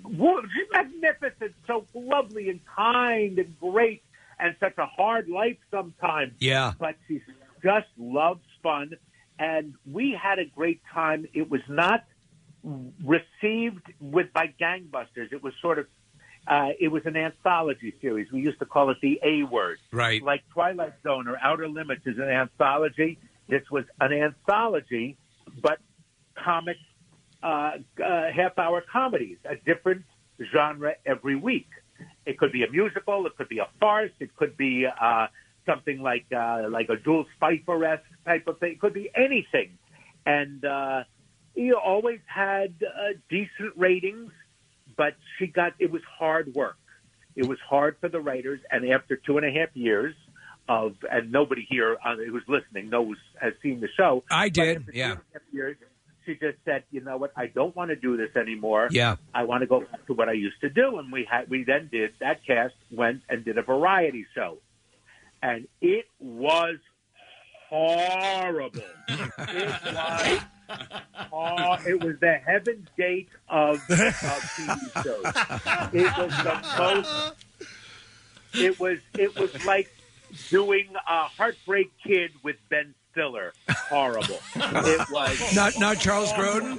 Speaker 25: woman. She's magnificent, so lovely and kind and great, and such a hard life sometimes.
Speaker 3: Yeah.
Speaker 25: But she just loves fun, and we had a great time. It was not received with by gangbusters. It was sort of. Uh, it was an anthology series. We used to call it the A word.
Speaker 3: Right.
Speaker 25: Like Twilight Zone or Outer Limits is an anthology. This was an anthology, but comic uh, uh, half hour comedies, a different genre every week. It could be a musical, it could be a farce, it could be uh, something like uh, like a Jules Pfeiffer esque type of thing. It could be anything, and uh, he always had uh, decent ratings. But she got it was hard work. It was hard for the writers, and after two and a half years of and nobody here uh, who's listening knows has seen the show.
Speaker 3: I did.
Speaker 25: But after
Speaker 3: Yeah.
Speaker 25: two and a half years, she just said, "You know what? I don't want to do this anymore.
Speaker 3: Yeah.
Speaker 25: I want to go back to what I used to do." And we had we then did that cast went and did a variety show, and it was horrible. it was. Oh, it was the heaven gate of, of TV shows. It was the most. It was it was like doing a Heartbreak Kid with Ben Stiller. Horrible. It was
Speaker 3: Not not Charles Grodin.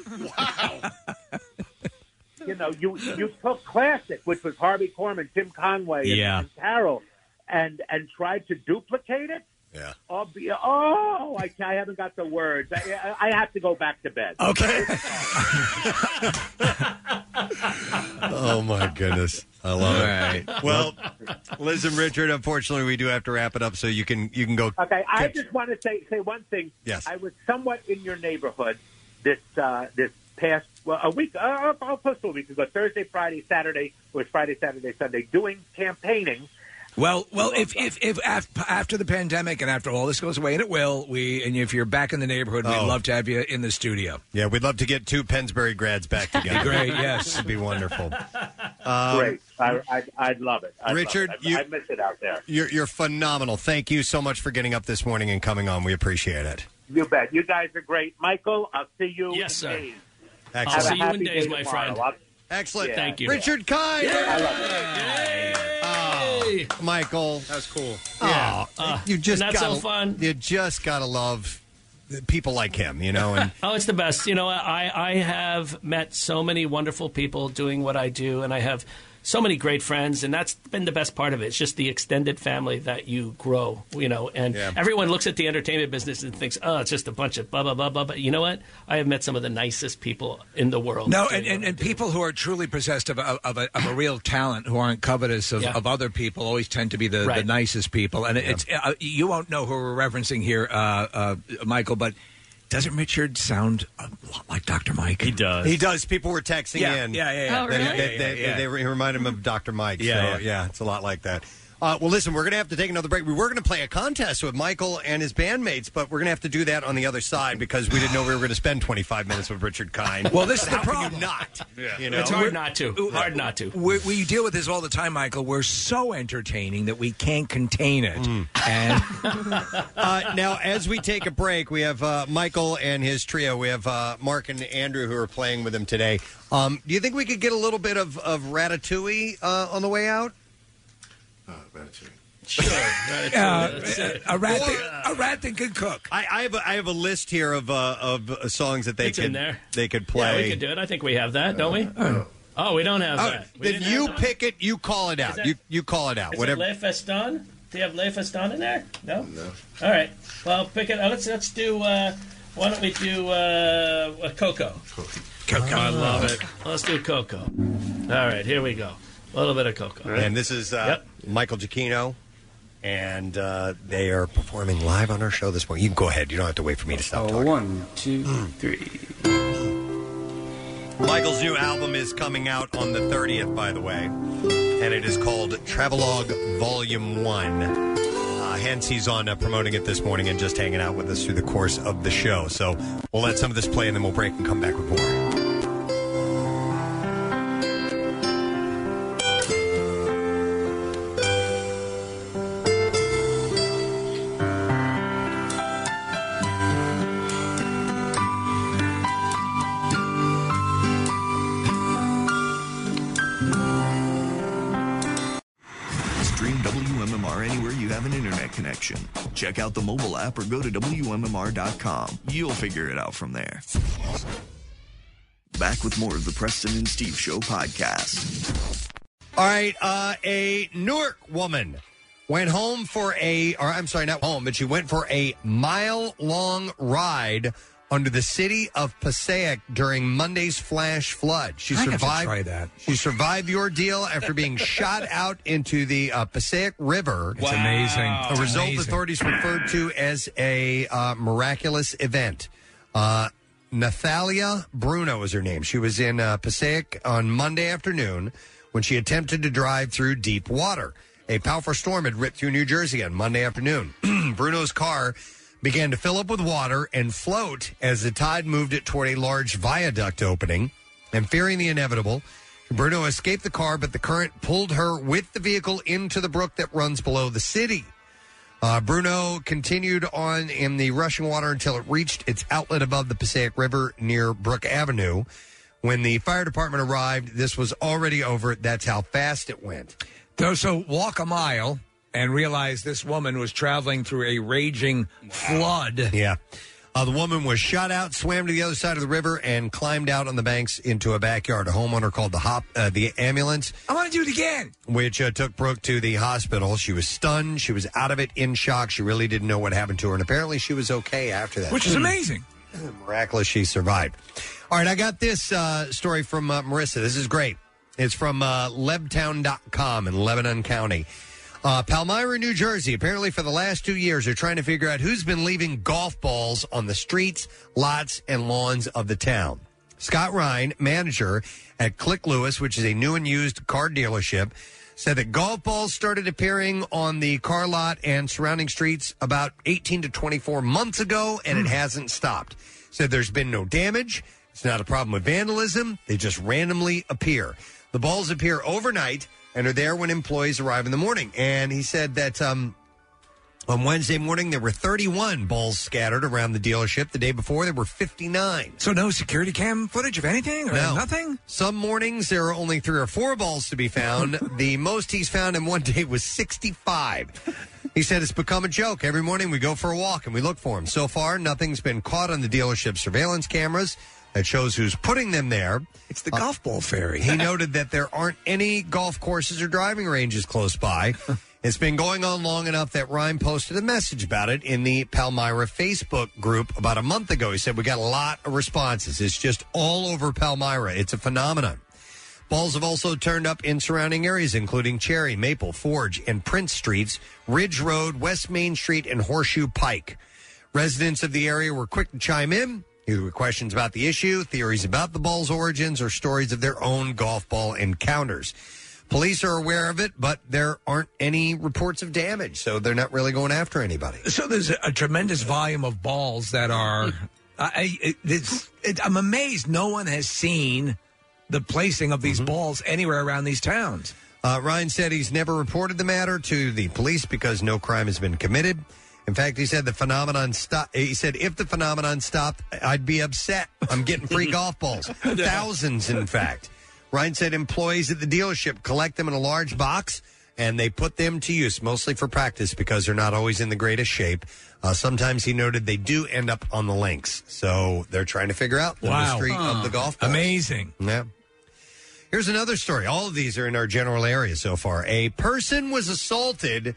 Speaker 25: you know, you you took classic, which was Harvey Korman, Tim Conway, and,
Speaker 17: Yeah.
Speaker 25: and Carol, and and tried to duplicate it.
Speaker 1: Yeah.
Speaker 25: I'll be, oh, I, I haven't got the words. I, I I have to go back to bed.
Speaker 1: Okay. Oh my goodness. I love it.
Speaker 17: All right.
Speaker 1: Well, listen, Richard. Unfortunately, we do have to wrap it up, so you can you can go.
Speaker 25: Okay, I just want to say say one thing.
Speaker 1: Yes.
Speaker 25: I was somewhat in your neighborhood this uh, this past well a week, uh, I'll post a week ago, Thursday, Friday, Saturday it was Friday, Saturday, Sunday, doing campaigning.
Speaker 3: Well, well, if if, if af- after the pandemic and after all this goes away, and it will, we and if you're back in the neighborhood, we'd
Speaker 1: Oh.
Speaker 3: love to have you in the studio.
Speaker 1: Yeah, we'd love to get two Pensbury grads back
Speaker 3: Be
Speaker 1: together.
Speaker 3: great, yes.
Speaker 1: it'd be wonderful. Um,
Speaker 25: Great, I, I I'd love it. I'd love
Speaker 1: Richard,
Speaker 25: it. I,
Speaker 1: you-
Speaker 25: I miss it out there.
Speaker 1: You're, you're phenomenal. Thank you so much for getting up this morning and coming on. We appreciate it.
Speaker 25: You bet. You guys are great, Michael. I'll see you.
Speaker 28: Yes,
Speaker 25: in
Speaker 28: sir.
Speaker 25: Days.
Speaker 1: Excellent.
Speaker 28: I'll
Speaker 25: Have a
Speaker 28: see you in
Speaker 25: happy
Speaker 28: days,
Speaker 25: day
Speaker 28: my
Speaker 25: tomorrow.
Speaker 28: friend.
Speaker 25: I'll-
Speaker 1: Excellent.
Speaker 25: Yeah.
Speaker 28: Thank you.
Speaker 1: Richard Kind.
Speaker 28: Yeah.
Speaker 1: Oh. great, Michael.
Speaker 5: That was cool.
Speaker 1: Yeah,
Speaker 28: Uh,
Speaker 1: you just
Speaker 28: isn't that
Speaker 1: gotta,
Speaker 28: so fun?
Speaker 1: You just gotta love the people like him, you know. And
Speaker 28: oh, it's the best. You know, I I have met so many wonderful people doing what I do, and I have so many great friends, and that's been the best part of it. It's just the extended family that you grow, you know. And everyone looks at the entertainment business and thinks, oh, it's just a bunch of blah blah blah blah. But you know what? I have met some of the nicest people in the world.
Speaker 3: No, and, and, and people who are truly possessed of a, of a, of a real talent, who aren't covetous of,
Speaker 28: Yeah.
Speaker 3: of other people, always tend to be the, the
Speaker 28: Right.
Speaker 3: nicest people. And it's uh, you won't know who we're referencing here, uh, uh, Michael, but doesn't Richard sound a lot like Dr. Mike? He does.
Speaker 1: he does. People were texting
Speaker 3: Yeah,
Speaker 1: in.
Speaker 3: yeah, yeah, yeah. Oh,
Speaker 1: They,
Speaker 3: really?
Speaker 1: they,
Speaker 3: Yeah, yeah,
Speaker 1: they-
Speaker 3: yeah.
Speaker 1: they re- remind him of Dr. Mike.
Speaker 3: Yeah, yeah.
Speaker 1: so, yeah. it's a lot like that. Uh, well, listen, we're going to have to take another break. We were going to play a contest with Michael and his bandmates, but we're going to have to do that on the other side because we didn't know we were going to spend 25 minutes with Richard Kine.
Speaker 3: Well, this is the
Speaker 1: How can you
Speaker 3: problem.
Speaker 1: not? You know?
Speaker 3: It's hard not to. Hard not to. We, we deal with this all the time, Michael. We're so entertaining that we can't contain it.
Speaker 1: Mm.
Speaker 3: And
Speaker 1: uh, now, as we take a break, we have uh, Michael and his trio. We have uh, Mark and Andrew who are playing with him today. Um, do you think we could get a little bit of, of Ratatouille uh, on the way out?
Speaker 3: Uh, a rat, that, a rat that could cook.
Speaker 1: I, I have a, I have a list here of uh, of uh, songs that they
Speaker 28: It's
Speaker 1: could
Speaker 28: in there.
Speaker 1: they could
Speaker 28: Yeah,
Speaker 1: play.
Speaker 28: we could do it. I think we have that, don't we? oh, we don't have
Speaker 1: Oh,
Speaker 28: that. We
Speaker 1: then
Speaker 28: didn't
Speaker 1: you
Speaker 28: have that.
Speaker 1: pick it. You call it out.
Speaker 28: that-
Speaker 1: you you call it out.
Speaker 28: Is
Speaker 1: Whatever.
Speaker 28: it Le Feston? Do you have Le Feston in there? No. No. All right. Well, pick it. uh, Let's let's do. Uh, why don't we do uh, a Coco? Coco. I love it. Let's do Coco. All right. Here we go. A little bit of Coco.
Speaker 1: And this is uh, Michael Giacchino, and uh, they are performing live on our show this morning. You can go ahead. You don't have to wait for me to stop talking. Uh, Mm. One, two, three. Michael's new album is coming out on the 30th, by the way, and it is called Travelogue Volume 1. Uh, hence, he's on uh, promoting it this morning and just hanging out with us through the course of the show. So we'll let some of this play and then we'll break and come back with more.
Speaker 7: Stream WMMR anywhere you have an internet connection. Check out the mobile app or go to WMMR.com. You'll figure it out from there. Back with more of the Preston and Steve Show podcast.
Speaker 1: All right, uh, a Newark woman went home for a, or I'm sorry, not home, but she went for a mile long ride under the city of Passaic during Monday's flash flood. She
Speaker 3: I have to
Speaker 1: survived.
Speaker 3: try that.
Speaker 1: She survived the ordeal after being shot out into the uh, Passaic River.
Speaker 3: It's amazing.
Speaker 1: A
Speaker 3: It's
Speaker 1: result
Speaker 3: amazing.
Speaker 1: authorities referred to as a uh, miraculous event. Uh, Nathalia Bruno is her name. She was in uh, Passaic on Monday afternoon when she attempted to drive through deep water. A powerful storm had ripped through New Jersey on Monday afternoon. Bruno's car began to fill up with water and float as the tide moved it toward a large viaduct opening. And fearing the inevitable, Bruno escaped the car, but the current pulled her with the vehicle into the brook that runs below the city. Uh, Bruno continued on in the rushing water until it reached its outlet above the Passaic River near Brook Avenue. When the fire department arrived, this was already over. That's how fast it went.
Speaker 3: Though, so walk a mile and realize this woman was traveling through a raging flood.
Speaker 1: Yeah. Uh, the woman was shot out, swam to the other side of the river, and climbed out on the banks into a backyard. A homeowner called the hop uh, the ambulance,
Speaker 3: I want to do it again.
Speaker 1: which uh, took Brooke to the hospital. She was stunned. She was out of it, in shock. She really didn't know what happened to her, and apparently she was okay after that,
Speaker 3: Which is amazing.
Speaker 1: Miraculous, she survived. All right, I got this uh, story from uh, Marissa. This is great. It's from uh, lebtown.com in Lebanon County. Uh, Palmyra, New Jersey, apparently for the last two years, they are trying to figure out who's been leaving golf balls on the streets, lots, and lawns of the town. Scott Ryan, manager at Click Lewis, which is a new and used car dealership, said that golf balls started appearing on the car lot and surrounding streets about 18 to 24 months ago, and it hasn't stopped. Said there's been no damage. It's not a problem with vandalism. They just randomly appear. The balls appear overnight and are there when employees arrive in the morning. And he said that um, On Wednesday morning, there were 31 balls scattered around the dealership. The day before, there were 59.
Speaker 3: So no security cam footage of anything or
Speaker 1: No.
Speaker 3: nothing?
Speaker 1: Some mornings there are only three or four balls to be found. the most he's found in one day was 65. He said it's become a joke. Every morning we go for a walk and we look for him. So far, nothing's been caught on the dealership surveillance cameras that shows who's putting them there. It's the golf ball fairy. He noted that there aren't any golf courses or driving ranges close by. It's been going on long enough that Ryan posted a message about it in the Palmyra Facebook group about a month ago. He said, We got a lot of responses. It's just all over Palmyra. It's a phenomenon. Balls have also turned up in surrounding areas, including Cherry, Maple, Forge, and Prince Streets, Ridge Road, West Main Street, and Horseshoe Pike. Residents of the area were quick to chime in, either with questions about the issue, theories about the ball's origins, or stories of their own golf ball encounters. Police are aware of it, but there aren't any reports of damage, so they're not really going after anybody.
Speaker 3: So there's a, a tremendous volume of balls that are. I, I, it's, it, I'm amazed no one has seen the placing of these balls anywhere around these towns.
Speaker 1: Uh, Ryan said he's never reported the matter to the police because no crime has been committed. In fact, he said the phenomenon stopped. He said if the phenomenon stopped, I'd be upset. I'm getting free golf balls, thousands, in fact. Ryan said employees at the dealership collect them in a large box and they put them to use mostly for practice because they're not always in the greatest shape. Uh, sometimes he noted they do end up on the links, so they're trying to figure out the
Speaker 3: Wow.
Speaker 1: mystery
Speaker 3: Huh.
Speaker 1: of the golf. Balls.
Speaker 3: Amazing.
Speaker 1: Yeah. Here's another story. All of these are in our general area so far. A person was assaulted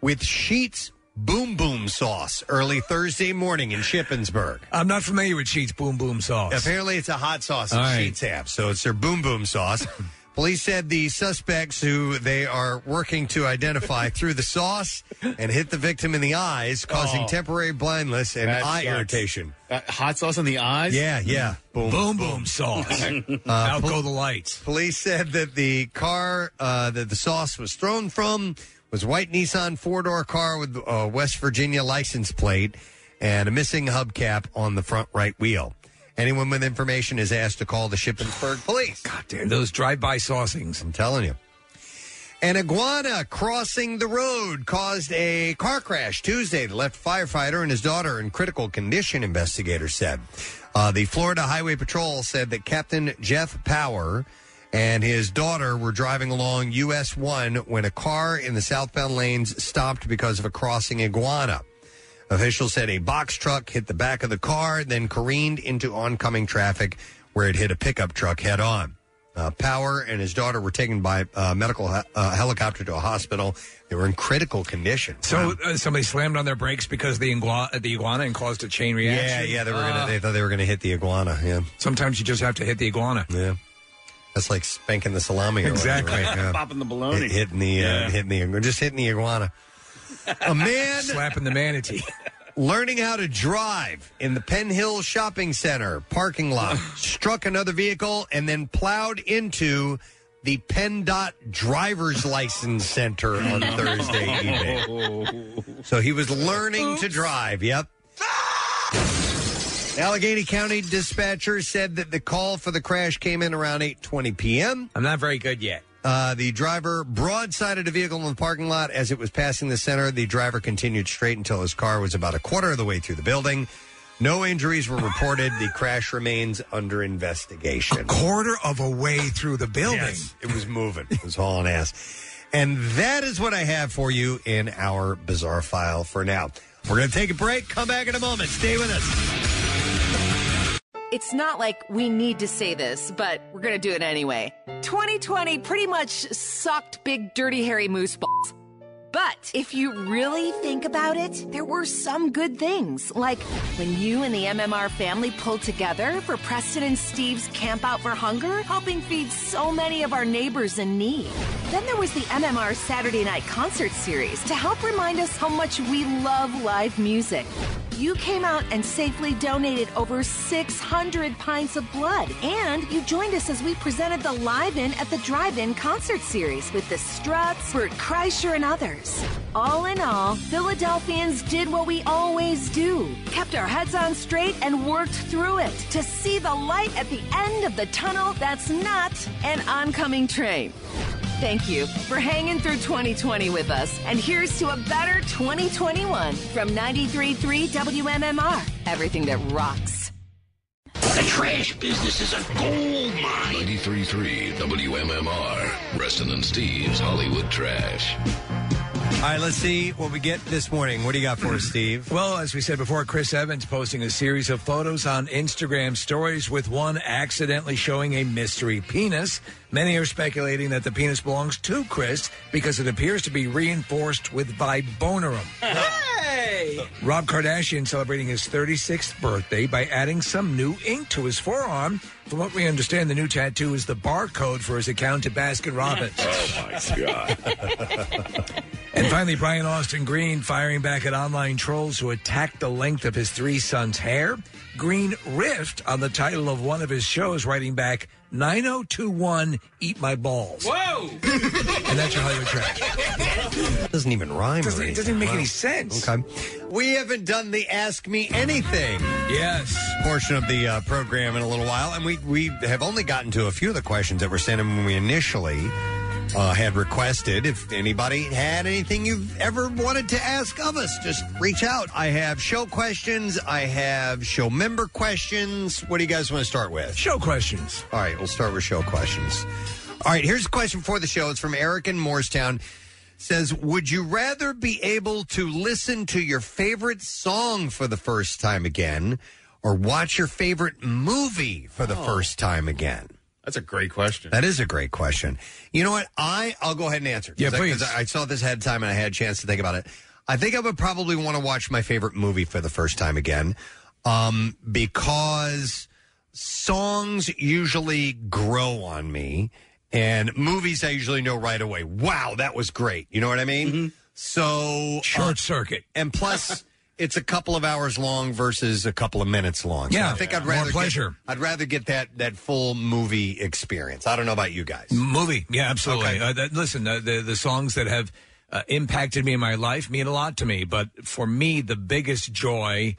Speaker 1: with Sheets Boom Boom sauce early Thursday morning in Shippensburg.
Speaker 3: I'm not familiar with Sheets Boom Boom sauce.
Speaker 1: Apparently, it's a hot sauce
Speaker 3: All
Speaker 1: that
Speaker 3: right.
Speaker 1: Sheets have, so it's their Boom Boom sauce. Police said the suspects, who they are working to identify, threw the sauce and hit the victim in the eyes, causing
Speaker 5: Oh.
Speaker 1: temporary blindness and
Speaker 5: That
Speaker 1: eye
Speaker 5: sucks.
Speaker 1: irritation.
Speaker 5: Uh, hot sauce in the eyes?
Speaker 1: Yeah, yeah. Boom,
Speaker 5: boom, Uh,
Speaker 3: sauce.
Speaker 1: Out
Speaker 3: go the lights.
Speaker 1: Police said that the car uh, that the sauce was thrown from was a white Nissan four door car with a West Virginia license plate and a missing hubcap on the front right wheel. Anyone with information is asked to call the Shippensburg police. God
Speaker 3: damn, those drive by saucings.
Speaker 1: I'm telling you. An iguana crossing the road caused a car crash Tuesday that left firefighter and his daughter in critical condition, investigators said. Uh, the Florida Highway Patrol said that Captain Jeff Power and his daughter were driving along US 1 when a car in the southbound lanes stopped because of a crossing iguana. Officials said a box truck hit the back of the car, then careened into oncoming traffic where it hit a pickup truck head on. Uh, Power and his daughter were taken by a medical he- uh, helicopter to a hospital. They were in critical condition.
Speaker 3: So uh, somebody slammed on their brakes because the, ingua- the iguana and caused a chain
Speaker 1: yeah,
Speaker 3: reaction.
Speaker 1: yeah, they were gonna.
Speaker 3: Ah.
Speaker 1: They thought they were gonna hit the iguana. Yeah.
Speaker 3: Sometimes you just have to hit the iguana.
Speaker 1: Yeah. That's like spanking the salami. or whatever,
Speaker 3: Exactly.
Speaker 1: right? Yeah.
Speaker 3: Popping the bologna.
Speaker 1: Hit- hitting the, uh,
Speaker 3: Yeah.
Speaker 1: hitting the, ig- just hitting the iguana. A man
Speaker 3: slapping the manatee.
Speaker 1: learning how to drive in the Penn Hill Shopping Center parking lot, struck another vehicle, and then plowed into the PennDOT Driver's License Center on Thursday evening. So he was learning to drive, yep. Allegheny County dispatcher said that the call for the crash came in around 8:20 p.m.
Speaker 3: I'm not very good yet.
Speaker 1: Uh, the driver broadsided a vehicle in the parking lot as it was passing the center. The driver continued straight until his car was about a quarter of the way through the building. No injuries were reported. the crash remains under investigation.
Speaker 3: Quarter of a way through the building.
Speaker 1: Yes, it was moving. It was hauling ass. And that is what I have for you in our bizarre file for now. We're going to take a break. Come back in a moment. Stay with us.
Speaker 10: It's not like we need to say this, but we're going to do it anyway. 2020 pretty much sucked big, dirty, hairy moose balls. But if you really think about it, there were some good things. Like when you and the MMR family pulled together for Preston and Steve's Camp Out for Hunger, helping feed so many of our neighbors in need. Then there was the MMR Saturday Night Concert Series to help remind us how much we love live music. You came out and safely donated over 600 pints of blood. And you joined us as we presented the Live In at the Drive In concert series with the Struts, Bert Kreischer, and others. All in all, Philadelphians did what we always do kept our heads on straight and worked through it to see the light at the end of the tunnel that's not an oncoming train. Thank you for hanging through 2020 with us. And here's to a better 2021 from 93.3 WMMR. Everything that rocks.
Speaker 2: The trash business is a gold mine. 93.3 WMMR. Preston and Steve's Hollywood Trash.
Speaker 1: All right, let's see what we get this morning. What do you got for us, Steve?
Speaker 3: Well, as we said before, Chris Evans posting a series of photos on Instagram stories with one accidentally showing a mystery penis. Many are speculating that the penis belongs to Chris because it appears to be reinforced with vibonum.
Speaker 17: Hey!
Speaker 3: Rob Kardashian celebrating his 36th birthday by adding some new ink to his forearm. From what we understand, the new tattoo is the barcode for his account to Baskin Robbins.
Speaker 1: Oh,
Speaker 3: And finally, Brian Austin Green firing back at online trolls who attacked the length of his three sons' hair. Green riffed on the title of one of his shows, writing back, 9021 Eat My Balls.
Speaker 17: Whoa!
Speaker 3: And that's your Hollywood track.
Speaker 1: Doesn't even rhyme.
Speaker 3: Doesn't- it doesn't make any sense.
Speaker 1: Okay. We haven't done the Ask Me Anything.
Speaker 3: Yes.
Speaker 1: Portion of the uh, program in a little while, and we we have only gotten to a few of the questions that were sent in when we initially uh, had requested. If anybody had anything you've ever wanted to ask of us, just reach out. I have show questions. I have show member questions. What do you guys want to start with?
Speaker 3: Show questions.
Speaker 1: All right, we'll start with show questions. All right, here's a question for the show. It's from Eric in Morristown. Says, would you rather be able to listen to your favorite song for the first time again or watch your favorite movie for
Speaker 3: Oh.
Speaker 1: the first time again?
Speaker 5: That's a great question.
Speaker 1: That is a great question. You know what? I I'll go ahead and answer.
Speaker 5: Yeah,
Speaker 1: Because I-
Speaker 5: please.
Speaker 1: because I, I saw this ahead of time and I had a chance to think about it. I think I would probably want to watch my favorite movie for the first time again, um, because songs usually grow on me, and movies I usually know right away. Wow, that was great. You know what I mean? So
Speaker 3: Mm-hmm.
Speaker 1: uh,
Speaker 3: short circuit,
Speaker 1: and plus. It's a couple of hours long versus a couple of minutes long. So
Speaker 3: Yeah,
Speaker 1: I think I'd
Speaker 3: more
Speaker 1: rather
Speaker 3: pleasure.
Speaker 1: Get, I'd rather get that that full movie experience. I don't know about you guys.
Speaker 3: Movie, yeah, absolutely. Uh, that, listen, the, the the songs that have uh, impacted me in my life mean a lot to me. But for me, the biggest joy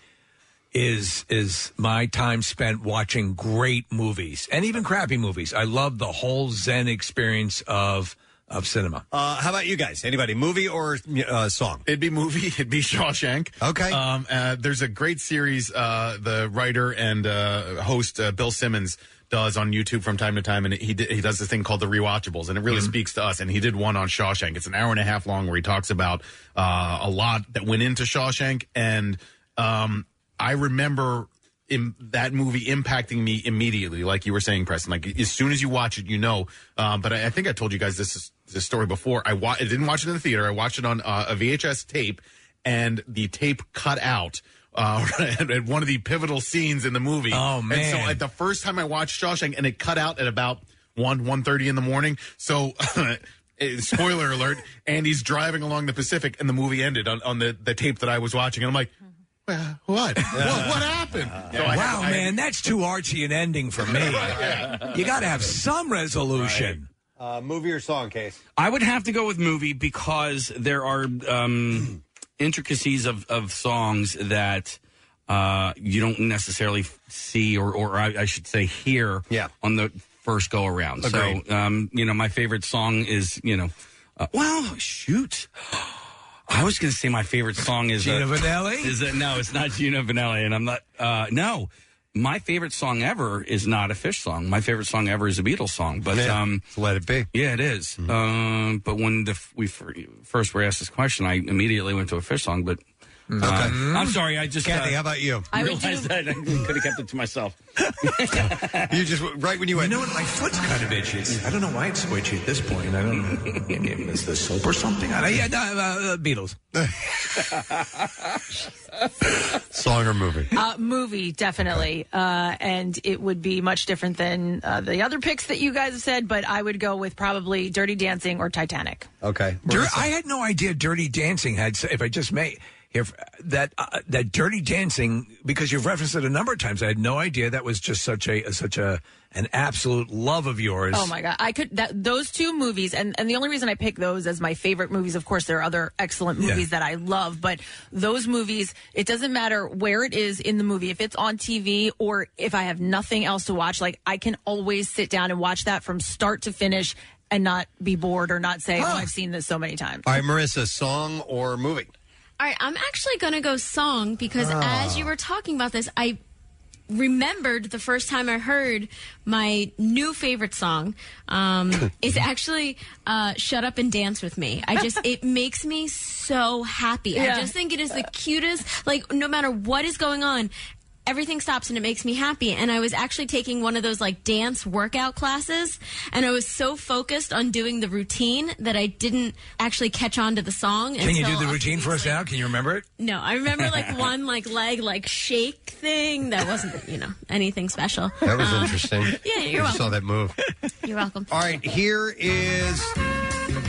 Speaker 3: is is my time spent watching great movies and even crappy movies. I love the whole Zen experience of of cinema.
Speaker 1: Uh, how about you guys? Anybody, movie or uh, song?
Speaker 5: It'd be movie. It'd be Shawshank.
Speaker 1: Okay.
Speaker 5: Um, uh, there's a great series uh, the writer and uh, host uh, Bill Simmons does on YouTube from time to time, and he d- he does this thing called the rewatchables, and it really speaks to us. And he did one on Shawshank. It's an hour and a half long where he talks about uh, a lot that went into Shawshank, and um, I remember. Im- that movie impacting me immediately, like you were saying, Preston. Like as soon as you watch it, you know. Um, but I, I think I told you guys this is, this story before. I, wa- I didn't watch it in the theater. I watched it on uh, a VHS tape, and the tape cut out uh, at at one of the pivotal scenes in the movie.
Speaker 3: Oh,
Speaker 5: And so
Speaker 3: man.
Speaker 5: like, the first time I watched Shawshank, and it cut out at about one one thirty in the morning. So. eh, Spoiler alert! Andy's driving along the Pacific, and the movie ended on, on the, the tape that I was watching. And I'm like,
Speaker 1: uh,
Speaker 5: well, what? what? What happened? So I
Speaker 3: Uh, wow,
Speaker 5: had- I-
Speaker 3: man, that's too archy an ending for me. You got to have some resolution.
Speaker 1: Uh, movie or song, Case?
Speaker 4: I would have to go with movie because there are um, intricacies of, of songs that uh, you don't necessarily f- see or, or I, I should say hear on the first go around. So,
Speaker 1: Agreed.
Speaker 4: um, you know, my favorite song is, you know, uh, well, shoot. I was going to say my favorite song is
Speaker 3: Gina
Speaker 4: uh,
Speaker 3: Vanelli?
Speaker 4: Is it no? It's not Gina Vanelli, and I'm not. Uh, no, my favorite song ever is not a Fish song. My favorite song ever is a Beatles song. But
Speaker 1: Yeah.
Speaker 4: um,
Speaker 1: let it be. Mm-hmm.
Speaker 4: Yeah, it is. Um, but when the, f- we fir- first were asked this question, I immediately went to a Fish song. But
Speaker 1: Mm-hmm.
Speaker 4: okay, I'm sorry. I just
Speaker 1: Uh-huh. Kathy, how about you?
Speaker 4: I
Speaker 1: I would
Speaker 4: realized that I could have kept it to myself.
Speaker 1: you just right when you
Speaker 4: went.
Speaker 3: You know what? My foot's kind of itches. I don't know why it's so itchy at this point. I don't know. Is this soap or something? I don't- yeah, no, uh, uh, Beatles.
Speaker 1: Song or movie?
Speaker 13: Uh, movie, definitely. Uh, and it would be much different than uh, the other picks that you guys have said, but I would go with probably Dirty Dancing or Titanic.
Speaker 1: Okay.
Speaker 3: Dir- I had no idea Dirty Dancing had. s- If I just may, if that uh, that Dirty Dancing, because you've referenced it a number of times, I had no idea that was just such a such a an absolute love of yours.
Speaker 13: Oh my god, I could that those two movies, and and the only reason I pick those as my favorite movies. Of course, there are other excellent
Speaker 3: Yeah.
Speaker 13: movies that I love, but those movies, it doesn't matter where it is in the movie, if it's on TV or if I have nothing else to watch, like I can always sit down and watch that from start to finish. and not be bored or not say, "Oh, I've seen this so many times."
Speaker 1: All right, Marissa, song or movie?
Speaker 29: All right, I'm actually going to go song because
Speaker 1: Ah.
Speaker 29: as you were talking about this, I remembered the first time I heard my new favorite song. Um, it's actually uh, "Shut Up and Dance with Me." I just it makes me so happy.
Speaker 24: Yeah.
Speaker 29: I just think it is the cutest. Like no matter what is going on. Everything stops and it makes me happy. And I was actually taking one of those like dance workout classes, and I was so focused on doing the routine that I didn't actually catch on to the song.
Speaker 3: Can you do
Speaker 29: until
Speaker 3: the routine for us now? Can you remember it?
Speaker 29: no, I remember like one like leg like shake thing that wasn't you know anything special.
Speaker 1: That was
Speaker 29: Um,
Speaker 1: interesting.
Speaker 29: Yeah, you're
Speaker 1: I just saw
Speaker 29: welcome.
Speaker 1: that move.
Speaker 29: You're welcome.
Speaker 1: All right, here is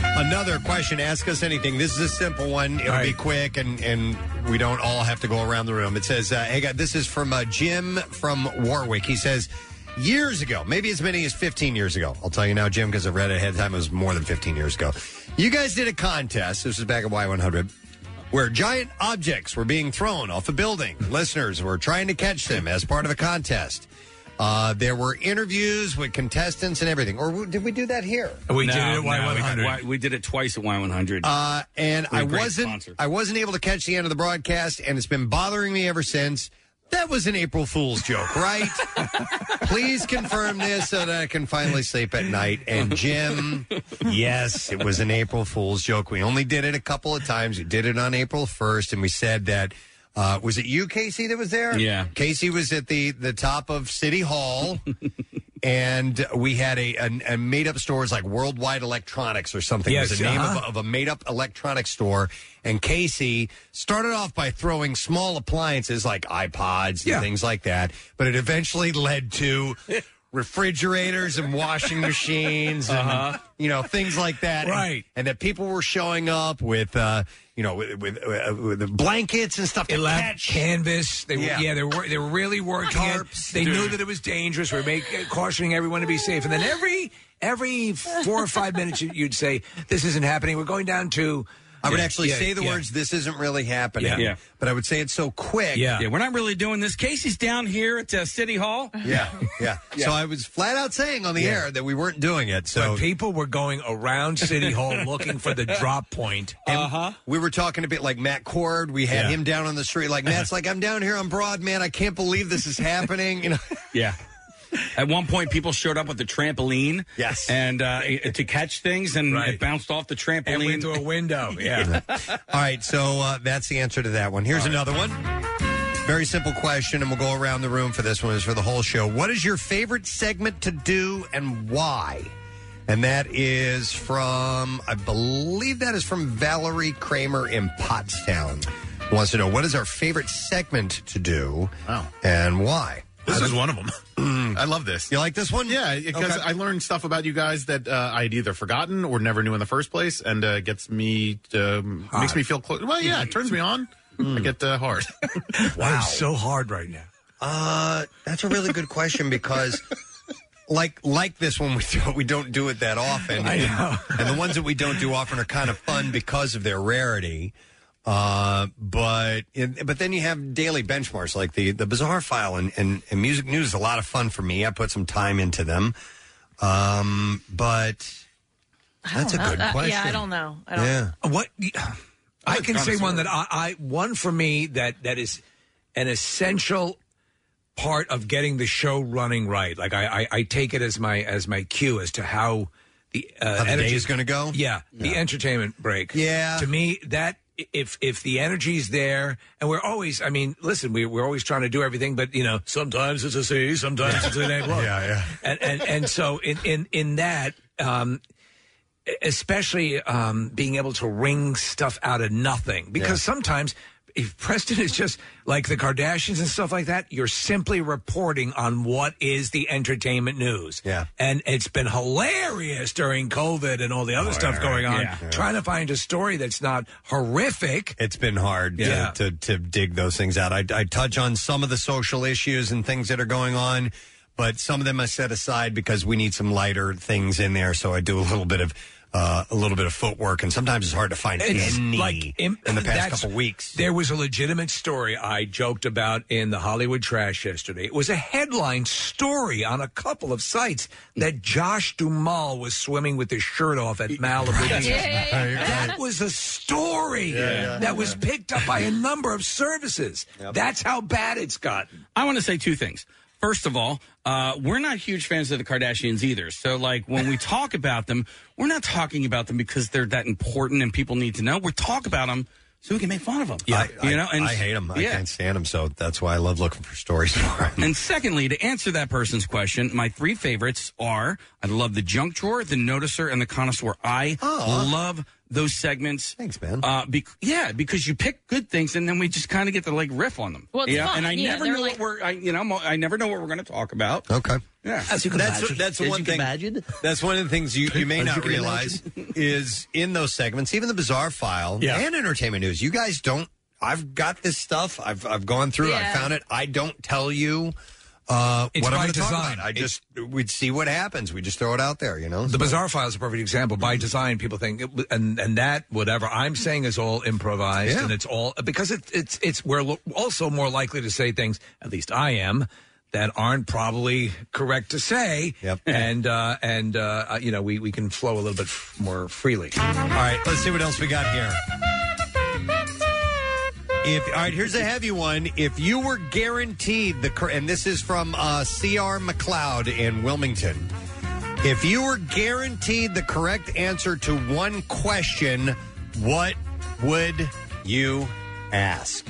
Speaker 1: another question. Ask us anything. This is a simple one. It'll be quick, and and we don't all have to go around the room. It says, uh, "Hey, guy, this is from uh, Jim from Warwick." He says. Years ago, maybe as many as 15 years ago. I'll tell you now, Jim, because I read it ahead of time. It was more than 15 years ago. You guys did a contest. This was back at Y100 where giant objects were being thrown off a building. Listeners were trying to catch them as part of a contest. Uh, there were interviews with contestants and everything. Or w- did we do that here?
Speaker 4: No, no, we did- why- we did it twice at Y100.
Speaker 1: Uh, and
Speaker 4: We're
Speaker 1: I
Speaker 4: a great
Speaker 1: wasn't
Speaker 4: sponsor.
Speaker 1: I wasn't able to catch the end of the broadcast, and it's been bothering me ever since. That was an April Fool's joke, right? Please confirm this so that I can finally sleep at night. And Jim, yes, it was an April Fool's joke. We only did it a couple of times. We did it on April 1st, and we said that. Uh, was it you, Casey, that was there?
Speaker 4: Yeah.
Speaker 1: Casey was at the, the top of City Hall, and we had a, a, a made up stores like Worldwide Electronics or something.
Speaker 3: Yes,
Speaker 1: it was the name of
Speaker 3: uh-huh.
Speaker 1: a-
Speaker 4: Ah.
Speaker 1: of a made up electronics store. And Casey started off by throwing small appliances like iPods and things like that, but it eventually led to refrigerators and washing machines and
Speaker 4: Uh-huh.
Speaker 1: you know things like that And-
Speaker 4: Right.
Speaker 1: and, that people were showing up with uh you know with with, uh, with blankets and stuff to
Speaker 3: Elab-
Speaker 1: catch.
Speaker 3: canvas. They were,
Speaker 1: Yeah.
Speaker 3: yeah. they were they were really working. it. They knew that it was dangerous. We We're make, cautioning everyone to be safe. And then every every four or five minutes, you- you'd say, "This isn't happening. We're going down to."
Speaker 1: I would actually
Speaker 3: Yeah,
Speaker 1: say the
Speaker 3: yeah.
Speaker 1: words "this isn't really happening,"
Speaker 3: Yeah. Yeah.
Speaker 1: but I would say it so quick.
Speaker 4: yeah, we're not really doing this. Casey's down here at uh, City Hall.
Speaker 1: Yeah, yeah. So I was flat out saying on the
Speaker 4: Yeah.
Speaker 1: air that we weren't doing it. So
Speaker 3: But people were going around City Hall looking for the drop point.
Speaker 1: Uh
Speaker 5: Uh-huh.
Speaker 1: huh. We were talking a bit like Matt Cord. We had him down on the street. Like Matt's like, I'm down here on Broad, man. I can't believe this is happening. You know.
Speaker 4: Yeah. At one point, people showed up with the trampoline. Yes. And uh, to catch things, and it bounced off the trampoline.
Speaker 3: And went through a window. Yeah.
Speaker 1: All right. So uh, that's the answer to that one. Here's another one. Very simple question, and we'll go around the room for this one. Is for the whole show. What is your favorite segment to do, and why? And that is from, I believe that is from Valerie Kramer in Pottstown. Wants to know what is our favorite segment to do, and why?
Speaker 5: This is one of them. I love this.
Speaker 1: You like this one?
Speaker 5: Yeah, because
Speaker 1: Okay.
Speaker 5: I learned stuff about you guys that uh, I'd either forgotten or never knew in the first place, and uh, gets me um, makes me feel close. Well, yeah, it turns me on.
Speaker 3: Hmm.
Speaker 5: I get uh, hard.
Speaker 1: Wow. I'm
Speaker 3: so hard right now.
Speaker 1: Uh, that's a really good question because, like, like this one, we don't, we don't do it that often. I know. And, the ones that we don't do often are kind of fun because of their rarity. Uh, but and- but then you have daily benchmarks like the the Bizarre File and, and and Music News is a lot of fun for me. I put some time into them. Um, but
Speaker 13: I
Speaker 1: that's a
Speaker 13: don't know.
Speaker 1: good
Speaker 13: Uh,
Speaker 1: question.
Speaker 13: yeah, I don't know. I don't.
Speaker 3: What I can say
Speaker 13: connoisseur.
Speaker 3: one that I, I one for me that that is an essential part of getting the show running right. Like I I, I take it as my as my cue as to how the uh,
Speaker 1: How the
Speaker 3: energy
Speaker 1: day is gonna go?
Speaker 3: Yeah, the entertainment break.
Speaker 1: Yeah.
Speaker 3: to me that. If if the energy's there, and we're always, I mean, listen, we we're always trying to do everything, but you know, sometimes it's a C, sometimes it's an A plus.
Speaker 1: Yeah, yeah.
Speaker 3: And and and so in in in that, um, especially um, being able to wring stuff out of nothing because sometimes if Preston is just like the Kardashians and stuff like that, you're simply reporting on what is the entertainment news. Yeah. And it's been hilarious during COVID and all the other
Speaker 1: Oh,
Speaker 3: stuff
Speaker 1: yeah,
Speaker 3: going on,
Speaker 1: yeah.
Speaker 3: trying to find a story that's not horrific.
Speaker 1: It's been hard to-
Speaker 3: Yeah.
Speaker 1: to, to, dig those things out. I, I touch on some of the social issues and things that are going on, but some of them I set aside because we need some lighter things in there. So I do a little bit of uh, a little bit of footwork, and sometimes it's hard to find
Speaker 3: It's
Speaker 1: any
Speaker 3: like im-
Speaker 1: in the past
Speaker 3: that's-
Speaker 1: couple weeks.
Speaker 3: There was a legitimate story I joked about in the Hollywood Trash yesterday. It was a headline story on a couple of sites that Josh Duhamel was swimming with his shirt off at Malibu.
Speaker 17: Right.
Speaker 3: Beach.
Speaker 17: Yeah, yeah, yeah.
Speaker 3: That was a story
Speaker 17: Yeah, yeah.
Speaker 3: that was picked up by a number of services. That's how bad it's gotten.
Speaker 4: I want to say two things. First of all, uh, we're not huge fans of the Kardashians either. So, like, when we talk about them, we're not talking about them because they're that important and people need to know. We talk about them so we can make fun of them.
Speaker 1: Yeah,
Speaker 4: you know, and
Speaker 1: I hate them. I
Speaker 4: yeah.
Speaker 1: can't stand them, so that's why I love looking for stories for 'em.
Speaker 4: And secondly, to answer that person's question, my three favorites are I love the junk drawer, the noticer, and the connoisseur. I love those segments. Thanks, man. Uh, bec yeah, because you pick good things and then we just kind of get to like riff on them.
Speaker 1: Well, it's
Speaker 4: yeah,
Speaker 1: fun.
Speaker 4: and I
Speaker 1: Yeah,
Speaker 4: never
Speaker 1: they're
Speaker 4: know what we're I, you know mo- I never know what we're going to talk about.
Speaker 1: Okay.
Speaker 4: Yeah,
Speaker 1: that's that's one thing. That's one of the things you, you may
Speaker 4: As you
Speaker 1: not
Speaker 4: can
Speaker 1: realize is in those segments, even the bizarre file and entertainment news. You guys don't. I've got this stuff. I've I've gone through.
Speaker 17: Yeah.
Speaker 1: I found it. I don't tell you uh,
Speaker 3: It's
Speaker 1: what I'm
Speaker 3: by
Speaker 1: going to talk
Speaker 3: design.
Speaker 1: about. I
Speaker 3: It-
Speaker 1: just we'd see what happens. We just throw it out there. You know.
Speaker 3: The Bizarre File is a perfect example. By design, people think, and and that whatever I'm saying is all improvised,
Speaker 1: Yeah.
Speaker 3: and it's all because it, it's it's we're lo- also more likely to say things. At least I am that aren't probably correct to say. Yep. And uh, and uh, uh, you know we we can flow a little bit f- more freely. All
Speaker 1: right, let's see what else we got here. If all right, here's a heavy one. If you were guaranteed the cor- and this is from uh, C.R. McLeod in Wilmington. If you were guaranteed the correct answer to one question, what would you ask?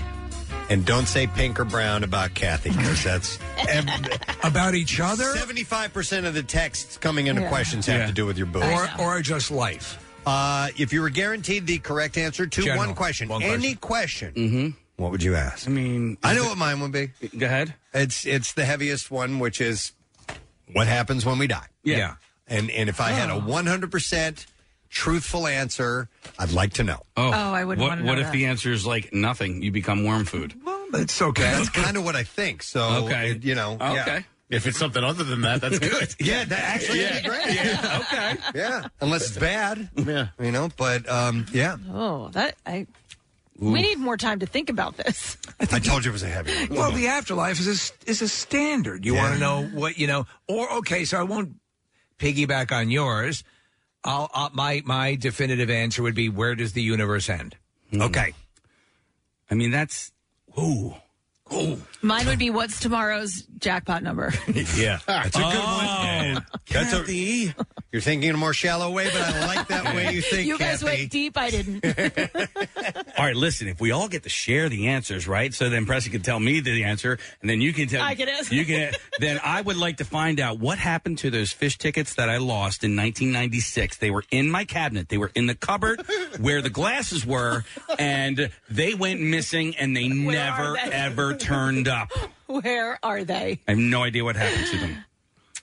Speaker 1: And don't say pink or brown about Kathy because that's
Speaker 3: about each other.
Speaker 1: Seventy-five percent of the texts coming into
Speaker 3: Yeah.
Speaker 1: questions have
Speaker 3: Yeah.
Speaker 1: to do with your boobs
Speaker 3: Or or just life.
Speaker 1: Uh, if you were guaranteed the correct answer to
Speaker 3: General.
Speaker 1: one question,
Speaker 3: One
Speaker 1: any question, what would you ask? I
Speaker 4: mean,
Speaker 1: I know what mine would be.
Speaker 4: Go ahead.
Speaker 1: It's it's the heaviest one, which is what happens when we die.
Speaker 4: Yeah.
Speaker 1: And and if I had
Speaker 4: Oh.
Speaker 1: a one hundred percent truthful answer, I'd like to know.
Speaker 4: Oh,
Speaker 1: I wouldn't
Speaker 4: What,
Speaker 1: wanna know
Speaker 4: what if
Speaker 1: that.
Speaker 4: the answer is like nothing? You become worm food.
Speaker 3: Well, that's okay.
Speaker 1: That's kind of what I think. So
Speaker 4: Okay.
Speaker 1: it- you know, yeah.
Speaker 4: Okay.
Speaker 5: If it's something other than that, that's good.
Speaker 1: yeah, that actually
Speaker 17: Yeah.
Speaker 1: is great.
Speaker 4: okay.
Speaker 1: Yeah, unless it's bad. Yeah, you know, but um, yeah.
Speaker 13: Oh, that I.
Speaker 1: Ooh.
Speaker 13: We need more time to think about this.
Speaker 1: I told you it was a heavy one.
Speaker 3: Well, the afterlife is a, is a standard. You want to know what you know, or okay, so I won't piggyback on yours. I'll, i my my definitive answer would be where does the universe end?
Speaker 1: Hmm.
Speaker 3: Okay,
Speaker 4: I mean that's ooh.
Speaker 13: Mine would be what's tomorrow's jackpot number?
Speaker 1: Yeah, that's a good
Speaker 4: Oh,
Speaker 1: one. That's
Speaker 4: a,
Speaker 1: you're thinking in a more shallow way, but I like that way you think.
Speaker 13: you guys
Speaker 1: Kathy.
Speaker 13: went deep. I didn't.
Speaker 4: All right, listen. If we all get to share the answers, right? So then Preston can tell me the answer, and then you can tell.
Speaker 13: I can answer.
Speaker 4: You can. then I would like to find out what happened to those fish tickets that I lost in 1996. They were in my cabinet. They were in the cupboard where the glasses were, and they went missing, and they never
Speaker 13: they?
Speaker 4: ever turned up.
Speaker 13: Where are they?
Speaker 4: I have no idea what happened to them.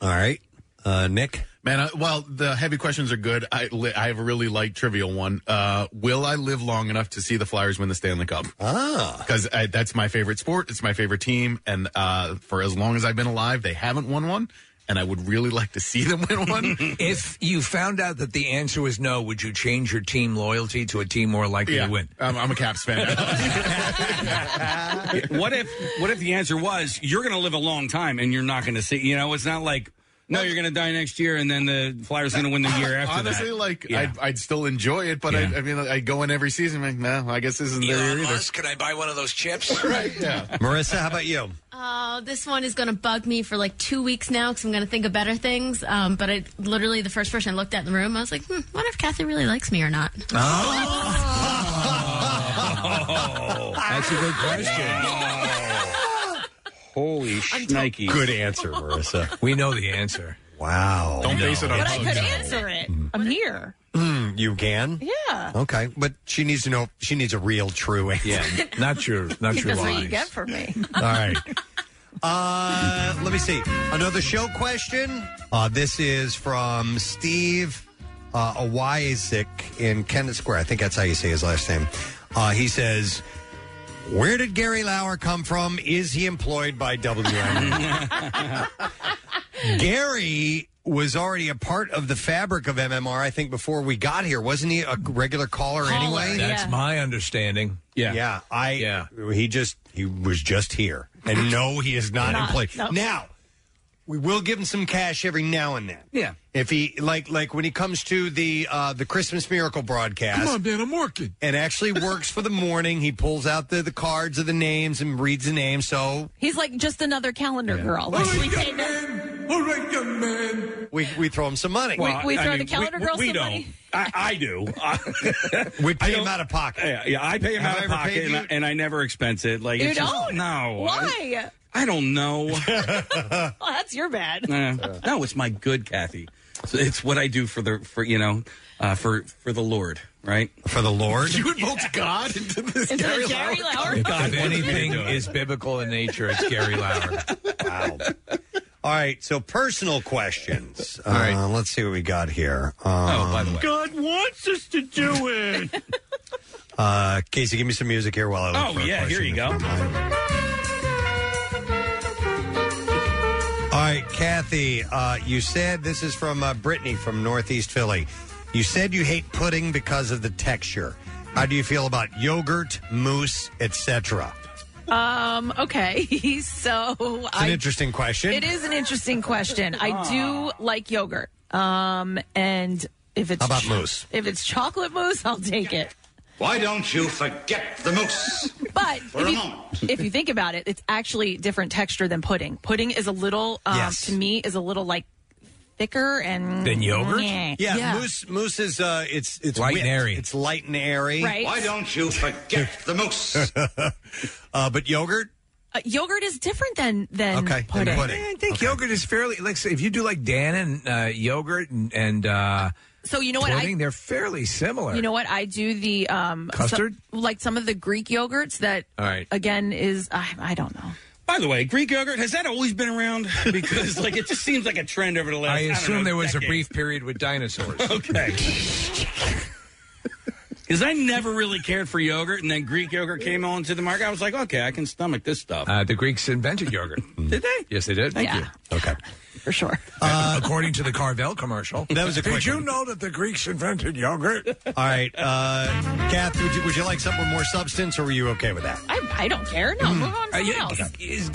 Speaker 1: All right, uh, Nick.
Speaker 5: Man, I, well, the heavy questions are good. I li- I have a really light trivial one. Uh, will I live long enough to see the Flyers win the Stanley Cup?
Speaker 1: Ah,
Speaker 5: because that's my favorite sport. It's my favorite team, and uh, for as long as I've been alive, they haven't won one. And I would really like to see them win one.
Speaker 3: if you found out that the answer was no, would you change your team loyalty to a team more likely
Speaker 5: Yeah.
Speaker 3: to win?
Speaker 5: I'm, I'm a Caps fan.
Speaker 4: what if what if the answer was you're going to live a long time and you're not going to see you know it's not like no you're going to die next year and then the flyers going to win the year after
Speaker 5: Honestly,
Speaker 4: that
Speaker 5: like
Speaker 4: Yeah.
Speaker 5: I'd, I'd still enjoy it, but I, I mean, I go in every season like, no, I guess this isn't their
Speaker 4: Elon
Speaker 5: year either.
Speaker 4: Musk,
Speaker 30: Can I buy one of those chips?
Speaker 5: right. Yeah.
Speaker 1: Marissa, how about you?
Speaker 29: Oh, this one is going to bug me for like two weeks now because I'm going to think of better things. Um, but I literally, the first person I looked at in the room, I was like, hmm, wonder if Kathy really likes me or not.
Speaker 4: oh, that's a good question holy shnikes
Speaker 1: good answer Marissa
Speaker 3: we know the answer
Speaker 1: wow
Speaker 5: Don't base it on
Speaker 13: But I could answer it.
Speaker 1: Mm-hmm.
Speaker 13: I'm here.
Speaker 1: Mm, you can.
Speaker 13: Yeah.
Speaker 1: Okay, but she needs to know. She needs a real, true answer.
Speaker 3: Yeah, not your,
Speaker 13: That's what you get from me.
Speaker 1: All right. Uh, let me see another show question. Uh, this is from Steve uh, Awizik in Kennett Square. I think that's how you say his last name. Uh, he says, "Where did Gary Lauer come from? Is he employed by WM?" E?" Gary was already a part of the fabric of MMR, I think, before we got here. Wasn't he a regular caller,
Speaker 13: Oh,
Speaker 1: anyway?
Speaker 3: That's my understanding.
Speaker 1: Yeah. Yeah. I yeah. he just he was just here. And no, he is not
Speaker 3: Not,
Speaker 1: employed.
Speaker 3: no.
Speaker 1: Now, we will give him some cash every now and then.
Speaker 3: Yeah.
Speaker 1: If he like like when he comes to the uh the Christmas miracle broadcast.
Speaker 19: Come on, Dan, I'm working.
Speaker 1: And actually works for the morning. He pulls out the, the cards of the names and reads the names. So
Speaker 13: He's like just another calendar girl.
Speaker 1: Oh,
Speaker 13: Like, we say no.
Speaker 1: we, we throw him some money.
Speaker 13: Well, We- we I throw mean, the calendar we- girl we some don't. money.
Speaker 4: I, I do. I-
Speaker 1: we pay
Speaker 4: him
Speaker 1: out of pocket.
Speaker 4: Yeah, yeah, I pay him
Speaker 1: Have
Speaker 4: out of
Speaker 1: I ever
Speaker 4: pocket,
Speaker 1: paid
Speaker 4: and
Speaker 1: you?
Speaker 4: I, and I never expense it. Like
Speaker 13: You
Speaker 4: it's just-
Speaker 13: don't?
Speaker 4: no.
Speaker 13: Why?
Speaker 4: I, I don't know.
Speaker 13: Well, that's your bad.
Speaker 4: Uh, no, it's my good, Kathy. So it's what I do for the for you know uh, for for the Lord, right?
Speaker 1: For the Lord,
Speaker 4: you
Speaker 31: invoked God into this
Speaker 19: Into Gary the Gary Lauer? Lauer?
Speaker 4: What
Speaker 3: God,
Speaker 4: are you
Speaker 3: anything
Speaker 4: doing?
Speaker 3: is biblical in nature. It's Gary Lauer.
Speaker 1: All right, so personal questions. All right, uh, let's see what we got here. oh, by the
Speaker 19: God wants us to do it.
Speaker 1: uh, Casey, give me some music here while I
Speaker 28: Oh,
Speaker 1: look. for a question.
Speaker 4: go.
Speaker 1: All right, Kathy, uh, you said this is from uh, Brittany from Northeast Philly. You said you hate pudding because of the texture. How do you feel about yogurt, mousse, etc.?
Speaker 13: Um, okay. so
Speaker 1: It's an
Speaker 13: I
Speaker 1: interesting question.
Speaker 13: It is an interesting question.
Speaker 1: Ah.
Speaker 13: I do like yogurt. Um, and if it's
Speaker 1: How about
Speaker 13: ch-
Speaker 1: mousse?
Speaker 13: If it's chocolate mousse, I'll take it.
Speaker 17: Why don't you forget the moose?
Speaker 13: But
Speaker 17: For
Speaker 13: if
Speaker 17: a
Speaker 13: you,
Speaker 17: moment.
Speaker 13: if you think about it, it's actually different texture than pudding. Pudding is a little, um,
Speaker 1: Yes.
Speaker 13: to me, is a little like thicker and
Speaker 1: Yeah,
Speaker 13: Mm, Yeah,
Speaker 1: mousse. Mousse is uh, it's it's
Speaker 17: Light and
Speaker 1: whipped.
Speaker 17: airy.
Speaker 1: It's light and airy.
Speaker 13: Right. Why
Speaker 17: don't you forget the moose?
Speaker 1: uh, but yogurt.
Speaker 13: Uh, yogurt is different than than pudding.
Speaker 3: Yeah, I think yogurt is fairly like so if you do like Dan and uh, yogurt and, and uh,
Speaker 13: So you know what I-
Speaker 3: pudding, they're fairly similar.
Speaker 13: You know what? I do the um, so-
Speaker 3: Custard?
Speaker 13: like some of the Greek yogurts that,
Speaker 4: All right.
Speaker 13: again, is I, I don't know.
Speaker 4: By the way, Greek yogurt has that always been around? Because like it just seems like a trend over the last.
Speaker 3: I
Speaker 4: don't
Speaker 3: assume
Speaker 4: know,
Speaker 3: there was a
Speaker 4: decade.
Speaker 3: brief period with dinosaurs.
Speaker 4: okay. Because I never really cared for yogurt, and then Greek yogurt came onto the market. I was like, okay, I can stomach this stuff.
Speaker 3: Uh, the Greeks invented yogurt.
Speaker 4: did they?
Speaker 3: Yes, they did.
Speaker 4: Thank Yeah.
Speaker 3: you.
Speaker 1: Okay.
Speaker 13: For sure.
Speaker 3: Uh, according to the Carvel commercial.
Speaker 1: That was a
Speaker 3: Did
Speaker 1: quick
Speaker 3: you
Speaker 1: one.
Speaker 3: know that the Greeks invented yogurt?
Speaker 1: All right, uh, Kath, would you, would you like something with more substance, or were you okay with that?
Speaker 13: I, I don't care. No, move on
Speaker 3: Uh,
Speaker 13: to
Speaker 3: yeah,
Speaker 13: something
Speaker 3: is-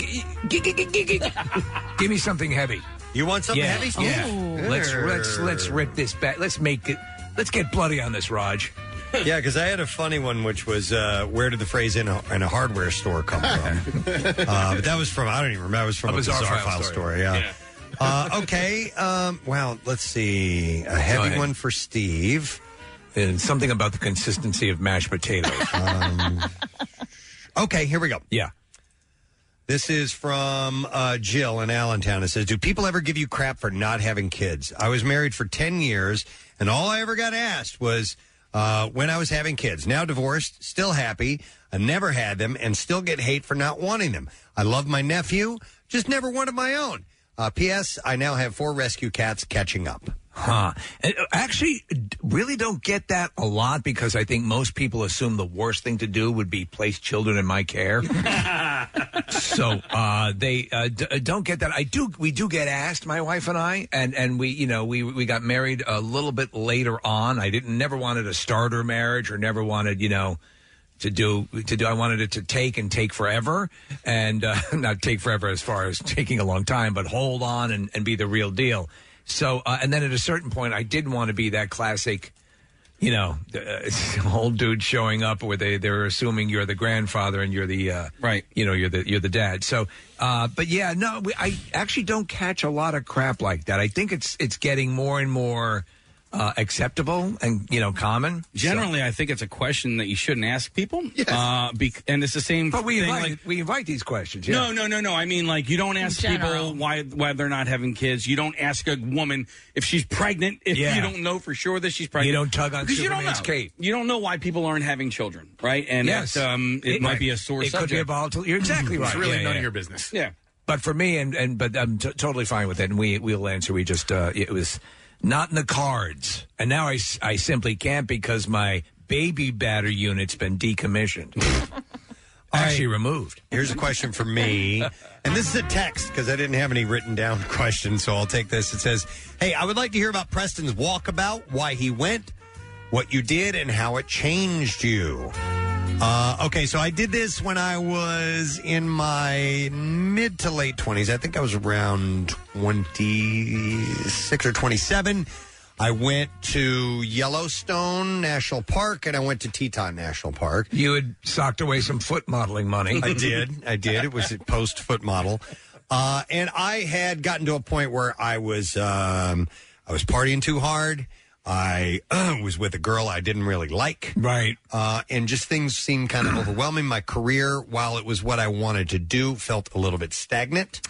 Speaker 3: Give me something heavy.
Speaker 1: You want something heavy?
Speaker 3: Yeah.
Speaker 1: Ooh.
Speaker 3: Let's let's let's rip this back. Let's make it. Let's get bloody on this, Raj.
Speaker 1: yeah, because I had a funny one, which was uh, where did the phrase in a, in a hardware store come from? uh, but that was from, I don't even remember. That was from
Speaker 3: A
Speaker 1: a
Speaker 3: Bizarre
Speaker 1: bizarre,
Speaker 3: File
Speaker 1: file,
Speaker 3: story.
Speaker 1: story. yeah. Uh, okay. Um, wow. Let's see. A heavy one for Steve.
Speaker 3: And Uh, something about the consistency of mashed potatoes.
Speaker 1: Um, Okay, here we go.
Speaker 3: Yeah.
Speaker 1: This is from uh, Jill in Allentown. It says, Do people ever give you crap for not having kids? I was married for 10 years, and all I ever got asked was uh, when I was having kids. Now divorced, still happy. I never had them, and still get hate for not wanting them. I love my nephew, just never wanted my own. Uh, P.S. I now have four rescue cats catching up.
Speaker 3: Huh. And, uh, Actually, d- really don't get that a lot because I think most people assume the worst thing to do would be place children in my care. so uh, they uh, d- uh, don't get that. I do. We do get asked, my wife and I, and and we, you know, we we got married a little bit later on. I didn't never wanted a starter marriage or never wanted, you know. To do, to do. I wanted it to take and take forever, and uh, not take forever as far as taking a long time, but hold on and, and be the real deal. So, uh, and then at a certain point, I didn't want to be that classic, you know, uh, old dude showing up where they they're assuming you're the grandfather and you're the uh, right, you know, you're the you're the dad. So, uh, but yeah, no, we, I actually don't catch a lot of crap like that. I think it's it's getting more and more uh, acceptable and you know common.
Speaker 4: Generally, I think it's a question that you shouldn't ask people. Yes. Uh, bec and it's the same
Speaker 3: But we
Speaker 4: thing.
Speaker 3: invite,
Speaker 4: like,
Speaker 3: we invite these questions. yeah.
Speaker 4: no, no, no, no. I mean, like, you don't ask people why why they're not having kids. You don't ask a woman if she's pregnant if
Speaker 3: Yeah.
Speaker 4: you don't know for sure that she's pregnant.
Speaker 3: don't tug on
Speaker 4: Because you don't
Speaker 3: Superman's
Speaker 4: know.
Speaker 3: cape.
Speaker 4: You don't know why people aren't having children, right? And
Speaker 3: Yes.
Speaker 4: that, um, it,
Speaker 3: It-
Speaker 4: might
Speaker 3: right.
Speaker 4: be a sore
Speaker 3: It could be
Speaker 4: subject.
Speaker 3: a volatile- you're exactly right. Yeah, yeah, yeah.
Speaker 4: Yeah.
Speaker 3: But for me, and, and but I'm t- totally fine with it, and we we'll answer. We just uh, it was not in the cards, and now I, s- I simply can't because my baby batter unit's been decommissioned. Actually removed.
Speaker 1: Here's a question for me. And this is a text because I didn't have any written down questions, so I'll take this. It says, Hey, I would like to hear about Preston's walkabout, why he went, what you did, and how it changed you. Uh, okay, so I did this when I was in my mid to late 20s. I think I was around 26 or 27. I went to Yellowstone National Park and I went to Teton National Park.
Speaker 3: You had socked away some foot modeling money.
Speaker 1: I did. I did. It was a post foot model. Uh, and I had gotten to a point where I was um, I was partying too hard. I uh, was with a girl I didn't really like.
Speaker 3: Right.
Speaker 1: Uh, and just things seemed kind of overwhelming. My career, while it was what I wanted to do, felt a little bit stagnant.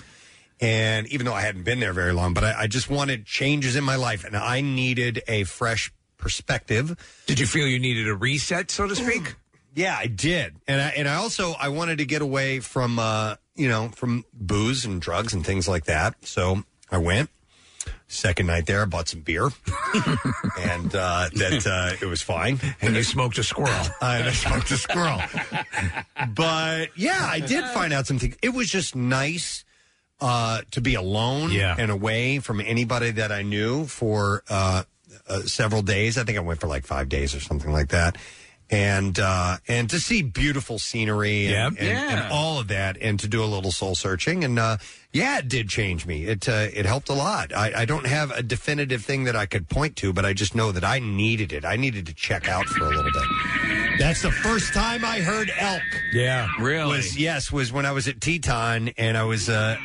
Speaker 1: And even though I hadn't been there very long, but I, I just wanted changes in my life and I needed a fresh perspective.
Speaker 3: Did you feel you needed a reset, so to speak?
Speaker 1: Yeah, I did, and I and I also I wanted to get away from uh, you know from booze and drugs and things like that. So I went. Second night there, I bought some beer, and uh, that uh, it was fine.
Speaker 3: And you smoked a squirrel.
Speaker 1: I smoked a squirrel. but yeah, I did find out something. It was just nice uh, to be alone
Speaker 3: Yeah.
Speaker 1: and away from anybody that I knew for uh, uh, several days. I think I went for like five days or something like that. And uh, and to see beautiful scenery and,
Speaker 3: Yep.
Speaker 1: and,
Speaker 3: Yeah.
Speaker 1: and all of that, and to do a little soul searching, and uh, yeah, it did change me. It uh, it helped a lot. I, I don't have a definitive thing that I could point to, but I just know that I needed it. I needed to check out for a little bit. That's the first time I heard elk.
Speaker 3: Yeah,
Speaker 1: really. Was, yes, was when I was at Teton, and I was. Uh,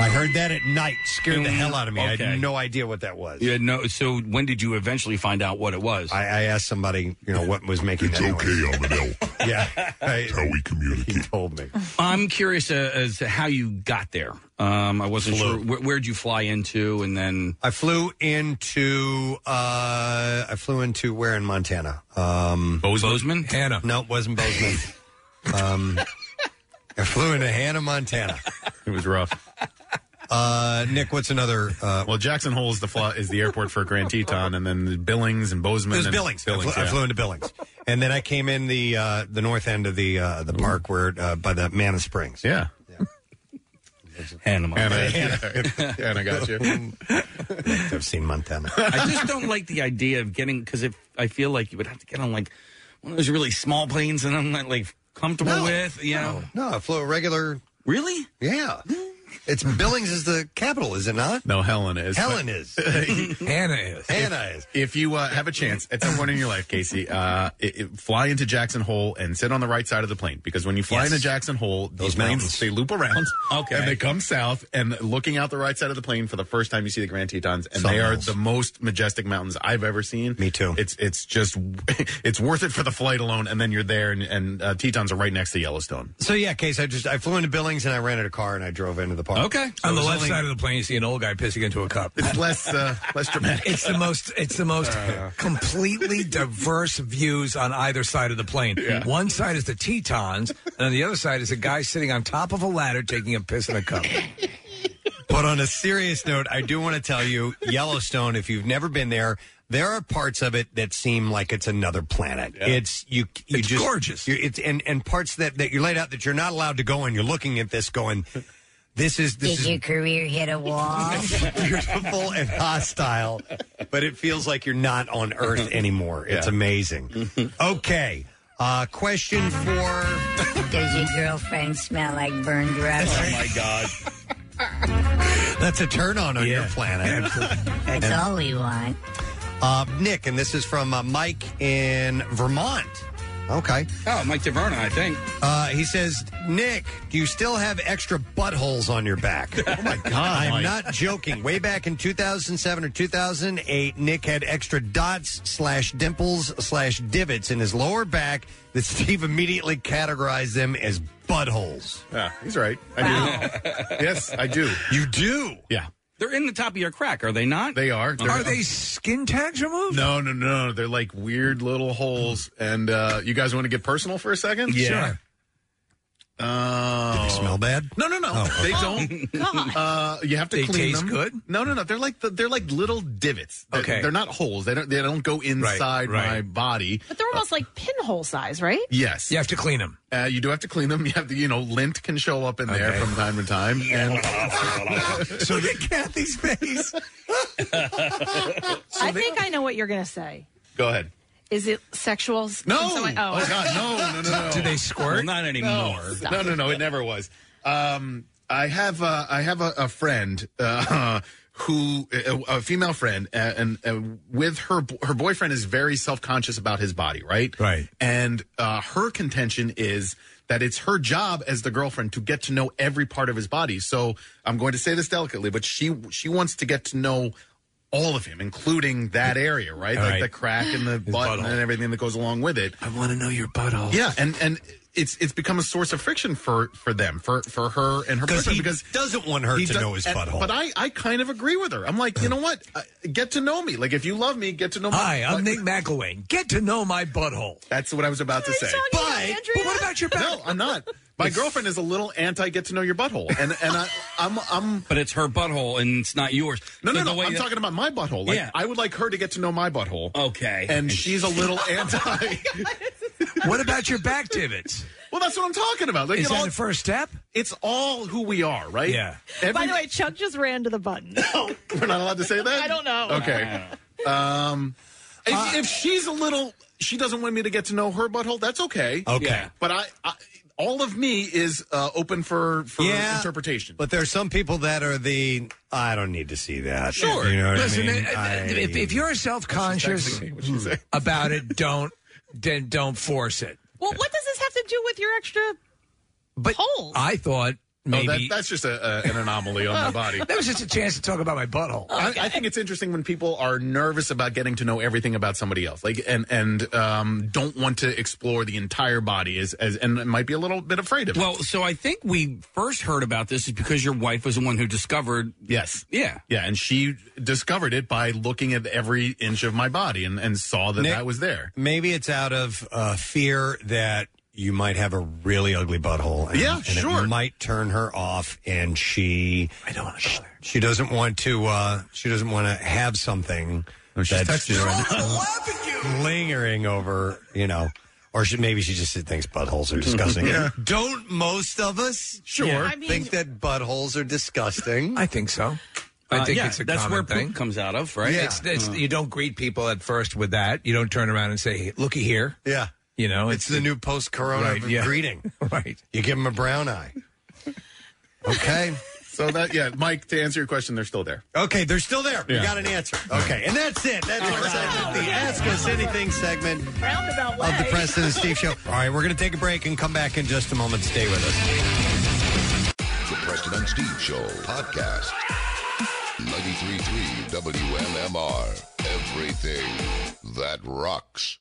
Speaker 1: I heard that at night, scared the hell out of me. I
Speaker 24: Okay.
Speaker 1: had no idea what that was.
Speaker 24: You had no. So when did you eventually find out what it was?
Speaker 1: I, I asked somebody, you know, what was making it's that. okay, I'm an elk. yeah, that's how we communicate. He told me.
Speaker 24: I'm curious uh, as to how you got there. Um, I wasn't
Speaker 1: Flew.
Speaker 24: sure. Where, where'd you fly into, and then
Speaker 1: I flew into uh, I flew into where in Montana? Um,
Speaker 24: Bozeman? Bozeman?
Speaker 3: Hannah?
Speaker 1: No, it wasn't Bozeman. um, I flew into Hannah, Montana.
Speaker 5: It was rough.
Speaker 1: Uh, Nick, what's another? Uh,
Speaker 5: well, Jackson Hole is the fly, is the airport for Grand Teton, and then Billings and Bozeman.
Speaker 1: It was
Speaker 5: and
Speaker 1: Billings. I, flew, I
Speaker 5: yeah.
Speaker 1: flew into Billings, and then I came in the uh, the north end of the uh, the park where uh, by the Manna Springs.
Speaker 5: Yeah.
Speaker 24: Hannah,
Speaker 5: Hannah,
Speaker 1: Hannah.
Speaker 5: Hannah got you.
Speaker 1: I've seen Montana.
Speaker 24: I just don't like the idea of getting because if I feel like you would have to get on like one of those really small planes that I'm not like comfortable with. You know,
Speaker 1: No, I flew a regular.
Speaker 24: Really?
Speaker 1: Yeah. It's Billings is the capital, is it not?
Speaker 5: No, Helen is.
Speaker 1: Helen is.
Speaker 3: Hannah is.
Speaker 1: Hannah is.
Speaker 5: If you uh, have a chance at some point in your life, Casey, uh, it, it- fly into Jackson Hole and sit on the right side of the plane because when you fly
Speaker 24: Yes.
Speaker 5: into Jackson Hole, those
Speaker 24: Those
Speaker 5: planes
Speaker 24: mountains.
Speaker 5: they loop around,
Speaker 24: Okay.
Speaker 5: and they come south. And looking out the right side of the plane for the first time, you see the Grand Tetons, and
Speaker 1: Something
Speaker 5: they are
Speaker 1: else.
Speaker 5: the most majestic mountains I've ever seen.
Speaker 1: Me too.
Speaker 5: It's it's just it's worth it for the flight alone, and then you're there, and, and uh, Tetons are right next to Yellowstone.
Speaker 1: So yeah, case I just I flew into Billings and I rented a car and I drove into the park. So
Speaker 3: On
Speaker 1: it
Speaker 3: the
Speaker 1: was
Speaker 3: left
Speaker 1: only-
Speaker 3: side of the plane, you see an old guy pissing into a cup.
Speaker 5: It's less uh, less dramatic.
Speaker 3: It's the most. It's the most completely diverse views on either side of the plane. One side is the Tetons, and on the other side is a guy sitting on top of a ladder taking a piss in a cup.
Speaker 1: But on a serious note, I do want to tell you Yellowstone. If you've never been there, there are parts of it that seem like it's another planet. It's you. you
Speaker 3: It's
Speaker 1: just,
Speaker 3: gorgeous.
Speaker 1: you it's and and parts that that you're laid out that you're not allowed to go in. You're looking at this going. This is this is
Speaker 11: career hit a wall?
Speaker 1: beautiful and hostile, but it feels like you're not on Earth anymore. It's
Speaker 5: Yeah.
Speaker 1: amazing.
Speaker 3: Mm-hmm.
Speaker 1: Okay. Uh, question for.
Speaker 11: Does your girlfriend smell like burned rubber?
Speaker 1: Oh my God. That's a turn on on your planet.
Speaker 11: That's all we want.
Speaker 1: Uh, Nick, and this is from uh, Mike in Vermont. Okay.
Speaker 24: oh, Mike DeVerna, I think.
Speaker 1: Uh, he says, Nick, do you still have extra buttholes on your back? oh my God. I'm
Speaker 5: Mike.
Speaker 1: not joking. Way back in 2007 or 2008, Nick had extra dots slash dimples slash divots in his lower back that Steve immediately categorized them as buttholes.
Speaker 5: Yeah, he's right. I do. yes, I do.
Speaker 1: You do?
Speaker 5: Yeah.
Speaker 24: They're in the top of your crack, are they not?
Speaker 5: They are. They're-
Speaker 3: Are they skin tags removed?
Speaker 5: No, no, no. They're like weird little holes. And uh, you guys want to get personal for a second?
Speaker 3: Yeah. Sure.
Speaker 5: Oh.
Speaker 1: They smell bad?
Speaker 5: No, no, no.
Speaker 1: Oh,
Speaker 5: They
Speaker 1: okay.
Speaker 5: don't. uh, you have to
Speaker 1: They
Speaker 5: clean
Speaker 1: taste
Speaker 5: them.
Speaker 1: good?
Speaker 5: No, no, no. They're like the, they're like little divots. They're,
Speaker 3: Okay.
Speaker 5: They're not holes. They don't they don't go inside
Speaker 3: right.
Speaker 5: my body.
Speaker 13: But they're almost like pinhole size, right?
Speaker 5: Yes. You have to clean them. Uh, you do have to clean them. You have to, you know, lint can show up in there from time to time. And
Speaker 1: so look at Kathy's face.
Speaker 13: I think I know what you're going to say.
Speaker 5: Go ahead.
Speaker 13: Is it sexual?
Speaker 5: No.
Speaker 13: Can someone-
Speaker 5: oh. God, no, no, no, no.
Speaker 3: Do they squirt? Well, not anymore.
Speaker 5: No, no, no, no, it never was. Um, I have uh, I have a, a friend uh, who a, a female friend uh, and uh, with her bo- her boyfriend is very self conscious about his body, right? Right. And uh, her contention is that it's her job as the girlfriend to get to know every part of his body. So I'm going to say this delicately, but she she wants to get to know all of him, including that area, right? Like
Speaker 3: Right.
Speaker 5: the crack and the butt and everything that goes along with it.
Speaker 3: I want to know your butthole.
Speaker 5: Yeah, and and it's it's become a source of friction for for them, for for her and her
Speaker 1: 'Cause
Speaker 5: boyfriend
Speaker 1: he
Speaker 5: because
Speaker 1: doesn't want her
Speaker 5: he
Speaker 1: to
Speaker 5: does-
Speaker 1: know his
Speaker 5: and-
Speaker 1: butthole.
Speaker 5: But I I kind of agree with her. I'm like, you know what? Uh, Get to know me. Like if you love me, get to know me.
Speaker 3: Hi, I'm
Speaker 5: Nick McElwain. Get to know my butthole. That's what I was about to say.
Speaker 3: But, but what about your back?
Speaker 5: No, I'm not. My girlfriend is a little anti get to know your butthole, and and I, I'm I'm.
Speaker 24: But it's her butthole and it's not yours.
Speaker 5: No, no,
Speaker 24: So the
Speaker 5: no.
Speaker 24: way
Speaker 5: I'm
Speaker 24: that-
Speaker 5: talking about my butthole. Like,
Speaker 24: Yeah.
Speaker 5: I would like her to get to know my butthole.
Speaker 24: Okay.
Speaker 5: And she's a little anti.
Speaker 3: what about your back divots?
Speaker 5: Well, that's what I'm talking about. Like,
Speaker 3: Is
Speaker 5: it
Speaker 3: that
Speaker 5: all-
Speaker 3: the first step?
Speaker 5: It's all who we are, right?
Speaker 3: Yeah.
Speaker 13: By
Speaker 5: Every-
Speaker 13: the way, Chuck just ran to the button.
Speaker 5: We're not allowed to say that?
Speaker 13: I don't know.
Speaker 5: Okay. Um, if,
Speaker 24: Uh,
Speaker 5: if she's a little, she doesn't want me to get to know her butthole, that's
Speaker 24: Uh,
Speaker 5: okay.
Speaker 1: Okay. Yeah.
Speaker 5: But I, I all of me is uh, open for, for
Speaker 1: Yeah.
Speaker 5: interpretation.
Speaker 1: But there are some people that are the I don't need to see that.
Speaker 5: Sure.
Speaker 1: You know what
Speaker 3: Listen,
Speaker 1: I mean?
Speaker 3: uh, uh, if, if you're self conscious about it, don't then don't force it.
Speaker 13: Well, what does this have to do with your extra?
Speaker 3: But I thought maybe
Speaker 5: Oh, that, that's just a, a, an anomaly on my body.
Speaker 3: that was just a chance to talk about my butthole.
Speaker 5: I, I think it's interesting when people are nervous about getting to know everything about somebody else, like and and um, don't want to explore the entire body, as, as and might be a little bit afraid of. it.
Speaker 24: Well, so I think we first heard about this is because your wife was the one who discovered.
Speaker 5: Yes.
Speaker 24: Yeah.
Speaker 5: Yeah, and she discovered it by looking at every inch of my body and, and saw that
Speaker 1: Nick-
Speaker 5: that was there.
Speaker 1: Maybe it's out of uh, fear that you might have a really ugly butthole. And,
Speaker 5: Yeah,
Speaker 1: and
Speaker 5: sure.
Speaker 1: It might turn her off, and she. I don't want to go there. She doesn't want to. Uh, she doesn't want to have something
Speaker 5: Oh,
Speaker 1: that's just lingering over. You know, or she, maybe she just thinks buttholes are disgusting.
Speaker 3: Yeah.
Speaker 1: Don't most of us? Sure.
Speaker 3: I mean-
Speaker 1: think that buttholes are disgusting.
Speaker 3: I think so. I
Speaker 24: Uh,
Speaker 3: think
Speaker 24: yeah,
Speaker 3: it's a
Speaker 24: that's
Speaker 3: common
Speaker 24: where poop
Speaker 3: thing. Uh-huh.
Speaker 24: comes out of, right? Mm.
Speaker 3: It's, it's, You don't greet people at first with that. You don't turn around and say, hey, "Looky here."
Speaker 1: Yeah.
Speaker 3: You know,
Speaker 1: It's the new post-corona
Speaker 3: Right, yeah.
Speaker 1: greeting.
Speaker 3: right.
Speaker 1: You give them a brown eye. Okay.
Speaker 5: So that yeah, Mike, to answer your question, they're still there.
Speaker 1: Okay, they're still there. We
Speaker 5: Yeah.
Speaker 1: got an answer. Okay, and that's it. That's our segment, the Ask Us Anything segment
Speaker 13: Roundabout
Speaker 1: of the Preston and Steve Show. All right, we're going to take a break and come back in just a moment. Stay with us.
Speaker 2: The Preston and Steve Show podcast. 93.3 WMMR. Everything that rocks.